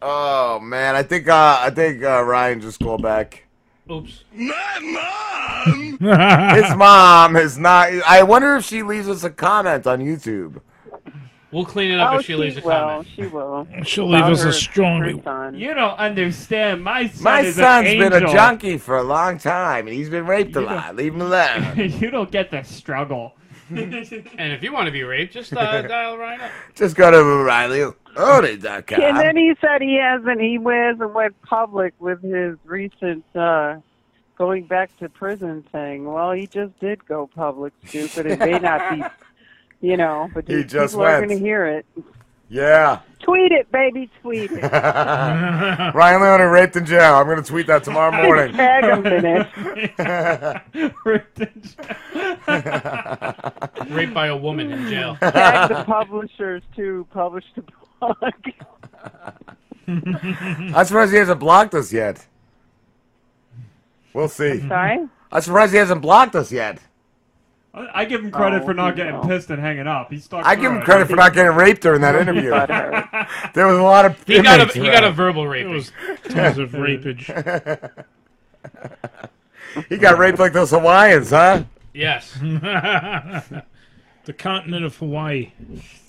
S8: Oh man, I think uh, I think uh, Ryan just
S9: [LAUGHS]
S8: called back.
S13: [LAUGHS] Oops.
S8: His mom is not. I wonder if she leaves us a comment on YouTube.
S13: we'll clean it up
S23: oh,
S13: if she leaves a
S23: will.
S13: comment.
S23: She will.
S9: She'll leave
S23: About
S9: us a
S23: her-
S9: strong-
S23: her son.
S7: You don't understand. My son
S8: My
S7: is
S8: son's
S7: an
S8: been a
S7: angel.
S8: junkie for a long time, and he's been raped a lot. Leave him alone.
S7: [LAUGHS] you don't get the struggle.
S13: and if you want to be raped, just
S8: [LAUGHS]
S13: uh, dial right up.
S8: Just go to RileyOnit.com.
S23: And then he said he hasn't. He hasn't went public with his recent uh, going back to prison thing. Well, he just did go public, stupid. It may not be,
S8: [LAUGHS]
S23: you know, but
S8: He
S23: these
S8: just
S23: people are
S8: went.
S23: going to hear it.
S9: [LAUGHS]
S8: Yeah.
S23: Tweet it, baby, tweet it.
S8: Ryan Leonard raped in jail. I'm gonna tweet
S23: [LAUGHS]
S8: that tomorrow morning.
S23: Tag him in it.
S9: [LAUGHS]
S8: [LAUGHS]
S13: Raped by a woman in jail.
S23: Tag the publishers too. Publish the blog. [LAUGHS]
S8: I'm surprised he hasn't blocked us yet. We'll see.
S23: Sorry?
S8: I'm surprised he hasn't blocked us yet.
S7: I, I give him credit
S8: Oh,
S7: for not
S8: you
S7: getting
S8: know.
S7: pissed and hanging up. He's stuck.
S8: I give him credit for not getting raped during that
S7: [LAUGHS]
S8: interview. there was a lot of
S13: He got
S8: inmates
S13: a he got a
S8: around.
S13: verbal raping.
S9: tons of
S13: [LAUGHS]
S9: rapage.
S8: He got raped like those Hawaiians, huh?
S13: Yes.
S9: [LAUGHS] the continent of Hawaii.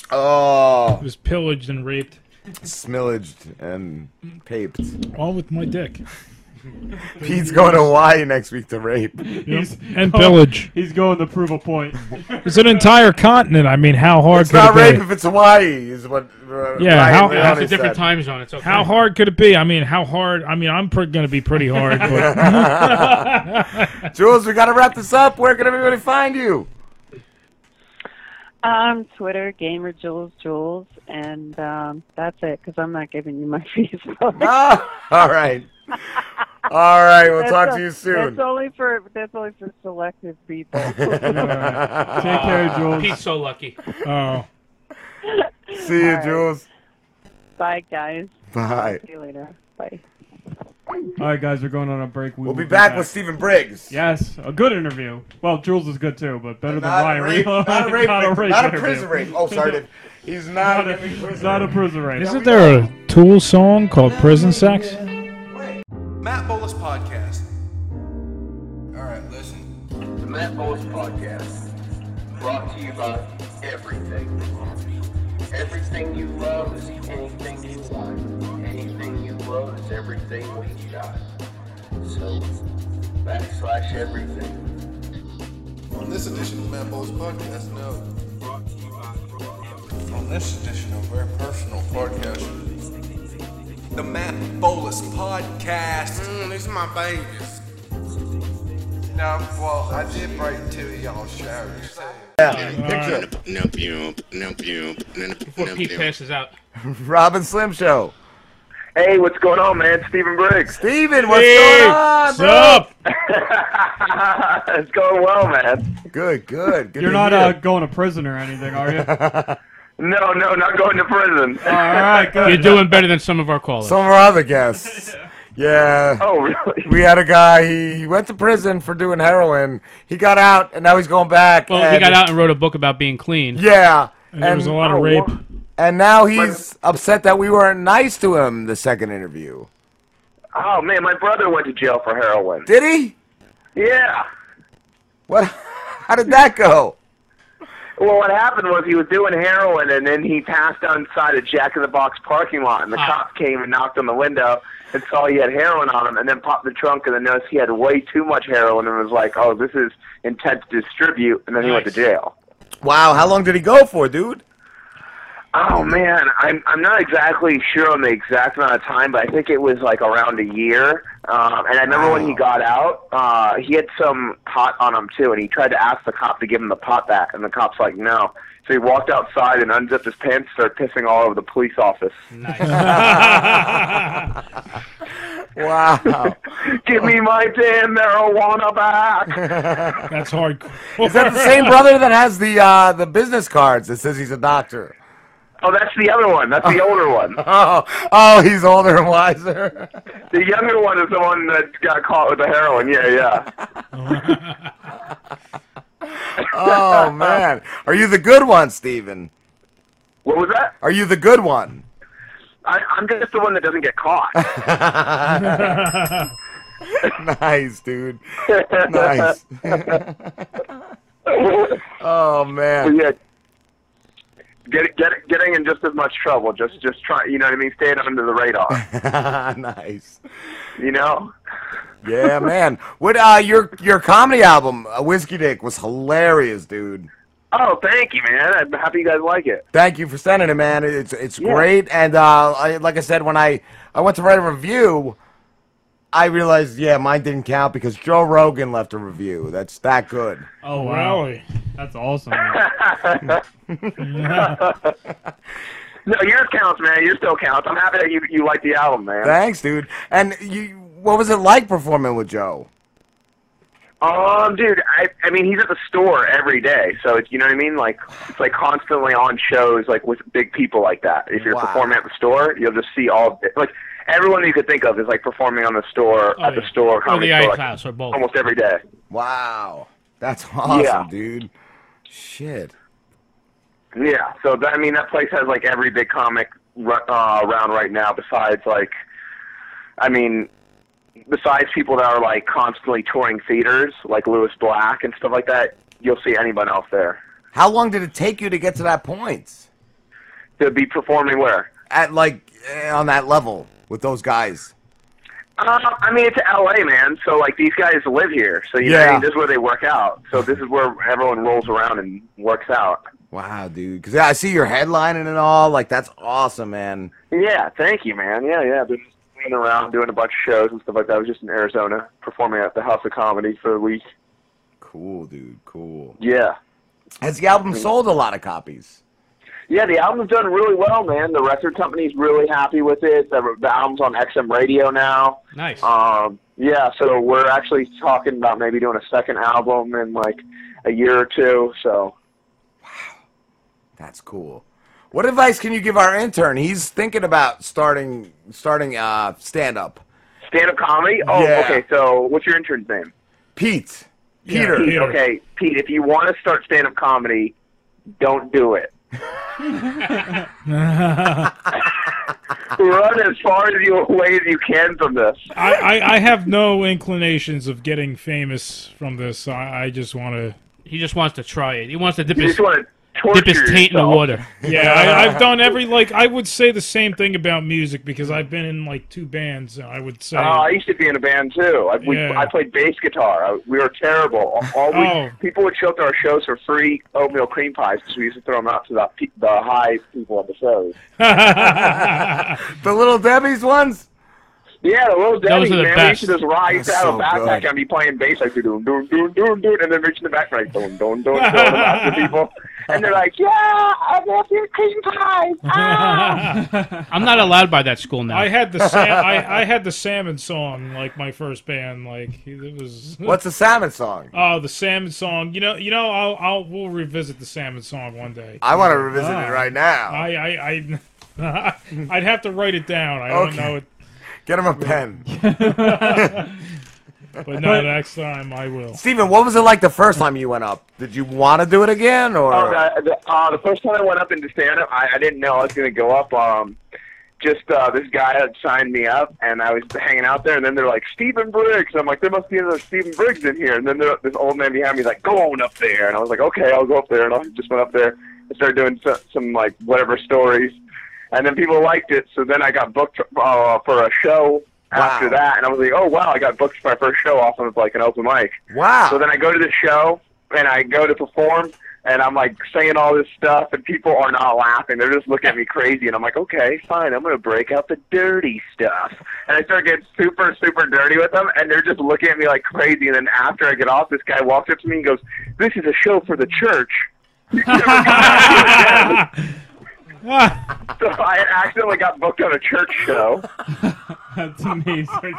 S8: Oh.
S9: was pillaged and raped.
S8: Smillaged and paped.
S9: All with my dick.
S8: Pete's going to Hawaii next week to rape.
S9: He's- And pillage.
S7: He's going to prove a point.
S9: It's an entire continent. I mean, how hard
S8: It's
S9: could
S8: not
S9: it
S8: rape
S9: be?
S8: if it's Hawaii, is what. uh,
S9: Yeah,
S8: Ryan
S9: how-
S8: Leone
S9: That's a
S13: different
S8: said.
S13: time zone. It's okay.
S9: How
S8: [LAUGHS]
S9: hard could it be? I mean, how hard? I mean, I'm pr- going to be pretty hard.
S8: [LAUGHS]
S9: But
S8: Jules, we got to wrap this up. Where can everybody find you?
S23: Um, Twitter, gamer Jules Jules, and um, that's it because I'm not giving you my [LAUGHS] Facebook.
S8: Ah, all right. All right, we'll
S23: That's
S8: talk
S23: o-
S8: to you
S23: That's
S8: soon.
S23: only for that's only for selective people.
S8: [LAUGHS] Take care,
S13: Aw,
S8: Jules.
S13: Pete's so lucky.
S9: Oh.
S8: See you,
S23: All right.
S8: Jules.
S23: Bye, guys.
S8: Bye.
S23: See you later.
S8: [LAUGHS]
S23: Bye.
S7: All right, guys, we're going on a break. We
S8: We'll be
S7: will
S8: back with Stephen Briggs.
S7: Yes, a good interview. Well, Jules is good too, but better
S8: Not a
S7: than Ryan.
S8: rape-
S7: Real. [LAUGHS]
S8: not a rape victim, not a
S7: interview.
S8: prison rape. Oh, sorry, Dave. He's not, a, prison
S7: Not a prison rape.
S9: Isn't there a Tool song called Prison Sex?
S4: Matt Bolus Podcast. All right, listen. The Matt Bolus Podcast.
S16: Brought to you by everything. Everything you love is anything you want. Anything you love is everything we got. So, backslash everything.
S4: On this edition of Matt Bolus Podcast, no. On this edition of Very Personal Podcast, the Matt Bolus Podcast. Mm, these are my babies. No, well, I did break two of y'all showers.
S8: Yeah,
S13: Before Pete passes out.
S8: picture. Robin Slim Show.
S15: Hey, what's going on, man? Stephen Briggs.
S8: Steven, what's
S15: Hey,
S8: going on,
S15: what's
S8: bro?
S15: up? [LAUGHS] it's going well, man.
S8: Good, good. good
S7: You're
S8: to
S7: not
S8: hear.
S7: uh, going to prison or anything, are you?
S8: [LAUGHS]
S15: No, no, not going to prison. All
S7: right,
S15: [LAUGHS]
S13: You're doing better than some of our callers.
S8: Some of our other guests. Yeah.
S15: Oh, really?
S8: We had a guy. He, he went to prison for doing heroin. He got out, and now he's going back.
S13: well,
S8: and,
S13: Oh, he got out and wrote a book about being clean.
S8: Yeah.
S13: And there was a
S15: Oh,
S13: lot of rape.
S8: And now he's upset that we weren't nice to him the second interview.
S15: Oh man, my brother went to jail for heroin.
S8: Did he?
S15: Yeah.
S8: What? How did that go?
S15: Well, what happened was he was doing heroin, and then he passed outside a Jack in the Box parking lot, and the cop came and knocked on the window, and saw he had heroin on him, and then popped the trunk and then noticed he had way too much heroin and was like, "Oh, this is intent to distribute," and then he went to jail.
S8: Wow, how long did he go for, dude?
S15: Oh man, I'm I'm not exactly sure on the exact amount of time, but I think it was like around a year. Um, and I remember when he got out, uh, he had some pot on him too, and he tried to ask the cop to give him the pot back, and the cop's like, no. So he walked outside and unzipped his pants, started pissing all over the police office.
S8: Wow.
S15: [LAUGHS] give me my damn marijuana
S8: [LAUGHS]
S15: back.
S8: That's hard. Is that the same brother that has the uh, the business cards that says he's a doctor?
S15: Oh, that's the other one. That's
S8: [LAUGHS]
S15: the older one.
S8: Oh, oh, he's older and wiser.
S15: [LAUGHS] The younger one is the one that got caught with the heroin. Yeah, yeah.
S8: Oh man, are you the good one, Steven?
S15: What was that?
S8: Are you the good one? [LAUGHS]
S15: I, I'm just the one that doesn't get caught. [LAUGHS]
S8: nice, dude. Nice. [LAUGHS] [LAUGHS] oh man.
S15: Yeah. Get, get, getting in just as much trouble. Just, just try. You know what I mean? Staying under the
S8: [LAUGHS]
S15: radar.
S8: nice.
S15: You know.
S8: Yeah, man. What uh your your comedy album, uh, Whiskey Dick, was hilarious, dude.
S15: Oh, thank you, man. I'm happy you guys like
S8: [LAUGHS]
S15: it. [LAUGHS]
S8: Thank you for sending it, man. It's it's
S15: Yeah.
S8: great. And uh, I, like I said, when I I went to write a review, I realized yeah, mine didn't count because Joe Rogan left a review. That's that good.
S7: Oh wow,
S9: Really?
S7: that's awesome.
S15: No, yours counts, man. Yours still counts. I'm happy that you you like the album, man.
S8: Thanks, dude. And you, what was it like performing with Joe?
S15: Um, dude, I I mean he's at the store every day, so it's you know what I mean. Like it's like constantly on shows, like with big people like that. If you're
S8: Wow.
S15: performing at the store, you'll just see all like everyone you could think of is like performing on the store
S30: Oh,
S15: at
S30: yeah.
S15: the store
S30: Or
S15: comedy
S30: the
S15: store, like,
S30: iClass, or both.
S15: almost every day.
S8: Wow, that's [LAUGHS] awesome,
S15: Yeah.
S8: dude. Shit.
S15: Yeah, so that, I mean that place has like every big comic ru- uh, around right now. Besides, like, I mean, besides people that are like constantly touring theaters, like Lewis Black and stuff like that, you'll see anyone else there
S8: How long did it take you to get to that point?
S15: to be performing where.
S8: At like eh, on that level with those guys.
S15: Uh, I mean, it's LA, man. So like these guys live here, so you know, what I
S8: Yeah.
S15: mean, this is where they work out. So this is where everyone rolls around and works out.
S8: Wow, dude. Because I see your headlining and all. Like that's awesome, man.
S15: Yeah, thank you, man. Yeah, yeah. I've been running around doing a bunch of shows and stuff like that. I was just in Arizona performing at the House of Comedy for a week.
S8: Cool, dude. Cool.
S15: Yeah.
S8: Has the album sold a lot of copies?
S15: Yeah, the album's done really well, man. The record company's really happy with it. The, the album's on XM Radio now.
S13: Nice.
S15: Um, yeah, so we're actually talking about maybe doing a second album in like a year or two. So
S8: That's cool. What advice can you give our intern? He's thinking about starting starting uh, stand up.
S15: stand up comedy. Oh,
S8: Yeah.
S15: okay. So what's your intern's name?
S8: Pete. Peter.
S15: Pete, Okay, Pete. If you want to start stand up comedy, don't do
S8: [LAUGHS]
S15: it. Run as far as you away as you can from this.
S9: I, I, I have no inclinations of getting famous from this. I, I just want to.
S13: He just wants to try it. He wants to dip
S9: You
S13: his
S9: just wanna
S13: dip his taint in the water.
S9: [LAUGHS] Yeah, I, I've done every like. I would say the same thing about music because I've been in like two bands. and I would say.
S15: Oh, I used to be in a band too. I, we,
S9: Yeah.
S15: I played bass guitar. I, we were terrible. All we,
S9: Oh.
S15: people would show up to our shows for free oatmeal cream pies because we used to throw them out to the, pe- the high people at the shows.
S8: The little Debbie's ones.
S15: Yeah, the little
S8: Those
S15: Debbie,
S8: are
S15: man.
S8: the
S15: We used to
S8: best.
S15: just ride
S8: That's
S15: out of a
S8: so
S15: backpack
S8: good.
S15: and be playing bass like doom doom doom doom doom, and then reaching the back like doom doom doom doom after people, and they're like, yeah, I love your cream pies. Ah!
S13: [LAUGHS] I'm not allowed by that school now.
S9: I had the Sam,
S13: [LAUGHS]
S9: I, I had the salmon song like my first band like it was [LAUGHS]
S8: What's the salmon song?
S9: Oh, the salmon song. You know, you know, I'll, I'll we'll revisit the salmon song one day. Ah.
S8: I wanna revisit it right now.
S9: I, I, I [LAUGHS] I'd have to write it down. I don't
S8: Okay.
S9: know it,
S8: Get him a pen.
S9: [LAUGHS] but no, next time I will.
S8: Steven, what was it like the first time you went up? Did you want to do it again or
S15: Oh,
S8: [LAUGHS]
S15: the, the, uh, the first time I went up into stand up, I, I didn't know I was going to go up. Um, just uh, this guy had signed me up, and I was hanging out there, and then they're like, Stephen Briggs. I'm like, there must be another Stephen Briggs in here. And then there, this old man behind me is like, go on up there. And I was like, okay, I'll go up there. And I just went up there and started doing some, some like, whatever stories. And then people liked it, so then I got booked uh, for a show after that, and I was like, oh wow, I got booked for my first show off of like an open mic.
S8: Wow.
S15: So then I go to the show and I go to perform, and I'm like saying all this stuff, and people are not laughing. They're just looking at me crazy, and I'm like, okay, fine, I'm gonna break out the dirty stuff, and I start getting super super dirty with them, and they're just looking at me like crazy. And then after I get off, this guy walks up to me and goes, "This is a show for the church." [LAUGHS] so I accidentally got booked on a church show.
S7: That's amazing.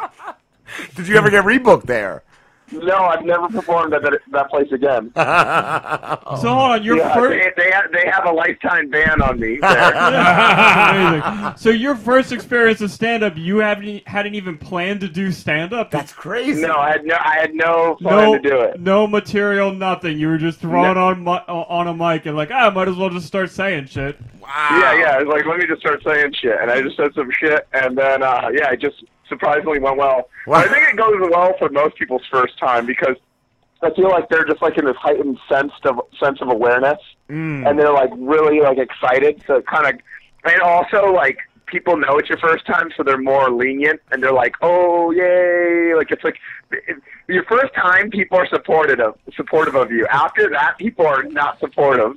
S8: [LAUGHS] Did you ever get rebooked there?
S15: No, I've never performed at that, that place again.
S7: So hold on, your
S15: yeah,
S7: first-
S15: They, they, have, they have a lifetime ban on me.
S7: [LAUGHS] That's
S15: There.
S7: amazing. So your first experience of stand up, you haven't e- hadn't even planned to do stand up. That's
S8: crazy.
S15: no, I had no, I had no plan
S7: No,
S15: to do it.
S7: no material, nothing. You were just thrown
S15: No.
S7: on mi- uh, on a mic and like, ah, I might as well just start saying shit. [LAUGHS]
S15: Yeah, yeah. I was like, let me just start saying shit, and I just said some shit, and then uh, yeah, it just surprisingly went well. I think it goes well for most people's first time because I feel like they're just like in this heightened sense of sense of awareness,
S4: Mm.
S15: and they're like really like excited. So kind of, and also like people know it's your first time, so they're more lenient, and they're like, oh yay! Like it's like it, your first time, people are supportive of supportive of you. After that, people are not supportive.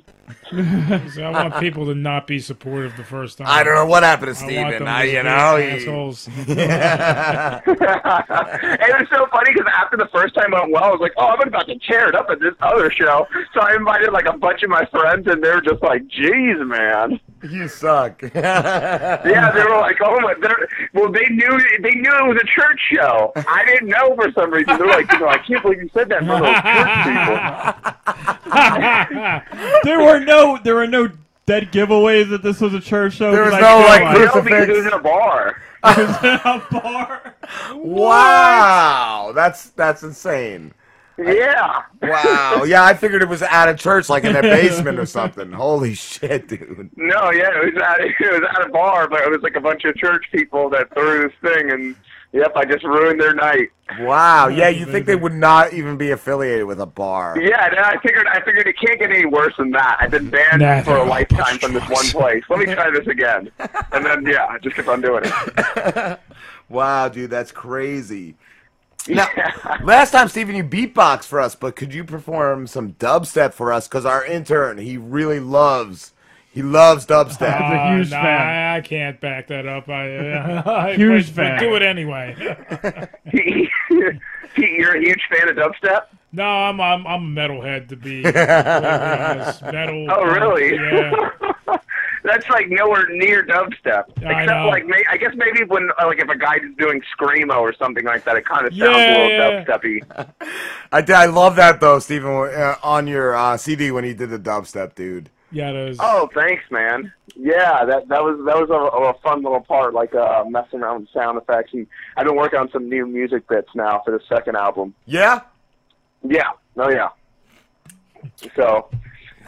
S9: So I want people to not be supportive the first time.
S8: I don't know what happened to
S9: I want them
S8: Steven.
S9: to
S8: I,
S9: just
S8: you
S9: be
S8: know, he- [LAUGHS]
S9: assholes. [LAUGHS]
S15: and it was so funny because after the first time went well, I was like, oh, I'm about to tear it up at this other show. So I invited like a bunch of my friends, and they were just like, geez, man.
S8: You suck. [LAUGHS]
S15: yeah, they were like, oh my. They're, well, they knew they knew it was a church show. I didn't know for some reason. They're like, you know, I can't believe you said that in front of those
S8: [LAUGHS]
S15: church
S7: there were no there were no dead giveaways that this was a church show.
S15: There was
S7: that I
S15: no,
S7: know
S15: like,
S7: of.
S15: no, because it was in a bar.
S7: It was in a bar.
S8: Wow, that's that's insane.
S15: Yeah.
S8: Wow. Yeah, I figured it was at a church, like in [LAUGHS] their basement or something. Holy shit, dude.
S15: people. No, yeah, it was at [LAUGHS] it was at a bar, but it was like a bunch of church people that threw this thing, and yep, I just ruined their night.
S8: Wow. Yeah, you think they would not even be affiliated with a bar?
S15: Yeah, and I figured I figured it can't get any worse than that. I've been banned
S8: Nah,
S15: for
S8: they're
S15: a
S8: all
S15: lifetime from this one place. Let me try this
S8: [LAUGHS]
S15: again, and then yeah, I just kept on doing it.
S8: Wow, dude, that's crazy. Now, last time, Steven, you beatbox for us, but could you perform some dubstep for us? Because our intern, he really loves, he loves dubstep.
S9: Uh, nah, I can't back that up. I,
S8: [LAUGHS]
S9: I [LAUGHS]
S8: Huge
S9: but-
S8: fan.
S9: But do it anyway.
S8: [LAUGHS]
S15: Pete, you're a huge fan of dubstep.
S9: No, I'm I'm, I'm a metalhead to
S8: [LAUGHS]
S9: be. completely honest. metal.
S15: Oh, really?
S8: [LAUGHS]
S9: Yeah.
S15: [LAUGHS] That's like nowhere near dubstep,
S9: I
S15: except
S9: know.
S15: like may, I guess maybe when uh, like if a guy is doing screamo or something like that, it kind of sounds a
S8: Yeah,
S15: little
S8: yeah.
S15: dubsteppy.
S8: I did. I love that though, Steven, uh, on your uh, CD when he did the dubstep, dude.
S9: Yeah, those.
S15: Oh, thanks, man. Yeah, that that was that was a, a fun little part, like uh, messing around with sound effects. And I've been working on some new music bits now for the second album.
S8: Yeah.
S15: Yeah. Oh, yeah. So,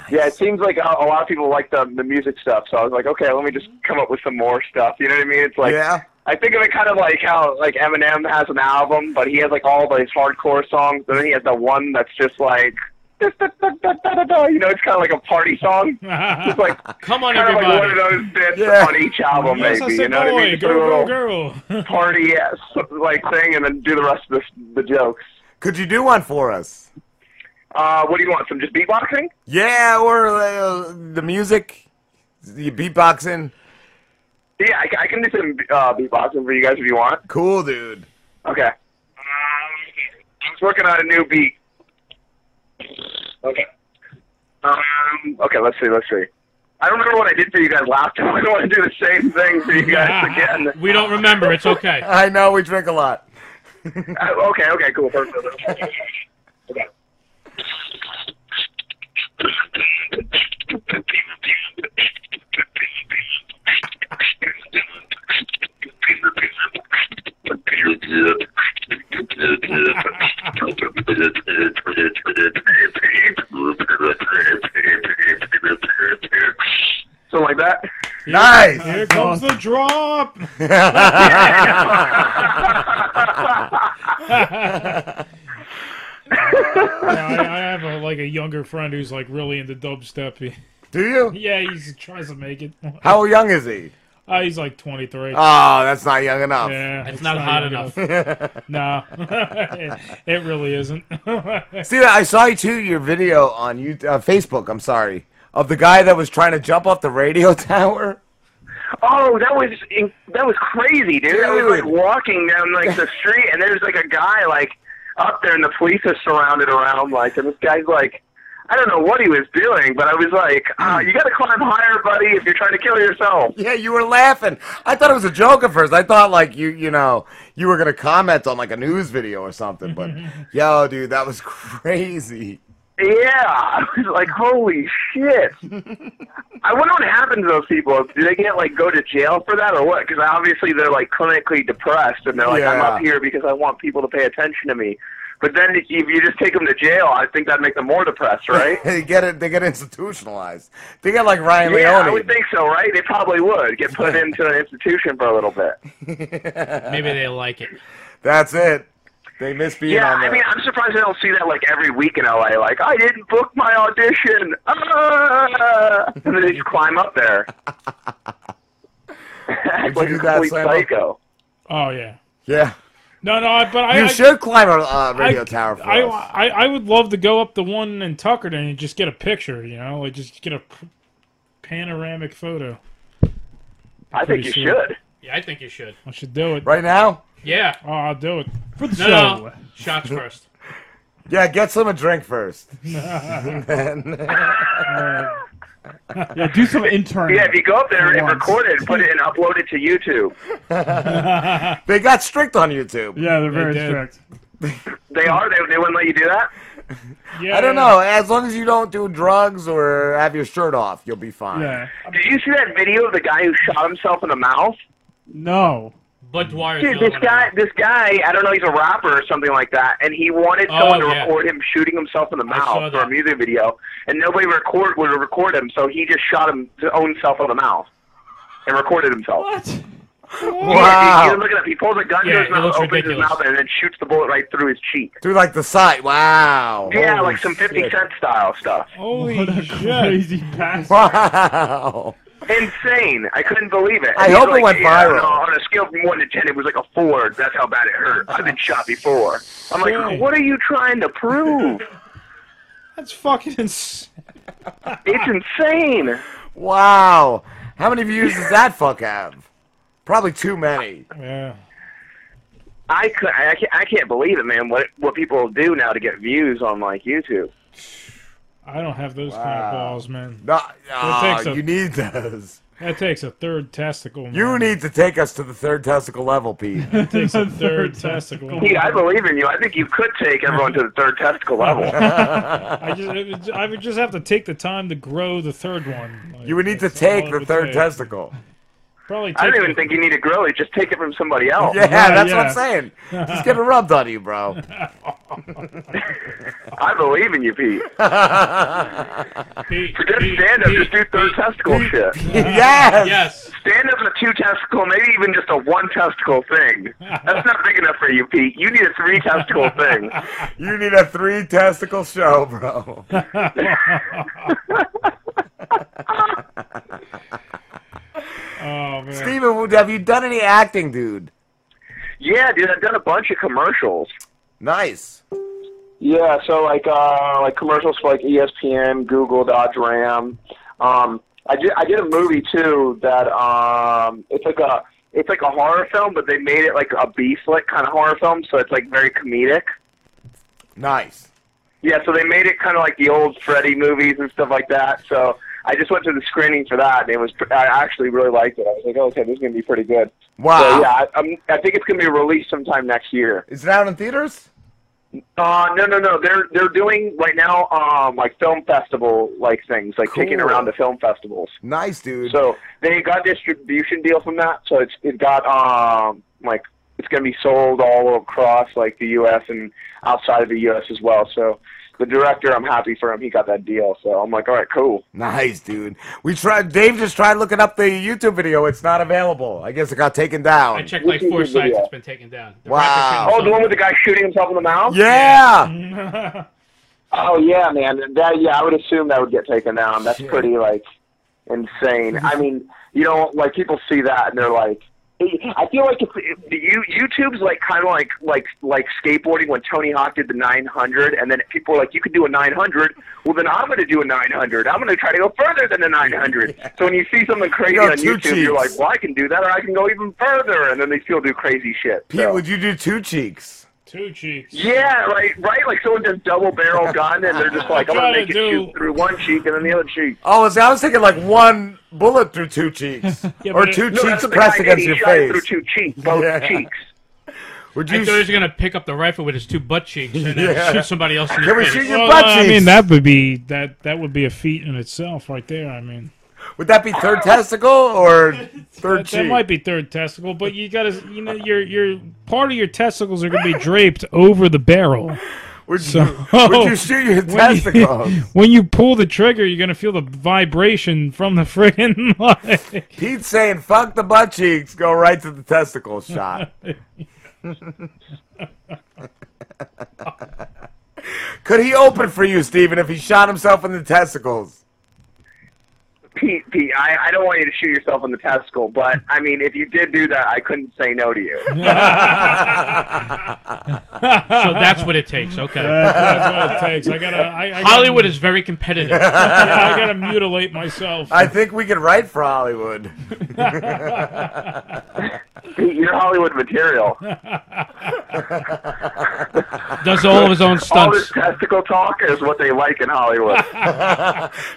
S15: yeah, it seems like a, a lot of people like the the music stuff. So I was like, okay, let me just come up with some more stuff. You know what I mean? It's like
S8: Yeah.
S15: I think of it kind of like how like Eminem has an album, um, but he has like all these hardcore songs, and then he has the one that's just like. [LAUGHS] You know, it's kind of like a party song. It's like
S4: Come on,
S15: kind of like one
S4: everybody.
S15: of those bits
S4: Yeah.
S15: on each album,
S4: Yes, I
S15: maybe.
S4: said
S15: [LAUGHS] You know what I
S4: boy,
S15: mean? Just a
S4: girl, [LAUGHS]
S15: little
S8: [LAUGHS]
S9: girl,
S15: party ass like thing, and then do the rest of the, the jokes.
S8: Could you do one for us?
S15: Uh, what do you want? Some just beatboxing?
S8: Yeah, or uh, the music, you beatboxing.
S15: Yeah, I, I can do some uh, beatboxing for you guys if you want.
S8: Cool, dude.
S15: Okay. Um, I was working on a new beat. Okay. Um, okay, let's see, let's see. I don't remember what I did for you guys last time. [LAUGHS] I don't want to do the same thing for you guys again.
S4: We don't remember. It's okay.
S8: [LAUGHS] I know we drink a lot.
S15: Uh, okay, okay, cool.
S8: [LAUGHS]
S15: Perfect. Okay. Something like that.
S8: Nice.
S9: Here comes the
S15: [LAUGHS]
S9: drop. Yeah, I, I have a, like a younger friend who's like really into dubstep. [LAUGHS] He-
S8: Do you?
S9: Yeah, he tries to make it. [LAUGHS]
S8: How young is he?
S4: Uh, he's like 23.
S8: Oh, that's not young enough.
S4: Yeah,
S8: It's not hot
S4: young
S8: [LAUGHS]
S4: enough.
S9: [LAUGHS]
S4: no, it, it really isn't.
S9: Oh,
S8: See, I saw you too. Your video on you uh, Facebook. I'm sorry, of the guy that was trying to jump off the radio [LAUGHS] tower.
S15: Oh, that was in- that was crazy, dude. I was like walking down like the street, and there's like a guy like up there, and the police are surrounded around like, and this guy's like, I don't know what he was doing, but I was like, uh, you got to climb higher, buddy, if you're trying to kill yourself.
S8: Yeah, you were laughing. I thought it was a joke at first. I thought like you, you know, you were gonna comment on like a news video or something.
S15: [LAUGHS]
S8: But yo, dude, that was crazy.
S15: Yeah, [LAUGHS] I was like, holy shit. I wonder what happened to those people. Do they get like go to jail for that or what? Because obviously they're like clinically depressed and they're like, I'm
S8: Yeah.
S15: up here because I want people to pay attention to me. But then if you just take them to jail, I think that'd make them more depressed,
S8: [LAUGHS]
S15: right?
S8: they get it. They get institutionalized. They get like Ryan
S15: yeah, I
S8: Leone.
S15: would think so, right? They probably would get
S8: [LAUGHS]
S15: put into an institution for a little bit.
S13: Maybe they like it.
S8: That's it. They miss being
S15: yeah,
S8: on
S15: I
S8: there.
S15: mean, I'm surprised I don't see that like every week in LA. Like, I didn't book my audition, ah! and then they just climb up
S8: [LAUGHS]
S15: there. Act like a
S8: do that,
S15: complete
S8: Slambo?
S15: psycho.
S4: oh yeah.
S8: yeah.
S4: No, no, I- but I.
S8: You
S4: I,
S8: should climb a uh, radio
S4: I-
S8: tower for
S4: I,
S8: us.
S4: I, I would love to go up the one in Tuckerton and just get a picture. You know, like just get a p- panoramic photo.
S15: I think you should.
S13: Yeah, I think you should.
S4: I should do it
S8: right now.
S13: Yeah.
S4: Oh, I'll do it for
S13: No, no. Shots first.
S8: [LAUGHS] Yeah, get some a
S7: [LAUGHS]
S8: drink first.
S7: yeah, do some intern.
S15: Yeah, if you go up there and
S7: Once.
S15: record it, and
S7: [LAUGHS]
S15: put it and upload it to YouTube.
S8: they got strict on YouTube.
S7: Yeah, they're very strict.
S15: They are. They, they wouldn't let you do that.
S8: I don't know. As long as you don't do drugs or have your shirt off, you'll be fine.
S15: Did you see that video of the guy who shot himself in the mouth?
S7: No.
S13: Bud Dwyer's
S15: Dude, this guy, this guy, I don't know, he's a rapper or something like that, and he wanted
S13: Oh,
S15: someone to
S13: yeah.
S15: record him shooting himself in the
S13: saw
S15: mouth for a music video, and nobody record would record him, so he just shot him his own self in the mouth and recorded himself. What? He,
S8: Wow.
S15: he, look it up. He pulls a gun
S8: Yeah,
S15: to his
S8: it
S15: mouth,
S8: looks
S15: opens
S8: ridiculous.
S15: his mouth, and then shoots the bullet right through his cheek.
S8: Through like the side. Wow.
S15: yeah,
S8: Holy
S15: like some Fifty
S8: shit.
S15: Cent style stuff.
S4: Holy
S7: what a crazy pass.
S8: Wow.
S15: Insane! I couldn't believe it.
S8: I
S15: And he's
S8: hope it
S15: like,
S8: went
S15: yeah, I don't
S8: viral.
S15: know, on a scale from one to ten, it was like a four. That's how bad it hurt. I've been shot before. I'm like,
S4: Dang.
S15: what are you trying to prove?
S4: That's fucking [LAUGHS] insane.
S15: it's insane.
S8: Wow. How many views does that fuck have? Probably too many.
S4: Yeah.
S15: I could, I can't, I can't believe it, man. What what people do now to get views on like YouTube?
S4: I don't have those kind of balls, man.
S8: No, oh,
S4: That takes a-
S8: you need those.
S4: That takes a third testicle.
S8: [LAUGHS]
S4: Man.
S8: You need to take us to the third testicle level,
S4: [LAUGHS]
S8: Pete. [LAUGHS]
S4: takes a third testicle.
S15: Dude, I believe in you. I think you could take everyone to the third testicle level.
S4: I just, I would- I would just have to take the time to grow the third one. Like,
S8: [LAUGHS] you would need to
S4: that's all
S8: take
S4: it
S8: the
S4: would
S8: third
S4: take.
S8: testicle.
S4: Probably.
S15: I
S4: take
S15: don't even
S4: the-
S15: think you need to grow it. Just take it from somebody
S4: Oh,
S15: else.
S8: Yeah, that's what I'm saying.
S4: [LAUGHS]
S8: Just get it rubbed on you, bro.
S15: I believe in you,
S8: [LAUGHS]
S15: Pete. Forget stand up, just do third testicle shit.
S8: [LAUGHS] Yes.
S13: Yes.
S15: Stand up is a two testicle, maybe even just a one testicle thing. That's not big enough for you, Pete. You need a three testicle thing.
S8: You need a three testicle show, bro.
S4: [LAUGHS]
S8: [LAUGHS]
S4: Oh man.
S8: Steven, have you done any acting, dude?
S15: Yeah, dude, I've done a bunch of commercials.
S8: Nice.
S15: Yeah, so like uh, like commercials for like ESPN, Google, Dodge Ram. Um, I did I did a movie too that um, it's like a it's like a horror film, but they made it like a B flick kind of horror film, so it's like very comedic.
S8: Nice.
S15: Yeah, so they made it kind of like the old Freddy movies and stuff like that. So I just went to the screening for that, and it was I actually really liked it. I was like, okay, this is gonna be pretty good.
S8: Wow.
S15: So, yeah, I, I'm, I think it's gonna be released sometime next year.
S8: Is it out in theaters?
S15: Uh, no, no, no. They're they're doing right now, um, like film festival like things, like taking
S8: Cool.
S15: around to film festivals.
S8: Nice, dude.
S15: So they got a distribution deal from that, so it's it got um like it's gonna be sold all across like the U.S. and outside of the U.S. as well. So the director, I'm happy for him. He got that deal, so I'm like, all right, cool.
S8: Nice, dude. We tried. Dave just tried looking up the YouTube video. It's not available. I guess it got taken down.
S13: I checked like four sites. It's been taken down.
S8: Wow.
S15: Oh, the one with the guy shooting himself in the mouth.
S8: Yeah.
S15: [LAUGHS] Oh yeah, man. That yeah, I would assume that would get taken down. That's pretty like insane. I mean, you know, like people see that and they're like, I feel like if, if you YouTube's like kind of like like like skateboarding when Tony Hawk did the 900, and then people are like, you could do a 900. Well, then I'm going to do a 900. I'm going to try to go further than a
S8: [LAUGHS]
S15: 900. So when you see something crazy
S8: got
S15: on
S8: two
S15: YouTube, you're like,
S8: cheeks.
S15: well, I can do that, or I can go even further, and then they still do crazy shit.
S8: Pete,
S15: So-
S8: would you do two cheeks?
S9: Two cheeks.
S15: yeah, right, right. Like someone just double
S8: [LAUGHS]
S15: barrel gun, and they're just like, I'm
S8: Try
S15: gonna
S8: to
S15: make it
S8: do-
S15: shoot through one cheek and then the other cheek.
S8: Oh, see, I was thinking like one bullet through two
S13: [LAUGHS]
S8: cheeks, or two
S15: No, that's
S8: cheeks
S15: what the
S8: pressed
S15: guy
S8: against
S15: did.
S8: your
S15: He shot it
S8: face.
S15: Through two cheeks, [LAUGHS] both
S8: Yeah.
S15: cheeks.
S8: Would
S13: I
S8: you
S13: thought he was gonna pick up the rifle with his two butt cheeks and then
S8: [LAUGHS] Yeah.
S13: shoot somebody else in the
S8: Can we
S13: face.
S8: shoot your
S9: Well,
S8: butt
S9: I
S8: cheeks?
S9: mean, that would be that that would be a feat in itself, right there. I mean,
S8: would that be third
S15: [LAUGHS]
S8: testicle or third
S9: That
S8: cheek?
S9: might be third testicle, but you gotta, you know, your your part of your testicles are gonna be draped over the barrel.
S8: Would
S9: so,
S8: you-
S4: [LAUGHS]
S8: would you shoot your
S9: Oh, when you-
S8: testicles?
S9: [LAUGHS] when you pull the trigger, you're gonna feel the vibration from the friggin' [LAUGHS] like.
S8: Pete's saying, "Fuck the butt cheeks, go right to the
S13: [LAUGHS]
S8: testicle shot." [LAUGHS] Could he open for you, Steven, if he shot himself in the testicles?
S15: Pete, Pete, I, I don't want you to shoot yourself in the testicle, but I mean, if you did do that, I couldn't say no to you.
S8: [LAUGHS]
S13: so that's what it takes. Okay,
S9: Yeah, [LAUGHS] that's what it takes. I gotta- I- I gotta-
S13: Hollywood is very competitive.
S9: [LAUGHS] Yeah, I gotta mutilate myself.
S8: I think we can write
S15: [LAUGHS]
S8: for Hollywood.
S15: Pete, you're Hollywood
S4: [LAUGHS]
S15: material.
S13: Does all of his own
S15: All
S13: stunts.
S15: this testicle talk is what they like in Hollywood.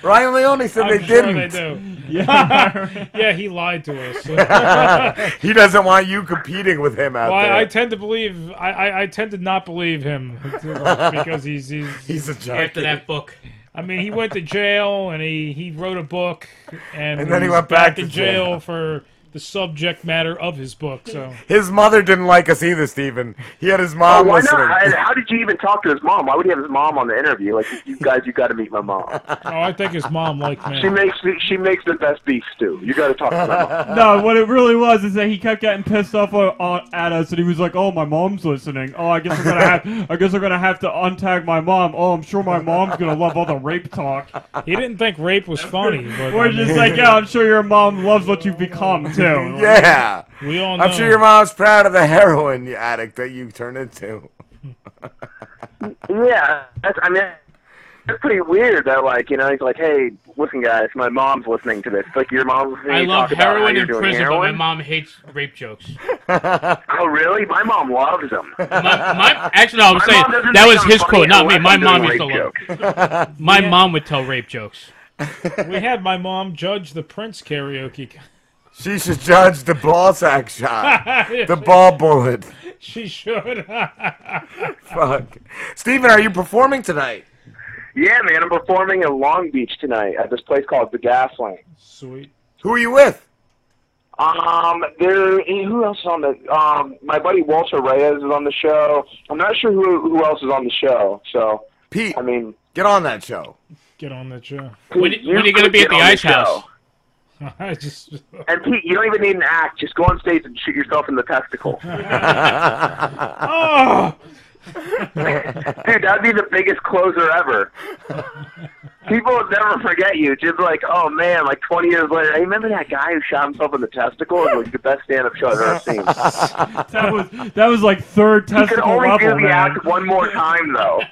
S8: Ryan Leone said
S9: I'm
S8: they
S9: sure
S8: didn't.
S9: They do. Yeah. [LAUGHS] yeah, he lied to us.
S8: [LAUGHS] he doesn't want you competing with him out
S9: Well,
S8: there.
S9: I, I tend to believe I, I, I tend to not believe
S8: [LAUGHS]
S9: him because he's he's,
S8: He's a junkie. After
S13: that book.
S9: I mean, he went to jail and he, he wrote a book and,
S8: And then he
S9: he's
S8: went back to
S9: in jail, for the subject matter of his book. So
S8: his mother didn't like us either, Steven. He had his
S15: Oh,
S8: mom
S15: why
S8: listening.
S15: not?
S8: [LAUGHS]
S15: And how did you even talk to his mom? Why would he have his mom on the interview? Like, you guys, you got to meet my mom.
S9: oh, I think his mom liked me.
S15: She [LAUGHS] makes she makes the best beef stew. You got to talk to my mom.
S7: [LAUGHS] No, what it really was is that he kept getting pissed off on, on, at us, and he was like, "Oh, my mom's listening. Oh, I guess
S15: [LAUGHS]
S7: I'm gonna have, I guess I'm gonna have to untag my mom. Oh, I'm sure my mom's gonna love all the rape talk."
S9: He didn't think rape
S8: [LAUGHS]
S9: was funny. But
S7: We're
S9: I
S7: just
S9: mean-
S7: like, "Yeah, I'm sure your mom loves what you've become too."
S8: yeah.
S9: We all
S8: I'm
S9: know.
S8: sure your mom's proud of
S15: [LAUGHS]
S8: the heroin addict that you turned into. [LAUGHS]
S15: Yeah, that's, I mean, that's pretty weird. That like, you know, he's like, hey, listen, guys, my mom's listening to this. It's like your mom's listening.
S13: I
S15: to you
S13: love
S15: talk about how
S13: heroin
S15: you're
S13: in
S15: doing
S13: prison, but my
S15: heroin.
S13: mom hates rape jokes.
S15: oh, really? My mom loves them.
S13: My, actually, no, I'm
S15: My
S13: saying
S15: mom doesn't
S13: that
S15: think
S13: was
S15: I'm
S13: his
S15: funny
S13: quote, not me.
S15: unless
S13: My
S15: I'm
S13: mom
S15: doing
S13: used to love.
S15: rape
S13: it. My mom would tell rape jokes.
S9: we had my mom judge the Prince karaoke.
S8: She should judge the ball sack shot,
S9: [LAUGHS]
S8: the ball bullet.
S9: She should. [LAUGHS]
S8: Fuck. Steven, are you performing tonight?
S15: [LAUGHS] Yeah, man, I'm performing in Long Beach tonight at this place called the Gaslamp.
S9: Sweet.
S8: Who are you with?
S15: Um, there. Who else is on the? Um, my buddy Walter Reyes is on the show. I'm not sure who who else is on the show. So
S8: Pete,
S15: I mean,
S8: get on that show.
S9: Get on that show.
S15: When- when are you gonna be at the Ice House?
S9: [LAUGHS] I just
S15: And Pete, you don't even need an act. Just go on stage and shoot yourself in the
S8: [LAUGHS]
S15: testicle.
S9: Oh!
S15: Dude, that'd be the biggest closer ever. People would never forget you. Just like, oh man, like 20 years later, hey, remember that guy who shot himself in the testicle? It was like the best stand-up show I've ever
S8: [LAUGHS]
S15: seen.
S7: that was that was like third
S15: he could
S7: testicle
S15: only
S7: level,
S15: do the
S7: man.
S15: act one more time, though.
S8: [LAUGHS]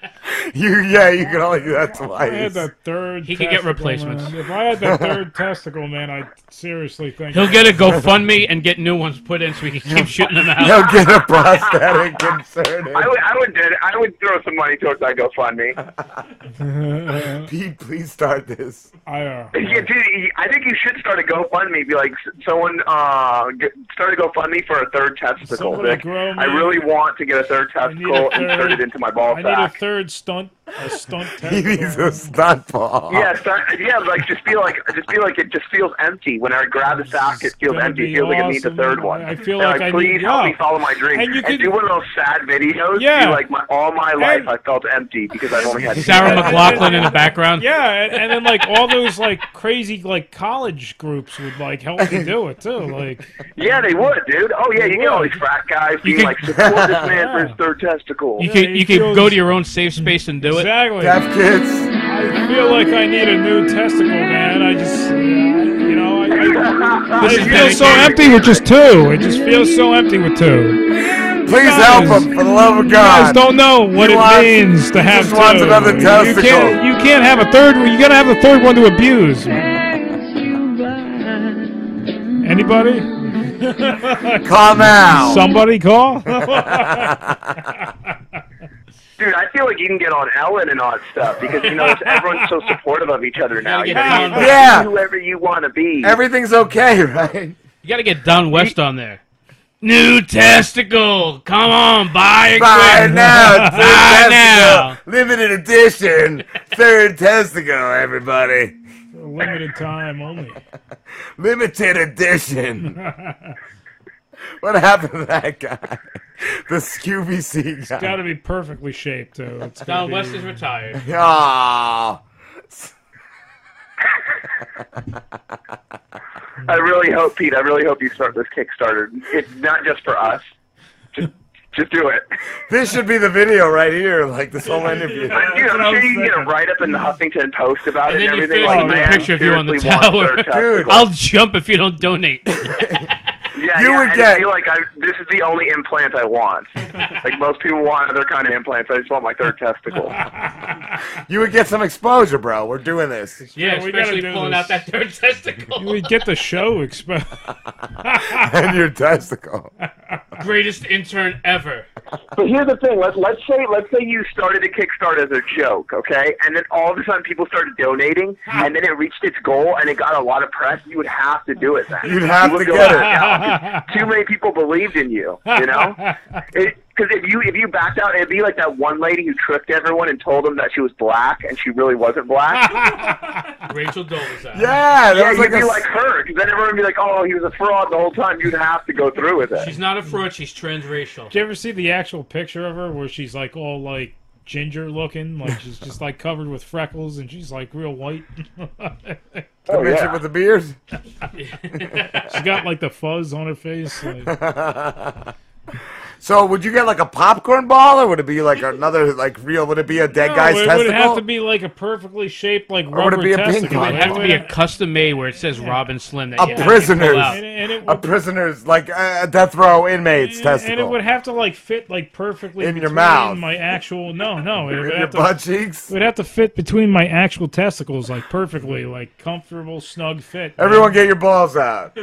S8: You, yeah, you can only do that
S9: I
S8: twice.
S9: had that third.
S13: He could get
S9: testicle,
S13: replacements.
S9: man. If I had that third [LAUGHS] testicle, man, I seriously think
S13: He'll get a GoFundMe and get new ones put in so we can keep shooting them out.
S8: He'll get
S15: [LAUGHS]
S8: a prosthetic inserted.
S15: I would, I would, do it. I would throw some money towards that GoFundMe.
S8: [LAUGHS] Pete, [LAUGHS] please start this.
S9: I uh,
S15: Yeah, dude, I think you should start a GoFundMe. Be like, s- someone uh, g- start a GoFundMe for a third testicle.
S9: Someone to
S15: Vic.
S9: grow me.
S15: I really want to get a third testicle inserted into my ball
S9: I need a
S15: sack.
S9: third stunt. A stunt.
S8: [LAUGHS] He
S9: testicle.
S8: needs a stunt ball.
S15: Yeah, start, yeah, like just feel like just feel like it just feels empty. When I grab the sack, it feels
S9: gonna
S15: empty.
S9: be
S15: It feels like I need the
S9: awesome.
S15: third one.
S9: I feel
S15: And,
S9: like I
S15: please
S9: need-
S15: help
S9: yeah.
S15: me follow my dream.
S9: And you could-
S15: do one of those sad videos.
S9: Yeah.
S15: Be like my, all my life I felt empty because I've only had
S13: Sarah McLaughlin in the background.
S9: Yeah, and, and then like all those like crazy like college groups would like help me do it too. Like
S15: Yeah, they would, dude. Oh yeah, you get all these frat guys being
S9: could-
S15: like support this
S13: [LAUGHS]
S15: man for his third testicle.
S13: You can you can go to your own safe space and do it.
S9: Exactly.
S8: Deaf kids.
S9: I feel like I need a new testicle, man. I just, uh, you
S13: [LAUGHS]
S9: know, I, I, I
S8: This is
S9: feel so empty with just two. It just feels so empty with two.
S8: Please help him, for the love of
S9: You guys
S8: God.
S9: don't know what
S8: He
S9: it
S8: wants-
S9: means to have
S8: just
S9: two.
S8: wants another
S9: You can't,
S8: testicle.
S9: you can't have a third one. You gotta have a third one to abuse. Anybody?
S4: [LAUGHS]
S8: Call now.
S9: Somebody
S8: [LAUGHS]
S9: call. [LAUGHS]
S15: Dude, I feel like you can get on Ellen and all that stuff because you know it's- everyone's so supportive of each other now. You know, you can
S8: Yeah.
S15: be whoever you want to be.
S8: Everything's okay, right?
S13: You gotta get Don West on there. New testicle, come on, buy it
S8: Buy
S13: quick.
S8: [LAUGHS] now,
S13: [LAUGHS]
S8: third
S13: buy
S8: testicle,
S13: now.
S8: limited edition, third testicle, everybody,
S9: Limited time only.
S8: [LAUGHS]
S9: [LAUGHS]
S8: limited edition. What happened to that guy? The Scooby C
S9: It's got to
S8: guy.
S9: be perfectly shaped, though. It's gotta
S13: Don West
S9: be-
S13: is retired.
S8: Ah.
S15: I really hope, Pete. I really hope you start this Kickstarter. It's not just for us. Just, just do it.
S8: This should be the video right here, like this whole interview.
S15: But, dude, I'm sure you can get a write up in the Huffington Post about
S13: And
S15: it
S13: then
S15: and
S13: you
S15: everything
S13: finish
S15: like
S13: with a
S15: that.
S13: picture of you on the
S15: Seriously want
S13: tower.
S15: their testicle.
S13: I'll jump if you don't donate. [LAUGHS]
S15: yeah,
S8: you
S15: yeah,
S8: would
S15: and
S8: get-
S15: I feel like I, this is the only implant I want. like most people want other kind of implants. I just want my third testicle.
S8: You would get some exposure, bro. We're doing this.
S13: Yeah,
S9: we gotta
S13: especially
S9: do
S13: pulling
S9: this.
S13: out that third testicle.
S9: You would get the show exposed.
S8: [LAUGHS]
S13: [LAUGHS]
S8: and your testicle.
S13: Greatest intern ever.
S15: But here's the thing. Let, let's say let's say you started a Kickstarter as a joke, okay? And then all of a sudden people started donating, and then it reached its goal, and it got a lot of press. You would have to do it then.
S8: You'd have
S15: would
S8: to
S15: go
S8: get
S15: out
S8: it.
S15: of town, 'cause Too many people believed in you. You
S13: [LAUGHS]
S15: know. Because if you if you backed out, it'd be like that one lady who tricked everyone and told them that she was black and she really wasn't black.
S13: Rachel Dolezal.
S8: Yeah, that
S15: yeah,
S8: was
S15: you'd
S8: like
S15: be
S8: a-
S15: like her. 'cause then everyone would be like, "Oh, he was a fraud the whole time." You'd have to go through with it.
S13: She's not a fraud. She's transracial.
S9: Did you ever see the actual picture of her where she's like all like ginger looking, like she's just like covered with freckles and she's like real white?
S8: The bitch with the beard.
S9: [LAUGHS] She got like the fuzz on her face.
S8: [LAUGHS]
S9: Like...
S8: So would you get like a popcorn ball, or would it be like another like real? Would it be a dead guy's
S9: it
S8: testicle?
S9: would have to be like a perfectly shaped like
S8: Or would it
S9: rubber
S8: be a ping
S9: testicle.
S8: pong
S13: It'd have to be a custom made where it says Robin Slim. That
S8: a
S13: you have to
S8: prisoner's,
S13: pull out.
S8: a [LAUGHS] prisoner's like uh, death row inmates [LAUGHS] testicle.
S9: And it would have to like fit like perfectly
S8: In your
S9: between
S8: mouth.
S9: My actual no, no, it
S8: In
S9: would
S8: your
S9: have to-
S8: butt cheeks?
S9: It would have to fit between my actual testicles like perfectly, like comfortable, snug fit.
S8: Everyone, get your balls out.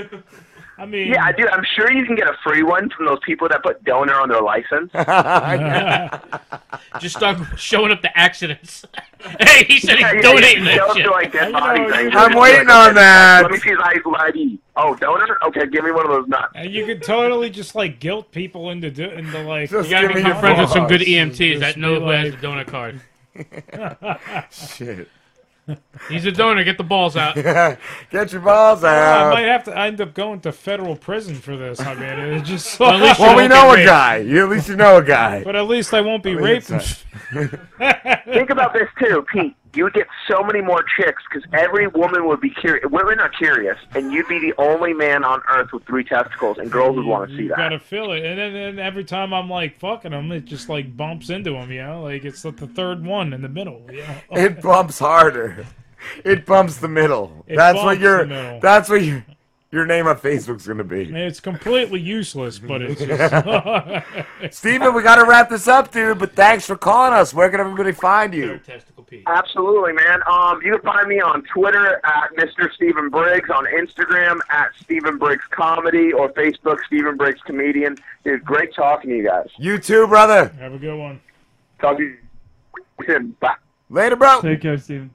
S9: I mean,
S15: Yeah, I do. I'm sure you can get a free one from those people that put donor on their
S8: [LAUGHS]
S15: license.
S13: [LAUGHS]
S8: Ah,
S13: Just start showing up to accidents. [LAUGHS] hey, he said he's
S15: Yeah, yeah,
S13: donating
S15: you
S13: that
S15: show up
S13: shit.
S15: to, like, dead bodies. Like,
S8: I'm
S15: like,
S8: waiting
S15: okay,
S8: on that.
S15: Let me see his ID. Oh, donor? Okay, give me one of
S13: [LAUGHS]
S15: those nuts.
S9: And Uh, you could totally just like guilt people into do- into like.
S8: Just
S13: You gotta
S8: give me
S13: become
S8: your
S13: friends with some good E
S8: balls.
S13: EMTs
S9: Just
S13: that know
S9: be
S13: who has
S9: like-
S13: the donor card.
S8: [LAUGHS] Shit.
S13: He's a donor. Get the balls
S8: [LAUGHS]
S13: out.
S8: get your balls
S9: I
S8: out.
S9: might have to end up going to federal prison for this. I mean, it's
S13: [LAUGHS] [LAUGHS]
S9: just
S13: Well, at least
S8: well, we know a guy. You at least you know a guy.
S9: But at least I won't be raped.
S15: Think about this, too, Pete. You would get so many more chicks because every woman would be curious. Women are curious, and you'd be the only man on earth with three testicles, and girls would want to see
S9: You
S15: that.
S9: gotta feel it, and then and every time I'm like fucking him, it just like bumps into him, you know. Like it's like the third one in the middle. Yeah,
S8: [LAUGHS] [LAUGHS] It bumps harder. It bumps the middle.
S9: It
S8: that's what
S9: bumps
S8: your
S9: the middle.
S8: that's what your your name on Facebook's gonna
S4: Oh,
S9: [LAUGHS]
S8: be.
S9: it's completely useless, but
S8: [LAUGHS]
S9: it's just.
S8: Steven, we gotta wrap this up, dude. But thanks for calling us. Where can everybody find you?
S15: Absolutely, man. Um, you can find me on Twitter at Mr. Stephen Briggs, on Instagram at Stephen Briggs Comedy, or Facebook Stephen Briggs Comedian. Dude, great talking to you guys.
S8: You too, brother.
S9: Have a good one.
S15: Talk to you soon. Bye.
S8: Later, bro.
S7: Take care, Steven.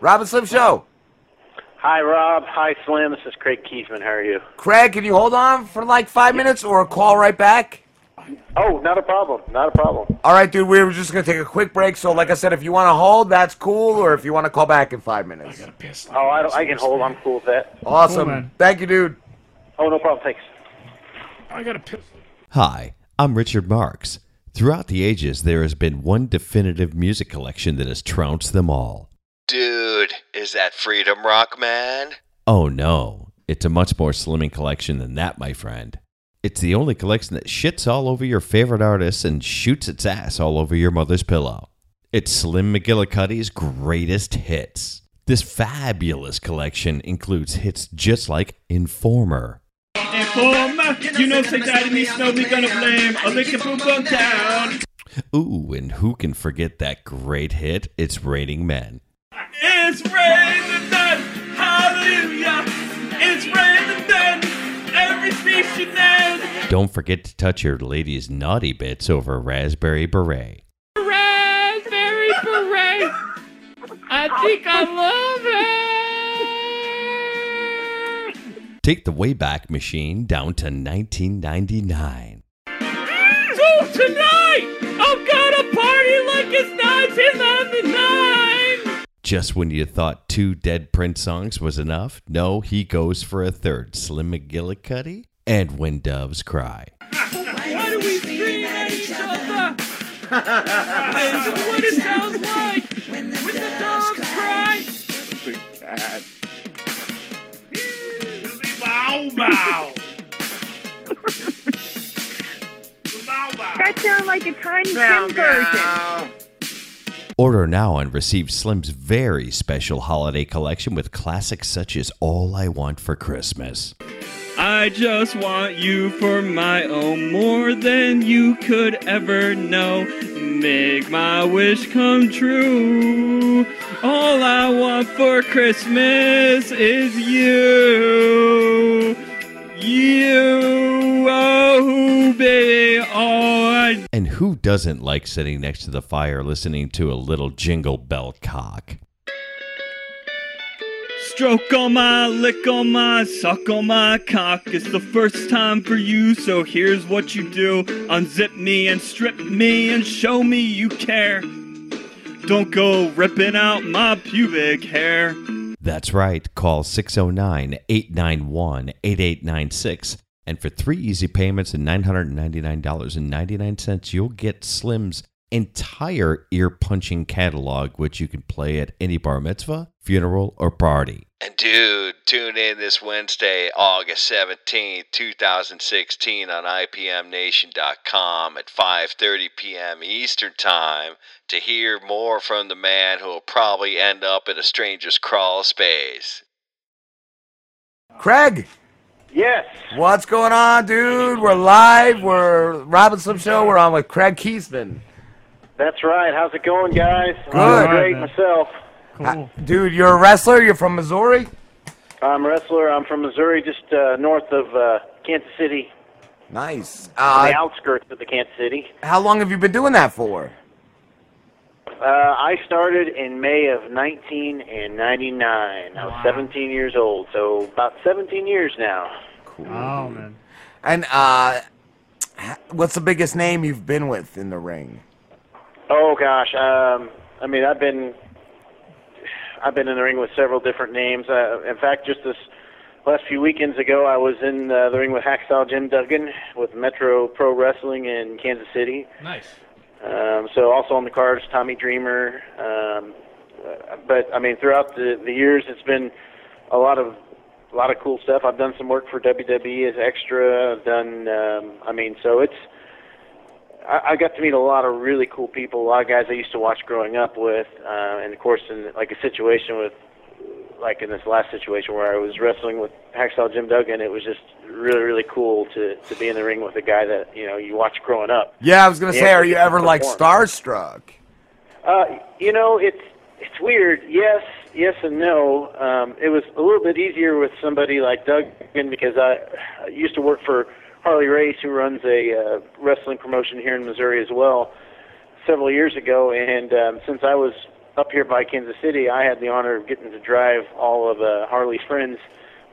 S8: Robin Slim Show.
S24: Hi, Rob. Hi, Slim. This is Craig Keesman. How are you?
S8: Craig, can you hold on for like five minutes or call right back?
S24: Oh, not a problem. Not a problem.
S8: All right, dude, we were just going to take a quick break. So, like I said, if you want to hold, that's cool. Or if you want to call back in five minutes.
S24: Oh, I, don't, I can hold. I'm cool with that.
S8: Awesome. Thank you, dude.
S24: Oh, no problem. Thanks.
S9: I gotta piss.
S1: Hi, I'm Richard Marks. Throughout the ages, there has been one definitive music collection that has trounced them all.
S10: Dude, is that Freedom Rock, man?
S1: Oh no, it's a much more slimming collection than that, my friend. It's the only collection that shits all over your favorite artists and shoots its ass all over your mother's pillow. It's Slim McGillicuddy's greatest hits. This fabulous collection includes hits just like Informer,
S2: Informer, you know, say daddy needs snow, me gonna blame. A lick boom boom down.
S1: Ooh, and who can forget that great hit? It's Raining Men.
S2: It's raining men, hallelujah. It's raining men, every station end.
S1: Don't forget to touch your lady's naughty bits over Raspberry Beret.
S4: Raspberry beret. I think I love it.
S1: Take the Wayback Machine down to 1999.
S4: So tonight, I'm gonna party like it's 1999.
S1: Just when you thought two Dead Prince songs was enough, no, he goes for a third Slim McGillicuddy and When Doves Cry.
S4: Why do we scream at each other? It's what it sounds like when the dogs cry.
S2: Bow bow.
S17: That sounds like a Tiny
S4: Meow,
S17: Tim version.
S1: Order now and receive Slim's very special holiday collection with classics such as All I Want for Christmas.
S7: I just want you for my own more than you could ever know. Make my wish come true. All I want for Christmas is you. You, oh, baby, all I
S1: And who doesn't like sitting next to the fire listening to a little jingle bell cock?
S7: Stroke on my, lick on my, suck on my cock. It's the first time for you, so here's what you do unzip me and strip me and show me you care. Don't go ripping out my pubic hair.
S1: That's right. Call 609 891 8896. And for three easy payments and $999.99, you'll get Slim's entire ear punching catalog, which you can play at any bar mitzvah, funeral, or party.
S21: And dude, tune in this Wednesday, August 17th, 2016 on IPMNation.com at 5.30 p.m. Eastern Time to hear more from the man who will probably end up in a stranger's crawl space.
S8: Craig.
S24: Yes.
S8: What's going on, dude? We're live. We're Robin Slim Show. We're on with Craig Keesman.
S24: That's right. How's it going, guys?
S8: Good.
S24: I'm great myself.
S8: Cool. Dude, you're a wrestler. You're from Missouri.
S24: I'm a wrestler. I'm from Missouri, just uh, north of uh, Kansas City,
S8: Nice.
S24: on the
S8: Uh,
S24: outskirts of the Kansas City.
S8: how long have you been doing that for?
S24: Uh, I started in May of 1999. I was 17 years old, so about 17 years now.
S8: Cool. Oh man. And uh, h- what's the biggest name you've been with in the ring?
S24: Oh gosh, um, I mean, I've been I've been in the ring with several different names. Uh, in fact, just this last few weekends ago, I was in uh, the ring with Hacksaw Jim Duggan with Metro Pro Wrestling in Kansas City.
S31: Nice.
S24: Um, so also on the cards, Tommy Dreamer. Um, uh, but I mean, throughout the, the years, it's been a lot of a lot of cool stuff. I've done some work for WWE as extra. I've done. Um, I mean, so it's. I, I got to meet a lot of really cool people. A lot of guys I used to watch growing up with, uh, and of course, in like a situation with. Like in this last situation where I was wrestling with Hacksaw Jim Duggan, it was just really, really cool to to be in the ring with a guy that you know you watch growing up.
S8: Yeah, I was gonna
S24: Yeah,
S8: say, are
S24: we
S8: you
S24: did
S8: ever like
S24: perform.
S8: starstruck?
S24: Uh, you know, it's it's weird. Yes, yes, and no. Um, it was a little bit easier with somebody like Duggan because I, I used to work for Harley Race, who runs a uh, wrestling promotion here in Missouri as well, several years ago. And um, since I was up here by Kansas City, I had the honor of getting to drive all of uh, Harley's friends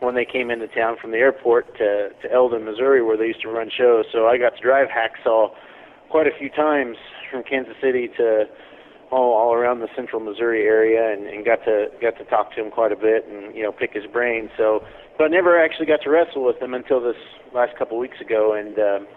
S24: when they came into town from the airport to to Eldon, Missouri, where they used to run shows. So I got to drive Hacksaw quite a few times from Kansas City to all, all around the central Missouri area and, and got to got to talk to him quite a bit and you know pick his brain. So, but never actually got to wrestle with him until this last couple weeks ago. And um,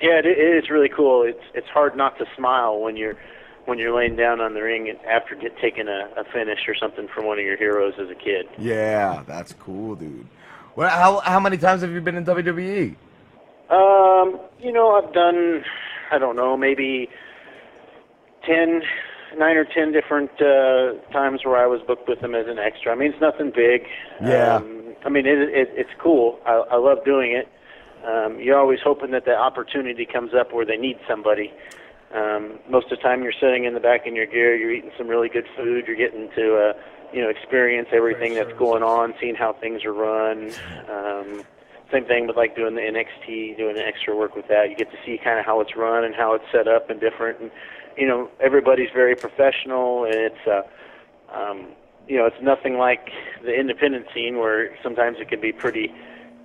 S24: yeah, it, it is really cool. It's it's hard not to smile when you're when you're laying down on the ring and after get, taking a, a finish or something from one of your heroes as a kid.
S8: Yeah, that's cool, dude. Well, how how many times have you been in WWE?
S24: Um, you know, I've done, I don't know, maybe 10, nine or ten different uh, times where I was booked with them as an extra. I mean, it's nothing big.
S8: Yeah.
S24: Um, I mean, it, it, it's cool. I, I love doing it. Um, you're always hoping that the opportunity comes up where they need somebody. Um, most of the time, you're sitting in the back in your gear. You're eating some really good food. You're getting to, uh, you know, experience everything that's going on, seeing how things are run. Um, same thing with like doing the NXT, doing the extra work with that. You get to see kind of how it's run and how it's set up and different. And you know, everybody's very professional, and it's, uh, um, you know, it's nothing like the independent scene where sometimes it can be pretty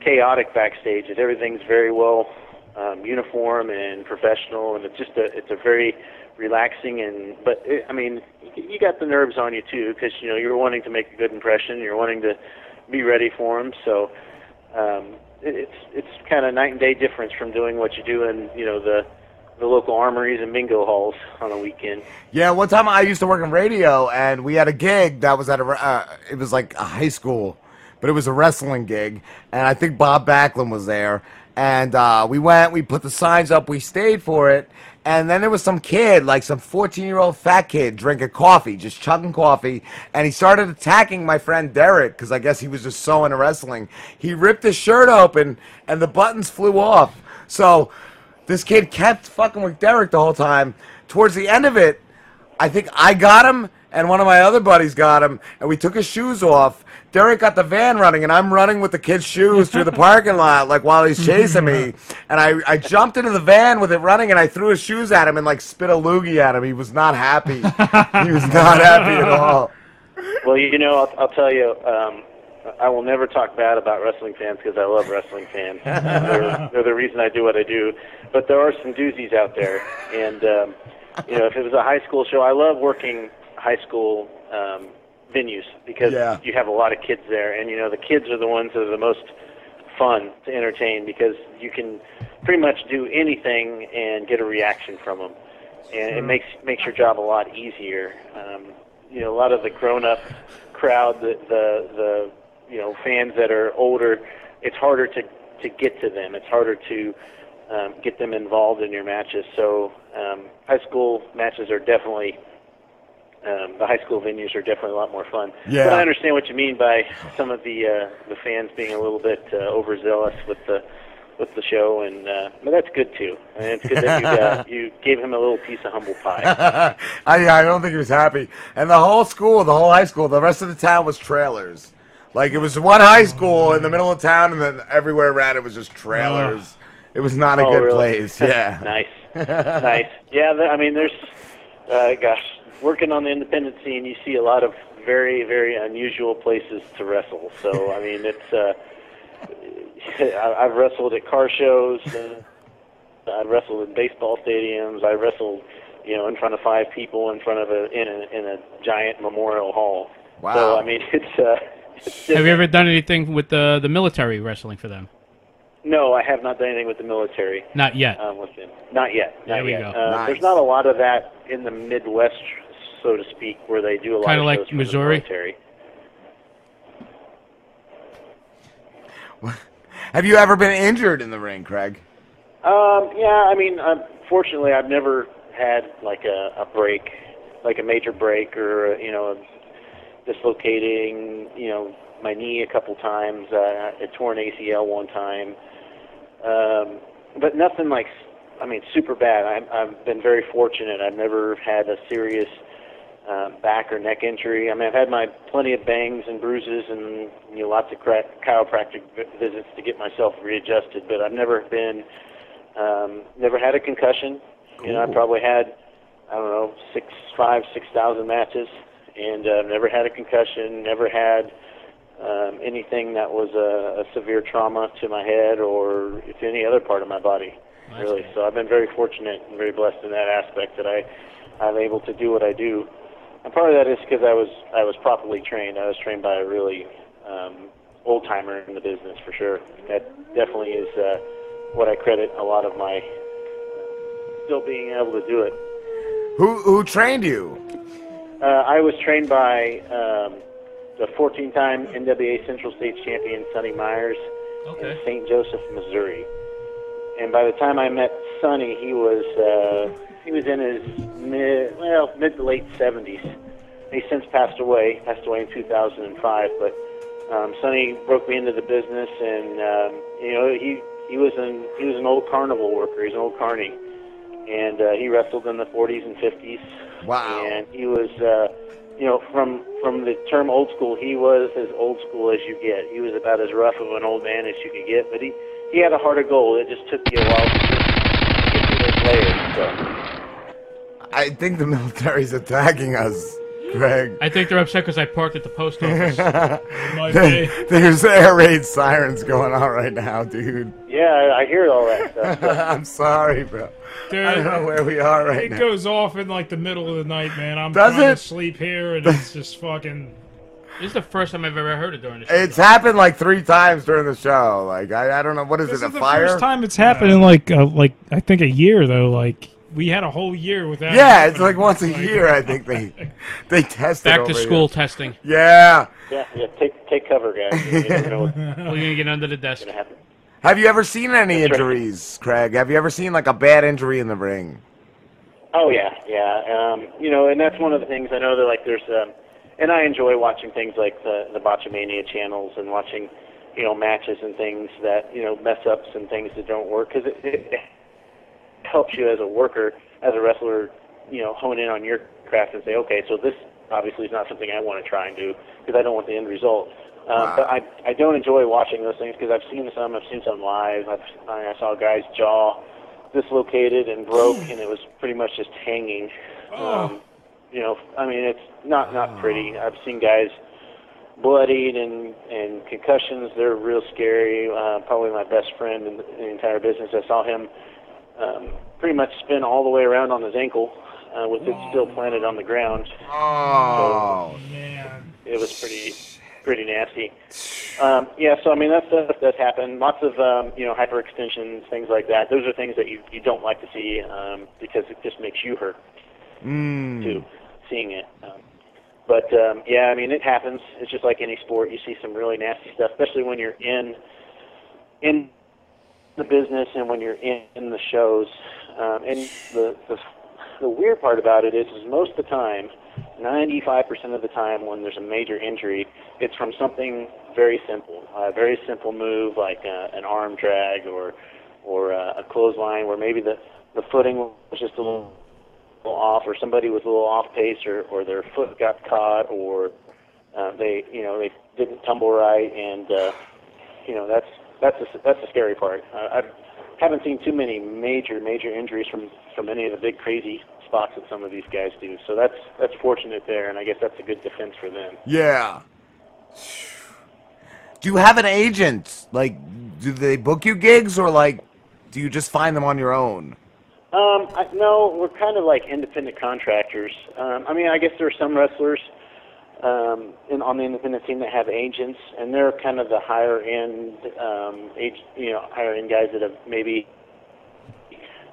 S24: chaotic backstage. And everything's very well um, uniform and professional, and it's just a, it's a very relaxing and but it, I mean, y- you got the nerves on you too because you know you're wanting to make a good impression, you're wanting to be ready for them, so um, it, it's it's kind of night and day difference from doing what you do in you know the the local armories and bingo halls on a weekend.
S8: Yeah, one time I used to work in radio, and we had a gig that was at a. re- Uh, it was like a high school, but it was a wrestling gig, and I think Bob Backlund was there. And uh, we went, we put the signs up, we stayed for it, and then there was some kid, like some 14 year old fat kid, drinking coffee, just chugging coffee, and he started attacking my friend Derek, because I guess he was just so into wrestling. He ripped his shirt open, and the buttons flew off. So this kid kept fucking with Derek the whole time. Towards the end of it, I think I got him and one of my other buddies got him, and we took his shoes off. Derek got the van running, and I'm running with the kid's shoes through the parking lot, like while he's chasing me. And I, I jumped into the van with it running, and I threw his shoes at him and like spit a loogie at him. He was not happy. he was [LAUGHS] not happy at all.
S24: Well, you know, I'll, I'll tell you, um, I will never talk bad about wrestling fans because I love wrestling fans.
S8: [LAUGHS]
S24: they're, they're the reason I do what I do. But there are some doozies out there, and um, you know, if it was a high school show, I love working high school um, venues because
S21: Yeah.
S24: you have a lot of kids there, and you know, the kids are the ones that are the most fun to entertain because you can pretty much do anything and get a reaction from them, and it makes makes your job a lot easier. Um, you know, a lot of the grown up crowd, the, the the you know fans that are older, it's harder to to get to them. It's harder to um, get them involved in your matches. So um, high school matches are definitely um, the high school venues are definitely a lot more fun.
S5: Yeah.
S24: But I understand what you mean by some of the uh, the fans being a little bit uh, overzealous with the with the show, and uh, but that's good too. And it's good that you uh, you gave him a little piece of humble pie.
S8: I, I don't think he was happy. And the whole school, the whole high school, the rest of the town was trailers. Like it was one high school in the middle of town, and then everywhere around it was just trailers. It was [LAUGHS] not a
S24: Oh,
S8: good
S24: really? [LAUGHS]
S8: place. Yeah. [LAUGHS]
S24: nice. nice. Yeah, th- I mean, there's, uh, gosh, working on the independent scene, you see a lot of very, very unusual places to wrestle. So, I
S8: [LAUGHS]
S24: mean, it's, uh, I- I've wrestled at car shows, uh, I've wrestled in baseball stadiums, I wrestled, you know, in front of five people, in front of a, in a, in a giant memorial hall. So, I mean, [LAUGHS] it's, uh, it's
S13: Have
S24: different.
S13: you ever done anything with the the military wrestling for them?
S24: No, I have not done anything with the military.
S13: Not yet.
S24: Um, with them. Not yet. Not
S13: There we
S24: yet.
S13: go.
S24: Uh,
S13: Nice.
S24: There's not a lot of that in the Midwest, so to speak, where they do a lot
S13: Kinda
S24: of
S13: like
S24: shows for the
S13: Missouri?
S24: military.
S8: Have you ever been injured in the ring, Craig?
S24: Um, yeah, I mean, um, fortunately, I've never had like a, a break, like a major break, or you know, dislocating, you know, my knee a couple times, uh, a torn ACL one time, um, but nothing like, I mean, super bad. I'm, I've been very fortunate. I've never had a serious um, back or neck injury. I mean, I've had my plenty of bangs and bruises and you know, lots of cra- chiropractic vi- visits to get myself readjusted, but I've never been, um, never had a concussion. You know, I
S16: Cool.
S24: probably had, I don't know, six, five, six thousand matches, and uh, never had a concussion. Never had um, anything that was a, a severe trauma to my head or to any other part of my body, really. So I've been very fortunate and very blessed in that aspect that I, I'm able to do what I do. And part of that is because I was I was properly trained. I was trained by a really um, old timer in the business for sure. That definitely is uh, what I credit a lot of my still being able to do it.
S8: Who who trained you?
S24: Uh, I was trained by um, the 14-time NWA Central States champion Sonny Myers in St. Joseph, Missouri. And by the time I met Sonny, he was uh, he was in his mid well mid to late seventies. He's since passed away. Passed away in 2005. But um, Sonny broke me into the business, and um, you know he he was an he was an old carnival worker. He's an old carny, and uh, he wrestled in the 40s and 50s. Wow. And he was. Uh, you know, from from the term old school, he was as old school as you get. He was about as rough of an old man as you could get, but he he had a heart of gold. It just took you a while to get to those layers. So.
S8: I think the military's attacking us, Greg.
S13: I think they're upset because I parked at the post
S8: [LAUGHS]
S13: office. Might
S8: There-
S13: be.
S8: There's air raid sirens going on right
S24: [LAUGHS]
S8: now, dude. [LAUGHS]
S24: Yeah, I, I hear all that stuff.
S8: I'm sorry, bro.
S4: Dude,
S8: I don't know where we are right
S4: it
S8: now.
S4: goes off in like the middle of the night, man. I'm
S8: Does
S4: trying
S8: it?
S4: to sleep here, and it's just fucking.
S13: This is the first time I've ever heard it during the show.
S8: It's happened like three times during the show. Like I, I don't know what is
S4: This
S8: it
S4: is
S8: a
S4: the
S8: fire?
S4: first time it's happened in like uh, like I think a year though. Like we had a whole year without.
S8: yeah, it's like once a year. I think they
S4: [LAUGHS]
S8: they test it
S13: Back
S8: over
S13: to
S8: here.
S13: school testing.
S8: Yeah.
S24: Yeah, yeah. Take take cover, guys. You never know what's
S13: We're gonna get under the desk.
S8: Have you ever seen any injuries, Craig? Have you ever seen like a bad injury in the ring?
S24: Oh yeah, yeah. Um, you know, and that's one of the things I know that like there's, um, and I enjoy watching things like the the Botchamania channels and watching, you know, matches and things that you know mess ups and things that don't work because it, it helps you as a worker, as a wrestler, you know, hone in on your craft and say, okay, so this obviously is not something I want to try and do because I don't want the end result. Um,
S21: Wow.
S24: But I I don't enjoy watching those things because I've seen some, I've seen some live. I've, I saw a guy's jaw dislocated and broke, and it was pretty much just hanging.
S2: Oh.
S24: Um, you know, I mean, it's not not pretty. I've seen guys bloodied and and concussions. They're real scary. Uh, probably my best friend in the, in the entire business. I saw him um, pretty much spin all the way around on his ankle uh, with it still planted on the ground.
S8: Oh
S4: man,
S24: it was pretty pretty nasty. Um, yeah, so I mean that stuff does happen. Lots of um, you know hyperextensions, things like that. Those are things that you you don't like to see um, because it just makes you hurt
S8: Mm.
S24: Two. seeing it. Um, but um, yeah, I mean, it happens. It's just like any sport. You see some really nasty stuff, especially when you're in in the business and when you're in, in the shows. Um, and the, the the weird part about it is, is most of the time, 95% of the time, when there's a major injury, it's from something very simple, a very simple move like uh, an arm drag or or uh, a clothesline, where maybe the the footing was just a little little off, or somebody was a little off pace, or, or their foot got caught, or uh, they, you know, they didn't tumble right, and uh, you know that's that's the that's the scary part. Uh, I haven't seen too many major major injuries from from any of the big crazy spots that some of these guys do. So that's that's fortunate there, and I guess that's a good defense for them.
S8: Yeah. Do you have an agent? Like, do they book you gigs, or like, do you just find them on your own?
S24: Um, I, no, we're kind of like independent contractors. Um, I mean, I guess there are some wrestlers um, in, on the independent scene that have agents, and they're kind of the higher end, um, age, you know, higher end guys that have maybe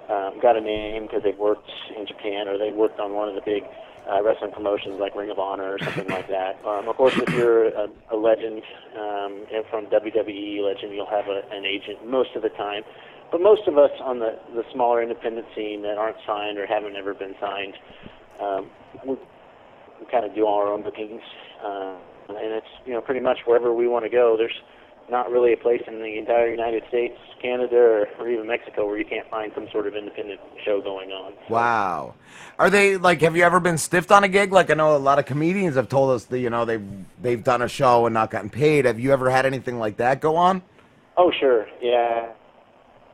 S24: um, got a name because they've worked in Japan or they worked on one of the big uh, wrestling promotions like Ring of Honor or something like that. Um, of course, if you're a, a legend um, and from WWE legend, you'll have a, an agent most of the time. But most of us on the, the smaller independent scene that aren't signed or haven't ever been signed, um, we, we kind of do all our own bookings. Uh, and it's, you know, pretty much wherever we want to go. There's not really a place in the entire United States, Canada, or, or even Mexico where you can't find some sort of independent show going on.
S8: Wow. Are they like? Have you ever been stiffed on a gig? Like, I know a lot of comedians have told us that you know they've they've done a show and not gotten paid. Have you ever had anything like that go on?
S24: Oh, sure. Yeah.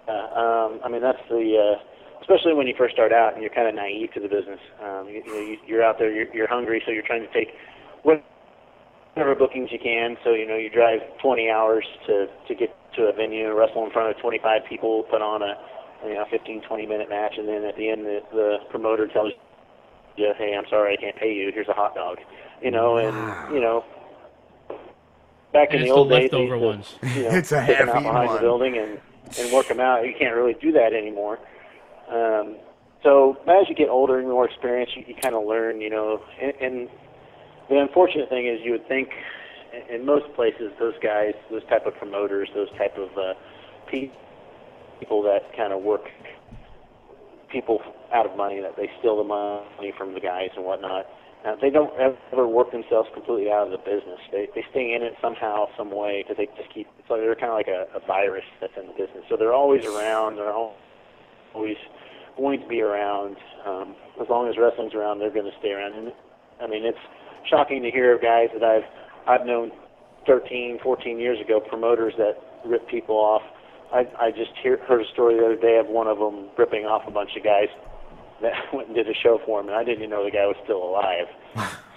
S24: Uh, um, I mean, that's the, uh, especially when you first start out and you're kind of naive to the business. Um, you, you know, you, you're out there, you're, you're hungry, so you're trying to take whatever bookings you can. So, you know, you drive 20 hours to, to get to a venue, wrestle in front of 25 people, put on a, you know, 15, 20 minute match, and then at the end, the, the promoter tells you, hey, I'm sorry, I can't pay you. Here's a hot dog. You know, and, you know, back
S13: And
S24: in
S13: it's the
S24: the old days, they
S13: leftover
S24: used to,
S13: ones. [LAUGHS]
S24: You
S8: [LAUGHS]
S24: know,
S13: It's a
S24: stick 'em out
S13: half-eaten
S24: behind
S13: one.
S24: the building and, and work them out. You can't really do that anymore. Um, so as you get older and more experienced, you, you kind of learn, you know. And, and the unfortunate thing is, you would think in- in most places those guys, those type of promoters, those type of uh, pe- people that kind of work people out of money that they steal the money from the guys and whatnot. Uh, they don't ever work themselves completely out of the business. They they stay in it somehow, some way, because they just keep. It's like they're kind of like a, a virus that's in the business. So they're always around. They're al- always going to be around. Um, as long as wrestling's around, they're going to stay around. And I mean, it's shocking to hear of guys that I've I've known 13, 14 years ago, promoters that rip people off. I I just hear, heard a story the other day of one of them ripping off a bunch of guys that [LAUGHS] went and did a show for him, and I didn't even know the guy was still alive.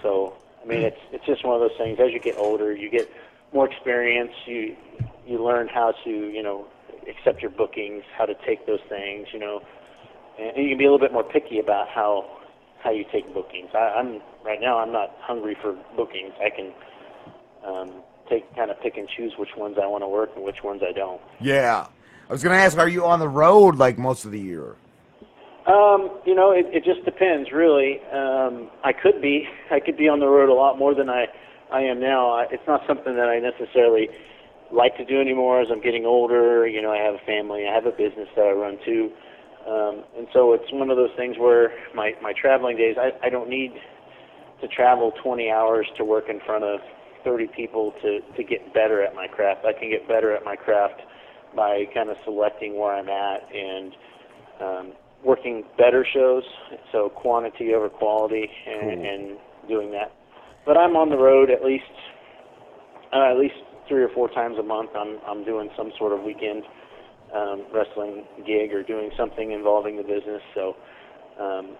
S24: So I mean, it's it's just one of those things. As you get older, you get more experience. You you learn how to you know accept your bookings, how to take those things, you know, and, and you can be a little bit more picky about how how you take bookings. I, I'm right now I'm not hungry for bookings. I can um, take kind of pick and choose which ones I want to work and which ones I don't.
S8: Yeah. I was gonna ask, are you on the road like most of the year?
S24: Um, you know, it, it just depends, really. Um, I could be, [LAUGHS] I could be on the road a lot more than I, I am now. I, it's not something that I necessarily like to do anymore. As I'm getting older, you know, I have a family, I have a business that I run too, um, and so it's one of those things where my my traveling days, I, I don't need to travel 20 hours to work in front of 30 people to to get better at my craft. I can get better at my craft by kind of selecting where I'm at and um, working better shows, so quantity over quality, and, and doing that. But I'm on the road at least uh, at least three or four times a month. I'm I'm doing some sort of weekend um, wrestling gig or doing something involving the business. So um,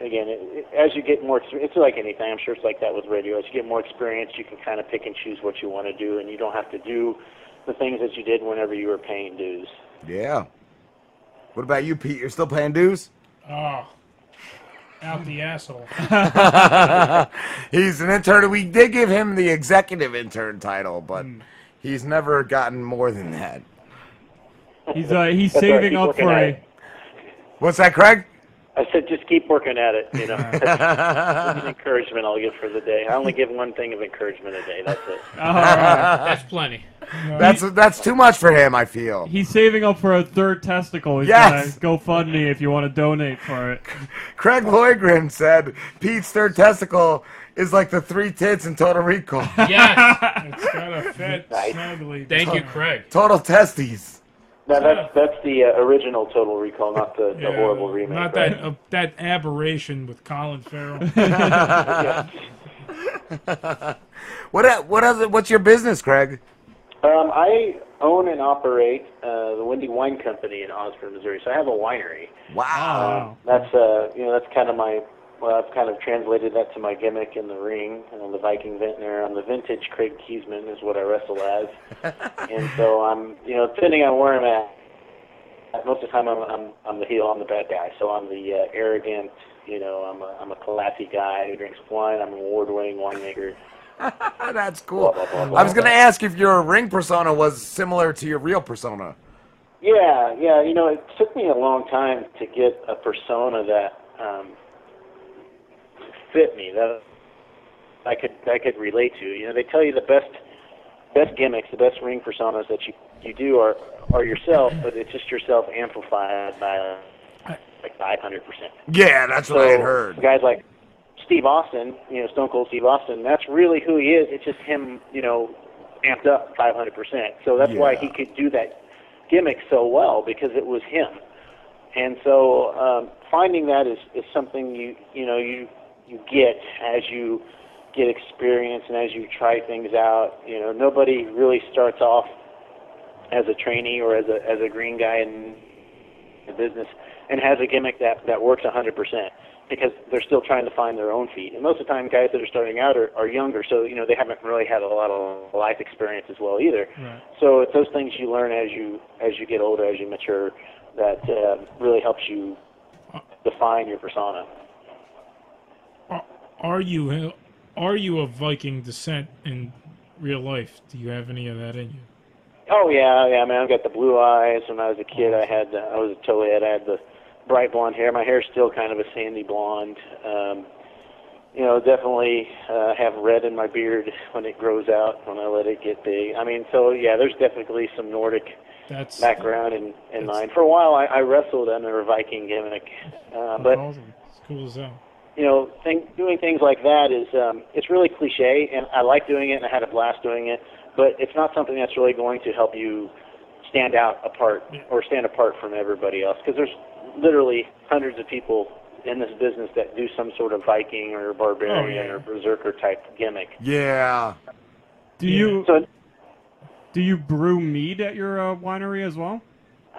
S24: again, it, it, as you get more, exper- it's like anything. I'm sure it's like that with radio. As you get more experience, you can kind of pick and choose what you want to do, and you don't have to do the things that you did whenever you were paying dues.
S8: Yeah. What about you, Pete? You're still
S7: [LAUGHS]
S8: paying dues?
S4: Oh, [LAUGHS] out
S13: [LAUGHS]
S4: the asshole.
S8: he's an intern. We did give him the executive intern title, but
S7: Hmm.
S8: he's never gotten more than that.
S7: He's, uh, he's That's all right. saving Keep up working for at a- it.
S8: What's that, Craig?
S24: I said, just keep working at it. You know, That's an encouragement I'll give for the day. I only give one thing of encouragement a day. That's
S4: [LAUGHS]
S24: it.
S4: Oh,
S24: [LAUGHS]
S4: that's plenty.
S8: That's that's too much for him. I feel.
S7: He's saving up for a third testicle. He's
S8: Yes!
S7: gonna GoFundMe if you want to donate for it.
S8: Craig Loygren said Pete's third testicle is like the three tits in
S4: [LAUGHS]
S8: Total Recall.
S4: yes. It's got a fit snugly. Oh.
S13: Thank you, Craig.
S8: Total testes.
S24: Now that's that's the uh, original Total Recall, not the, the
S4: Yeah,
S24: horrible remake.
S4: Not
S24: right?
S4: that uh, that aberration with Colin Farrell.
S8: [LAUGHS] What e- what other what's your business, Craig?
S24: Um, I own and operate uh, the Windy Wine Company in Osborne, Missouri. So I have a winery. Um,
S8: Wow.
S24: that's uh, you know, that's kind of my. Well, I've kind of translated that to my gimmick in the ring. and I'm the Viking vintner. I'm the vintage Craig Kiesman is what I wrestle as.
S8: [LAUGHS]
S24: and so I'm, you know, depending on where I'm at, most of the time I'm I'm, I'm the heel, I'm the bad guy. So I'm the uh, arrogant, you know, I'm a, I'm a classy guy who drinks wine. I'm an award-winning winemaker.
S8: [LAUGHS] That's cool. I was gonna ask if your ring persona was similar to your real persona.
S24: Yeah, yeah. You know, it took me a long time to get a persona that um, fit me that I could I could relate to. You know, they tell you the best best gimmicks, the best ring personas that you you do are are yourself, but it's just yourself amplified by like 500 percent.
S8: Yeah, that's what I had heard.
S24: Guys like Steve Austin, you know, Stone Cold Steve Austin. That's really who he is. It's just him, you know, amped up 500 percent. So that's why
S21: Yeah.
S24: he could do that gimmick so well because it was him. And so um, finding that is, is something you you know you you get as you get experience and as you try things out. You know, nobody really starts off as a trainee or as a as a green guy in the business and has a gimmick that that works 100 percent because they're still trying to find their own feet. And most of the time, guys that are starting out are, are younger, so you know they haven't really had a lot of life experience as well either.
S5: Right.
S24: So it's those things you learn as you as you get older, as you mature, that um really helps you define your persona.
S4: Are you are you of Viking descent in real life? Do you have any of that in you?
S24: Oh yeah, yeah. I mean, I've got the blue eyes. When I was a kid, I had uh, I was a towhead. I had the bright blonde hair. My hair's still kind of a sandy blonde. Um, you know, definitely uh, have red in my beard when it grows out, when I let it get big. I mean, so yeah, there's definitely some Nordic
S4: That's
S24: background in, in mine. For a while, I, I wrestled under a Viking gimmick, uh, but
S4: awesome. It's cool as hell.
S24: you know, thing, doing things like that is um, it's really cliche, and I like doing it, and I had a blast doing it. But it's not something that's really going to help you stand out apart or stand apart from everybody else, because there's literally hundreds of people in this business that do some sort of Viking or barbarian
S4: yeah.
S24: or berserker type gimmick.
S8: [LAUGHS] Yeah.
S7: Do you do you brew mead at your uh, winery as well?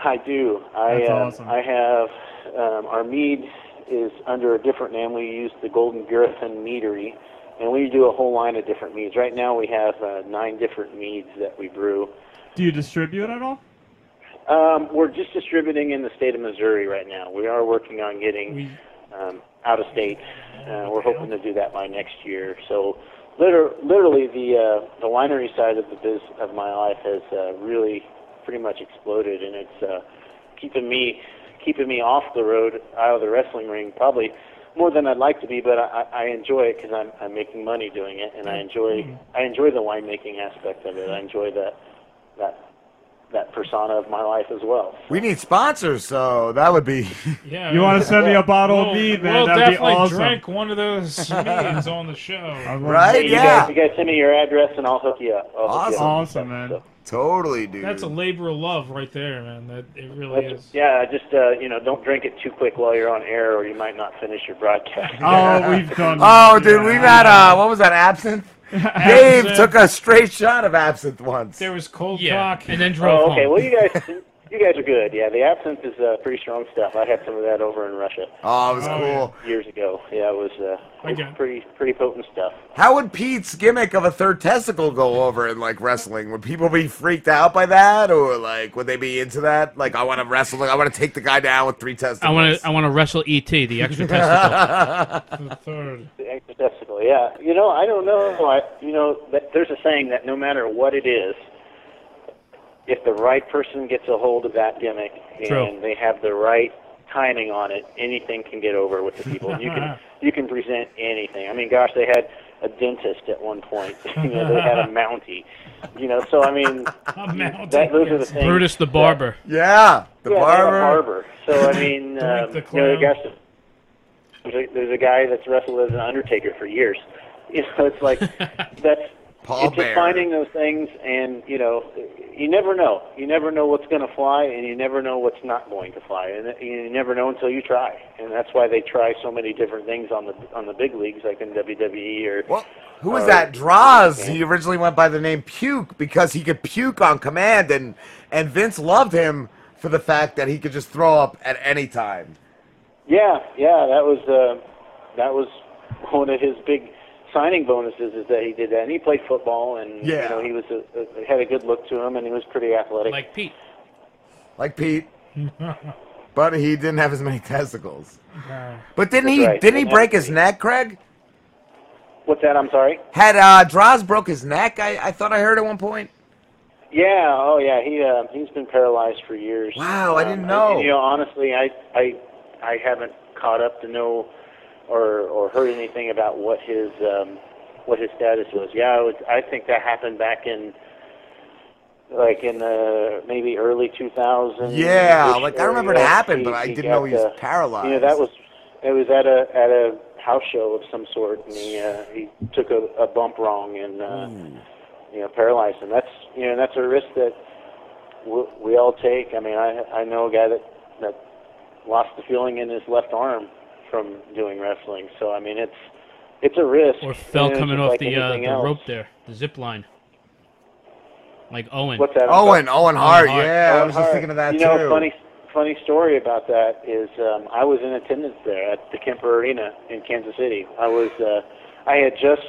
S24: I do. I
S7: That's
S24: um,
S7: awesome.
S24: I have um, our mead is under a different name. We use the Golden Griffin Meadery, and we do a whole line of different meads. Right now, we have uh, nine different meads that we brew.
S7: Do you distribute at all?
S24: Um, we're just distributing in the state of Missouri right now. We are working on getting um, out of state. Uh, we're hoping to do that by next year. So, liter- literally, the uh, the winery side of the biz of my life has uh, really pretty much exploded, and it's uh, keeping me keeping me off the road, out of the wrestling ring, probably more than I'd like to be. But I, I I enjoy it because I'm I'm making money doing it, and I enjoy I enjoy the winemaking aspect of it. I enjoy that that that persona of my life as well.
S8: We need sponsors, so that would be. [LAUGHS]
S4: Yeah.
S7: You want to send me a bottle of mead, man?
S4: We'll
S7: That'd be
S4: definitely
S7: awesome.
S4: drink one of those [LAUGHS] meads on the show.
S24: Hey, you Guys, you guys send me your address and I'll hook you up. I'll hook you up.
S4: man.
S8: Totally, dude.
S4: That's a labor of love right there, man. That it really
S24: That's-
S4: is.
S24: Yeah, just uh, you know, don't drink it too quick while you're on air, or you might not finish your broadcast.
S8: [LAUGHS]
S24: [LAUGHS]
S8: Oh, dude, we've had uh, what was
S4: [LAUGHS]
S8: that? Absinthe. Dave took a straight shot of absinthe once.
S4: There was cold
S24: Yeah,
S4: cock and then drove
S24: Oh, okay.
S4: home.
S24: Well, you guys, [LAUGHS] you guys are good. Yeah, the absinthe is uh, pretty strong stuff. I had some of that over in Russia.
S8: Oh, it was Oh, cool.
S24: Years ago. Yeah, it was, uh, it was pretty pretty potent stuff.
S8: How would Pete's gimmick of a third testicle go over in like wrestling? Would people be freaked out by that, or like would they be into that? Like, I want to wrestle. Like, I want to take the guy down with three testicles.
S13: I want to I want to wrestle ET
S24: [LAUGHS]
S13: the extra testicle.
S4: the third.
S24: The extra testicle. Yeah. You know, I don't know. I, you know, that, there's a saying that no matter what it is, if the right person gets a hold of that gimmick and
S5: True.
S24: they have the right timing on it, anything can get over with the people. You can you can present anything. I mean, gosh, they had a dentist at one point. [LAUGHS] you know, they had a Mountie. You know, so I mean, that, those are the things.
S13: Brutus the barber.
S8: Yeah,
S13: the
S24: yeah,
S13: barber.
S24: They had a barber. So I mean,
S13: [LAUGHS]
S24: um,
S13: the
S24: you know,
S13: clown.
S24: the guys, there's a, there's a guy that's wrestled as an undertaker for years. [LAUGHS] You know,
S13: [LAUGHS]
S24: it's like that's
S8: Paul
S24: it's
S8: Bear.
S24: just finding those things, and you know, you never know. You never know what's going to fly, and you never know what's not going to fly, and you never know until you try. And that's why they try so many different things on the on the big leagues, like in WWE E or
S8: Who was that? Draws. He originally went by the name Puke because he could puke on command, and and Vince loved him for the fact that he could just throw up at any time.
S24: Yeah, yeah, that was uh, that was one of his big signing bonuses is that he did that, and he played football, and
S8: Yeah.
S24: you know he was a, a, had a good look to him, and he was pretty athletic. Like
S13: Pete.
S24: [LAUGHS]
S8: Like Pete, but he didn't have as many testicles.
S4: Yeah.
S8: But didn't
S24: That's
S8: he?
S24: right.
S8: Didn't he
S24: And
S8: break
S24: that's-
S8: his neck, Craig?
S24: What's that? I'm sorry.
S8: Had uh, Draws broke his neck? I, I thought I heard at one point.
S24: Yeah, oh yeah, he uh, he's been paralyzed for years.
S8: Wow, I didn't
S24: Um,
S8: know.
S24: and, you know, honestly, I I I haven't caught up to know or or heard anything about what his um what his status was. Yeah, I was, I think that happened back in like in the maybe early 2000s.
S8: Yeah, like, I remember it happened, but I didn't know he was
S24: You know, uh, that was it was at a at a house show of some sort, and he uh, he took a, a bump wrong and. Uh, you know, paralyzed. And that's, you know, that's a risk that we, we all take. I mean, I, I know a guy that, that lost the feeling in his left arm from doing wrestling. So, I mean, it's, it's a risk.
S13: Or fell
S24: And it's
S13: coming
S24: just
S13: off
S24: like
S13: the uh,
S24: anything
S13: the
S24: else.
S13: rope there, the zip line. Like Owen.
S24: What's that?
S8: Owen, Owen Hart. Yeah, I
S24: Owen
S8: was just
S24: Hart.
S8: thinking of that
S24: you know,
S8: too. [LAUGHS]
S24: funny, funny story about that is um, I was in attendance there at the Kemper Arena in Kansas City. I was, uh, I had just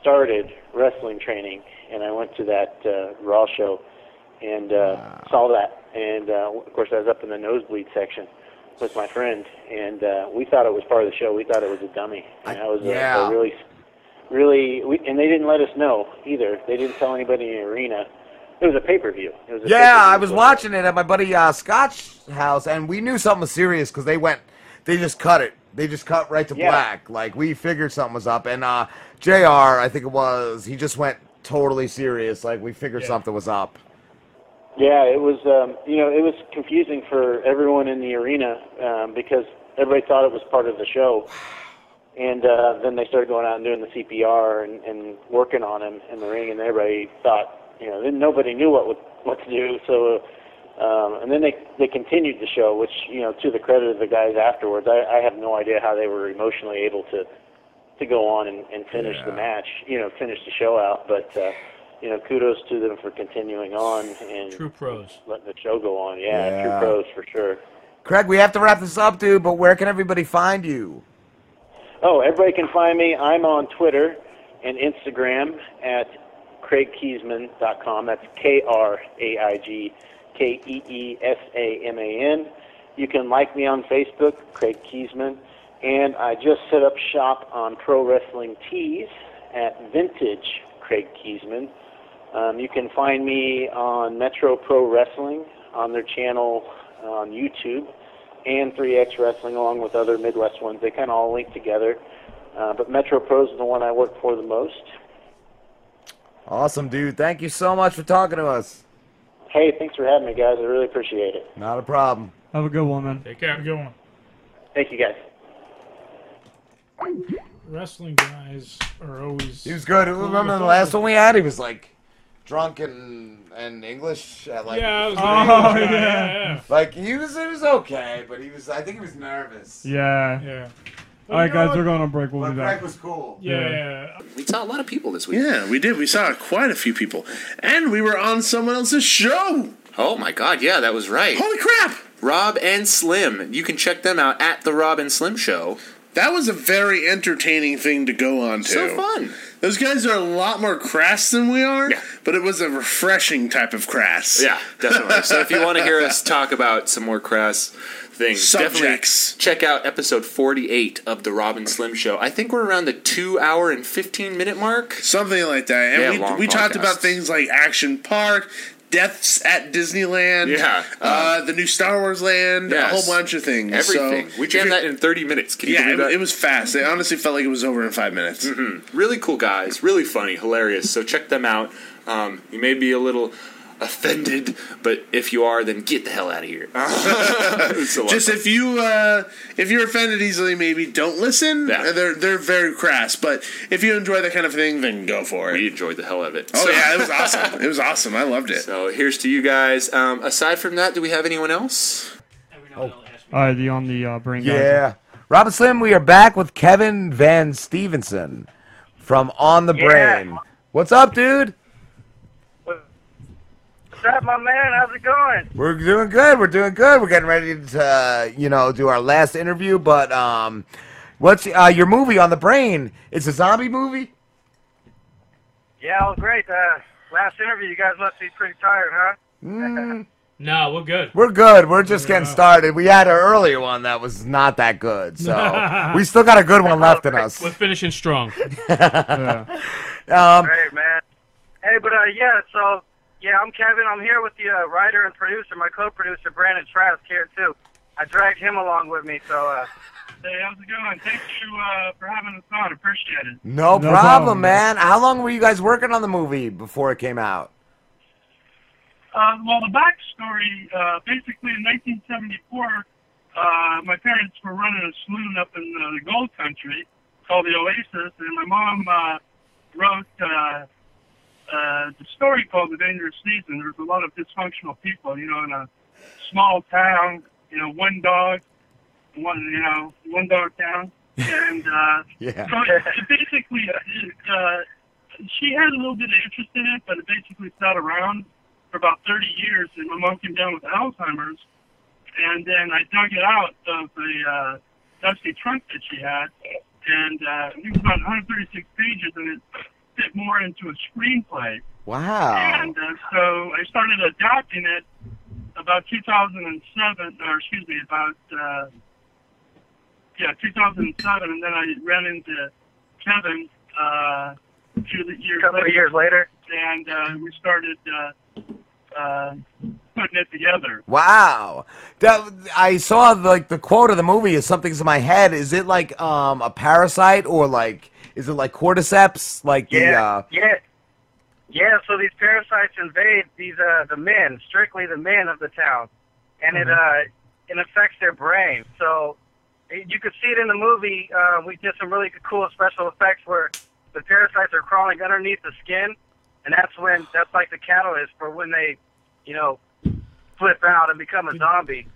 S24: started wrestling training, and I went to that uh, Raw show and uh, saw that. And uh, of course, I was up in the nosebleed section with my friend, and uh, we thought it was part of the show. We thought it was a dummy. And that was a- a,
S5: yeah.
S24: really, really, we, and they didn't let us know either. They didn't tell anybody in the arena. It was a pay per view. It was a
S8: Yeah,
S24: pay-per-view.
S8: I was watching it at my buddy uh, Scott's house, and we knew something was serious because they went, they just cut it. They just cut right to black. Like we figured something was up. And uh, Jr. I think it was he just went totally serious. Like we figured something was up.
S24: Yeah, it was um, you know it was confusing for everyone in the arena um, because everybody thought it was part of the show, and uh, then they started going out and doing the CPR and, and working on him in the ring, and everybody thought you know then nobody knew what what to do. So, um, and then they they continued the show, which you know to the credit of the guys afterwards, I, I have no idea how they were emotionally able to to go on and, and finish the match, you know, finish the show out, but. Uh, you know, kudos to them for continuing on and
S13: True pros.
S24: letting the show go on. Yeah,
S8: Yeah.
S24: true pros for sure.
S8: Craig, we have to wrap this up, dude. But where can everybody find you?
S24: Oh, everybody can find me. I'm on Twitter and Instagram at craigkeesman.com. That's K R A I G K E E S A M A N. You can like me on Facebook, Craig Keesman. And I just set up shop on Pro Wrestling Tees at Vintage Craig Keesman. Um, you can find me on Metro Pro Wrestling on their channel on YouTube and 3X Wrestling, along with other Midwest ones. They kind of all link together. Uh, but Metro Pro's is the one I work for the most.
S8: Awesome, dude. Thank you so much for talking to us.
S24: Hey, thanks for having me, guys. I really appreciate it.
S8: Not a problem.
S7: Have a good one, man.
S4: Take care. Have a good one.
S24: Thank you, guys.
S4: [LAUGHS] Wrestling guys are always.
S8: He was good. Remember the last one we had? He was like drunk and and English. At like,
S4: Yeah, I
S8: [LAUGHS]
S4: was
S7: Oh, yeah, yeah, yeah.
S8: Like he was, it was okay, but he was. I think he was nervous.
S7: Yeah.
S4: Yeah.
S7: All right, guys, we're going on break. We'll
S8: But
S7: be back.
S8: Craig was cool.
S21: We saw a lot of people this week.
S16: Yeah, we did. We saw quite a few people. And we were on someone else's show.
S21: Oh my god, yeah, that was right.
S16: Holy crap!
S21: Rob and Slim. You can check them out at the Rob and Slim Show.
S16: That was a very entertaining thing to go on to.
S21: So fun.
S16: Those guys are a lot more crass than we are, but it was a refreshing type of crass.
S21: Yeah, definitely. so if you
S16: [LAUGHS]
S21: want to hear us talk about some more crass things,
S16: Subjects.
S21: definitely check out episode 48 of the Robin Slim Show. I think we're around the 2 hour and 15 minute mark.
S16: Something like that. And
S21: Yeah,
S16: we,
S21: long
S16: we talked
S21: podcast.
S16: about things like Action Park, deaths at Disneyland,
S21: Yeah.
S16: uh, the new Star Wars land,
S21: Yes.
S16: a whole bunch of things.
S21: Everything.
S16: So
S21: we
S16: if
S21: jammed
S16: [LAUGHS] you're-
S21: that in 30 minutes. Can you
S16: yeah,
S21: believe
S16: it,
S21: that?
S16: it was fast. It honestly felt like it was over in five minutes.
S21: Mm-hmm. Really cool guys, really funny, hilarious. So check them out. Um, you may be a little offended, but if you are, then get the hell out of here. [LAUGHS] It's a lot
S16: Just
S21: of fun.
S16: if you uh, if you're offended easily, maybe don't listen. Uh, They're they're very crass, but if you enjoy that kind of thing, then go for it.
S21: we enjoyed the hell out of it.
S16: Oh
S21: So-
S16: yeah, it was
S21: [LAUGHS]
S16: awesome. It was awesome. I loved it.
S21: So here's to you guys. Um, aside from that, do we have anyone else?
S7: All right, the on the uh, brain guys.
S8: Yeah. Robin Slim, we are back with Kevin Van Stevenson from On the
S7: Yeah.
S8: Brain. What's up, dude?
S2: What's up, my man? How's it going?
S8: We're doing good. We're doing good. We're getting ready to, uh, you know, do our last interview. But um, what's uh, your movie on the brain? It's a zombie movie.
S2: Yeah, all great. Uh, last interview, you guys must be pretty tired, huh?
S8: Mm,
S13: No, we're good.
S8: we're good. We're just getting started. We had an earlier one that was not that
S13: [LAUGHS]
S8: good, so we still got a good one left in us.
S13: We're finishing strong.
S8: [LAUGHS] Um,
S2: Great, man. Hey, but uh, yeah, so yeah, I'm Kevin. I'm here with the uh, writer and producer, my co-producer Brandon Trask here too. I dragged him along with me, so. Uh, hey, how's it going? Thank you uh, for having us on. Appreciate it.
S8: no, problem,
S2: problem.
S8: man. How long were you guys working on the movie before it came out?
S2: Uh, well, the backstory, uh, basically in 1974, uh, my parents were running a saloon up in uh, the gold country called the Oasis, and my mom uh, wrote uh, uh, the story called The Dangerous Season. There was a lot of dysfunctional people, you know, in a small town, you know, one dog, one, you know, one dog town. And uh,
S8: Yeah.
S2: [LAUGHS]
S24: [LAUGHS]
S2: so it, it basically, uh, she had a little bit of interest in it, but it basically sat around for about 30 years, and my mom came down with Alzheimer's, and then I dug it out of the uh, dusty trunk that she had, and uh, it was about 136 pages, and it fit more into a screenplay.
S8: Wow.
S2: And uh, so I started adapting it about 2007, or excuse me, about uh, yeah, 2007, and then I ran into Kevin uh, two years
S5: Couple of years later.
S2: and uh, we started uh, uh, putting it together.
S8: Wow, that I saw like the quote of the movie is something's in my head. Is it like um a parasite or like is it like cordyceps? Like the
S17: Yeah,
S8: uh,
S17: yeah, yeah. So these parasites invade these uh, the men, strictly the men of the town, and it
S8: Mm-hmm.
S17: uh, it affects their brain. So eh, you could see it in the movie. Uh, we did some really cool special effects where the parasites are crawling underneath the skin, and that's when that's like the catalyst for when they, you know, flip out and become a zombie.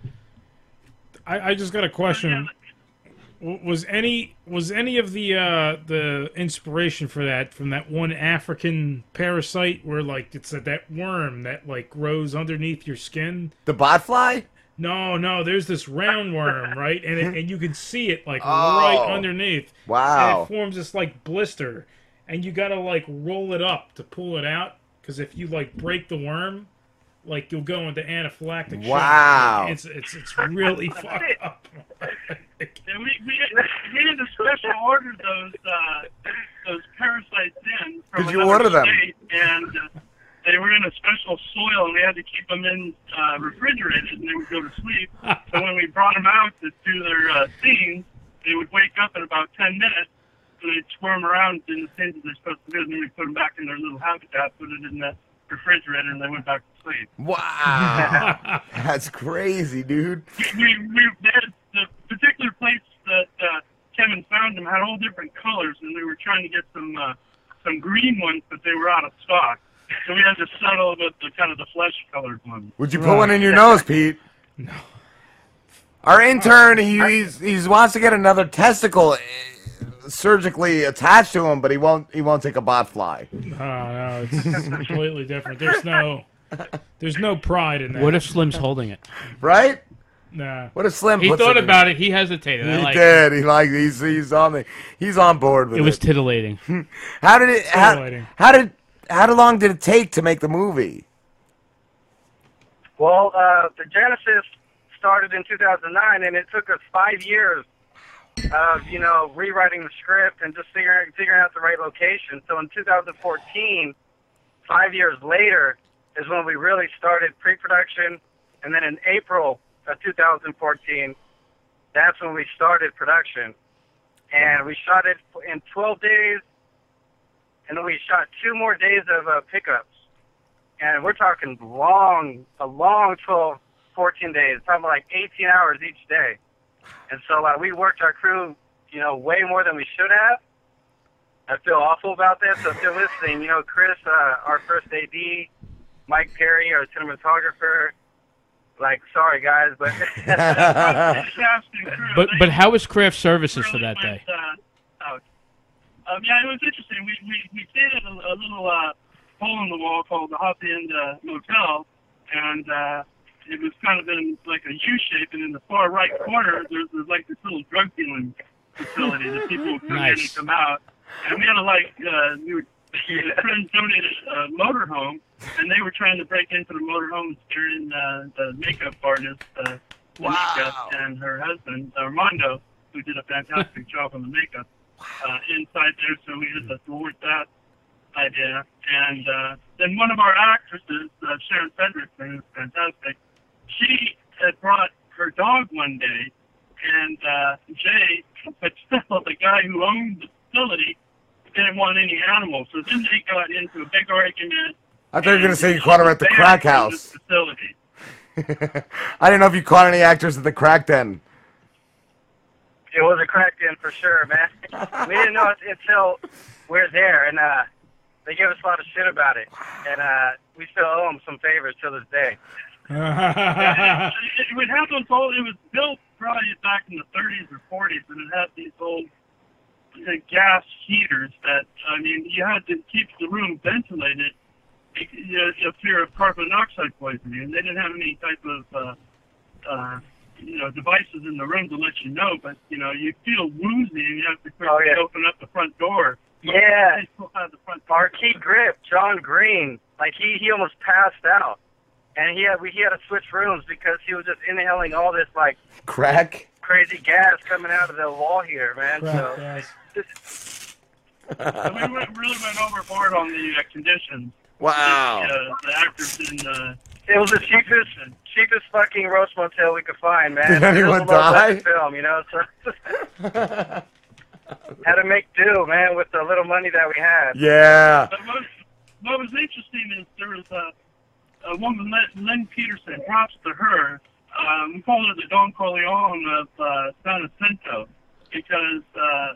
S4: I, I just got a question. W- Was any was any of the uh, the inspiration for that from that one African parasite where like it's that that worm that like grows underneath your skin?
S8: The botfly?
S4: No, no. There's this round worm, right? And
S8: [LAUGHS]
S4: it, and you can see it like
S8: Oh.
S4: right underneath.
S8: Wow.
S4: And it forms this like blister, and you gotta like roll it up to pull it out because if you like break the worm, like you'll go into anaphylactic. shock.
S8: Wow.
S4: It's it's it's really [LAUGHS] fucked up. Oh,
S2: And we, we, we had to special order those uh, those parasites in. From
S8: Did you
S2: another
S8: order them?
S2: state, And uh, they were in a special soil, and we had to keep them in uh, refrigerated, and they would go to sleep. so when we brought them out to do their uh, scenes, they would wake up in about ten minutes. And they'd squirm around in the things that they're supposed to do, and then we put them back in their little habitat, put it in the refrigerator, and they went back to sleep.
S8: Wow, that's crazy, dude.
S2: we, we that the particular place that uh, Kevin found them had all different colors, and we were trying to get some uh, some green ones, but they were out of stock. So we had to settle with the kind of the flesh colored ones.
S8: Would you put one in your nose, Pete? No. Our intern, he he's, he's wants to get another testicle eh, surgically attached to him, but he won't he won't take a botfly.
S4: Oh no, it's completely different. There's no there's no pride in that.
S13: What if Slim's holding it?
S8: Right?
S4: Nah.
S8: What if Slim?
S13: He
S8: puts
S13: thought
S8: it
S4: [LAUGHS]
S8: in?
S13: about it. He hesitated.
S8: He
S13: I like
S8: did. He like he's he's on the he's on board with it.
S13: It was titillating.
S8: [LAUGHS] How did it? How,
S13: Titillating.
S8: how did? How long did it take to make the movie?
S17: Well, uh, the Genesis started in 2009, and it took us five years of you know rewriting the script and just figuring figuring out the right location. So in 2014, five years later, is when we really started pre-production, and then in April of 2014, that's when we started production, and we shot it in 12 days, and then we shot two more days of uh, pickups and we're talking long, a long 12, 14 days, probably like 18 hours each day. And so like we worked our crew, you know, way more than we should have. I feel awful about that. So if you're listening, you know, Chris, uh, our first AD, Mike Perry, our cinematographer, like, sorry guys, but [LAUGHS]
S13: But but how was craft services for that day?
S2: Uh, um, yeah, it was interesting. We we, we stayed at a, a little uh, hole in the wall called the Hop End uh, Motel, and uh, it was kind of in like a U shape, and in the far right corner there's, there's like this little drug dealing facility that people would come in and
S13: Nice.
S2: come out, and we had a like uh, we were. [LAUGHS] a friend donated a motorhome, and they were trying to break into the motorhome and steer in uh, the makeup artist, uh, Anika, and her husband uh, Armando, who did a fantastic job on the makeup uh, inside there. So we had to thwart that idea. And uh, then one of our actresses, uh, Sharon Frederick, who's fantastic, she had brought her dog one day, and uh, Jay, [LAUGHS] but still the guy who owned the facility, didn't want any animals. So then they got into a big argument.
S8: I thought you were gonna say you
S2: and
S8: caught her at the
S2: banned
S8: crack
S2: from
S8: house. [LAUGHS]
S2: this Facility.
S8: I didn't know if you caught any actors at the crack den.
S17: It was a crack in for sure, man. we didn't know it until we're there, and uh, they gave us a lot of shit about it, and uh, we still owe them some favors to this day.
S2: it, it, it had those old. It was built probably back in the 30s or 40s, and it had these old uh, gas heaters that I mean, you had to keep the room ventilated, you know, if fear of carbon monoxide poisoning. And they didn't have any type of uh, uh, you know devices in the room to let you know, but you know you feel woozy, and you have to quickly open up the front door.
S17: Yeah.
S2: Out the front
S17: Our key grip, John Green, like he, he almost passed out, and he had we he had to switch rooms because he was just inhaling all this like
S8: Crack.
S17: crazy gas coming out of the wall here, man. so
S8: [LAUGHS]
S2: So we went, really went overboard on the uh, conditions.
S8: Wow.
S2: The, uh, the actors and uh,
S17: It was the cheapest, cheapest fucking roast motel we could find, man.
S8: Did anyone
S17: People love
S8: die?
S17: that Film, you know. So [LAUGHS] had to make do, man, with the little money that we had.
S8: Yeah.
S2: But what, what was interesting is there was a, a woman, Lynn- Lynn Peterson, props to her. Um, we call her the Don Corleone of uh, San Jacinto because uh,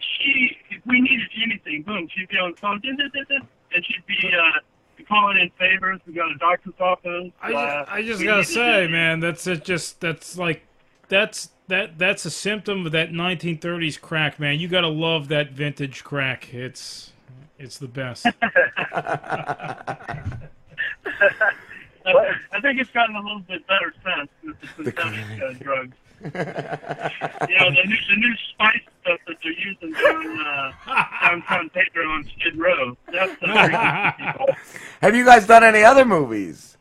S2: she, if we needed anything, boom, she'd be on the phone, "Dun, dun, dun, dun," and she'd be uh, calling in favors. We got a doctor's office.
S4: I
S2: uh,
S4: just, I just
S2: we
S4: gotta
S2: needed
S4: say, man, that's it. Just that's like that's that that's a symptom of that 1930s crack, man. You gotta love that vintage crack. It's it's
S17: [LAUGHS]
S4: the best.
S2: I- I think it's gotten a little bit better since with the synthetic uh, drugs. you know, the new, the new spice stuff that they're using down uh, downtown Pedro on Skid Row. That's the freaking
S8: Have you guys done any other movies?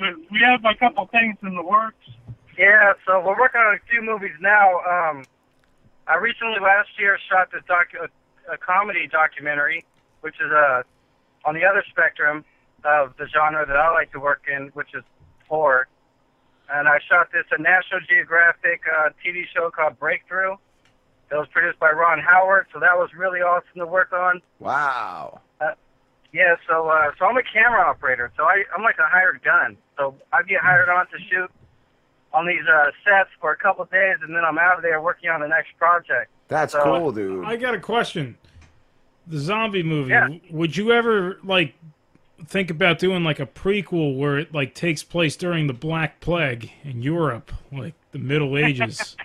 S17: We, we have a couple things in the works. Yeah, so we're working on a few movies now. Um, I recently last year shot this docu- a, a comedy documentary, which is uh, on the other spectrum of the genre that I like to work in, which is horror. And I shot this a National Geographic uh, TV show called Breakthrough. It was produced by Ron Howard, so that was really awesome to work on.
S8: Wow.
S17: Uh, Yeah, so uh, so I'm a camera operator, so I, I'm like a hired gun. So I get hired on to shoot on these uh, sets for a couple of days, and then I'm out of there working on the next project. So-
S4: I got a question. The zombie movie. Would you ever like think about doing like a prequel where it like takes place during the Black Plague in Europe, like the
S17: [LAUGHS]
S4: Middle Ages,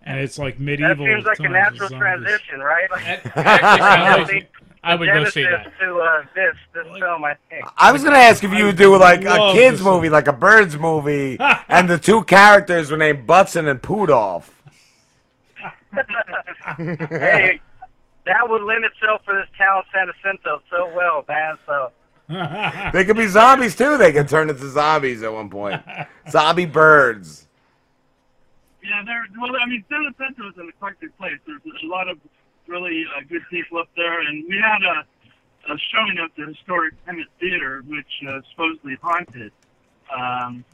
S4: and it's like
S17: that
S4: medieval.
S17: seems like a
S4: times
S17: natural
S4: with zombies.
S17: transition, right?
S4: actually
S17: [LAUGHS]
S4: sounds like-
S17: I
S4: would go see
S17: that. To uh, this this film, I think.
S8: I was gonna ask if you would do like a
S17: love
S8: kids
S17: this
S8: movie, like a
S13: [LAUGHS]
S8: birds movie, and the two characters were named Butson and Pudolph.
S17: [LAUGHS] hey, that would lend itself for this town, San Jacinto, so well, man. So
S8: They could be zombies too. They could turn into zombies at one point. Zombie birds.
S2: Yeah, there. Well, I mean, San Jacinto is an eclectic place. There's a lot of really uh, good people up there, and we had a, a showing at the historic Emmett Theater, which uh, is supposedly haunted. Um,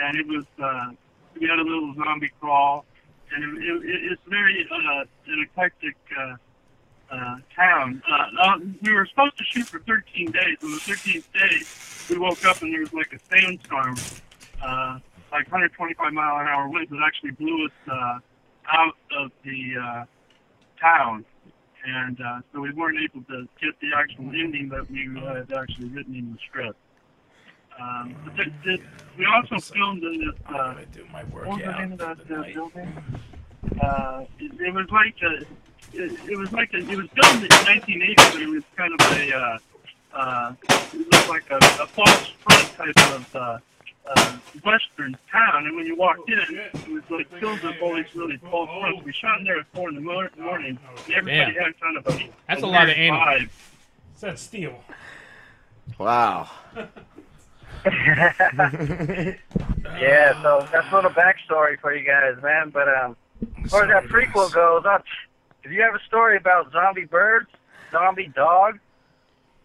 S2: and it was uh, we had a little zombie crawl, and it, it, it's very uh, an eclectic uh, uh, town. Uh, uh, we were supposed to shoot for 13 days. On the 13th day, we woke up and there was like a sandstorm, uh, like 125 mile an hour winds that actually blew us uh, out of the uh, town. And uh, so we weren't able to get the actual ending that we had actually written in the script. Um, but th- th- we also filmed in this. Uh, I'm do my work what was the name of that uh, building? Uh, it, it was like a, it, it was like a, it was filmed in 1980, but it was kind of a, uh, uh, it looked like a, a false front type of uh, uh, western town. And when you walked in, it was like filled up all these really false fronts. We shot in there at four in the mor- morning. And everybody
S13: Man.
S2: had kind of a
S13: That's a lot of
S2: weird
S13: animal.
S2: vibe.
S4: It's that steel.
S8: Wow.
S17: yeah, so that's a little backstory for you guys, man. But um, as far as that prequel goes, i if you have a story about zombie birds, zombie dogs,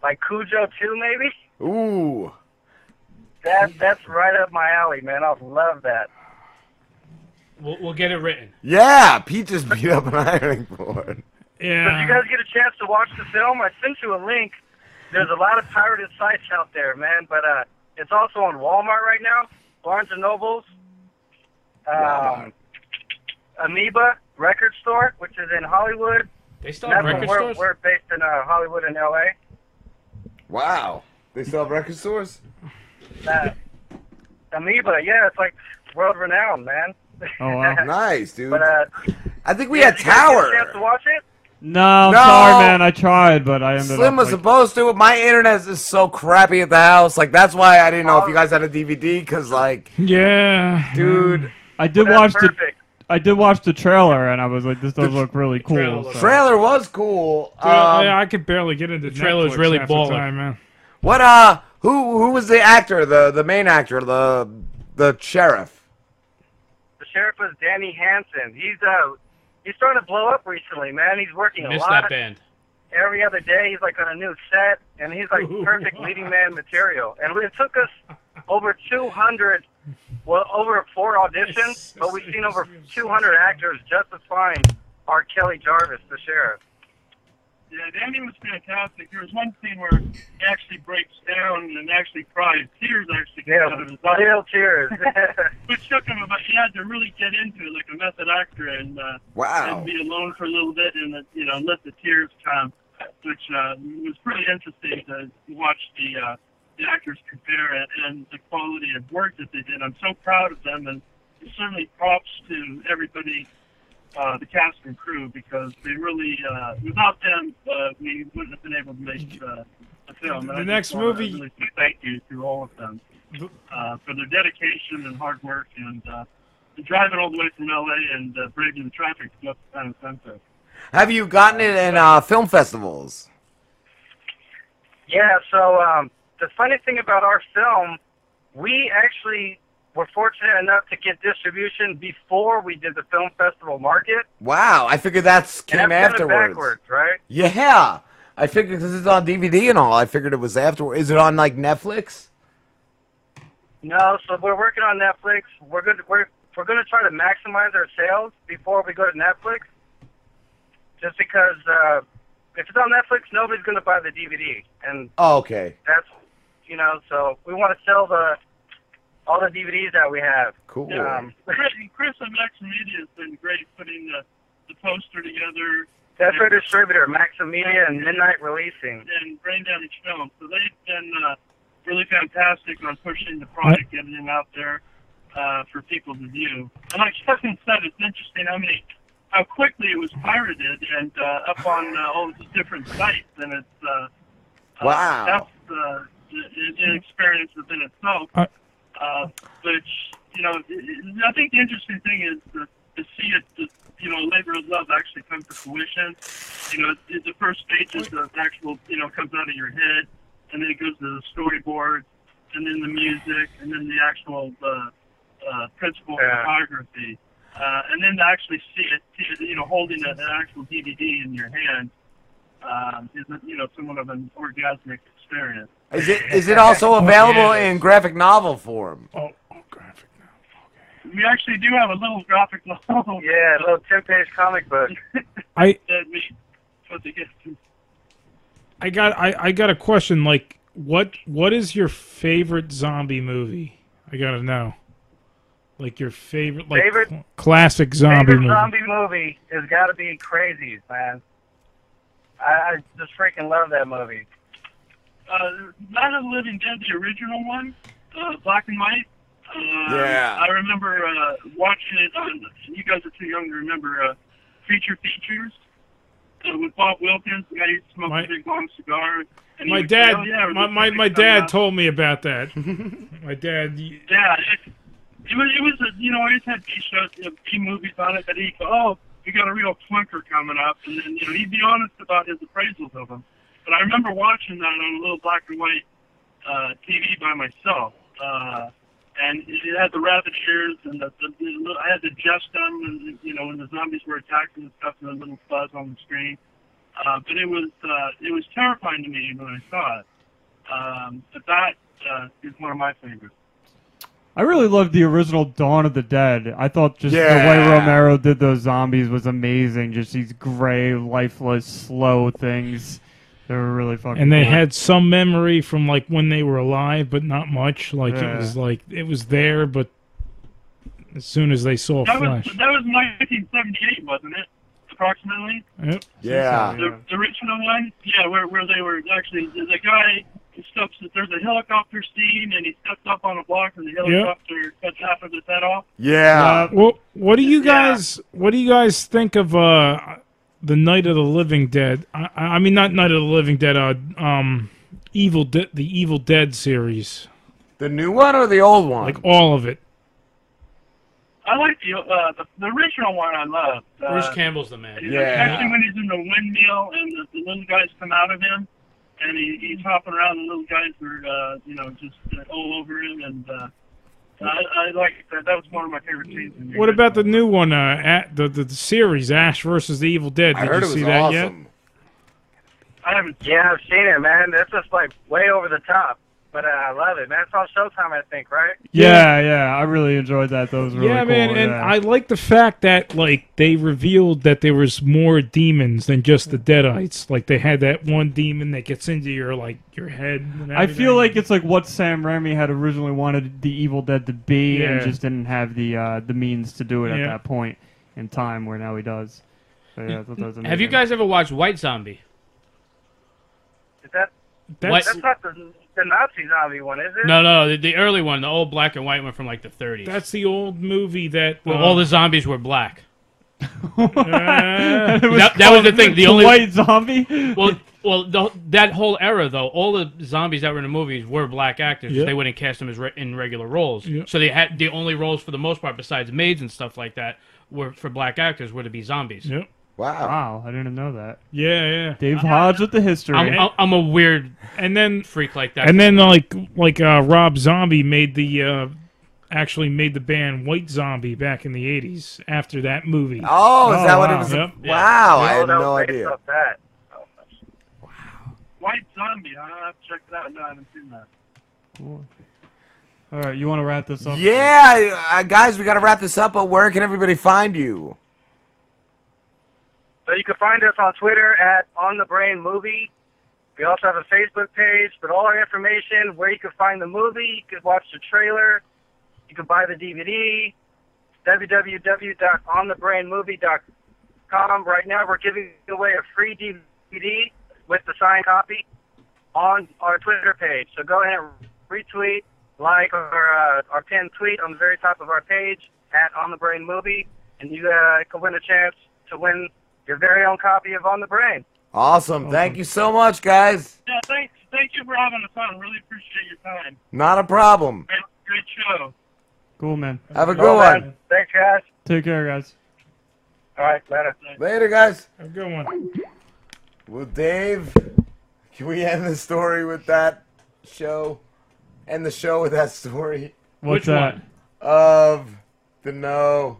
S17: like Cujo two maybe,
S8: Ooh.
S17: that that's right up my alley, man. I'll love that.
S13: We'll, we'll get it written.
S8: Yeah, Pete just beat up an ironing board.
S17: Did you guys get a chance to watch the film? I sent you a link. There's a lot of pirated sites out there, man, but uh, it's also on Walmart right now, Barnes and Nobles, um, Amoeba Record Store, which is in Hollywood.
S13: They
S8: still
S17: That's
S8: have record
S17: where
S8: stores?
S17: We're based in uh, Hollywood and L.A.
S8: Wow. They still have record stores?
S17: Uh, Amoeba, yeah, it's like world renowned, man. [LAUGHS]
S8: Oh, wow. Nice, dude.
S17: But uh,
S8: I think we
S17: yeah,
S8: had
S17: did you guys
S8: Tower.
S17: Get a chance to watch it?
S7: No, I'm
S8: No!
S7: sorry, man. I tried, but I ended
S8: Slim
S7: up.
S8: was supposed to. My internet is so crappy at the house. Like that's why I didn't know if you guys had a DVD. Cause like,
S7: yeah,
S8: dude.
S7: I did watch the. I did watch the trailer, and I was like, "This does look really cool." so-
S8: trailer was cool. Um,
S7: Dude, yeah,
S4: I could barely get into
S7: The trailer's
S4: Netflix
S7: really
S4: half the
S7: baller.
S4: time, man.
S8: What uh? Who who was the actor? The the main actor. The the sheriff.
S17: The sheriff is Danny Hansen. He's uh, he's starting to blow up recently, man. He's working a
S13: Missed
S17: lot.
S13: that
S17: of-
S13: band.
S17: every other day he's like on a new set and he's like perfect leading man material and it took us over 200 well over four auditions but we've seen over 200 actors justifying our kelly jarvis the sheriff
S2: Yeah, Danny was fantastic. There was one scene where he actually breaks down and actually cries. Tears actually [LAUGHS] came out of his eyes.
S17: real tears [LAUGHS]
S2: Which took him about, he had to really get into it like a method actor and, uh,
S17: Wow.
S2: and be alone for a little bit and, uh, you know, let the tears come, which uh, was pretty interesting to watch the, uh, the actors compare it and the quality of work that they did. I'm so proud of them and certainly props to everybody uh, the cast and crew because they really, uh, without them, uh, we wouldn't have been able to make uh, a film.
S4: The
S2: And I just
S4: next
S2: wanna
S4: movie-
S2: Really say thank you to all of them uh, for their dedication and hard work and, uh, and driving all the way from LA and uh, braving the traffic to go up to San Jacinto.
S8: Have you gotten it in uh, film festivals?
S17: Yeah, so um, the funny thing about our film, we actually were fortunate enough to get distribution before we did the film festival market.
S8: Wow, I figured that's
S17: And
S8: came
S17: that's kinda
S8: afterwards.
S17: backwards, right?
S8: Yeah, I figured because it's on DVD and all. I figured it was afterwards. Is it on like Netflix?
S17: No, so we're working on Netflix. We're good. We're we're going to try to maximize our sales before we go to Netflix, just because uh, if it's on Netflix, nobody's going to buy the DVD, and
S8: Oh, okay,
S17: that's you know. So we want to sell the all the DVDs that we have.
S8: cool.
S17: Um, [LAUGHS]
S2: Chris, Chris at Max Media has been great putting the, the poster together
S17: That's our distributor, Maxim Media and Midnight Releasing.
S2: and Brain Damage Film. So they've been uh, really fantastic on pushing the product, getting it out there uh, for people to view. And like Stefan said, it's interesting how many, how quickly it was pirated and uh, up on uh, all these different sites, and it's uh,
S8: Wow.
S2: uh, that's uh, an- an experience within itself.
S4: I-
S2: Uh, which you know, I think the interesting thing is to, to see it, to, you know, labor of love actually come to fruition. You know, it's the first stages of actual, you know, comes out of your head, and then it goes to the storyboard, and then the music, and then the actual uh, uh, principal
S17: Yeah.
S2: photography, uh, and then to actually see it, see it, you know, holding a, an actual DVD in your hand um, is, you know, somewhat of an orgasmic experience.
S8: Is it is it
S17: [LAUGHS]
S8: also available in graphic novel form?
S2: Oh, We actually do have a little graphic novel.
S17: Yeah, a little ten-page comic book.
S4: I-
S2: [LAUGHS] that we put together.
S4: I got I, I got a question like what what is your favorite zombie movie? I gotta know. Like your favorite like
S17: Favorite-
S4: cl- classic zombie
S17: Favorite
S4: movie.
S17: zombie movie has got to be Crazies, man. I, I just freaking love that movie.
S2: uh, Night of the Living Dead, the original one, uh, black and white. Uh,
S17: Yeah.
S2: I remember uh, watching it on. You guys are too young to remember. Uh, Feature features uh, with Bob Wilkins. The guy who smoked
S4: My-
S2: a big long cigar. And he
S4: My
S2: would
S4: dad
S2: say, "Oh, yeah,
S4: my,
S2: this
S4: my,
S2: movie
S4: my
S2: come
S4: dad
S2: out."
S4: told me about that. [LAUGHS] my dad y-
S2: Yeah, it, it was. It was. A, you know, I just had B shows, you know, B movies on it. That he, go, oh, we got a real clunker coming up, and then you know he'd be honest about his appraisals of them. But I remember watching that on a little black and white uh, TV by myself, uh, and it had the rabbit ears, and the, the, the little, I had to adjust them, and you know when the zombies were attacking and stuff, and the little fuzz on the screen. Uh, but it was uh, it was terrifying to me when I saw it. Um, but that uh, is one of my favorites.
S7: I really loved the original Dawn of the Dead. I thought just the way
S2: Yeah.
S7: Romero did those zombies was amazing. Just these gray, lifeless, slow things. They were really fucking.
S4: and they
S7: cool.
S4: had some memory from like when they were alive, but not much. Like it
S7: Yeah.
S4: was like it was there, but as soon as they saw
S2: that
S4: flesh,
S2: was that was 1978, wasn't it? Approximately.
S4: Yep.
S2: The, the original one, yeah, where where they were actually the, the guy steps. There's a helicopter scene, and he steps up on a block, and the helicopter cuts half of his head off.
S4: Yeah. Well, Uh, what do you guys what do you guys think of uh the Night of the Living Dead? I, I I mean, not Night of the Living Dead. Uh, um, Evil De- the Evil Dead series.
S8: The new one or the old one?
S4: Like all of it.
S2: I like the uh, the, the original one. I love. Uh,
S13: Bruce Campbell's the man.
S2: Yeah. Especially when he's in the windmill and the, the little guys come out of him, and he, he's hopping around. and The little guys are, uh, you know, just uh, all over him, and uh, I, I like that. That was one of my favorite scenes. In the
S4: What about the new one? Uh, at the, the the series Ash versus the Evil Dead.
S2: I
S4: Did
S2: heard it
S4: you
S2: was
S4: see that
S2: awesome.
S4: yet?
S2: I haven't.
S17: Yeah, I've seen it, man. That's just like way over the top, but uh, I love it, man. It's on Showtime, I think, right?
S7: Yeah, yeah, I really enjoyed that. That was really
S4: yeah,
S7: cool.
S4: man, and
S7: yeah.
S4: I like the fact that like they revealed that there was more demons than just the Deadites. Like they had that one demon that gets into your like your head. And
S7: I feel like it's like what Sam Raimi had originally wanted the Evil Dead to be, and
S4: Yeah.
S7: just didn't have the uh, the means to do it at
S4: Yeah.
S7: that point in time, where now he does. So yeah, I thought that was
S13: Have you
S7: amazing.
S13: guys ever watched White Zombie?
S17: Is that
S13: That's-
S17: that's, not the, the Nazi zombie one, is it?
S13: No, no, the, the early one, the old black and white one from like the 30s.
S4: that's the old movie that
S13: Well,
S4: uh,
S13: all the zombies were
S4: [LAUGHS]
S13: black.
S4: uh,
S13: that, that was the thing. The, only
S7: zombie.
S13: Well, well, the, that whole era though, all the zombies that were in the movies were black actors. 'cause
S4: Yeah.
S13: They wouldn't cast them as re- in regular roles,
S4: Yeah.
S13: so they had the only roles for the most part, besides maids and stuff like that, were for black actors were to be zombies.
S4: Yep.
S7: Wow, I didn't know that.
S4: Yeah, yeah.
S7: Dave Hodge with the history.
S13: I'm, I'm a weird
S4: and then
S13: freak like that.
S4: and then like like uh, Rob Zombie made the uh, actually made the band White Zombie back in the '80s after that movie.
S8: Oh, is that what it was?
S4: Yep.
S8: Wow, I
S4: Yeah.
S8: had
S4: No,
S8: no
S4: they
S8: idea.
S17: Fuck that.
S2: White Zombie. I don't know. I've checked it out. No, I haven't seen that.
S7: Cool. All right, you want to wrap this up?
S8: Yeah, uh, guys, we got to wrap this up. But where can everybody find you?
S17: So you can find us on Twitter at On the Brain Movie. We also have a Facebook page, but all our information, where you can find the movie, you can watch the trailer, you can buy the DVD, www.onthebrainmovie.com. Right now, we're giving away a free DVD with the signed copy on our Twitter page. So go ahead and retweet, like our uh, our pinned tweet on the very top of our page at On the Brain Movie, and you uh, can win a chance to win your very own copy of On the Brain.
S8: Awesome. Thank you so much, guys.
S2: Yeah, thanks. Thank you for having us on. Really appreciate your time.
S8: Not a problem.
S2: Great, great show.
S7: Cool, man.
S8: Have a good one.
S17: Thanks, guys.
S7: Take care, guys.
S17: All right, later.
S8: Later, guys.
S4: Have a good one.
S8: Well, Dave, can we end the story with that show? End the show with that story.
S7: What's Which that? one?
S8: Of the no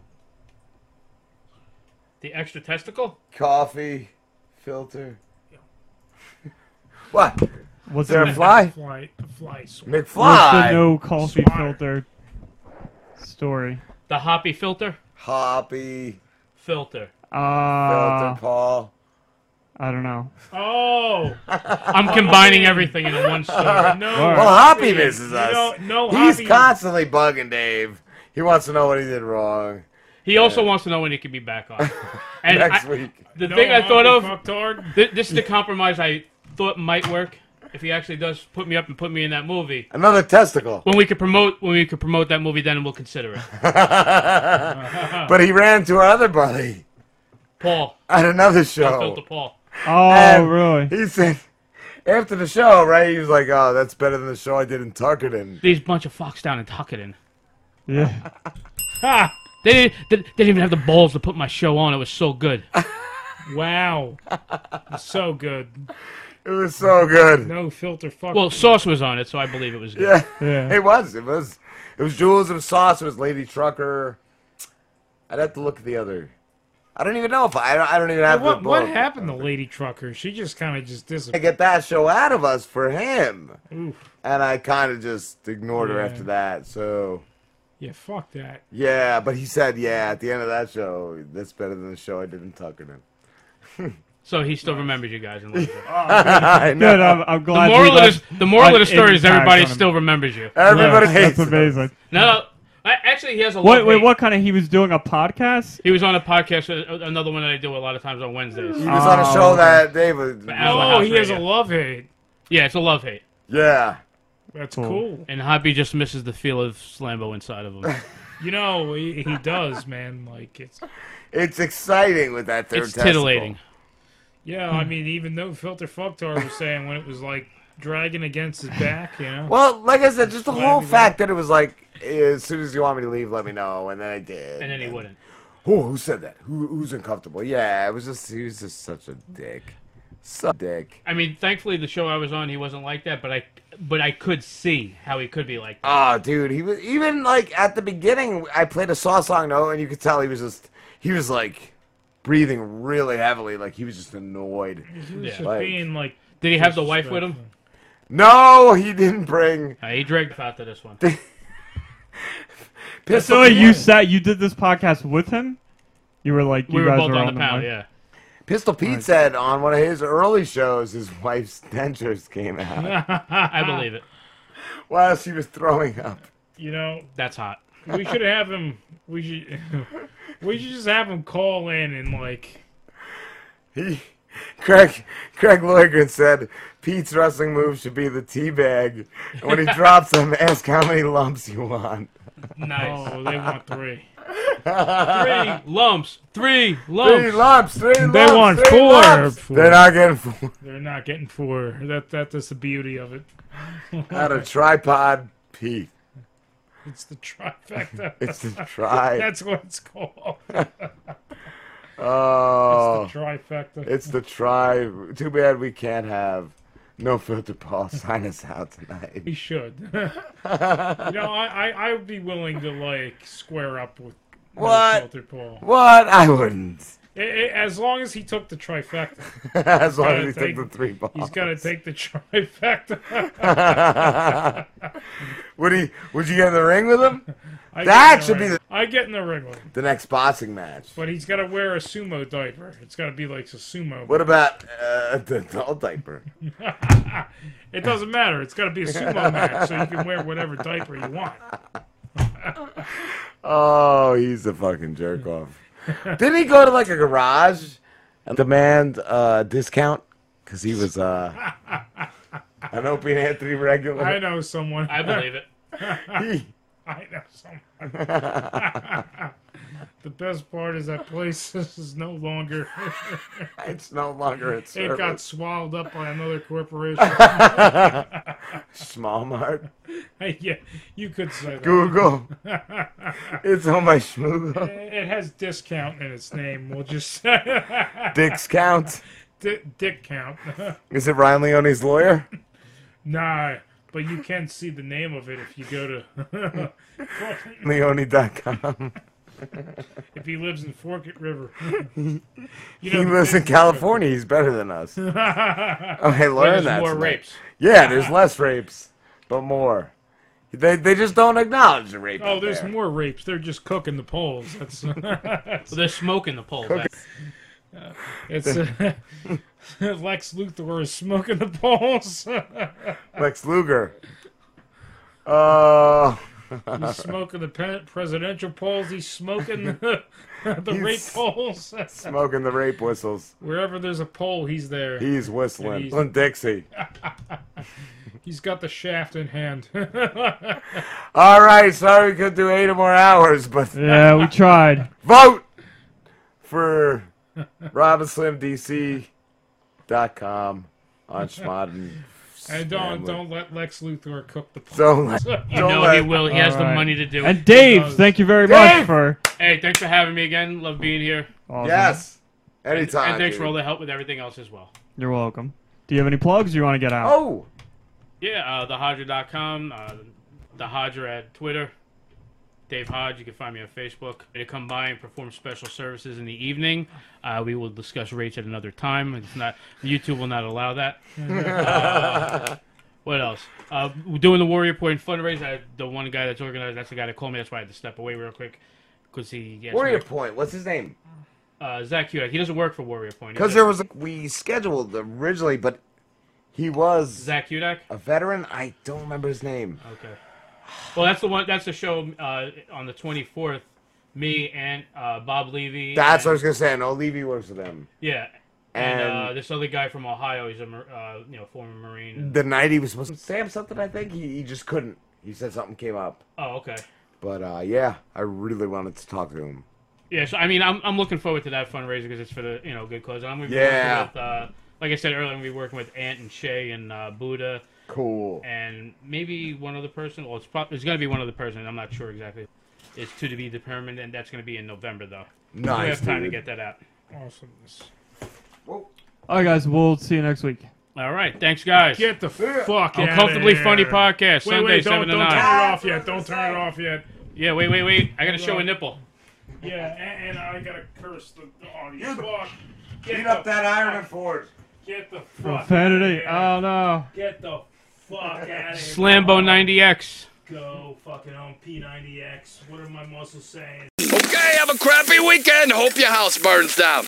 S13: The extra testicle?
S8: coffee filter. [LAUGHS] what?
S7: What's
S8: there
S7: the-
S8: a fly?
S4: Fly, the fly. swat.
S8: McFly.
S7: What's the no coffee filter story?
S13: The hoppy filter.
S8: Hoppy
S13: filter.
S7: Uh,
S8: filter, Paul.
S7: I don't know.
S8: [LAUGHS]
S4: Oh,
S13: I'm combining everything into one story.
S7: [LAUGHS]
S4: No.
S8: Well, Hoppy misses
S4: You
S8: us.
S4: know- no,
S8: He's
S4: Hoppy-
S8: constantly bugging Dave. He wants to know what he did wrong.
S13: He also wants to know when he can be back
S8: [LAUGHS]
S13: on.
S8: Next
S13: I-
S8: week.
S13: The
S8: No,
S13: thing I thought
S8: I'll
S13: of.
S8: be
S13: Th- this is the compromise I thought might work if he actually does put me up and put me in that movie.
S8: Another testicle.
S13: When we could promote, when we could promote that movie, then we'll consider it.
S8: [LAUGHS] but he ran into our other buddy
S13: Paul
S8: at another
S13: I'll
S8: show.
S13: filter Paul.
S7: Oh,
S8: And
S7: really?
S8: He said after the show, right? He was like, "Oh, that's better than the show I did in Tuckerton."
S13: These bunch of fucks down in Tuckerton.
S7: Yeah.
S13: [LAUGHS] Ha! They didn't, they, they didn't even have the balls to put my show on. It was so
S8: [LAUGHS]
S13: good.
S4: Wow, so good.
S8: It was so good.
S4: No filter. Fuck.
S13: Well, Sauce was on it, so I believe it was good.
S8: Yeah, [LAUGHS] it was. It was. It was Jules. It was Sauce. It was Lady Trucker. I'd have to look at the other. I don't even know if I. I don't, I don't even have.
S4: Hey, what,
S8: the
S4: what
S8: book.
S4: happened to Lady Trucker? She just kind of just disappeared.
S8: to get that show out of us for him.
S4: Oof.
S8: And I kind of just ignored her
S4: Yeah.
S8: after that. So,
S4: Yeah, fuck that.
S8: yeah, but he said, yeah, at the end of that show, that's better than the show I did in Tuckerton.
S13: So he still remembers you guys. And loves
S8: [LAUGHS]
S13: you.
S7: [LAUGHS]
S8: I know. Good, Oh, I'm- I'm glad
S13: The moral,
S8: we
S13: of, this,
S8: left
S13: the moral of
S8: an
S13: the story is
S8: impact
S13: everybody
S8: on him.
S13: still remembers you.
S8: Everybody
S7: Yeah,
S8: hates
S7: That's amazing.
S13: No, I, actually, he has a
S7: Wait,
S13: lot.
S7: wait, what kind of? He was doing a podcast.
S13: He was on a podcast, uh, another one that I do a lot of times on Wednesdays.
S8: He was on a show that Dave was.
S13: Oh, he has a
S4: love hate.
S13: Yeah, it's a love hate.
S8: Yeah.
S4: That's cool.
S13: And Hoppy just misses the feel of Slambo inside of
S8: [LAUGHS]
S13: him.
S4: You know, he, he does, man. Like it's
S8: It's exciting with that third
S13: It's titillating.
S4: yeah. I mean, even though Filter Fucktar was saying when it was like dragging against his back, you know.
S8: Well, like I said, just the
S4: Glad
S8: whole
S4: we
S8: fact that it was like, as soon as you want me to leave, let me know. And then I did.
S13: And then he wouldn't.
S8: Who, who said that? Who, who's uncomfortable? Yeah, it was just, he was just such a dick. Such a dick.
S13: I mean, thankfully the show I was on, he wasn't like that, but I, but I could see how he could be like.
S8: Oh, dude, he was even like at the beginning. I played a Saw song, no, and you could tell he was just he was like, breathing really heavily, like he was just annoyed.
S9: He was just
S8: Like-
S9: being like.
S13: Did he have the wife with him?
S8: No, he didn't bring.
S13: Uh, he dragged us out to this one. [LAUGHS]
S7: so you sat, you did this podcast with him. You were like, you
S13: We were
S7: guys
S13: both
S7: were
S13: on
S7: on, the
S13: the panel,
S7: mic?
S13: yeah.
S8: Pistol Pete said on one of his early shows, his wife's dentures
S13: [LAUGHS]
S9: [LAUGHS]
S8: came out
S13: I believe it.
S8: while she was throwing up.
S9: You know,
S13: That's hot.
S9: we
S13: [LAUGHS]
S9: should have him. We should. [LAUGHS] We should just have him call in and like.
S8: He, Craig, Craig Loigren said Pete's wrestling move should be the teabag. And when
S13: [LAUGHS]
S8: he drops them, ask how many lumps you want.
S9: Nice. Oh, they want three.
S13: three
S8: [LAUGHS]
S13: lumps. Three lumps.
S9: Three
S8: lumps. Three
S9: They
S8: lumps,
S9: want
S8: three
S9: four.
S8: lumps.
S9: [LAUGHS]
S8: They're not getting four.
S9: They're not getting four. That that is the beauty of it. [LAUGHS]
S8: Out of tripod Pete.
S9: It's
S13: [LAUGHS]
S9: the trifecta.
S8: It's the tri-
S9: That's what it's called.
S8: Oh,
S9: It's the trifecta.
S8: It's the tri. Too bad we can't have no filter Paul [LAUGHS] sign us out tonight.
S9: he should. you know, I, I I would be willing to like square up with No
S8: What?
S9: Filter Paul.
S8: What? I wouldn't.
S9: I- I- as long as he took the trifecta.
S8: As
S9: He's
S8: long
S9: gotta
S8: [LAUGHS] as he took the three
S9: He's
S8: balls.
S9: got to take the
S8: [LAUGHS]
S9: trifecta.
S8: [LAUGHS] would he? Would you get in the ring with him?
S9: [LAUGHS] I
S8: that
S9: get in
S8: should be
S9: ring.
S8: the,
S9: I get in the ring with him.
S8: the next boxing match.
S9: But he's got to wear a sumo diaper. It's got to be like a sumo.
S8: What about uh, the adult diaper?
S9: [LAUGHS] It doesn't matter. It's got to be a sumo match, so you can wear whatever diaper you want.
S8: Oh, he's a fucking jerk off. Didn't he go to like a garage and demand uh, discount because he was uh,
S9: [LAUGHS]
S8: an Opie and Anthony regular?
S9: I know someone.
S13: I believe
S8: [LAUGHS]
S13: it.
S9: I know
S13: [LAUGHS]
S9: someone. [LAUGHS] the best part is that place [LAUGHS] is no longer.
S8: [LAUGHS] it's no longer its.
S9: It got
S8: service.
S9: swallowed up by another corporation.
S8: [LAUGHS] Small mart.
S9: Hey, [LAUGHS] yeah, you could say that.
S8: Google.
S9: [LAUGHS]
S8: It's on my Schmoogle.
S9: It has discount in its name. We'll just say [LAUGHS]
S8: Dick's count.
S9: Di- dick count. [LAUGHS]
S8: Is it Ryan Leone's lawyer? [LAUGHS]
S9: nah, but you can see the name of it if you go to. [LAUGHS]
S8: Leone.com.
S9: [LAUGHS] if he lives in Forkett River. [LAUGHS]
S8: he lives in California. He's better than
S9: [LAUGHS]
S8: us. Okay,
S9: Where
S8: learn
S9: there's
S8: that.
S9: more
S8: tonight.
S9: rapes.
S8: Yeah, there's less rapes, but more. They they just don't acknowledge the rape.
S9: Oh,
S8: out
S9: there's
S8: there.
S9: more rapes. They're just cooking the poles.
S13: [LAUGHS]
S9: That's.
S13: they're smoking the poles.
S9: Cook- Uh, it's uh, [LAUGHS] Lex Luthor is smoking the poles. [LAUGHS]
S8: Lex Luger. Oh. [LAUGHS]
S9: He's smoking the pe- presidential polls. He's smoking [LAUGHS] the, the
S8: [LAUGHS] He's
S9: rape polls.
S8: smoking the rape whistles.
S9: [LAUGHS] Wherever there's a poll, he's there.
S8: He's
S9: And
S8: whistling.
S9: he's- [LAUGHS]
S8: Lynn Dixie.
S9: he's got the shaft in hand. [LAUGHS]
S8: All right, sorry we could do eight or more hours, but
S7: Yeah, we tried.
S8: [LAUGHS] vote for RobinSlimDC.com on Schmodden.
S9: and don't don't let Lex Luthor cook the polls.
S8: Don't
S9: [LAUGHS]
S8: let-
S13: You know he will. He has the
S7: Alright.
S13: money to do it.
S7: And Dave, thank you very much
S13: Dave!
S7: for.
S13: Hey, thanks for having me again. Love being here.
S7: Awesome. Yes.
S13: And-
S8: Anytime,
S13: And, thanks for
S8: dude.
S13: all the help with everything else as well.
S7: You're welcome. Do you have any plugs? Or you want to get out?
S8: Oh,
S13: Yeah, uh, thehodger.com, uh, the Hodger at Twitter, Dave Hodge. You can find me on Facebook. To come by and perform special services in the evening. Uh, we will discuss rates at another time. It's not YouTube will not allow that. Uh, what else? Uh, we're doing the Warrior Point fundraiser. I, the one guy that's organized, that's the guy that called me. That's why I had to step away real quick because he yeah,
S8: Warrior Point. What's his name?
S13: Uh, Zach Hudak. He doesn't work for Warrior Point. He
S8: Because
S13: does-
S8: there was we scheduled originally, but he was
S13: Zach Hudak.
S8: a veteran. I don't remember his name.
S13: Okay. Well, that's the one. That's the show uh, on the twenty fourth. Me and uh, Bob Levy.
S8: That's what I
S13: and,
S8: was gonna say. No, Levy works with them.
S13: Yeah. And, uh,
S8: And-
S13: this other guy from Ohio. He's a mar- uh, you know former Marine.
S8: The night he was supposed to say him something, I think he, he just couldn't. He said something came up.
S13: Oh, okay.
S8: But uh, yeah, I really wanted to talk to him.
S13: Yeah. So I mean, I'm, I'm looking forward to that fundraiser because it's for the you know good cause. I'm gonna be
S8: Yeah.
S13: working with, uh, like I said earlier, I'm gonna be working with Ant and Shay and uh, Buddha.
S8: Cool.
S13: And maybe one other person. Well, it's probably it's gonna be one other person. I'm not sure exactly. It's to be determined, and that's gonna be in November though. So we
S8: Nice,
S13: have time
S8: dude.
S13: to get that out.
S9: Awesomeness.
S7: All right, guys. We'll see you next week.
S13: All right, thanks guys.
S9: Get the fuck out
S13: Uncomfortably Funny podcast
S9: Wait,
S13: Sunday
S9: wait, don't,
S13: seven to
S9: don't turn
S13: nine.
S9: it off yet. Don't turn it off yet.
S13: Yeah, wait, wait, wait. I gotta show a nipple.
S9: Yeah, and, and I gotta curse the, the audience.
S8: You-
S9: Fuck.
S8: beat up that Iron and
S9: Forge. Get the fuck.
S32: Profanity.
S9: out
S32: Oh
S9: of
S32: no.
S9: here. Get the fuck out of here.
S13: Slambo 90X.
S9: Go fucking on P90X. What are my muscles saying?
S4: Okay, have a crappy weekend. Hope your house burns down.